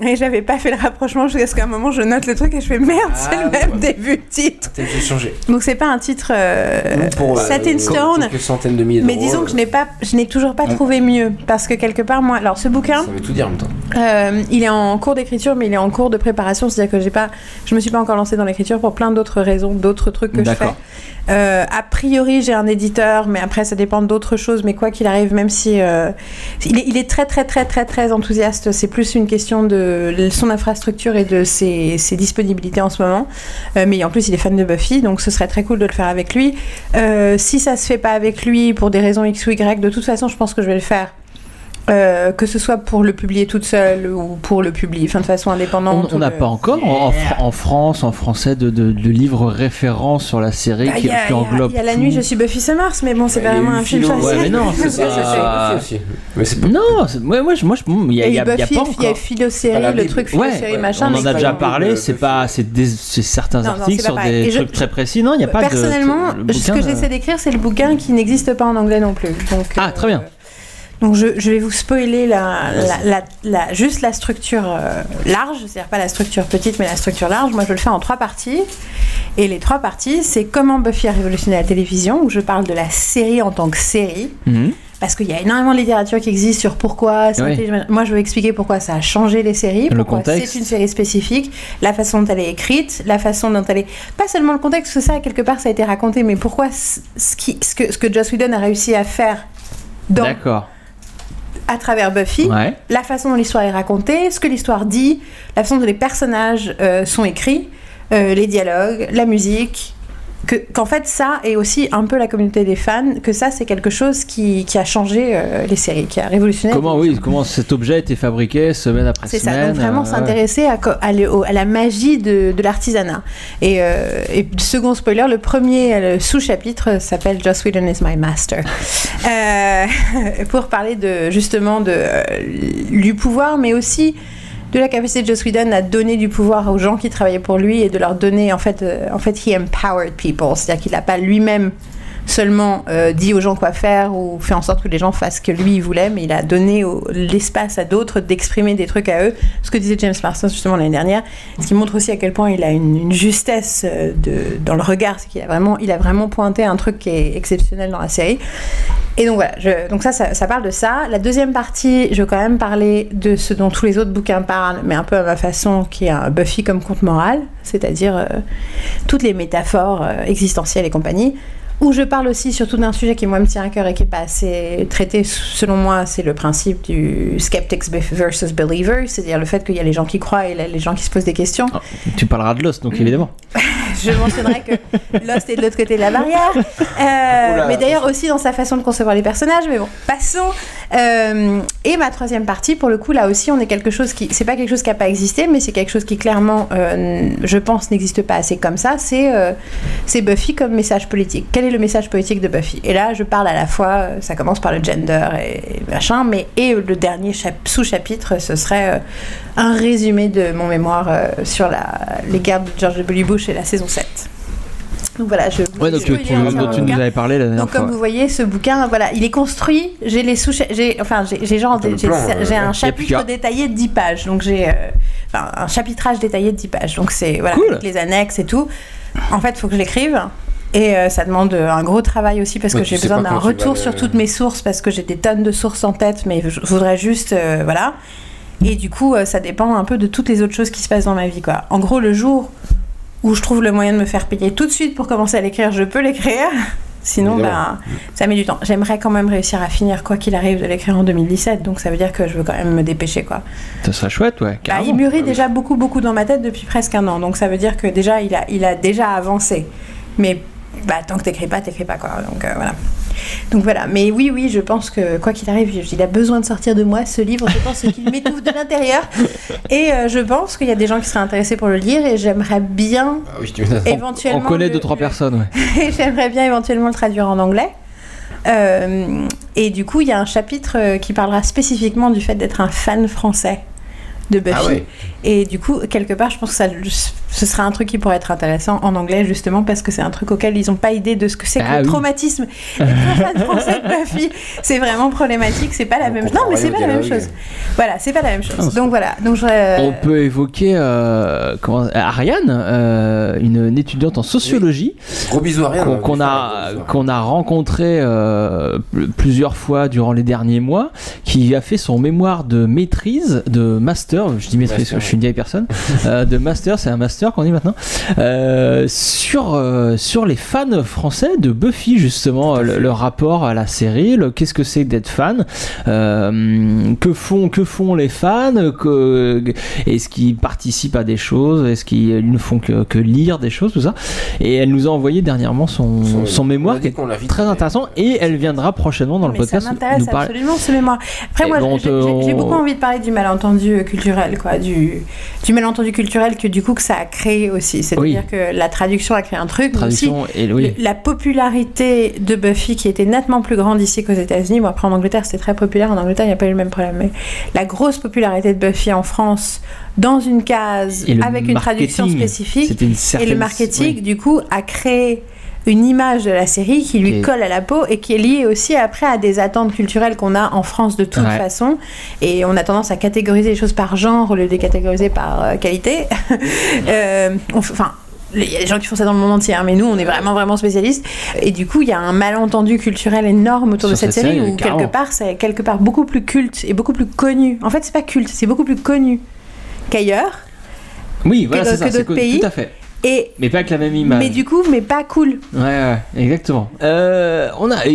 [SPEAKER 4] Et j'avais pas fait le rapprochement jusqu'à ce qu'à un moment, je note le truc et je fais merde, c'est
[SPEAKER 3] Ah,
[SPEAKER 4] le même début de titre.
[SPEAKER 3] T'as dû changer.
[SPEAKER 4] Donc, c'est pas un titre euh,
[SPEAKER 3] Pour euh,
[SPEAKER 4] set in stone.
[SPEAKER 3] quelques centaines de milliers
[SPEAKER 4] Mais
[SPEAKER 3] d'euros,
[SPEAKER 4] disons que je n'ai pas, je n'ai toujours pas
[SPEAKER 3] on-
[SPEAKER 4] trouvé mieux parce que quelque part moi, alors ce bouquin,
[SPEAKER 3] Ça veut tout dire en même temps.
[SPEAKER 4] euh, il est en cours d'écriture, mais il est en cours de préparation, c'est-à-dire que j'ai pas, je me suis pas encore lancée dans l'écriture pour plein d'autres raisons, d'autres trucs que je fais.
[SPEAKER 14] D'accord.
[SPEAKER 4] Euh, a priori, j'ai un éditeur, mais après ça dépend d'autres choses. Mais quoi qu'il arrive, même si euh, il, est, il est très très très très très enthousiaste, c'est plus une question de son infrastructure et de ses, ses disponibilités en ce moment. Euh, mais en plus, il est fan de Buffy, donc ce serait très cool de le faire avec lui. Euh, si ça se fait pas avec lui pour des raisons X ou Y, de toute façon, je pense que je vais le faire. Euh, que ce soit pour le publier toute seule ou pour le publier, enfin de façon indépendante.
[SPEAKER 1] On
[SPEAKER 4] ou
[SPEAKER 1] n'a
[SPEAKER 4] le-
[SPEAKER 1] pas encore en, Fr- en France, en français, de, de- de livres référents sur la série
[SPEAKER 4] Bah,
[SPEAKER 1] qui,
[SPEAKER 4] Il y a,
[SPEAKER 1] qui
[SPEAKER 4] il y a-
[SPEAKER 1] englobe.
[SPEAKER 4] il y a la
[SPEAKER 1] tout.
[SPEAKER 4] nuit, je suis Buffy Summers, mais bon, c'est pas vraiment un film facile.
[SPEAKER 1] Ouais, mais non, c'est pas. Non, c'est- ouais, ouais, je- moi, je- bon, il y a,
[SPEAKER 4] Il
[SPEAKER 1] il
[SPEAKER 4] y
[SPEAKER 1] y
[SPEAKER 4] a
[SPEAKER 1] a- il y a
[SPEAKER 4] Buffy,
[SPEAKER 1] pas
[SPEAKER 4] il y a
[SPEAKER 1] encore.
[SPEAKER 4] Philo-série, le truc Philo-série,
[SPEAKER 1] Ouais,
[SPEAKER 4] machin.
[SPEAKER 1] On en
[SPEAKER 4] mais-
[SPEAKER 1] a déjà parlé. C'est pas, c'est des- c'est certains
[SPEAKER 4] Non, non,
[SPEAKER 1] articles
[SPEAKER 4] c'est pas
[SPEAKER 1] sur
[SPEAKER 4] pareil.
[SPEAKER 1] des
[SPEAKER 4] Et je-
[SPEAKER 1] trucs très précis. Non, il n'y a pas de.
[SPEAKER 4] Personnellement,
[SPEAKER 1] le bouquin,
[SPEAKER 4] ce que
[SPEAKER 1] euh,
[SPEAKER 4] j'essaie d'écrire, c'est le bouquin qui n'existe pas en anglais non plus. Donc,
[SPEAKER 1] Ah, très bien.
[SPEAKER 4] Donc je, je vais vous spoiler la, la- la- la- juste la structure euh, large, c'est-à-dire pas la structure petite, mais la structure large. Moi, je le fais en trois parties. Et les trois parties, c'est comment Buffy a révolutionné la télévision, où je parle de la série en tant que série.
[SPEAKER 1] Mhm.
[SPEAKER 4] Parce qu'il y a énormément de littérature qui existe sur pourquoi. c'est
[SPEAKER 1] Oui.
[SPEAKER 4] intelligent. Moi, je veux expliquer pourquoi ça a changé les séries,
[SPEAKER 1] Le
[SPEAKER 4] pourquoi
[SPEAKER 1] contexte.
[SPEAKER 4] c'est une série spécifique, la façon dont elle est écrite, la façon dont elle est. Pas seulement le contexte, parce que ça, quelque part, ça a été raconté, mais pourquoi c- ce, qui- ce que, ce que Joss Whedon a réussi à faire dans,
[SPEAKER 1] D'accord.
[SPEAKER 4] à travers Buffy,
[SPEAKER 1] Ouais.
[SPEAKER 4] la façon dont l'histoire est racontée, ce que l'histoire dit, la façon dont les personnages euh, sont écrits, euh, les dialogues, la musique. que- Qu'en fait, ça, et aussi un peu la communauté des fans, que ça, c'est quelque chose qui, qui a changé euh, les séries, qui a révolutionné.
[SPEAKER 1] Comment, oui, comment cet objet a été fabriqué semaine après
[SPEAKER 4] C'est
[SPEAKER 1] semaine
[SPEAKER 4] ça, donc vraiment
[SPEAKER 1] euh,
[SPEAKER 4] s'intéresser à, co- à le- au- à la magie de, de l'artisanat. Et, euh, et second spoiler, le premier euh, le sous-chapitre s'appelle Joss Whedon is my master. Euh, pour parler de, justement de, euh, du pouvoir, mais aussi de la capacité de Joss Whedon à donner du pouvoir aux gens qui travaillaient pour lui et de leur donner, en fait, euh, en fait he empowered people, c'est-à-dire qu'il n'a pas lui-même seulement euh, dit aux gens quoi faire ou fait en sorte que les gens fassent ce que lui il voulait, mais il a donné au- l'espace à d'autres d'exprimer des trucs à eux. Ce que disait James Marston justement l'année dernière, ce qui montre aussi à quel point il a une, une justesse euh, de, dans le regard, c'est qu'il a vraiment, il a vraiment pointé un truc qui est exceptionnel dans la série. Et donc voilà, je- donc ça, ça, ça parle de ça. La deuxième partie, je vais quand même parler de ce dont tous les autres bouquins parlent, mais un peu à ma façon, qui est un Buffy comme conte moral, c'est-à-dire euh, toutes les métaphores euh, existentielles et compagnie, où je parle aussi surtout d'un sujet qui moi me tient à cœur et qui n'est pas assez traité, s- selon moi, c'est le principe du skeptics be- versus believer, c'est-à-dire le fait qu'il y a les gens qui croient et les les gens qui se posent des questions.
[SPEAKER 1] Tu parleras de l'os,
[SPEAKER 4] Mhm.
[SPEAKER 1] donc évidemment.
[SPEAKER 4] Je mentionnerai que Lost est de l'autre côté de la barrière. Euh, mais d'ailleurs aussi dans sa façon de concevoir les personnages. Mais bon, passons. Euh, et ma troisième partie, pour le coup, là aussi, on est quelque chose qui, c'est pas quelque chose qui a pas existé, mais c'est quelque chose qui clairement, euh, je pense, n'existe pas assez comme ça. C'est euh, c'est Buffy comme message politique. Quel est le message politique de Buffy Et là, je parle à la fois, euh, ça commence par le gender et, et machin, mais et le dernier chap- sous-chapitre, ce serait euh, un résumé de mon mémoire euh, sur la, les guerres de George W. Bush et la saison 7. Donc voilà, je vous hein.
[SPEAKER 1] Ouais, donc
[SPEAKER 4] je
[SPEAKER 1] tu,
[SPEAKER 4] vous
[SPEAKER 1] tu-
[SPEAKER 4] lis un
[SPEAKER 1] dont tu
[SPEAKER 4] bouquin.
[SPEAKER 1] nous avais parlé la dernière
[SPEAKER 4] Donc, comme
[SPEAKER 1] fois.
[SPEAKER 4] vous voyez, ce bouquin, voilà, il est construit. J'ai les sous, j'ai, enfin, j'ai, j'ai genre,
[SPEAKER 1] T'as le
[SPEAKER 4] des- j'ai,
[SPEAKER 1] plan, euh,
[SPEAKER 4] j'ai
[SPEAKER 1] y a
[SPEAKER 4] un
[SPEAKER 1] plus qu'à.
[SPEAKER 4] chapitre détaillé de 10 pages. Donc, j'ai, euh, enfin, un chapitrage détaillé de 10 pages. Donc, c'est, voilà,
[SPEAKER 1] Cool.
[SPEAKER 4] avec les annexes et tout. En fait, il faut que je l'écrive. Et euh, ça demande euh, un gros travail aussi parce
[SPEAKER 1] Ouais,
[SPEAKER 4] que
[SPEAKER 1] tu
[SPEAKER 4] j'ai
[SPEAKER 1] sais pas
[SPEAKER 4] besoin d'un
[SPEAKER 1] quand tu vas
[SPEAKER 4] retour
[SPEAKER 1] le-
[SPEAKER 4] sur toutes mes sources parce que j'ai des tonnes de sources en tête, mais je voudrais juste, euh, voilà. Et du coup, euh, ça dépend un peu de toutes les autres choses qui se passent dans ma vie, quoi. En gros, le jour où je trouve le moyen de me faire payer tout de suite pour commencer à l'écrire, je peux l'écrire. Sinon,
[SPEAKER 13] Évidemment.
[SPEAKER 4] ben, ça met du temps. J'aimerais quand même réussir à finir, quoi qu'il arrive, de l'écrire en 2017. Donc, ça veut dire que je veux quand même me dépêcher, quoi.
[SPEAKER 1] Ça serait chouette, ouais.
[SPEAKER 4] Bah,
[SPEAKER 1] carrément.
[SPEAKER 4] il mûrit déjà beaucoup, beaucoup dans ma tête depuis presque un an. Donc, ça veut dire que déjà, il a, il a déjà avancé. Mais bah, tant que t'écris pas, t'écris pas, quoi. Donc, euh, voilà. Donc, voilà. Mais oui, oui, je pense que, quoi qu'il arrive, il a besoin de sortir de moi ce livre. Je pense qu'il m'étouffe de l'intérieur. Et euh, je pense qu'il y a des gens qui seraient intéressés pour le lire. Et j'aimerais bien
[SPEAKER 1] On
[SPEAKER 4] Éventuellement,
[SPEAKER 1] connaît
[SPEAKER 4] le-
[SPEAKER 1] deux, trois personnes, ouais.
[SPEAKER 4] et j'aimerais bien éventuellement le traduire en anglais. Euh, et du coup, il y a un chapitre euh, qui parlera spécifiquement du fait d'être un fan français de Buffy.
[SPEAKER 3] Ah ouais.
[SPEAKER 4] Et du coup, quelque part, je pense que ça, ce sera un truc qui pourrait être intéressant en anglais, justement, parce que c'est un truc auquel ils n'ont pas idée de ce que c'est que
[SPEAKER 1] Ah
[SPEAKER 4] le
[SPEAKER 1] oui.
[SPEAKER 4] traumatisme. Être un fan français de Buffy, c'est vraiment problématique, c'est pas la même chose. Non, mais
[SPEAKER 1] rien
[SPEAKER 4] c'est
[SPEAKER 1] au
[SPEAKER 4] pas la même
[SPEAKER 1] dialogue.
[SPEAKER 4] chose. Voilà, c'est pas la même
[SPEAKER 1] Ah,
[SPEAKER 4] chose. Donc voilà. Donc je- euh,
[SPEAKER 1] On peut évoquer euh, comment- Ariane, euh, une, une étudiante en sociologie,
[SPEAKER 3] Gros bisous à rien. euh,
[SPEAKER 1] qu'on qu'on a qu'on a rencontrée euh, pl- plusieurs fois durant les derniers mois, qui a fait son mémoire de maîtrise, de master. Je dis maîtrise,
[SPEAKER 3] Master,
[SPEAKER 1] parce que je suis une vieille personne. euh, de master, c'est un master qu'on dit maintenant euh, sur euh, sur les fans français de Buffy justement, le, le rapport à la série, le- qu'est-ce que c'est que d'être fan, euh, que font que font les fans, que est-ce qu'ils participent à des choses, est-ce qu'ils ne font que, que lire des choses, tout ça. Et elle nous a envoyé dernièrement son, son, mémoire qui est très intéressant et elle viendra prochainement dans le
[SPEAKER 4] Mais
[SPEAKER 1] podcast
[SPEAKER 4] ça
[SPEAKER 1] nous
[SPEAKER 4] m'intéresse
[SPEAKER 1] parler.
[SPEAKER 4] absolument ce mémoire. Après,
[SPEAKER 1] Et
[SPEAKER 4] moi,
[SPEAKER 1] bon,
[SPEAKER 4] j'ai-
[SPEAKER 1] on-
[SPEAKER 4] j'ai j'ai beaucoup envie de parler du malentendu euh, culturel, quoi, du, du malentendu culturel que du coup que ça a créé aussi. C'est-à-dire
[SPEAKER 1] Oui.
[SPEAKER 4] que la traduction a créé un truc, mais
[SPEAKER 1] Traduction
[SPEAKER 4] aussi
[SPEAKER 1] et- oui.
[SPEAKER 4] le- la popularité de Buffy qui était nettement plus grande ici qu'aux États-Unis. Bon, après en Angleterre, c'était très populaire. En Angleterre, il n'y a pas eu le même problème. Mais la grosse popularité de Buffy en France, dans une case,
[SPEAKER 1] Et le
[SPEAKER 4] avec une traduction
[SPEAKER 1] marketing,
[SPEAKER 4] spécifique,
[SPEAKER 1] c'était une
[SPEAKER 4] et le
[SPEAKER 1] certaine-
[SPEAKER 4] marketing, du coup, a créé une image de la série qui lui
[SPEAKER 1] Qui est-
[SPEAKER 4] colle à la peau et qui est liée aussi après à des attentes culturelles qu'on a en France de toute
[SPEAKER 1] Ouais.
[SPEAKER 4] façon. Et on a tendance à catégoriser les choses par genre au lieu de les catégoriser par euh, qualité. Euh, on f- Enfin. Il y a des gens qui font ça dans le monde entier, hein, mais nous, on est vraiment, vraiment spécialistes. Et du coup, il y a un malentendu culturel énorme
[SPEAKER 1] Sur
[SPEAKER 4] autour de cette,
[SPEAKER 1] cette
[SPEAKER 4] série,
[SPEAKER 1] série,
[SPEAKER 4] où
[SPEAKER 1] carrément.
[SPEAKER 4] quelque part, c'est quelque part beaucoup plus culte et beaucoup plus connu. En fait, c'est pas culte, c'est beaucoup plus connu qu'ailleurs.
[SPEAKER 1] Oui,
[SPEAKER 4] que
[SPEAKER 1] voilà,
[SPEAKER 4] dans-
[SPEAKER 1] c'est ça,
[SPEAKER 4] que
[SPEAKER 1] c'est
[SPEAKER 4] d'autres
[SPEAKER 1] connu,
[SPEAKER 4] pays.
[SPEAKER 1] Tout à fait.
[SPEAKER 4] Et
[SPEAKER 1] Mais pas avec la même image.
[SPEAKER 4] mais du coup, mais pas cool.
[SPEAKER 1] Ouais, ouais, exactement. Euh, on a, et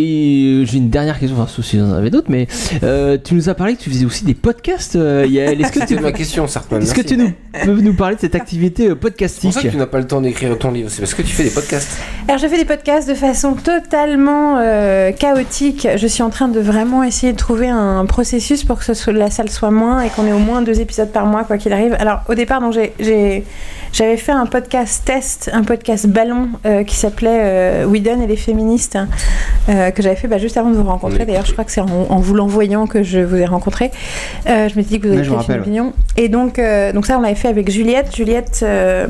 [SPEAKER 1] euh, j'ai une dernière question, enfin, sauf si vous en avez d'autres, mais euh, tu nous as parlé que tu faisais aussi des podcasts, euh, Yael. Est-ce que tu
[SPEAKER 3] C'était ma question, Sartman.
[SPEAKER 1] Est-ce que
[SPEAKER 3] Merci.
[SPEAKER 1] tu nous, peux nous parler de cette activité euh, podcastique
[SPEAKER 3] C'est pour ça que tu n'as pas le temps d'écrire ton livre, c'est parce que tu fais des podcasts.
[SPEAKER 4] Alors, je fais des podcasts de façon totalement euh, chaotique. Je suis en train de vraiment essayer de trouver un processus pour que ce soit, la salle soit moins et qu'on ait au moins deux épisodes par mois, quoi qu'il arrive. Alors, au départ, donc, j'ai- j'ai- j'avais fait un podcast test, un podcast ballon euh, qui s'appelait euh, Whedon et les féministes, hein, euh, que j'avais fait bah, juste avant de vous rencontrer. D'ailleurs, je crois que c'est en, en vous l'envoyant que je vous ai rencontré. Euh, je m'étais dit que vous
[SPEAKER 13] Ouais,
[SPEAKER 4] aviez
[SPEAKER 13] je me
[SPEAKER 4] peut-être une
[SPEAKER 13] rappelle, ouais.
[SPEAKER 4] opinion. Et donc, euh, donc ça, on l'avait fait avec Juliette. Juliette, euh,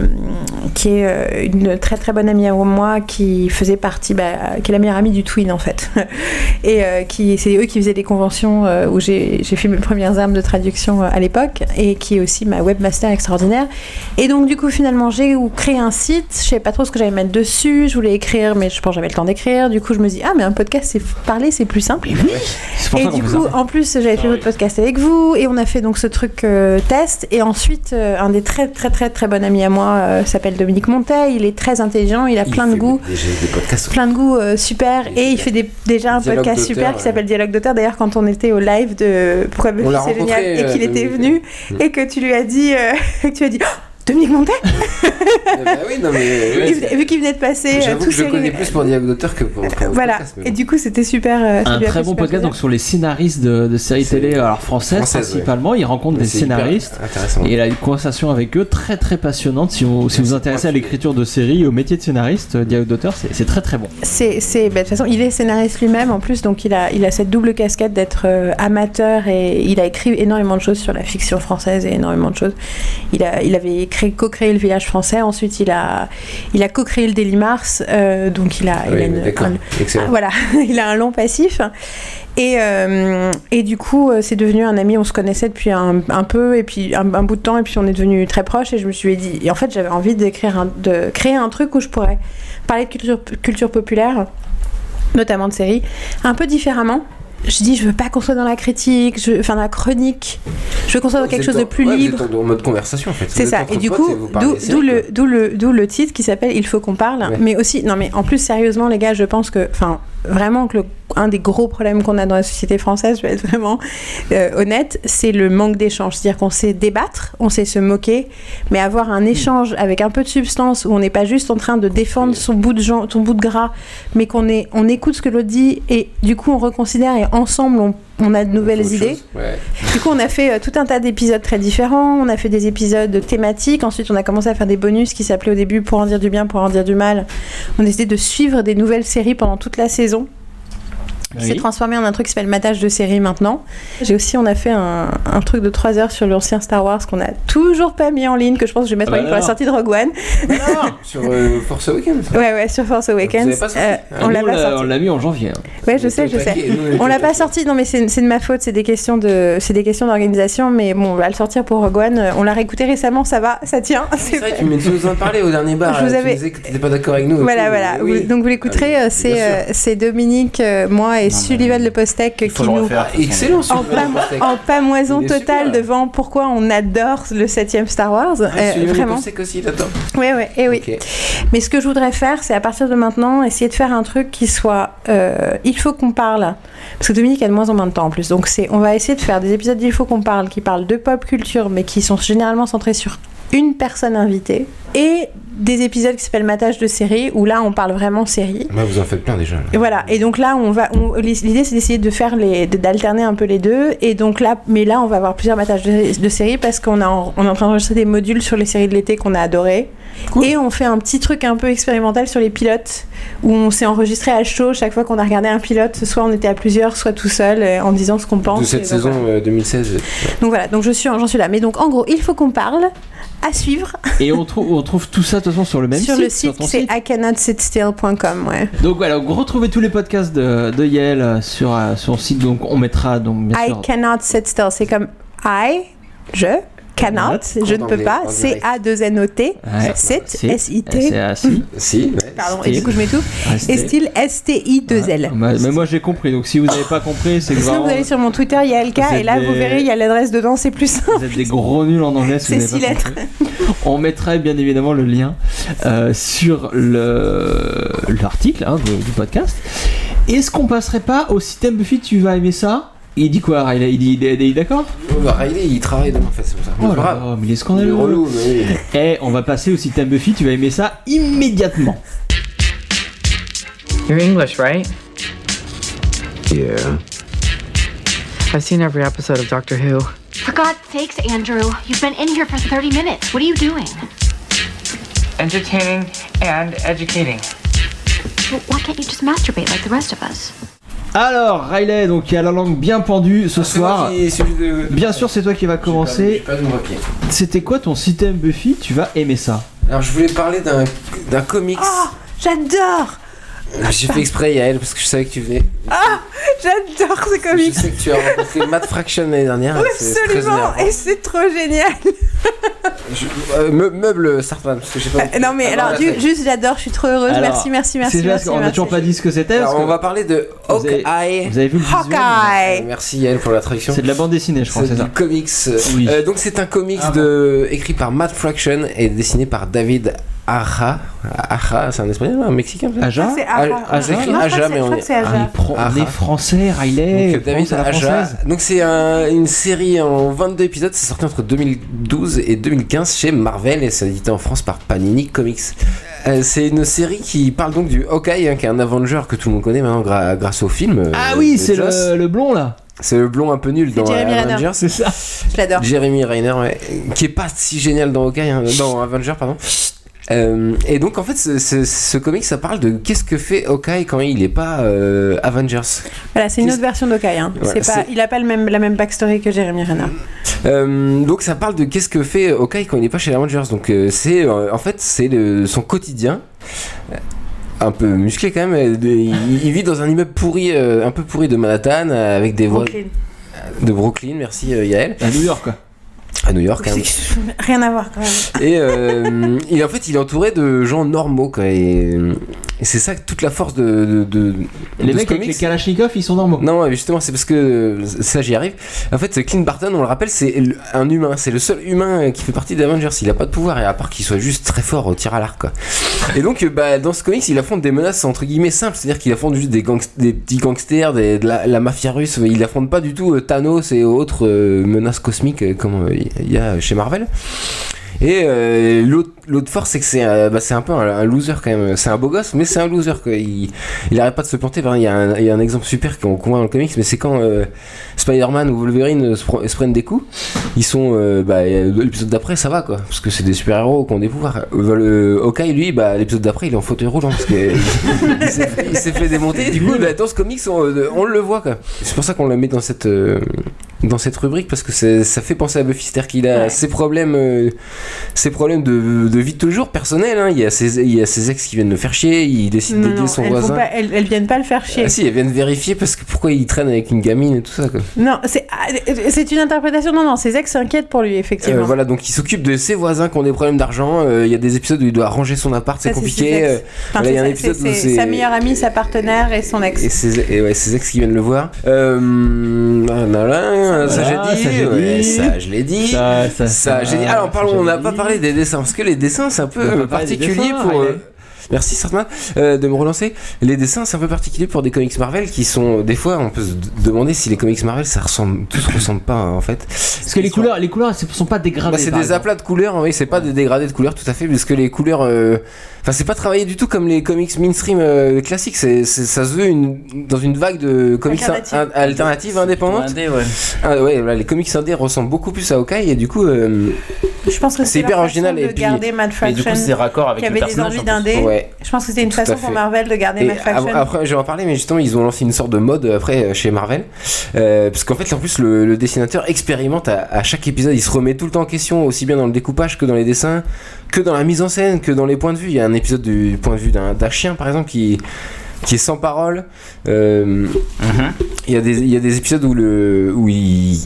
[SPEAKER 4] qui est euh, une très très bonne amie à moi, qui faisait partie, bah, qui est la meilleure amie du Twin en fait. et euh, qui, c'est eux qui faisaient des conventions euh, où j'ai j'ai fait mes premières armes de traduction euh, à l'époque, et qui est aussi ma webmaster extraordinaire. Et donc du coup, finalement, j'ai ou créé un site. Je savais pas trop ce que j'allais mettre dessus. Je voulais écrire, mais je pense que j'avais le temps d'écrire. Du coup, je me dis ah mais un podcast, c'est parler, c'est plus simple.
[SPEAKER 1] C'est pour
[SPEAKER 4] Et
[SPEAKER 1] ça qu'on
[SPEAKER 4] du
[SPEAKER 1] fait
[SPEAKER 4] coup,
[SPEAKER 1] ça.
[SPEAKER 4] en plus, j'avais fait votre podcast avec vous et on a fait donc ce truc euh, test. Et ensuite, euh, un des très très très très bon ami à moi euh, s'appelle Dominique Monteil. Il est très intelligent, il a plein de goûts.
[SPEAKER 3] J'ai des podcasts.
[SPEAKER 4] Plein de goûts euh, super et il fait des- déjà un
[SPEAKER 3] Dialogue
[SPEAKER 4] podcast
[SPEAKER 3] d'auteur,
[SPEAKER 4] super qui
[SPEAKER 3] ouais.
[SPEAKER 4] s'appelle Dialogue d'auteur. D'ailleurs, quand on était au live de Pourquoi
[SPEAKER 3] On l'a
[SPEAKER 4] Buffy c'est génial
[SPEAKER 3] rencontré,
[SPEAKER 4] et qu'il
[SPEAKER 3] euh,
[SPEAKER 4] était venu
[SPEAKER 3] Dominique. Mm.
[SPEAKER 4] et que tu lui as dit, euh, que tu as dit Oh, Dominique Monteil
[SPEAKER 3] bah oui, non mais.
[SPEAKER 4] Il venait- Vu qu'il venait de passer euh,
[SPEAKER 3] J'avoue
[SPEAKER 4] tout
[SPEAKER 3] que je le connais plus pour Dialogue d'auteur que pour. pour
[SPEAKER 4] Voilà,
[SPEAKER 3] podcast, mais
[SPEAKER 4] et
[SPEAKER 3] bon.
[SPEAKER 4] du coup, c'était super. euh, ça
[SPEAKER 1] un
[SPEAKER 4] lui a
[SPEAKER 1] très
[SPEAKER 4] fait
[SPEAKER 1] bon
[SPEAKER 4] super
[SPEAKER 1] podcast
[SPEAKER 4] plaisir.
[SPEAKER 1] donc sur les scénaristes de, de séries télé alors françaises
[SPEAKER 3] Françaises, ouais.
[SPEAKER 1] principalement ils rencontrent
[SPEAKER 3] Mais
[SPEAKER 1] des
[SPEAKER 3] c'est hyper
[SPEAKER 1] scénaristes
[SPEAKER 3] intéressant.
[SPEAKER 1] et il a une conversation avec eux très très passionnante si vous si vous vous intéressez à l'écriture de séries au métier de scénariste euh, dialogue d'auteur c'est c'est très très bon
[SPEAKER 4] C'est, c'est- bah, de toute façon, il est scénariste lui-même en plus, donc il a, il a cette double casquette d'être euh, amateur et il a écrit énormément de choses sur la fiction française et énormément de choses. Il, a, il avait créé, co-créé le Village français, ensuite il a, il a co-créé le Daily Mars, euh, donc il a, il a
[SPEAKER 3] Oui,
[SPEAKER 4] une-
[SPEAKER 3] d'accord,
[SPEAKER 4] un-
[SPEAKER 3] excellent.
[SPEAKER 4] Ah, voilà, il a un long passif. Et, euh, et du coup, euh, c'est devenu un ami, on se connaissait depuis un, un peu, et puis un, un bout de temps, et puis on est devenu très proches, et je me suis dit, et en fait, j'avais envie d'écrire un- de créer un truc où je pourrais parler de culture, culture populaire, notamment de séries, un peu différemment. Je dis, je veux pas qu'on soit dans la critique, je, enfin dans la chronique, je veux qu'on soit dans
[SPEAKER 3] Vous
[SPEAKER 4] quelque
[SPEAKER 3] êtes
[SPEAKER 4] chose de
[SPEAKER 3] en-
[SPEAKER 4] plus
[SPEAKER 3] ouais, vous
[SPEAKER 4] libre.
[SPEAKER 3] êtes en en mode conversation en fait.
[SPEAKER 4] C'est
[SPEAKER 3] Vous
[SPEAKER 4] ça.
[SPEAKER 3] êtes
[SPEAKER 4] Et
[SPEAKER 3] entre
[SPEAKER 4] du
[SPEAKER 3] potes
[SPEAKER 4] coup,
[SPEAKER 3] vous parlez
[SPEAKER 4] d'où
[SPEAKER 3] séries,
[SPEAKER 4] d'où
[SPEAKER 3] quoi.
[SPEAKER 4] le, d'où le, d'où le titre qui s'appelle Il faut qu'on parle.
[SPEAKER 3] Ouais.
[SPEAKER 4] Mais aussi, non, mais en plus, sérieusement, les gars, je pense que, enfin, vraiment, que le- un des gros problèmes qu'on a dans la société française, je vais être vraiment euh, honnête, c'est le manque d'échange. C'est-à-dire qu'on sait débattre, on sait se moquer, mais avoir
[SPEAKER 3] Mm.
[SPEAKER 4] un échange avec un peu de substance où on n'est pas juste en train de défendre son bout de, gens, son bout de gras, mais qu'on est, on écoute ce que l'autre dit et du coup, on reconsidère et ensemble, on, on a de nouvelles idées.
[SPEAKER 3] Ouais.
[SPEAKER 4] Du coup, on a fait euh, tout un tas d'épisodes très différents. On a fait des épisodes thématiques. Ensuite, on a commencé à faire des bonus qui s'appelaient au début Pour en dire du bien, pour en dire du mal. On essayait de suivre des nouvelles séries pendant toute la saison. qui s'est
[SPEAKER 13] Oui.
[SPEAKER 4] transformé en un truc qui s'appelle Matage de série maintenant. J'ai aussi, on a fait un, un truc de 3 heures sur l'ancien Star Wars qu'on a toujours pas mis en ligne, que je pense que je vais mettre en
[SPEAKER 3] Ah bah
[SPEAKER 4] ligne pour la
[SPEAKER 3] alors.
[SPEAKER 4] sortie de Rogue One.
[SPEAKER 3] Sur euh, Force Awakens.
[SPEAKER 4] ouais, ouais, sur Force Awakens.
[SPEAKER 3] Vous avez pas sorti
[SPEAKER 4] Euh,
[SPEAKER 3] Ah,
[SPEAKER 4] on
[SPEAKER 1] Nous,
[SPEAKER 4] l'a pas sorti.
[SPEAKER 1] on l'a mis en janvier hein.
[SPEAKER 4] Ouais, je sais, je sais. On l'a pas sorti, non mais c'est c'est de ma faute, c'est des questions de, c'est des questions d'organisation, mais bon, on va le sortir pour Rogue One. Euh, On l'a réécouté récemment, ça va, ça tient. c'est vrai.
[SPEAKER 3] Tu, mais tu nous en parlais au dernier bar.
[SPEAKER 4] Je vous
[SPEAKER 3] là,
[SPEAKER 4] avais-
[SPEAKER 3] Tu disais que t'étais pas d'accord avec nous. et
[SPEAKER 4] Voilà,
[SPEAKER 3] tout,
[SPEAKER 4] voilà.
[SPEAKER 3] mais oui.
[SPEAKER 4] Vous- donc vous l'écouterez, euh, c'est euh, c'est Dominique, euh, moi et Sullivan Le Postec euh,
[SPEAKER 3] faut
[SPEAKER 4] qui
[SPEAKER 3] le
[SPEAKER 4] nous
[SPEAKER 3] refaire, de toute façon. Excellent,
[SPEAKER 4] en,
[SPEAKER 3] Sullivan Le
[SPEAKER 4] pamo-
[SPEAKER 3] Postec.
[SPEAKER 4] en pamoison
[SPEAKER 3] Il est
[SPEAKER 4] totale
[SPEAKER 3] super.
[SPEAKER 4] devant pourquoi on adore le 7 Star Wars.
[SPEAKER 3] Ah,
[SPEAKER 4] Euh,
[SPEAKER 3] celui-là, il
[SPEAKER 4] vraiment.
[SPEAKER 3] pensait qu'aussi, il attend.
[SPEAKER 4] Ouais, ouais, et oui.
[SPEAKER 3] Ok.
[SPEAKER 4] Mais ce que je voudrais faire, c'est à partir de maintenant, essayer de faire un truc qui soit. euh, il faut qu'on parle. Parce que Dominique a de moins en moins de temps en plus. Donc, c'est, on va essayer de faire des épisodes d'Il faut qu'on parle qui parlent de pop culture, mais qui sont généralement centrés sur une personne invitée. Et des épisodes qui s'appellent Matage de série, où là, on parle vraiment série.
[SPEAKER 3] Bah, vous en faites plein déjà. là.
[SPEAKER 4] Et voilà. Et donc là, on va. on- L'idée, c'est d'essayer de faire les, de- d'alterner un peu les deux. Et donc là, mais là, on va avoir plusieurs matages de, de séries parce qu'on a en- on est en train d'enregistrer des modules sur les séries de l'été qu'on a adorées. Et on fait un petit truc un peu expérimental sur les pilotes, où on s'est enregistré à chaud chaque fois qu'on a regardé un pilote, soit on était à plusieurs, soit tout seul, euh, en disant ce qu'on pense.
[SPEAKER 3] de
[SPEAKER 4] et
[SPEAKER 3] cette
[SPEAKER 4] donc
[SPEAKER 3] saison euh, 2016.
[SPEAKER 4] voilà. Donc voilà, donc je suis, j'en suis là. Mais donc en gros, il faut qu'on parle, à suivre,
[SPEAKER 1] Et on, trouve- on trouve tout ça de toute façon sur le même
[SPEAKER 4] sur
[SPEAKER 1] site.
[SPEAKER 4] le site,
[SPEAKER 1] ton
[SPEAKER 4] c'est icannot.com, ouais.
[SPEAKER 1] Donc voilà, donc retrouvez tous les podcasts de, de Yael euh, sur euh, son site. Donc on mettra donc bien
[SPEAKER 4] I
[SPEAKER 1] sûr.
[SPEAKER 4] cannot sit still. C'est comme I, je, cannot, je ne peux pas.
[SPEAKER 1] On dirait.
[SPEAKER 4] C'est a 2 n o t
[SPEAKER 1] Ouais.
[SPEAKER 4] sit,
[SPEAKER 1] Si.
[SPEAKER 4] S-I-T.
[SPEAKER 1] C'est assis.
[SPEAKER 3] Si.
[SPEAKER 4] Pardon, et du coup je
[SPEAKER 1] Ouais,
[SPEAKER 4] m'étouffe.
[SPEAKER 1] c'était-
[SPEAKER 4] Et style S-T-I-2-L.
[SPEAKER 1] Ah, Mais, mais moi j'ai compris. Donc si vous n'avez pas compris, c'est que
[SPEAKER 4] Sinon
[SPEAKER 1] vraiment,
[SPEAKER 4] vous allez sur mon Twitter, il y a LK,
[SPEAKER 1] Vous
[SPEAKER 4] et là
[SPEAKER 1] êtes
[SPEAKER 4] vous
[SPEAKER 1] des-
[SPEAKER 4] verrez, il y a l'adresse dedans, c'est plus simple.
[SPEAKER 1] vous êtes des gros nuls en anglais. si vous
[SPEAKER 4] C'est
[SPEAKER 1] n'avez
[SPEAKER 4] six
[SPEAKER 1] pas compris.
[SPEAKER 4] lettres.
[SPEAKER 1] On mettra bien évidemment le lien euh, sur le l'article hein, de- du podcast. Est-ce qu'on passerait pas au système Buffy Tu vas aimer ça Il dit quoi Riley Il dit il est- il est d'accord
[SPEAKER 3] Oh, bah, Riley, il travaille demain, en fait, c'est pour ça.
[SPEAKER 1] Oh là
[SPEAKER 3] Bravo.
[SPEAKER 1] là, mais il est scandaleux.
[SPEAKER 3] Il est relou, mais oui.
[SPEAKER 1] Eh, on va passer au système Buffy, tu vas aimer ça immédiatement.
[SPEAKER 13] You're English, right?
[SPEAKER 15] Yeah.
[SPEAKER 13] I've seen every episode of Doctor Who.
[SPEAKER 10] For God's sakes, Andrew, you've been in here for 30 minutes. What are you doing?
[SPEAKER 13] Entertaining and educating.
[SPEAKER 10] Well, why can't you just masturbate like the rest of us?
[SPEAKER 1] Alors, Riley, donc qui a la langue bien pendue
[SPEAKER 3] Ah,
[SPEAKER 1] ce soir. Bien sûr, c'est toi qui va commencer.
[SPEAKER 3] Pas de mon papier.
[SPEAKER 1] C'était quoi ton système Buffy Tu vas aimer ça.
[SPEAKER 3] Alors je voulais parler d'un d'un comics.
[SPEAKER 4] Ah J'adore
[SPEAKER 3] J'ai fait exprès Yael parce que je savais que tu venais.
[SPEAKER 4] Ah J'adore ce
[SPEAKER 3] Je
[SPEAKER 4] comics
[SPEAKER 3] sais que tu as rencontré Matt Fraction l'année dernière. et c'est très
[SPEAKER 4] Absolument,
[SPEAKER 3] énervant.
[SPEAKER 4] et c'est trop génial.
[SPEAKER 3] Je- euh, me- meuble Sartman parce que j'ai pas.
[SPEAKER 4] Euh, Non mais alors,
[SPEAKER 3] du
[SPEAKER 4] ju- juste j'adore, je suis trop heureuse,
[SPEAKER 3] Alors,
[SPEAKER 4] merci, merci, merci,
[SPEAKER 3] c'est juste
[SPEAKER 4] merci.
[SPEAKER 3] qu'on a
[SPEAKER 4] merci.
[SPEAKER 1] Toujours pas dit ce que c'était.
[SPEAKER 3] Alors, on va parler de Hawkeye.
[SPEAKER 1] Vous avez vu le visuel
[SPEAKER 4] Hawkeye.
[SPEAKER 3] Merci Yael pour la traduction.
[SPEAKER 1] C'est de la bande dessinée, je crois,
[SPEAKER 3] C'est
[SPEAKER 1] c'est
[SPEAKER 3] du
[SPEAKER 1] ça.
[SPEAKER 3] comics.
[SPEAKER 1] Oui. Ah
[SPEAKER 3] Euh, donc c'est un comics de écrit par Matt Fraction et dessiné par David Aja. Aja, c'est un espagnol, un mexicain. peut-être
[SPEAKER 1] Aja
[SPEAKER 4] C'est Aja.
[SPEAKER 3] Ah, c'est écrit
[SPEAKER 4] Non, je crois que
[SPEAKER 3] Aja,
[SPEAKER 4] c'est-
[SPEAKER 3] mais
[SPEAKER 4] je
[SPEAKER 3] on
[SPEAKER 4] crois
[SPEAKER 3] est.
[SPEAKER 4] que c'est Aja.
[SPEAKER 1] Ah, les pro-
[SPEAKER 3] Aja.
[SPEAKER 1] les Français, Riley,
[SPEAKER 3] Donc, David
[SPEAKER 1] pense à la
[SPEAKER 3] Aja.
[SPEAKER 1] française.
[SPEAKER 3] Donc c'est un- une série en 22 épisodes, c'est sorti entre 2012 et 2015 chez Marvel et c'est édité en France par Panini Comics. Euh, c'est une série qui parle donc du Hawkeye, hein, qui est un Avenger que tout le monde connaît maintenant gra- grâce au film. euh,
[SPEAKER 1] Ah oui,
[SPEAKER 3] de
[SPEAKER 1] c'est
[SPEAKER 3] Joss.
[SPEAKER 1] le, le blond là.
[SPEAKER 3] C'est le blond un peu nul dans
[SPEAKER 1] Jeremy Renner.
[SPEAKER 3] Avengers,
[SPEAKER 1] c'est ça.
[SPEAKER 4] Je l'adore.
[SPEAKER 3] Jeremy Renner, ouais, qui est pas si génial dans Hawkeye, hein, dans Avenger, pardon. Euh, et donc en fait, ce, ce- ce comic, ça parle de qu'est-ce que fait Hawkeye quand il est pas euh, Avengers.
[SPEAKER 4] Voilà, c'est une autre version d'Okai. Hein.
[SPEAKER 3] Voilà,
[SPEAKER 4] C'est pas,
[SPEAKER 3] c'est-
[SPEAKER 4] il n'a pas le même, la même backstory que Jeremy Renner.
[SPEAKER 3] Euh, donc ça parle de qu'est-ce que fait Hawkeye quand il n'est pas chez les Rangers. Donc euh, c'est euh, en fait c'est le- son quotidien. Euh, Un peu musclé quand même. Euh, de- Il, il vit dans un immeuble pourri, euh, un peu pourri de Manhattan, euh, avec des voies
[SPEAKER 4] Brooklyn.
[SPEAKER 3] de Brooklyn. Merci euh, Yael.
[SPEAKER 1] À New York quoi.
[SPEAKER 3] À New York. hein.
[SPEAKER 4] Rien à voir quand même.
[SPEAKER 3] Et euh, il- en fait, il est entouré de gens normaux. Quoi, et, et c'est ça toute la force de. de, de-
[SPEAKER 1] Les
[SPEAKER 3] de
[SPEAKER 1] mecs
[SPEAKER 3] ce
[SPEAKER 1] avec
[SPEAKER 3] comics. Mm.
[SPEAKER 1] les Kalachnikov, ils sont normaux.
[SPEAKER 3] Non, mais justement, c'est parce que euh, ça, j'y arrive. En fait, Clint Barton, on le rappelle, c'est le- un humain. C'est le seul humain euh, qui fait partie d'Avengers. Il a pas de pouvoir, et à part qu'il soit juste très fort au tir à l'arc. quoi. Et donc, euh, bah, dans ce comics, il affronte des menaces entre guillemets simples. C'est-à-dire qu'il affronte juste des, gangs- des petits gangsters, des- de la, la mafia russe. Il affronte pas du tout euh, Thanos et autres euh, menaces cosmiques euh, comme euh, il y a chez Marvel. Et euh, l'autre l'autre force, c'est que c'est un, bah, c'est un peu un, un loser quand même. C'est un beau gosse, mais c'est un loser. Quoi. Il, il arrête pas de se planter. Par exemple, Il y, a un- il y a un exemple super qu'on qu'on voit dans le comics, mais c'est quand euh, Spider-Man ou Wolverine euh, se, pre- se prennent des coups. Ils sont. euh, bah, euh, l'épisode d'après, ça va, quoi. Parce que c'est des super-héros qui ont des pouvoirs. Euh, Le Hawkeye, lui, bah, l'épisode d'après, il est en fauteuil roulant. Parce que il s'est fait- il s'est fait démonter. Du coup, bah, dans ce comics, on, euh, on le voit, quoi. C'est pour ça qu'on la met dans cette, euh, dans cette rubrique, parce que c'est- ça fait penser à Buffy, c'est-à-dire qu'il a ses problèmes, euh, ses problèmes de, de vie de toujours personnels. hein. Il, y a ses, il y a ses ex qui viennent le faire chier, il décide
[SPEAKER 4] Non,
[SPEAKER 3] d'aider
[SPEAKER 4] non,
[SPEAKER 3] son
[SPEAKER 4] elles, font
[SPEAKER 3] voisin.
[SPEAKER 4] pas, elles, elles viennent pas le faire chier.
[SPEAKER 3] Ah si, elles viennent vérifier parce que pourquoi il traîne avec une gamine et tout ça, quoi.
[SPEAKER 4] Non, c'est ah, c'est une interprétation. Non, non, ses ex s'inquiètent pour lui, effectivement.
[SPEAKER 3] Euh, voilà, donc il s'occupe de ses voisins qui ont des problèmes d'argent. Euh, Il y a des épisodes où il doit ranger son appart, c'est
[SPEAKER 4] Ça, c'est
[SPEAKER 3] compliqué.
[SPEAKER 4] ses
[SPEAKER 3] Euh,
[SPEAKER 4] ex. Enfin,
[SPEAKER 3] voilà, il y a un
[SPEAKER 4] c'est-
[SPEAKER 3] épisode
[SPEAKER 4] c'est-
[SPEAKER 3] où
[SPEAKER 4] c'est
[SPEAKER 3] c'est-
[SPEAKER 4] sa meilleure amie, sa partenaire et son ex.
[SPEAKER 3] Et ses, e, et ouais, ses ex qui viennent le voir. Euh, là, là,
[SPEAKER 1] Voilà,
[SPEAKER 3] là, ça j'ai
[SPEAKER 1] ça,
[SPEAKER 3] dit,
[SPEAKER 1] j'ai
[SPEAKER 3] ouais,
[SPEAKER 1] dit.
[SPEAKER 3] ça je l'ai dit.
[SPEAKER 1] Ça, ça, ça, ah,
[SPEAKER 3] j'ai dit. Alors parlons, on n'a pas parlé des dessins parce que les dessins c'est un peu
[SPEAKER 1] On peut
[SPEAKER 3] euh,
[SPEAKER 1] parler des
[SPEAKER 3] particulier
[SPEAKER 1] dessins,
[SPEAKER 3] pour. euh,
[SPEAKER 1] Riley.
[SPEAKER 3] Merci Sartman euh, de me relancer. Les dessins c'est un peu particulier pour des comics Marvel qui sont des fois on peut se d- demander si les comics Marvel ça ressemble, tout se ressemble pas hein, en fait.
[SPEAKER 1] Parce que les couleurs, les couleurs, elles sont pas dégradées.
[SPEAKER 3] Bah, c'est
[SPEAKER 1] par
[SPEAKER 3] des
[SPEAKER 1] exemple.
[SPEAKER 3] aplats de couleurs, hein, oui, c'est pas des dégradés de couleurs tout à fait, parce que les couleurs. euh, Enfin, c'est pas travaillé du tout comme les comics mainstream euh, classiques, c'est, c'est- ça se veut une, dans une vague de comics in-
[SPEAKER 6] Alternative.
[SPEAKER 3] in- alternatives indépendantes.
[SPEAKER 6] indé, ouais.
[SPEAKER 3] Ah, ouais, voilà, les comics indés ressemblent beaucoup plus à Hawkeye, et du coup, euh,
[SPEAKER 4] Je pense que
[SPEAKER 3] C'est hyper
[SPEAKER 4] leur
[SPEAKER 3] original,
[SPEAKER 4] façon
[SPEAKER 3] et
[SPEAKER 4] de
[SPEAKER 3] puis-
[SPEAKER 4] garder Mad
[SPEAKER 3] mais du coup,
[SPEAKER 4] Fraction.
[SPEAKER 3] c'est raccord avec
[SPEAKER 4] qui
[SPEAKER 3] le
[SPEAKER 4] avait des
[SPEAKER 3] personnage,
[SPEAKER 4] envies
[SPEAKER 3] en plus.
[SPEAKER 4] d'indé.
[SPEAKER 3] Ouais.
[SPEAKER 4] Je pense que c'était une
[SPEAKER 3] Tout à
[SPEAKER 4] façon pour
[SPEAKER 3] fait.
[SPEAKER 4] Marvel de garder
[SPEAKER 3] Et
[SPEAKER 4] Mad Fraction.
[SPEAKER 3] av- après, j'en parlais, mais justement, ils ont lancé une sorte de mode après euh, chez Marvel. Euh, parce qu'en fait, en plus, le, le dessinateur expérimente à, à chaque épisode. Il se remet tout le temps en question, aussi bien dans le découpage que dans les dessins, que dans la mise en scène, que dans les points de vue. Il y a un épisode du point de vue d'un d'un chien, par exemple, qui, qui est sans parole. Euh,
[SPEAKER 1] Mhm.
[SPEAKER 3] il, y a des, il y a des épisodes où, le, où il,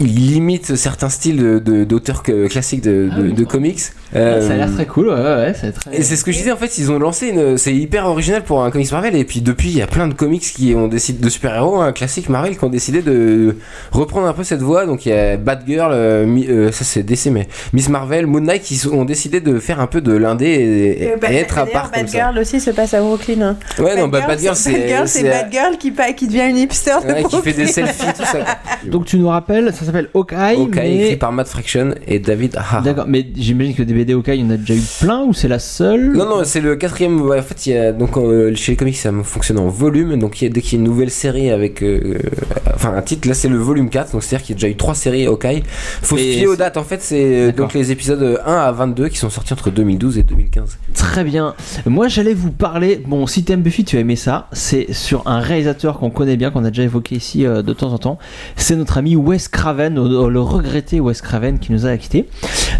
[SPEAKER 3] il limite certains styles de- de- d'auteurs que- classiques de, de- de comics.
[SPEAKER 1] Ah Ça a l'air très cool, ouais, ouais, ouais, c'est très.
[SPEAKER 3] Euh, Et c'est ce que je disais en fait, ils ont lancé une. C'est hyper original pour un comics Marvel. Et puis depuis, il y a plein de comics qui ont décidé de super-héros, un classique Marvel, qui ont décidé de reprendre un peu cette voie. Donc il y a Batgirl, euh, Mi- euh, ça c'est DC, mais Miss Marvel, Moon Knight, qui ont décidé de faire un peu de l'indé et,
[SPEAKER 4] Et
[SPEAKER 3] et
[SPEAKER 4] Ba-
[SPEAKER 3] être à
[SPEAKER 4] d'ailleurs,
[SPEAKER 3] part comme ça.
[SPEAKER 4] Batgirl aussi se passe à Brooklyn. hein.
[SPEAKER 3] Ouais, non, bah, Batgirl, c'est-
[SPEAKER 4] Batgirl, c'est
[SPEAKER 3] c'est-
[SPEAKER 4] Batgirl qui, pa- qui devient une hipster de
[SPEAKER 3] Ouais, qui fait des
[SPEAKER 4] Brooklyn.
[SPEAKER 3] selfies, tout ça.
[SPEAKER 4] Ah,
[SPEAKER 1] Donc tu nous rappelles, ça s'appelle Hawkeye.
[SPEAKER 3] Hawkeye,
[SPEAKER 1] mais...
[SPEAKER 3] écrit par Matt Fraction et David Hara.
[SPEAKER 1] D'accord, mais j'imagine que des BD Hawkeye, il y en a déjà eu plein ou c'est la seule
[SPEAKER 3] Non, non, c'est le quatrième. ouais, en fait, il y a, donc, euh, chez les comics, ça fonctionne en volume. Donc, il y a- dès qu'il y a une nouvelle série avec. euh, enfin, un titre, là, c'est le volume 4. Donc, c'est-à-dire qu'il y a déjà eu trois séries Hawkeye. Faut se
[SPEAKER 1] Mais
[SPEAKER 3] fier aux
[SPEAKER 1] c'est-
[SPEAKER 3] dates. En fait, c'est euh, donc les épisodes 1 à 22 qui sont sortis entre 2012 et 2015.
[SPEAKER 1] Très bien. Moi, j'allais vous parler. Bon, si t'aimes Buffy, tu as aimé ça. C'est sur un réalisateur qu'on connaît bien, qu'on a déjà évoqué ici euh, de temps en temps. C'est notre ami Wes Craven, euh, le regretté Wes Craven qui nous a acquitté.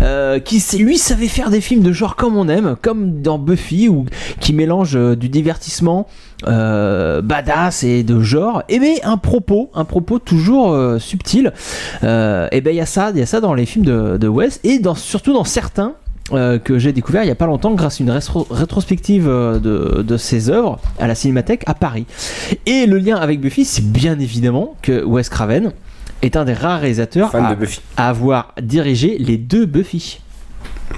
[SPEAKER 1] Euh, qui, c'est- lui, savait faire des films de genre comme on aime, comme dans Buffy, ou qui mélange euh, du divertissement euh, badass et de genre, et mais un propos, un propos toujours euh, subtil. Euh, et ben il y a ça, il y a ça dans les films de, de Wes et dans, surtout dans certains. euh, que j'ai découvert il y a pas longtemps grâce à une rétro- rétrospective euh, de, de ses œuvres à la Cinémathèque à Paris. Et le lien avec Buffy, c'est bien évidemment que Wes Craven est un des rares réalisateurs
[SPEAKER 3] Fan
[SPEAKER 1] à,
[SPEAKER 3] de Buffy.
[SPEAKER 1] à avoir dirigé les deux Buffy.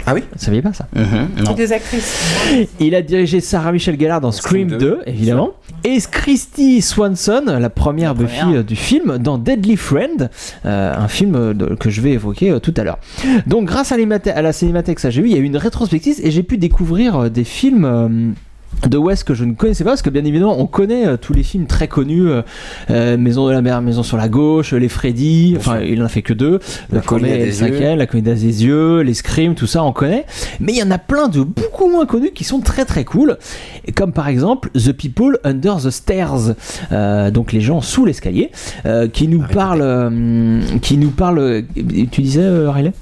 [SPEAKER 3] Ah oui
[SPEAKER 1] Vous saviez pas ça
[SPEAKER 6] Mhm,
[SPEAKER 4] C'est Des actrices.
[SPEAKER 1] il a dirigé Sarah Michelle Gellar dans Scream 2, évidemment. Et Christy Swanson, la première Buffy euh, du film, dans Deadly Friend, euh, un film euh, de- que je vais évoquer euh, tout à l'heure. Donc, grâce à, l'imate- à la cinémathèque, ça j'ai vu, il y a eu une rétrospective et j'ai pu découvrir euh, des films. euh, de West que je ne connaissais pas parce que bien évidemment on connaît euh, tous les films très connus euh, euh, Maison de la mer, Maison sur la gauche, euh, Les Freddy, enfin il en a fait que deux,
[SPEAKER 3] La
[SPEAKER 1] le premier
[SPEAKER 3] Colline à
[SPEAKER 1] et le
[SPEAKER 3] des
[SPEAKER 1] cinquième, La Comédie des yeux, Les Screams, tout ça on connaît mais il y en a plein de beaucoup moins connus qui sont très très cool Et comme par exemple The People Under the Stairs euh, donc les gens sous l'escalier euh, qui nous parle euh, qui nous parle euh, tu disais euh, Riley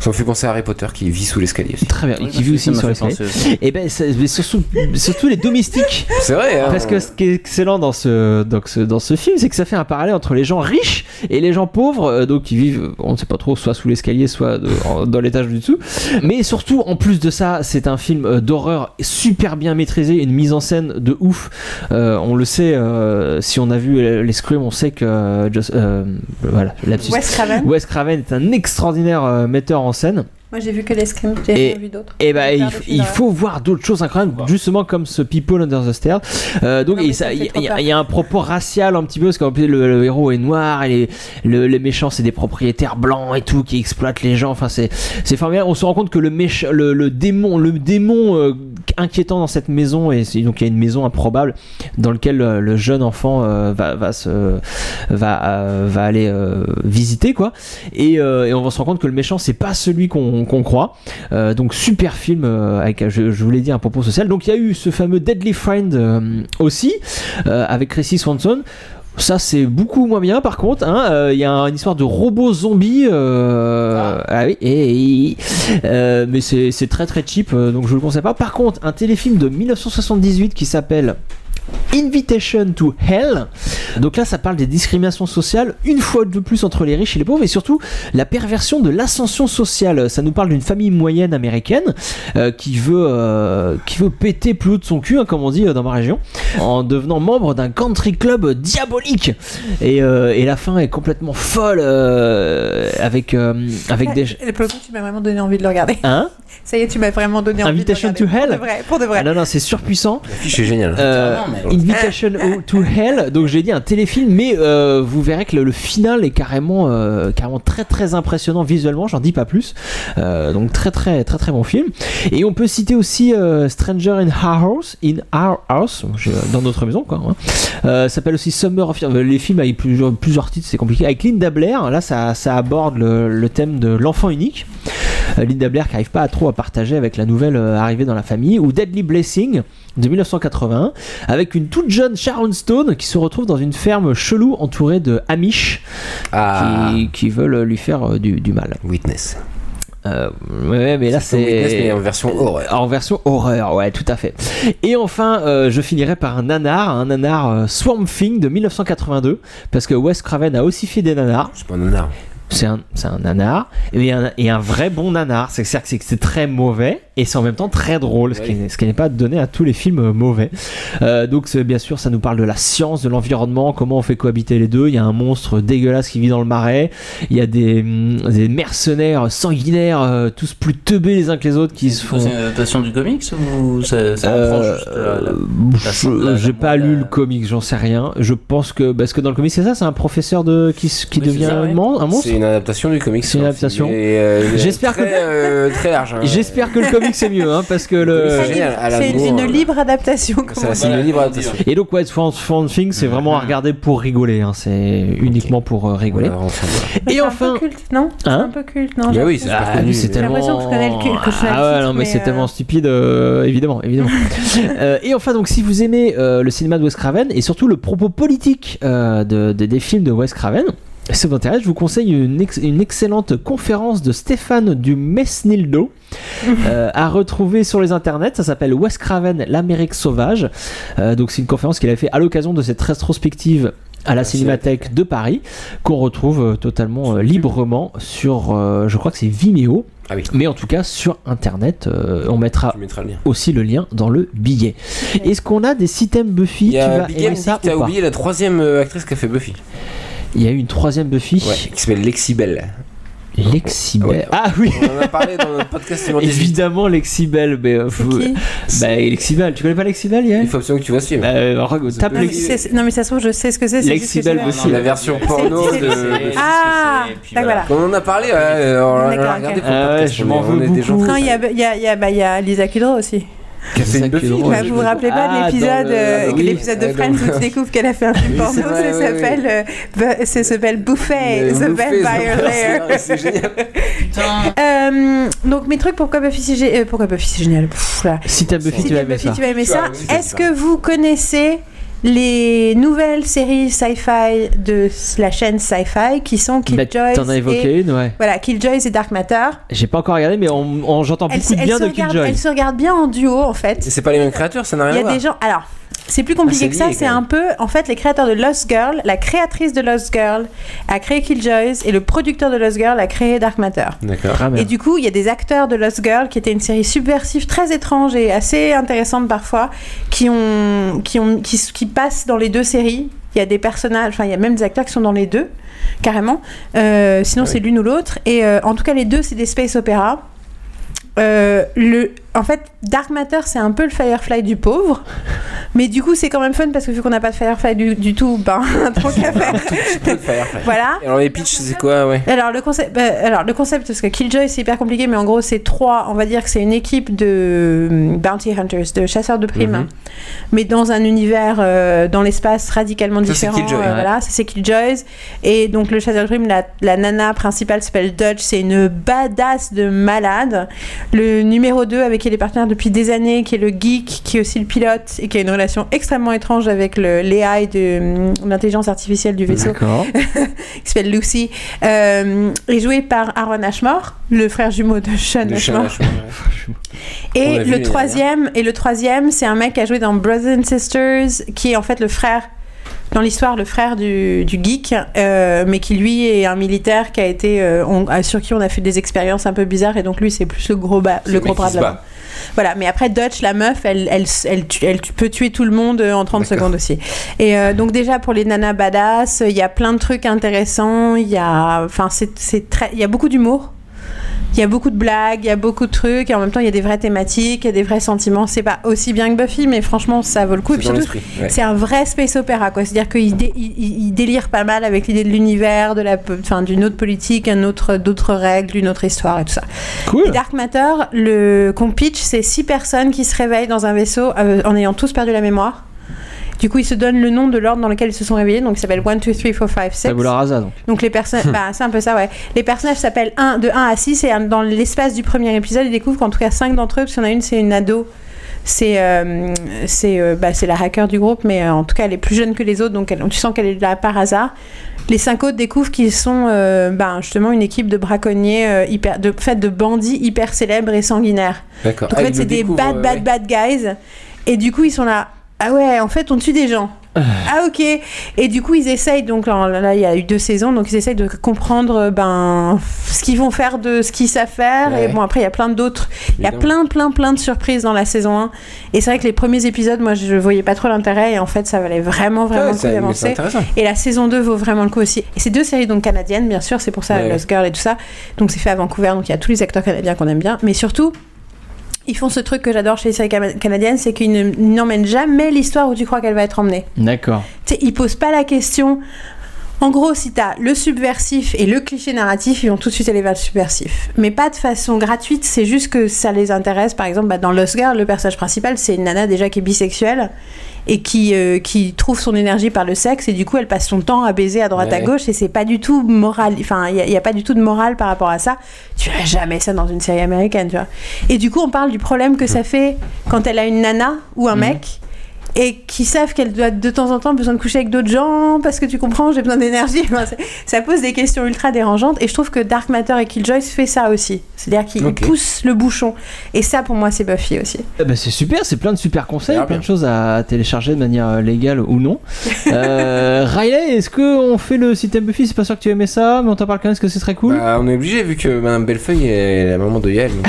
[SPEAKER 3] Ça me fait penser à Harry Potter qui vit sous l'escalier aussi.
[SPEAKER 1] Très bien,
[SPEAKER 3] Oui,
[SPEAKER 1] qui vit aussi
[SPEAKER 3] ça m'a
[SPEAKER 1] sur
[SPEAKER 3] fait
[SPEAKER 1] l'escalier.
[SPEAKER 3] penser aussi.
[SPEAKER 1] Et ben, ça- mais surtout, surtout les domestiques.
[SPEAKER 3] C'est vrai, hein.
[SPEAKER 1] Parce que ce qui est excellent dans ce, dans ce, dans ce film, c'est que ça fait un parallèle entre les gens riches et les gens pauvres, euh, donc qui vivent, on ne sait pas trop, soit sous l'escalier, soit de- en- dans l'étage du dessous. Mais surtout, en plus de ça, c'est un film euh, d'horreur super bien maîtrisé, une mise en scène de ouf. Euh, on le sait, euh, si on a vu euh, les Screams, on sait que. euh, Just- euh, voilà, lapsus.
[SPEAKER 4] Wes Craven.
[SPEAKER 1] Wes Craven est un extraordinaire euh, metteur en scène.
[SPEAKER 4] Moi j'ai vu que les Scream, j'ai pas vu d'autres.
[SPEAKER 1] Et ben, il,
[SPEAKER 4] faire des films
[SPEAKER 1] il
[SPEAKER 4] d'horreur.
[SPEAKER 1] faut voir d'autres choses incroyables, justement comme ce People Under the Stairs. Euh, donc, et ça, il
[SPEAKER 4] trop
[SPEAKER 1] y, a-
[SPEAKER 4] peur.
[SPEAKER 1] il y a un propos racial un petit peu, parce qu'en plus, le, le héros est noir, et les, le- les méchants, c'est des propriétaires blancs et tout, qui exploitent les gens. Enfin, c'est c'est formidable. On se rend compte que le, méch- le, le démon, le démon euh, inquiétant dans cette maison, et c'est- donc il y a une maison improbable dans laquelle euh, le jeune enfant euh, va, va, se, va, euh, va aller euh, visiter, quoi. Et, euh, et on va se rendre compte que le méchant, c'est pas celui qu'on qu'on croit. Euh, donc super film euh, avec, je, je vous l'ai dit, un propos social. Donc il y a eu ce fameux Deadly Friend euh, aussi euh, avec Chrissy Swanson. Ça c'est beaucoup moins bien par contre. hein. Euh, Il y a une histoire de robot zombie. euh, ah oui, et- et- euh, mais c'est c'est très très cheap, euh, donc je le conseille pas. Par contre, un téléfilm de 1978 qui s'appelle Invitation to Hell. Donc là, ça parle des discriminations sociales, une fois de plus entre les riches et les pauvres, et surtout la perversion de l'ascension sociale. Ça nous parle d'une famille moyenne américaine euh, qui, veut, euh, qui veut péter plus haut de son cul, hein, comme on dit euh, dans ma région, en devenant membre d'un country club diabolique. Et, euh, et la fin est complètement folle euh, avec, euh, avec des.
[SPEAKER 4] Et pour le coup, tu m'as vraiment donné envie de le regarder.
[SPEAKER 1] Hein
[SPEAKER 4] Ça y est, tu m'as vraiment donné envie de le
[SPEAKER 1] Invitation to
[SPEAKER 4] regarder.
[SPEAKER 1] Hell
[SPEAKER 4] Pour de vrai, pour de vrai.
[SPEAKER 1] Ah non, non, c'est surpuissant.
[SPEAKER 3] L'affiche est géniale.
[SPEAKER 1] Euh,
[SPEAKER 3] Ah non, mais-
[SPEAKER 1] Invitation au- to Hell, donc j'ai dit un téléfilm, mais euh, vous verrez que le, le final est carrément, euh, carrément très très impressionnant visuellement, j'en dis pas plus. Euh, donc très très très très bon film. Et on peut citer aussi euh, Stranger in Our House, in Our House, je- dans notre maison quoi. hein. Euh, ça s'appelle aussi Summer of Fear. les films avec plusieurs, plusieurs titres, c'est compliqué. Avec Linda Blair, là ça, ça aborde le, le thème de l'enfant unique. euh, Linda Blair qui n'arrive pas à trop à partager avec la nouvelle euh, arrivée dans la famille, ou Deadly Blessing de 1981, avec une toute jeune Sharon Stone qui se retrouve dans une ferme chelou entourée de Amish
[SPEAKER 3] Ah.
[SPEAKER 1] qui, qui veulent lui faire euh, du, du mal.
[SPEAKER 3] Witness.
[SPEAKER 1] Euh, ouais, mais là
[SPEAKER 3] C'est
[SPEAKER 1] c'est Euh,
[SPEAKER 3] comme Witness, mais en version horreur.
[SPEAKER 1] En version horreur, ouais, tout à fait. Et enfin, euh, je finirai par un nanar, un nanar euh, Swamp Thing de 1982, parce que Wes Craven a aussi fait des nanars.
[SPEAKER 3] C'est pas un nanar.
[SPEAKER 1] C'est un, c'est un nanar, et un, et un vrai bon nanar. C'est- C'est-à-dire que c'est- que c'est très mauvais, et c'est en même temps très drôle, ce qui n'est- ce qui n'est pas donné à tous les films euh, mauvais. Euh, donc, c'est- bien sûr, ça nous parle de la science, de l'environnement, comment on fait cohabiter les deux. Il y a un monstre dégueulasse qui vit dans le marais, il y a des, hum, des mercenaires sanguinaires, euh, tous plus teubés les uns que les autres, qui se font. euh,
[SPEAKER 6] C'est une adaptation du comics ou ça, ça reprend juste euh, la- la-
[SPEAKER 1] Je- J'ai pas lu le comic, j'en sais rien. Je pense que parce que dans le comic c'est ça, c'est un professeur de qui, s- qui devient
[SPEAKER 3] ça,
[SPEAKER 1] un, mon- un monstre.
[SPEAKER 3] C'est une adaptation du comics. hein.
[SPEAKER 1] C'est une adaptation.
[SPEAKER 3] Et, euh,
[SPEAKER 1] J'espère
[SPEAKER 3] très,
[SPEAKER 1] que-
[SPEAKER 3] euh, très large. hein.
[SPEAKER 1] J'espère que le comic c'est mieux, hein, parce que le.
[SPEAKER 3] C'est génial, à la
[SPEAKER 4] C'est
[SPEAKER 3] bourre,
[SPEAKER 4] une
[SPEAKER 3] euh,
[SPEAKER 4] libre adaptation. comme
[SPEAKER 3] C'est
[SPEAKER 4] on
[SPEAKER 3] la-
[SPEAKER 4] dit.
[SPEAKER 3] c'est une libre adaptation.
[SPEAKER 1] Et donc ouais, Swamp Swamp Thing c'est vraiment à regarder pour rigoler, hein, c'est uniquement pour euh, rigoler.
[SPEAKER 3] Voilà, enfin, voilà.
[SPEAKER 4] Mais c'est un peu culte, non C'est
[SPEAKER 1] Hein
[SPEAKER 4] un peu culte, non
[SPEAKER 1] Ah
[SPEAKER 4] j'ai-
[SPEAKER 1] oui, c'est
[SPEAKER 4] j'ai
[SPEAKER 1] tellement.
[SPEAKER 4] l'impression que je connais le culte. Que je connais
[SPEAKER 1] Ah
[SPEAKER 4] le
[SPEAKER 1] ouais,
[SPEAKER 4] titre,
[SPEAKER 1] non, mais, c'est
[SPEAKER 4] euh,
[SPEAKER 1] tellement stupide, euh, évidemment, évidemment. Euh, et enfin, donc, si vous aimez euh, le cinéma de Wes Craven et surtout le propos politique euh, de- de- des films de Wes Craven. Si ça vous intéresse, je vous conseille une, ex- une excellente conférence de Stéphane du Mesnildo euh, à retrouver sur les internets. Ça s'appelle Wes Craven, l'Amérique sauvage. Euh, donc c'est une conférence qu'il a fait à l'occasion de cette rétrospective à
[SPEAKER 3] Ah,
[SPEAKER 1] la Cinémathèque de Paris, qu'on retrouve euh, totalement euh, librement sur, euh, je crois que c'est Vimeo,
[SPEAKER 3] Bah,
[SPEAKER 1] mais en tout cas sur Internet. euh, on mettra
[SPEAKER 3] Ah mettras le lien.
[SPEAKER 1] aussi le lien dans le billet. Est-ce qu'on a des systèmes Buffy
[SPEAKER 3] Il y
[SPEAKER 1] Tu
[SPEAKER 3] a
[SPEAKER 1] vas
[SPEAKER 3] Big
[SPEAKER 1] aimer
[SPEAKER 3] Game
[SPEAKER 1] ça
[SPEAKER 3] qui a
[SPEAKER 1] ou pas
[SPEAKER 3] oublié la troisième euh, actrice qui a fait Buffy.
[SPEAKER 1] Il y a eu une troisième Buffy.
[SPEAKER 3] Ouais, qui s'appelle Lexibel.
[SPEAKER 1] Lexibel. Ah oui
[SPEAKER 3] On en a parlé dans notre podcast numéro 18.
[SPEAKER 1] Évidemment Lexibel, mais euh, vous-
[SPEAKER 4] qui
[SPEAKER 1] bah, Lexibel, tu connais pas Lexibel Yael
[SPEAKER 3] Il faut absolument que tu vois ce film.
[SPEAKER 1] Bah, re- tape
[SPEAKER 4] Non Ah, mais,
[SPEAKER 1] Lexibel.
[SPEAKER 4] c'est- non, mais ça se trouve, je sais ce que c'est. c'est juste que
[SPEAKER 1] Lexibel
[SPEAKER 4] j'ai-
[SPEAKER 1] Buffy.
[SPEAKER 3] La version porno
[SPEAKER 4] c'est-
[SPEAKER 3] de.
[SPEAKER 4] Ah, d'accord, voilà.
[SPEAKER 3] On en a parlé, ouais, euh, on
[SPEAKER 4] D'accord,
[SPEAKER 3] l'a
[SPEAKER 4] ok.
[SPEAKER 3] regardé pour le
[SPEAKER 1] Ah ouais,
[SPEAKER 3] podcast,
[SPEAKER 1] je
[SPEAKER 3] on est-
[SPEAKER 1] m'en
[SPEAKER 3] on
[SPEAKER 1] veux
[SPEAKER 3] est des gens
[SPEAKER 1] beaucoup.
[SPEAKER 4] Non, il y a, il y a- il y a- bah, il y a Lisa Kudrow aussi.
[SPEAKER 3] qui a fait une Buffy.
[SPEAKER 4] Bah, vous vous rappelez pas
[SPEAKER 1] Ah,
[SPEAKER 4] de l'épisode
[SPEAKER 1] dans le-
[SPEAKER 4] euh,
[SPEAKER 1] oui.
[SPEAKER 4] l'épisode de
[SPEAKER 1] Ah,
[SPEAKER 4] Friends
[SPEAKER 1] dans-
[SPEAKER 4] où tu découvres qu'elle a fait un film
[SPEAKER 1] Oui,
[SPEAKER 4] porno
[SPEAKER 1] c'est vrai,
[SPEAKER 4] Ça
[SPEAKER 1] oui,
[SPEAKER 4] s'appelle euh, bah, ça s'appelle Buffet,
[SPEAKER 1] Le
[SPEAKER 4] The
[SPEAKER 1] Buffet, The
[SPEAKER 4] Vampire Lair.
[SPEAKER 3] Ah, C'est génial.
[SPEAKER 4] Euh, donc mes trucs pourquoi Buffy c'est gé- euh, pourquoi Buffy c'est génial. Pff, là.
[SPEAKER 1] Si t'aimes Buffy,
[SPEAKER 4] Si
[SPEAKER 1] tu vas
[SPEAKER 4] t'aimes
[SPEAKER 1] aimer
[SPEAKER 4] Buffy,
[SPEAKER 1] ça.
[SPEAKER 4] tu vas aimer
[SPEAKER 3] Tu vas
[SPEAKER 4] ça.
[SPEAKER 3] aimer ça.
[SPEAKER 4] Est-ce que vous connaissez les nouvelles séries sci-fi de la chaîne Sci-Fi qui sont
[SPEAKER 1] Bah,
[SPEAKER 4] Killjoys
[SPEAKER 1] T'en as évoqué
[SPEAKER 4] et
[SPEAKER 1] une, ouais.
[SPEAKER 4] voilà Killjoys et Dark Matter.
[SPEAKER 1] J'ai pas encore regardé, mais on- on- j'entends
[SPEAKER 4] Elles,
[SPEAKER 1] beaucoup de
[SPEAKER 4] elles
[SPEAKER 1] bien
[SPEAKER 4] se
[SPEAKER 1] de
[SPEAKER 4] regardent,
[SPEAKER 1] Killjoy.
[SPEAKER 4] elles se regardent bien en duo en fait.
[SPEAKER 3] Et C'est pas les mêmes créatures, ça n'a
[SPEAKER 4] Il y
[SPEAKER 3] rien à
[SPEAKER 4] a
[SPEAKER 3] voir.
[SPEAKER 4] des gens. Alors, c'est plus compliqué
[SPEAKER 3] Ah, c'est
[SPEAKER 4] que ça.
[SPEAKER 3] lié,
[SPEAKER 4] C'est
[SPEAKER 3] quand
[SPEAKER 4] un
[SPEAKER 3] même.
[SPEAKER 4] peu. En fait, les créateurs de Lost Girl, la créatrice de Lost Girl a créé Killjoys et le producteur de Lost Girl a créé Dark Matter.
[SPEAKER 3] D'accord.
[SPEAKER 1] Ah, merde.
[SPEAKER 4] Et du coup, il y a des acteurs de Lost Girl, qui était une série subversive très étrange et assez intéressante parfois, qui, ont, qui, ont, qui, s- qui passent dans les deux séries. Il y a des personnages, enfin, il y a même des acteurs qui sont dans les deux, carrément. Euh, sinon, c'est l'une ou l'autre. Et euh, en tout cas, les deux, c'est des space opéras. Euh, le, en fait, Dark Matter, c'est un peu le Firefly du pauvre. Mais du coup, c'est quand même fun parce que vu qu'on n'a pas de Firefly du, du tout, ben, tant qu'à faire.
[SPEAKER 3] Peu de Firefly.
[SPEAKER 4] Voilà.
[SPEAKER 3] Et Alors les pitchs, c'est quoi, ouais
[SPEAKER 4] Alors le concept, bah, alors le concept parce que Killjoy c'est hyper compliqué, mais en gros c'est trois, on va dire que c'est une équipe de euh, bounty hunters, de chasseurs de primes,
[SPEAKER 3] Mhm.
[SPEAKER 4] mais dans un univers, euh, dans l'espace radicalement
[SPEAKER 3] Ça, c'est
[SPEAKER 4] différent. euh,
[SPEAKER 3] Killjoy, ouais.
[SPEAKER 4] Voilà, ça c'est Killjoys. Et donc le chasseur de primes, la, la nana principale s'appelle Dodge, c'est une badass de malade. Le numéro 2 avec qui il est partenaire depuis des années, qui est le geek, qui est aussi le pilote et qui a une relation extrêmement étrange avec le l'AI de hum, l'intelligence artificielle du vaisseau
[SPEAKER 1] D'accord.
[SPEAKER 4] qui s'appelle Lucy, euh, est jouée par Aaron Ashmore, le frère jumeau de Sean
[SPEAKER 3] De
[SPEAKER 4] Ashmore.
[SPEAKER 3] Shana Ashmore, ouais. On
[SPEAKER 4] Et
[SPEAKER 3] l'a vu
[SPEAKER 4] le
[SPEAKER 3] l'année
[SPEAKER 4] troisième, et le troisième, c'est un mec qui a joué dans Brothers and Sisters, qui est en fait le frère dans l'histoire le frère du, du geek, euh, mais qui lui est un militaire qui a été euh, on- euh, sur qui on a fait des expériences un peu bizarres et donc lui c'est plus le gros bas,
[SPEAKER 3] C'est
[SPEAKER 4] le gros
[SPEAKER 3] mec qui
[SPEAKER 4] bras
[SPEAKER 3] se
[SPEAKER 4] de la
[SPEAKER 3] bat.
[SPEAKER 4] main. Voilà, mais après Dutch, la meuf, elle, elle, elle, tue- elle tue- peut tuer tout le monde euh, en 30 secondes aussi. Et euh, donc déjà pour les nanas badass, il y a plein de trucs intéressants, il y a, enfin c'est c'est très, il y a beaucoup d'humour. Il y a beaucoup de blagues, il y a beaucoup de trucs, et en même temps il y a des vraies thématiques, il y a des vrais sentiments. C'est pas aussi bien que Buffy, mais franchement ça vaut le coup. Et puis
[SPEAKER 3] C'est dans
[SPEAKER 4] surtout,
[SPEAKER 3] l'esprit, ouais.
[SPEAKER 4] c'est un vrai space opéra, quoi. C'est-à-dire qu'il dé- il- il- il délire pas mal avec l'idée de l'univers, de la, po- enfin, d'une autre politique, un autre, d'autres règles, d'une autre histoire et tout ça.
[SPEAKER 1] Cool.
[SPEAKER 4] Et Dark Matter, le qu'on pitch, c'est six personnes qui se réveillent dans un vaisseau euh, en ayant tous perdu la mémoire. Du coup, ils se donnent le nom de l'ordre dans lequel ils se sont réveillés. Donc, ça s'appelle 1, 2, 3, 4, 5, 6.
[SPEAKER 1] Ça vous la rasa, donc.
[SPEAKER 4] Donc les personnages, bah, c'est un peu ça, ouais. Les personnages s'appellent un, de 1 à 6 et un- dans l'espace du premier épisode, ils découvrent qu'en tout cas 5 d'entre eux, parce qu'il y en a une, c'est une ado. C'est euh, c'est euh, bah, c'est la hacker du groupe, mais euh, en tout cas elle est plus jeune que les autres, donc elle- tu sens qu'elle est là par hasard. Les cinq autres découvrent qu'ils sont euh, ben, justement une équipe de braconniers euh, hyper, de fait de bandits hyper célèbres et sanguinaires.
[SPEAKER 3] D'accord.
[SPEAKER 4] Donc
[SPEAKER 3] Ah,
[SPEAKER 4] en fait
[SPEAKER 3] ils
[SPEAKER 4] c'est
[SPEAKER 3] le
[SPEAKER 4] des
[SPEAKER 3] découvrent,
[SPEAKER 4] bad
[SPEAKER 3] euh,
[SPEAKER 4] bad
[SPEAKER 3] ouais.
[SPEAKER 4] bad guys, et du coup ils sont là. Ah ouais, en fait on tue des gens. Ah ok. Et du coup, ils essayent, donc là, là, il y a eu deux saisons, donc ils essayent de comprendre euh, ben, ce qu'ils vont faire de ce qu'ils savent faire. Et
[SPEAKER 16] Ouais.
[SPEAKER 4] bon, après, il y a plein d'autres. Il y a
[SPEAKER 16] Évidemment.
[SPEAKER 4] plein, plein, plein de surprises dans la saison 1. Et c'est vrai que les premiers épisodes, moi, je voyais pas trop l'intérêt. Et en fait, ça valait vraiment, vraiment
[SPEAKER 3] Ouais,
[SPEAKER 4] le coup
[SPEAKER 3] ça- mais c'est
[SPEAKER 4] d'avancer.
[SPEAKER 3] intéressant.
[SPEAKER 4] Et la saison 2 vaut vraiment le coup aussi. Et c'est deux séries donc canadiennes, bien sûr, c'est pour ça
[SPEAKER 3] Ouais.
[SPEAKER 4] Lost Girl et tout ça. Donc c'est fait à Vancouver, donc il y a tous les acteurs canadiens qu'on aime bien. Mais surtout, ils font ce truc que j'adore chez les séries cana- canadiennes, c'est qu'ils ne- n'emmènent jamais l'histoire où tu crois qu'elle va être emmenée.
[SPEAKER 1] D'accord.
[SPEAKER 4] Tu sais, ils posent pas la question. En gros, si t'as le subversif et le cliché narratif, ils vont tout de suite aller vers le subversif. Mais pas de façon gratuite, c'est juste que ça les intéresse. Par exemple, bah, dans Lost Girl, le personnage principal, c'est une nana déjà qui est bisexuelle et qui, euh, qui trouve son énergie par le sexe, et du coup, elle passe son temps à baiser à droite à
[SPEAKER 16] Ouais.
[SPEAKER 4] gauche, et c'est pas du tout moral. Enfin, il n'y a, pas du tout de morale par rapport à ça. Tu verras jamais ça dans une série américaine, tu vois. Et du coup, on parle du problème que ça fait quand elle a une nana ou un mec et qui savent qu'elle doit de temps en temps besoin de coucher avec d'autres gens parce que tu comprends, j'ai besoin d'énergie. Enfin, c'est- ça pose des questions ultra dérangeantes et je trouve que Dark Matter et Killjoy fait ça aussi. C'est-à-dire qu'ils
[SPEAKER 1] Ok.
[SPEAKER 4] poussent le bouchon. Et ça, pour moi, c'est Buffy aussi.
[SPEAKER 1] Eh ben, c'est super, c'est plein de super conseils, plein de choses à télécharger de manière euh, légale ou non. Euh, Riley, est-ce qu'on fait le système Buffy C'est pas sûr que tu aimais ça, mais on t'en parle quand même, est-ce que c'est très cool
[SPEAKER 3] Bah, on est obligé vu que Madame Bellefeuille est la maman de Yael. donc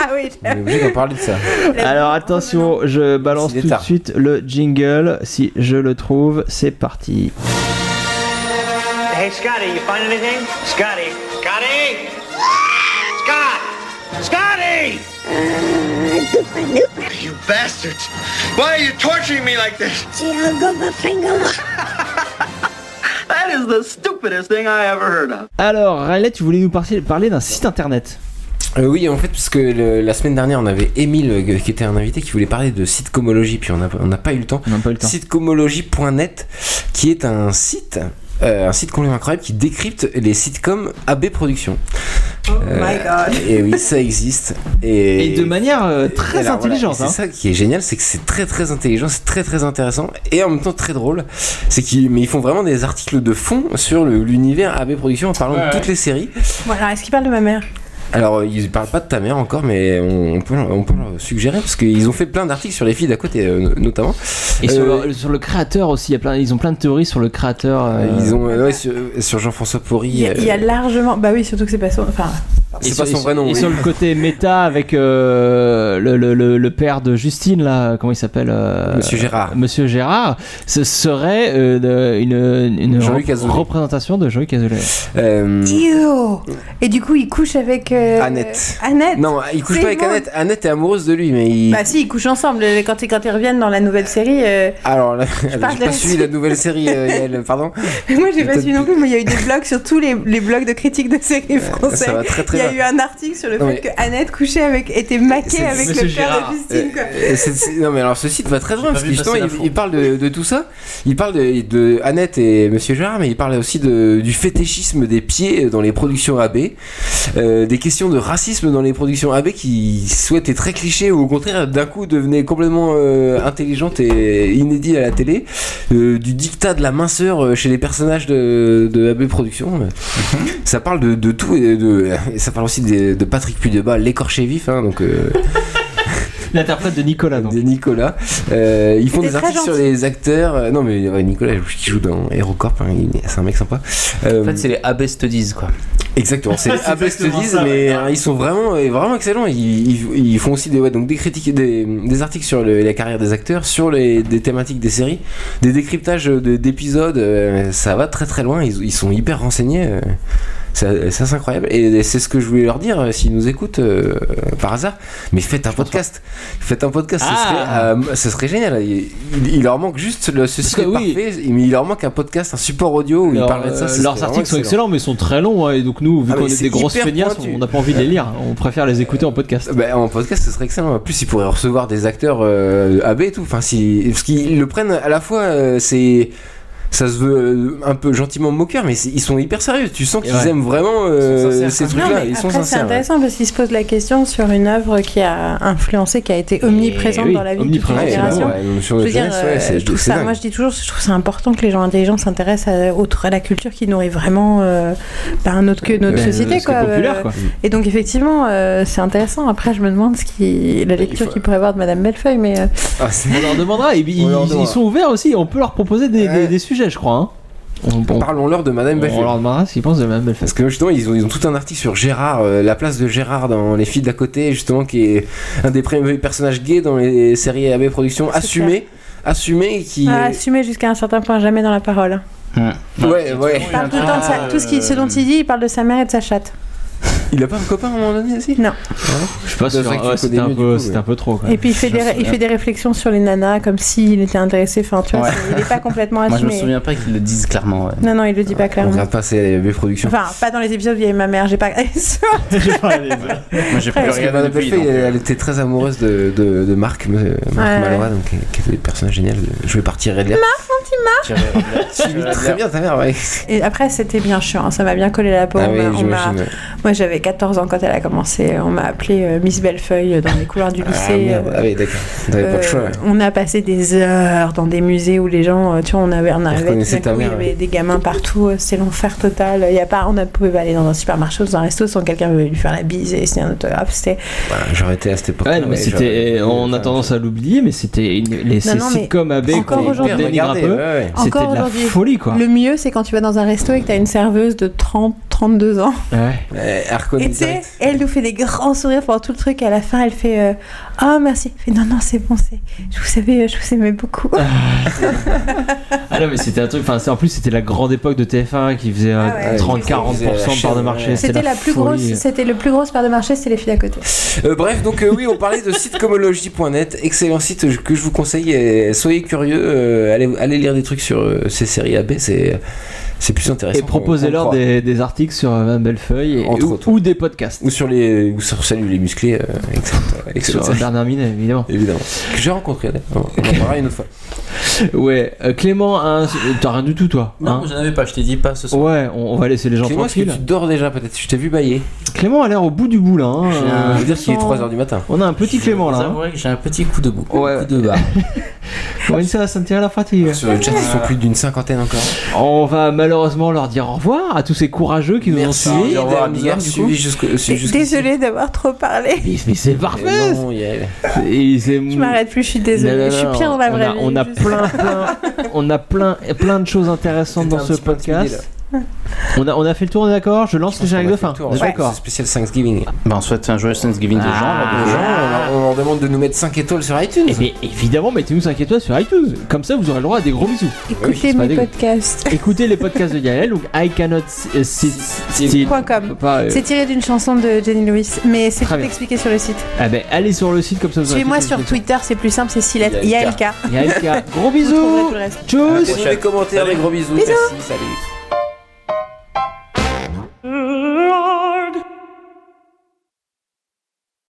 [SPEAKER 4] Ah oui,
[SPEAKER 3] on est obligé d'en parler de ça.
[SPEAKER 4] Bah,
[SPEAKER 1] Alors attention, je balance
[SPEAKER 3] S'il est
[SPEAKER 1] tout de
[SPEAKER 3] tard.
[SPEAKER 1] suite le jingle. Si je le trouve, c'est parti.
[SPEAKER 7] Hey, Scotty, you find anything? Scotty! Scotty! Scott! Scotty! You bastards! Why are you torturing me like this? that is the stupidest thing I ever heard of.
[SPEAKER 1] Alors Riley, tu voulais nous parler, parler d'un site internet.
[SPEAKER 3] Euh, oui, en fait, parce que le- la semaine dernière, on avait Émile, euh, qui était un invité, qui voulait parler de sitcomologie, puis on n'a on n'a pas eu le temps. Sitcomologie.net, qui est un site, euh, un site complètement incroyable, qui décrypte les sitcoms AB Productions. Oh
[SPEAKER 4] my God.
[SPEAKER 3] Et oui, ça existe. Et,
[SPEAKER 1] Et de manière euh, très
[SPEAKER 3] Alors, voilà,
[SPEAKER 1] intelligente.
[SPEAKER 3] et
[SPEAKER 1] hein.
[SPEAKER 3] C'est ça qui est génial, c'est que c'est très très intelligent, c'est très très intéressant et en même temps très drôle. C'est qu'ils mais ils font vraiment des articles de fond sur le- l'univers AB Productions en parlant de toutes les séries.
[SPEAKER 4] Bon, alors, est-ce qu'il parle de ma mère
[SPEAKER 3] Alors euh, ils parlent pas de ta mère encore, mais on, on peut on peut leur suggérer parce qu'ils ont fait plein d'articles sur les filles d'à côté euh, notamment.
[SPEAKER 1] Et sur,
[SPEAKER 3] Euh,
[SPEAKER 1] le, sur le créateur aussi, il y a plein, ils ont plein de théories sur le créateur. euh,
[SPEAKER 3] ils ont euh, ouais, sur, sur Jean-François Porry.
[SPEAKER 4] il y, a, il y a
[SPEAKER 3] euh,
[SPEAKER 4] largement. Bah oui, surtout que c'est pas son. Enfin,
[SPEAKER 3] c'est
[SPEAKER 1] et
[SPEAKER 3] pas
[SPEAKER 1] sur-
[SPEAKER 3] son vrai nom.
[SPEAKER 1] Et
[SPEAKER 3] oui.
[SPEAKER 1] sur le côté méta avec euh, le, le- le- le père de Justine, là, comment il s'appelle euh,
[SPEAKER 3] Monsieur Gérard.
[SPEAKER 1] Monsieur Gérard, ce serait euh, de- une, une
[SPEAKER 3] Jean-Luc
[SPEAKER 1] rep-
[SPEAKER 3] Azoulay.
[SPEAKER 1] représentation de Jean-Luc Azoulay.
[SPEAKER 3] Euh,
[SPEAKER 4] Ew. Et du coup, il couche avec. euh,
[SPEAKER 3] Annette.
[SPEAKER 4] Annette.
[SPEAKER 3] Non, il couche
[SPEAKER 4] C'est
[SPEAKER 3] pas avec
[SPEAKER 4] le mot.
[SPEAKER 3] Annette. Annette est amoureuse de lui, mais il.
[SPEAKER 4] Bah si, ils couchent ensemble. Quand, ils- quand ils reviennent dans la nouvelle série. euh,
[SPEAKER 3] Alors, là, j'ai
[SPEAKER 4] parle de
[SPEAKER 3] pas
[SPEAKER 4] la
[SPEAKER 3] suivi la nouvelle série, euh, Yael, pardon.
[SPEAKER 4] Moi, j'ai
[SPEAKER 3] Mais
[SPEAKER 4] pas
[SPEAKER 3] t'as-
[SPEAKER 4] suivi non plus, mais il y a eu des blogs sur tous les, les blogs de critiques de séries françaises.
[SPEAKER 3] ça va très, très
[SPEAKER 4] il y a
[SPEAKER 3] loin.
[SPEAKER 4] eu un article sur le
[SPEAKER 3] Non,
[SPEAKER 4] fait
[SPEAKER 3] mais-
[SPEAKER 4] que Annette couchait avec, était maquée avec le père de Justine. Quoi.
[SPEAKER 3] Euh, euh, c'est- c'est- non mais alors ce site va très loin parce
[SPEAKER 6] vu
[SPEAKER 3] que justement
[SPEAKER 6] passer
[SPEAKER 3] il,
[SPEAKER 6] l'info.
[SPEAKER 3] il parle de, de tout ça. Il parle de, de Annette et Monsieur Gérard, mais il parle aussi de- du fétichisme des pieds dans les productions AB, euh, des questions de racisme dans les productions AB qui souhaitaient très clichés ou au contraire d'un coup devenaient complètement euh, intelligentes et inédites à la télé, euh, du dictat de la minceur euh, chez les personnages de, de AB Productions. Euh,
[SPEAKER 6] Mhm.
[SPEAKER 3] ça parle de, de tout et, de, et ça parle aussi de, de Patrick Pudeba, l'écorché vif, hein, donc. euh,
[SPEAKER 1] L'interprète de Nicolas, donc.
[SPEAKER 3] de Nicolas. Euh, ils font
[SPEAKER 1] T'es
[SPEAKER 3] des
[SPEAKER 1] très
[SPEAKER 3] articles sur
[SPEAKER 1] gentil.
[SPEAKER 3] les acteurs. Euh, non, mais ouais, Nicolas, qui joue dans Aerocorp, hein, il- c'est un mec sympa. Euh,
[SPEAKER 6] En fait, c'est les AB Studies, quoi.
[SPEAKER 3] Exactement, c'est
[SPEAKER 6] C'est
[SPEAKER 3] AB
[SPEAKER 6] exactement
[SPEAKER 3] Studies,
[SPEAKER 6] ça, ouais.
[SPEAKER 3] mais euh, ils sont vraiment, euh, vraiment excellents. Ils, ils- ils font aussi des, ouais, donc des critiques, des, des articles sur le- la carrière des acteurs, sur les, des thématiques des séries, des décryptages de- d'épisodes. euh, ça va très très loin. Ils, ils sont hyper renseignés. euh. Ça- ça, c'est incroyable. Et c'est ce que je voulais leur dire euh, s'ils nous écoutent euh, par hasard. Mais faites un podcast. Faites un podcast.
[SPEAKER 1] Ah.
[SPEAKER 3] Ce, serait, euh, ce serait génial. Il, il- il leur manque juste le ceci
[SPEAKER 1] Parce
[SPEAKER 3] est
[SPEAKER 1] que oui.
[SPEAKER 3] parfait. Il, il leur manque un podcast, un support audio où ils
[SPEAKER 1] Leur-
[SPEAKER 3] parleraient de ça.
[SPEAKER 1] euh,
[SPEAKER 3] ce serait
[SPEAKER 1] leurs
[SPEAKER 3] vraiment
[SPEAKER 1] articles sont
[SPEAKER 3] excellent.
[SPEAKER 1] excellents, mais ils sont très longs. hein, et donc, nous, vu
[SPEAKER 3] Ah,
[SPEAKER 1] qu'on
[SPEAKER 3] mais
[SPEAKER 1] est
[SPEAKER 3] c'est
[SPEAKER 1] des grosses
[SPEAKER 3] hyper
[SPEAKER 1] feignasses,
[SPEAKER 3] pointu.
[SPEAKER 1] on n'a pas envie de les lire. hein. On préfère les écouter en podcast.
[SPEAKER 3] Ben, en podcast, ce serait excellent. En plus, ils pourraient recevoir des acteurs euh, AB et tout. Enfin, si, parce qu'ils le prennent à la fois, euh, c'est. Ça se veut euh, un peu gentiment moqueur, mais c'est- ils sont hyper sérieux. Tu sens qu'ils
[SPEAKER 1] Ouais.
[SPEAKER 3] aiment vraiment euh,
[SPEAKER 1] sincères,
[SPEAKER 3] ces
[SPEAKER 1] quoi.
[SPEAKER 4] Non,
[SPEAKER 3] trucs-là.
[SPEAKER 4] mais
[SPEAKER 3] Ils sont
[SPEAKER 4] après, c'est
[SPEAKER 3] sincères. ouais.
[SPEAKER 4] intéressant parce qu'il se pose la question sur une œuvre qui a influencé, qui a été omniprésente
[SPEAKER 3] oui,
[SPEAKER 4] dans la vie de toute
[SPEAKER 3] omniprésente,
[SPEAKER 4] une
[SPEAKER 3] ouais,
[SPEAKER 4] génération.
[SPEAKER 3] ouais, ouais, sur
[SPEAKER 4] je
[SPEAKER 3] la
[SPEAKER 4] veux dire,
[SPEAKER 3] jeunesse, ouais,
[SPEAKER 4] euh,
[SPEAKER 3] c'est-
[SPEAKER 4] je trouve
[SPEAKER 3] c'est
[SPEAKER 4] ça,
[SPEAKER 3] dingue.
[SPEAKER 4] moi je dis toujours, je trouve ça important que les gens intelligents s'intéressent à, autre- à la culture qui nourrit vraiment euh, bah, un autre que notre
[SPEAKER 1] Ben,
[SPEAKER 3] Euh,
[SPEAKER 4] société.
[SPEAKER 3] ce qui est
[SPEAKER 4] Quoi,
[SPEAKER 3] populaire,
[SPEAKER 4] Euh,
[SPEAKER 3] quoi.
[SPEAKER 4] Et donc effectivement, euh, c'est intéressant. Après, je me demande ce qui, la lecture qu'il pourrait avoir de Madame Bellefeuille, mais euh,
[SPEAKER 3] Ah,
[SPEAKER 1] on leur demandera. Et puis, ils,
[SPEAKER 3] leur
[SPEAKER 1] ils
[SPEAKER 3] demandera.
[SPEAKER 1] sont ouverts aussi. On peut leur proposer des, des- des sujets, je crois. hein. On, on-
[SPEAKER 3] Parlons-leur de Madame
[SPEAKER 1] on
[SPEAKER 3] Bellefeuille.
[SPEAKER 1] leur demandera ce qu'ils pensent de Madame Bellefeuille.
[SPEAKER 3] Parce que justement, ils ont, ils ont tout un article sur Gérard, euh, la place de Gérard dans Les filles d'à côté, justement, qui est un des premiers personnages gays dans les séries AB Productions, assumé, assumé, qui.
[SPEAKER 4] à assumer jusqu'à un certain point, jamais dans la parole. hein.
[SPEAKER 3] Ouais, ouais.
[SPEAKER 4] Il parle tout le temps de sa-
[SPEAKER 3] Ah,
[SPEAKER 4] tout ce, qui, ce dont il dit, il parle de sa mère et de sa chatte.
[SPEAKER 3] Il a pas un copain à un moment donné aussi
[SPEAKER 4] Non.
[SPEAKER 1] Je sais pas
[SPEAKER 3] C'est
[SPEAKER 1] si
[SPEAKER 3] vrai que tu
[SPEAKER 1] ouais,
[SPEAKER 3] le
[SPEAKER 1] c'était
[SPEAKER 3] connais
[SPEAKER 1] un,
[SPEAKER 3] mieux,
[SPEAKER 1] peu-
[SPEAKER 3] du coup,
[SPEAKER 1] c'était
[SPEAKER 3] ouais.
[SPEAKER 1] un peu trop. Quoi.
[SPEAKER 4] Et puis il fait, des, il fait des réflexions sur les nanas comme s'il était intéressé. Enfin, tu vois,
[SPEAKER 6] Ouais.
[SPEAKER 4] c'est- il n'est pas complètement
[SPEAKER 6] Moi,
[SPEAKER 4] assumé.
[SPEAKER 6] je me souviens pas qu'ils le disent clairement. ouais.
[SPEAKER 4] Non, non, il le dit pas
[SPEAKER 3] On
[SPEAKER 4] clairement.
[SPEAKER 3] regarde pas ces AB Productions.
[SPEAKER 4] Enfin, pas dans les épisodes vieille ma mère, j'ai pas.
[SPEAKER 6] Moi, j'ai plus
[SPEAKER 3] Parce que
[SPEAKER 6] regardé
[SPEAKER 3] Madame
[SPEAKER 6] depuis.
[SPEAKER 3] Bellefeuille,
[SPEAKER 6] donc,
[SPEAKER 3] elle,
[SPEAKER 6] euh,
[SPEAKER 3] elle était très amoureuse de, de, de Marc, euh, Marc
[SPEAKER 4] Ouais,
[SPEAKER 3] Malora,
[SPEAKER 4] ouais.
[SPEAKER 3] donc, euh, qui était un personnage génial, euh, joué par Thierry Adler.
[SPEAKER 4] Marc, mon petit Marc
[SPEAKER 3] Très bien, ta mère, ouais.
[SPEAKER 4] Et après, c'était bien chiant, hein, ça m'a bien collé la peau.
[SPEAKER 3] Ah
[SPEAKER 4] on
[SPEAKER 3] oui,
[SPEAKER 4] m'a- on m'a-
[SPEAKER 3] j'imagine, ouais.
[SPEAKER 4] Moi, j'avais 14 ans quand elle a commencé. On m'a appelée euh, Miss Bellefeuille dans les couloirs du
[SPEAKER 3] Ah,
[SPEAKER 4] lycée.
[SPEAKER 3] merde. Ah oui, d'accord. T'avais pas
[SPEAKER 4] Euh,
[SPEAKER 3] le choix. ouais.
[SPEAKER 4] on a passé des heures dans des musées où les gens, euh, tu vois, on avait, on arrivait,
[SPEAKER 3] reconnaissait
[SPEAKER 4] tout d'un
[SPEAKER 3] ta
[SPEAKER 4] coup, il y
[SPEAKER 3] mère,
[SPEAKER 4] avait
[SPEAKER 3] ouais.
[SPEAKER 4] des gamins partout, euh, c'était l'enfer total. Il y a pas, on ne pouvait pas aller dans un supermarché ou dans un resto sans quelqu'un lui faire la bise et signer un autographe. C'était
[SPEAKER 3] Voilà, J'aurais été à cette époque.
[SPEAKER 1] Ouais, non, mais c'était, on a tendance à l'oublier, mais c'était une- les
[SPEAKER 4] Non,
[SPEAKER 1] ces
[SPEAKER 4] non, mais
[SPEAKER 1] sitcoms AB
[SPEAKER 4] encore
[SPEAKER 1] qu'on
[SPEAKER 4] aujourd'hui.
[SPEAKER 1] dénigre un peu.
[SPEAKER 3] Regardez, ouais, ouais.
[SPEAKER 1] C'était
[SPEAKER 4] encore
[SPEAKER 1] de la
[SPEAKER 4] aujourd'hui.
[SPEAKER 1] folie, quoi.
[SPEAKER 4] Le mieux, c'est quand tu vas dans un resto et que tu as une serveuse de 30, 32 ans.
[SPEAKER 1] Ouais.
[SPEAKER 4] Et tu sais, elle nous fait des grands sourires pendant tout le truc. Et à la fin, elle fait euh, Oh, merci. Elle fait, non, non, c'est bon. c'est- Je vous savais, je vous aimais beaucoup.
[SPEAKER 1] Ah non, mais c'était un truc. Enfin, c'est- en plus, c'était la grande époque de TF1 qui faisait euh,
[SPEAKER 4] Ah ouais, qui
[SPEAKER 1] 30-40% de
[SPEAKER 3] faisait-
[SPEAKER 1] part de marché.
[SPEAKER 4] C'était la, plus
[SPEAKER 1] folie.
[SPEAKER 4] grosse, c'était le plus grosse part de marché, c'était les filles à côté.
[SPEAKER 3] Euh, bref, donc euh, oui, on parlait de sitecomologie.net, excellent site que je vous conseille. euh, soyez curieux, euh, allez, allez lire des trucs sur euh, ces séries AB, c'est c'est plus intéressant.
[SPEAKER 1] Et
[SPEAKER 3] qu'on-
[SPEAKER 1] proposez-leur
[SPEAKER 3] qu'on croit.
[SPEAKER 1] des, des articles sur euh, Madame Bellefeuille et-
[SPEAKER 3] Entre
[SPEAKER 1] ou,
[SPEAKER 3] autres.
[SPEAKER 1] ou des podcasts.
[SPEAKER 3] ou sur les ou sur Salut les musclés, euh, excellente- excellente
[SPEAKER 1] Sur
[SPEAKER 3] série,
[SPEAKER 1] Bernard Minet, évidemment.
[SPEAKER 3] évidemment. Que j'ai rencontré. d'ailleurs. On en parlera une autre fois.
[SPEAKER 1] Ouais, euh, Clément, un- t'as rien du tout, toi hein
[SPEAKER 6] Non, j'en avais pas, je t'ai dit pas ce soir.
[SPEAKER 1] Ouais, on, on va laisser les gens
[SPEAKER 3] Clément, est-ce que
[SPEAKER 1] tranquilles.
[SPEAKER 3] tu dors déjà peut-être Je t'ai vu bailler.
[SPEAKER 1] Clément a l'air au bout du bout là. hein.
[SPEAKER 3] Euh, je veux dire qu'il est
[SPEAKER 1] sens-
[SPEAKER 3] 3h du matin.
[SPEAKER 1] On a un petit Clément là. hein.
[SPEAKER 6] J'avouerai que j'ai un petit coup de boue.
[SPEAKER 1] Ouais.
[SPEAKER 6] Coup de barre.
[SPEAKER 1] Comment ça hein. va sentir la fatigue
[SPEAKER 3] Sur le chat, ils sont plus d'une cinquantaine encore.
[SPEAKER 1] On va malheureusement leur dire au revoir à tous ces courageux qui nous
[SPEAKER 3] Merci
[SPEAKER 1] ont suivis.
[SPEAKER 3] d'avoir
[SPEAKER 1] Bizarre, du
[SPEAKER 3] suivi
[SPEAKER 1] coup.
[SPEAKER 3] jusqu'au. jusqu'ici. Euh,
[SPEAKER 4] Désolée d'avoir trop parlé.
[SPEAKER 1] Mais, mais c'est parfait.
[SPEAKER 3] Non, il y a-
[SPEAKER 1] Et c'est-
[SPEAKER 4] Je m'arrête plus, je suis désolée.
[SPEAKER 1] Mm. Non, non,
[SPEAKER 4] je suis
[SPEAKER 1] non,
[SPEAKER 4] pire dans la
[SPEAKER 1] on
[SPEAKER 4] vraie
[SPEAKER 1] a-
[SPEAKER 4] vie.
[SPEAKER 1] On a
[SPEAKER 4] juste.
[SPEAKER 1] plein, plein, on a plein, plein de choses intéressantes
[SPEAKER 3] C'était
[SPEAKER 1] dans
[SPEAKER 3] un
[SPEAKER 1] ce
[SPEAKER 3] petit peu intimidé,
[SPEAKER 1] podcast. On a, on a fait le tour, on est d'accord Je lance les
[SPEAKER 3] On
[SPEAKER 1] génériques
[SPEAKER 3] a
[SPEAKER 1] de
[SPEAKER 3] fait le
[SPEAKER 1] fin.
[SPEAKER 3] tour,
[SPEAKER 1] On est
[SPEAKER 3] ouais.
[SPEAKER 1] D'accord.
[SPEAKER 3] C'est spécial Thanksgiving.
[SPEAKER 6] Bah, on souhaite un joyeux Thanksgiving de gens. là,
[SPEAKER 3] Aux
[SPEAKER 6] de-
[SPEAKER 3] gens, Ah, on leur- on leur demande de nous mettre 5 étoiles sur iTunes.
[SPEAKER 1] Eh bien, évidemment, mettez-nous 5 étoiles sur iTunes. Comme ça, vous aurez le droit à des gros bisous.
[SPEAKER 4] Écoutez
[SPEAKER 1] c'est pas
[SPEAKER 4] mes
[SPEAKER 1] dégueu.
[SPEAKER 4] podcasts.
[SPEAKER 1] Écoutez les podcasts de Yael, donc I cannot euh, sit still.
[SPEAKER 4] Point com.
[SPEAKER 1] Pas, euh,
[SPEAKER 4] C'est tiré d'une chanson de Jenny Lewis, mais c'est
[SPEAKER 1] Très
[SPEAKER 4] tout
[SPEAKER 1] bien.
[SPEAKER 4] expliqué sur le site.
[SPEAKER 1] Ah ben, allez sur le site comme ça vous aurez
[SPEAKER 4] Suivez-moi
[SPEAKER 1] toutes les
[SPEAKER 4] sur Twitter, c'est plus simple, c'est 6 lettres.
[SPEAKER 3] Yaelka.
[SPEAKER 4] Yaelka.
[SPEAKER 1] Yaelka. Gros
[SPEAKER 4] Vous trouverez tout
[SPEAKER 1] bisous.
[SPEAKER 4] le reste.
[SPEAKER 1] Tchuss.
[SPEAKER 3] Laissez-nous des commentaires, des gros bisous.
[SPEAKER 4] Bisous.
[SPEAKER 3] Merci, salut.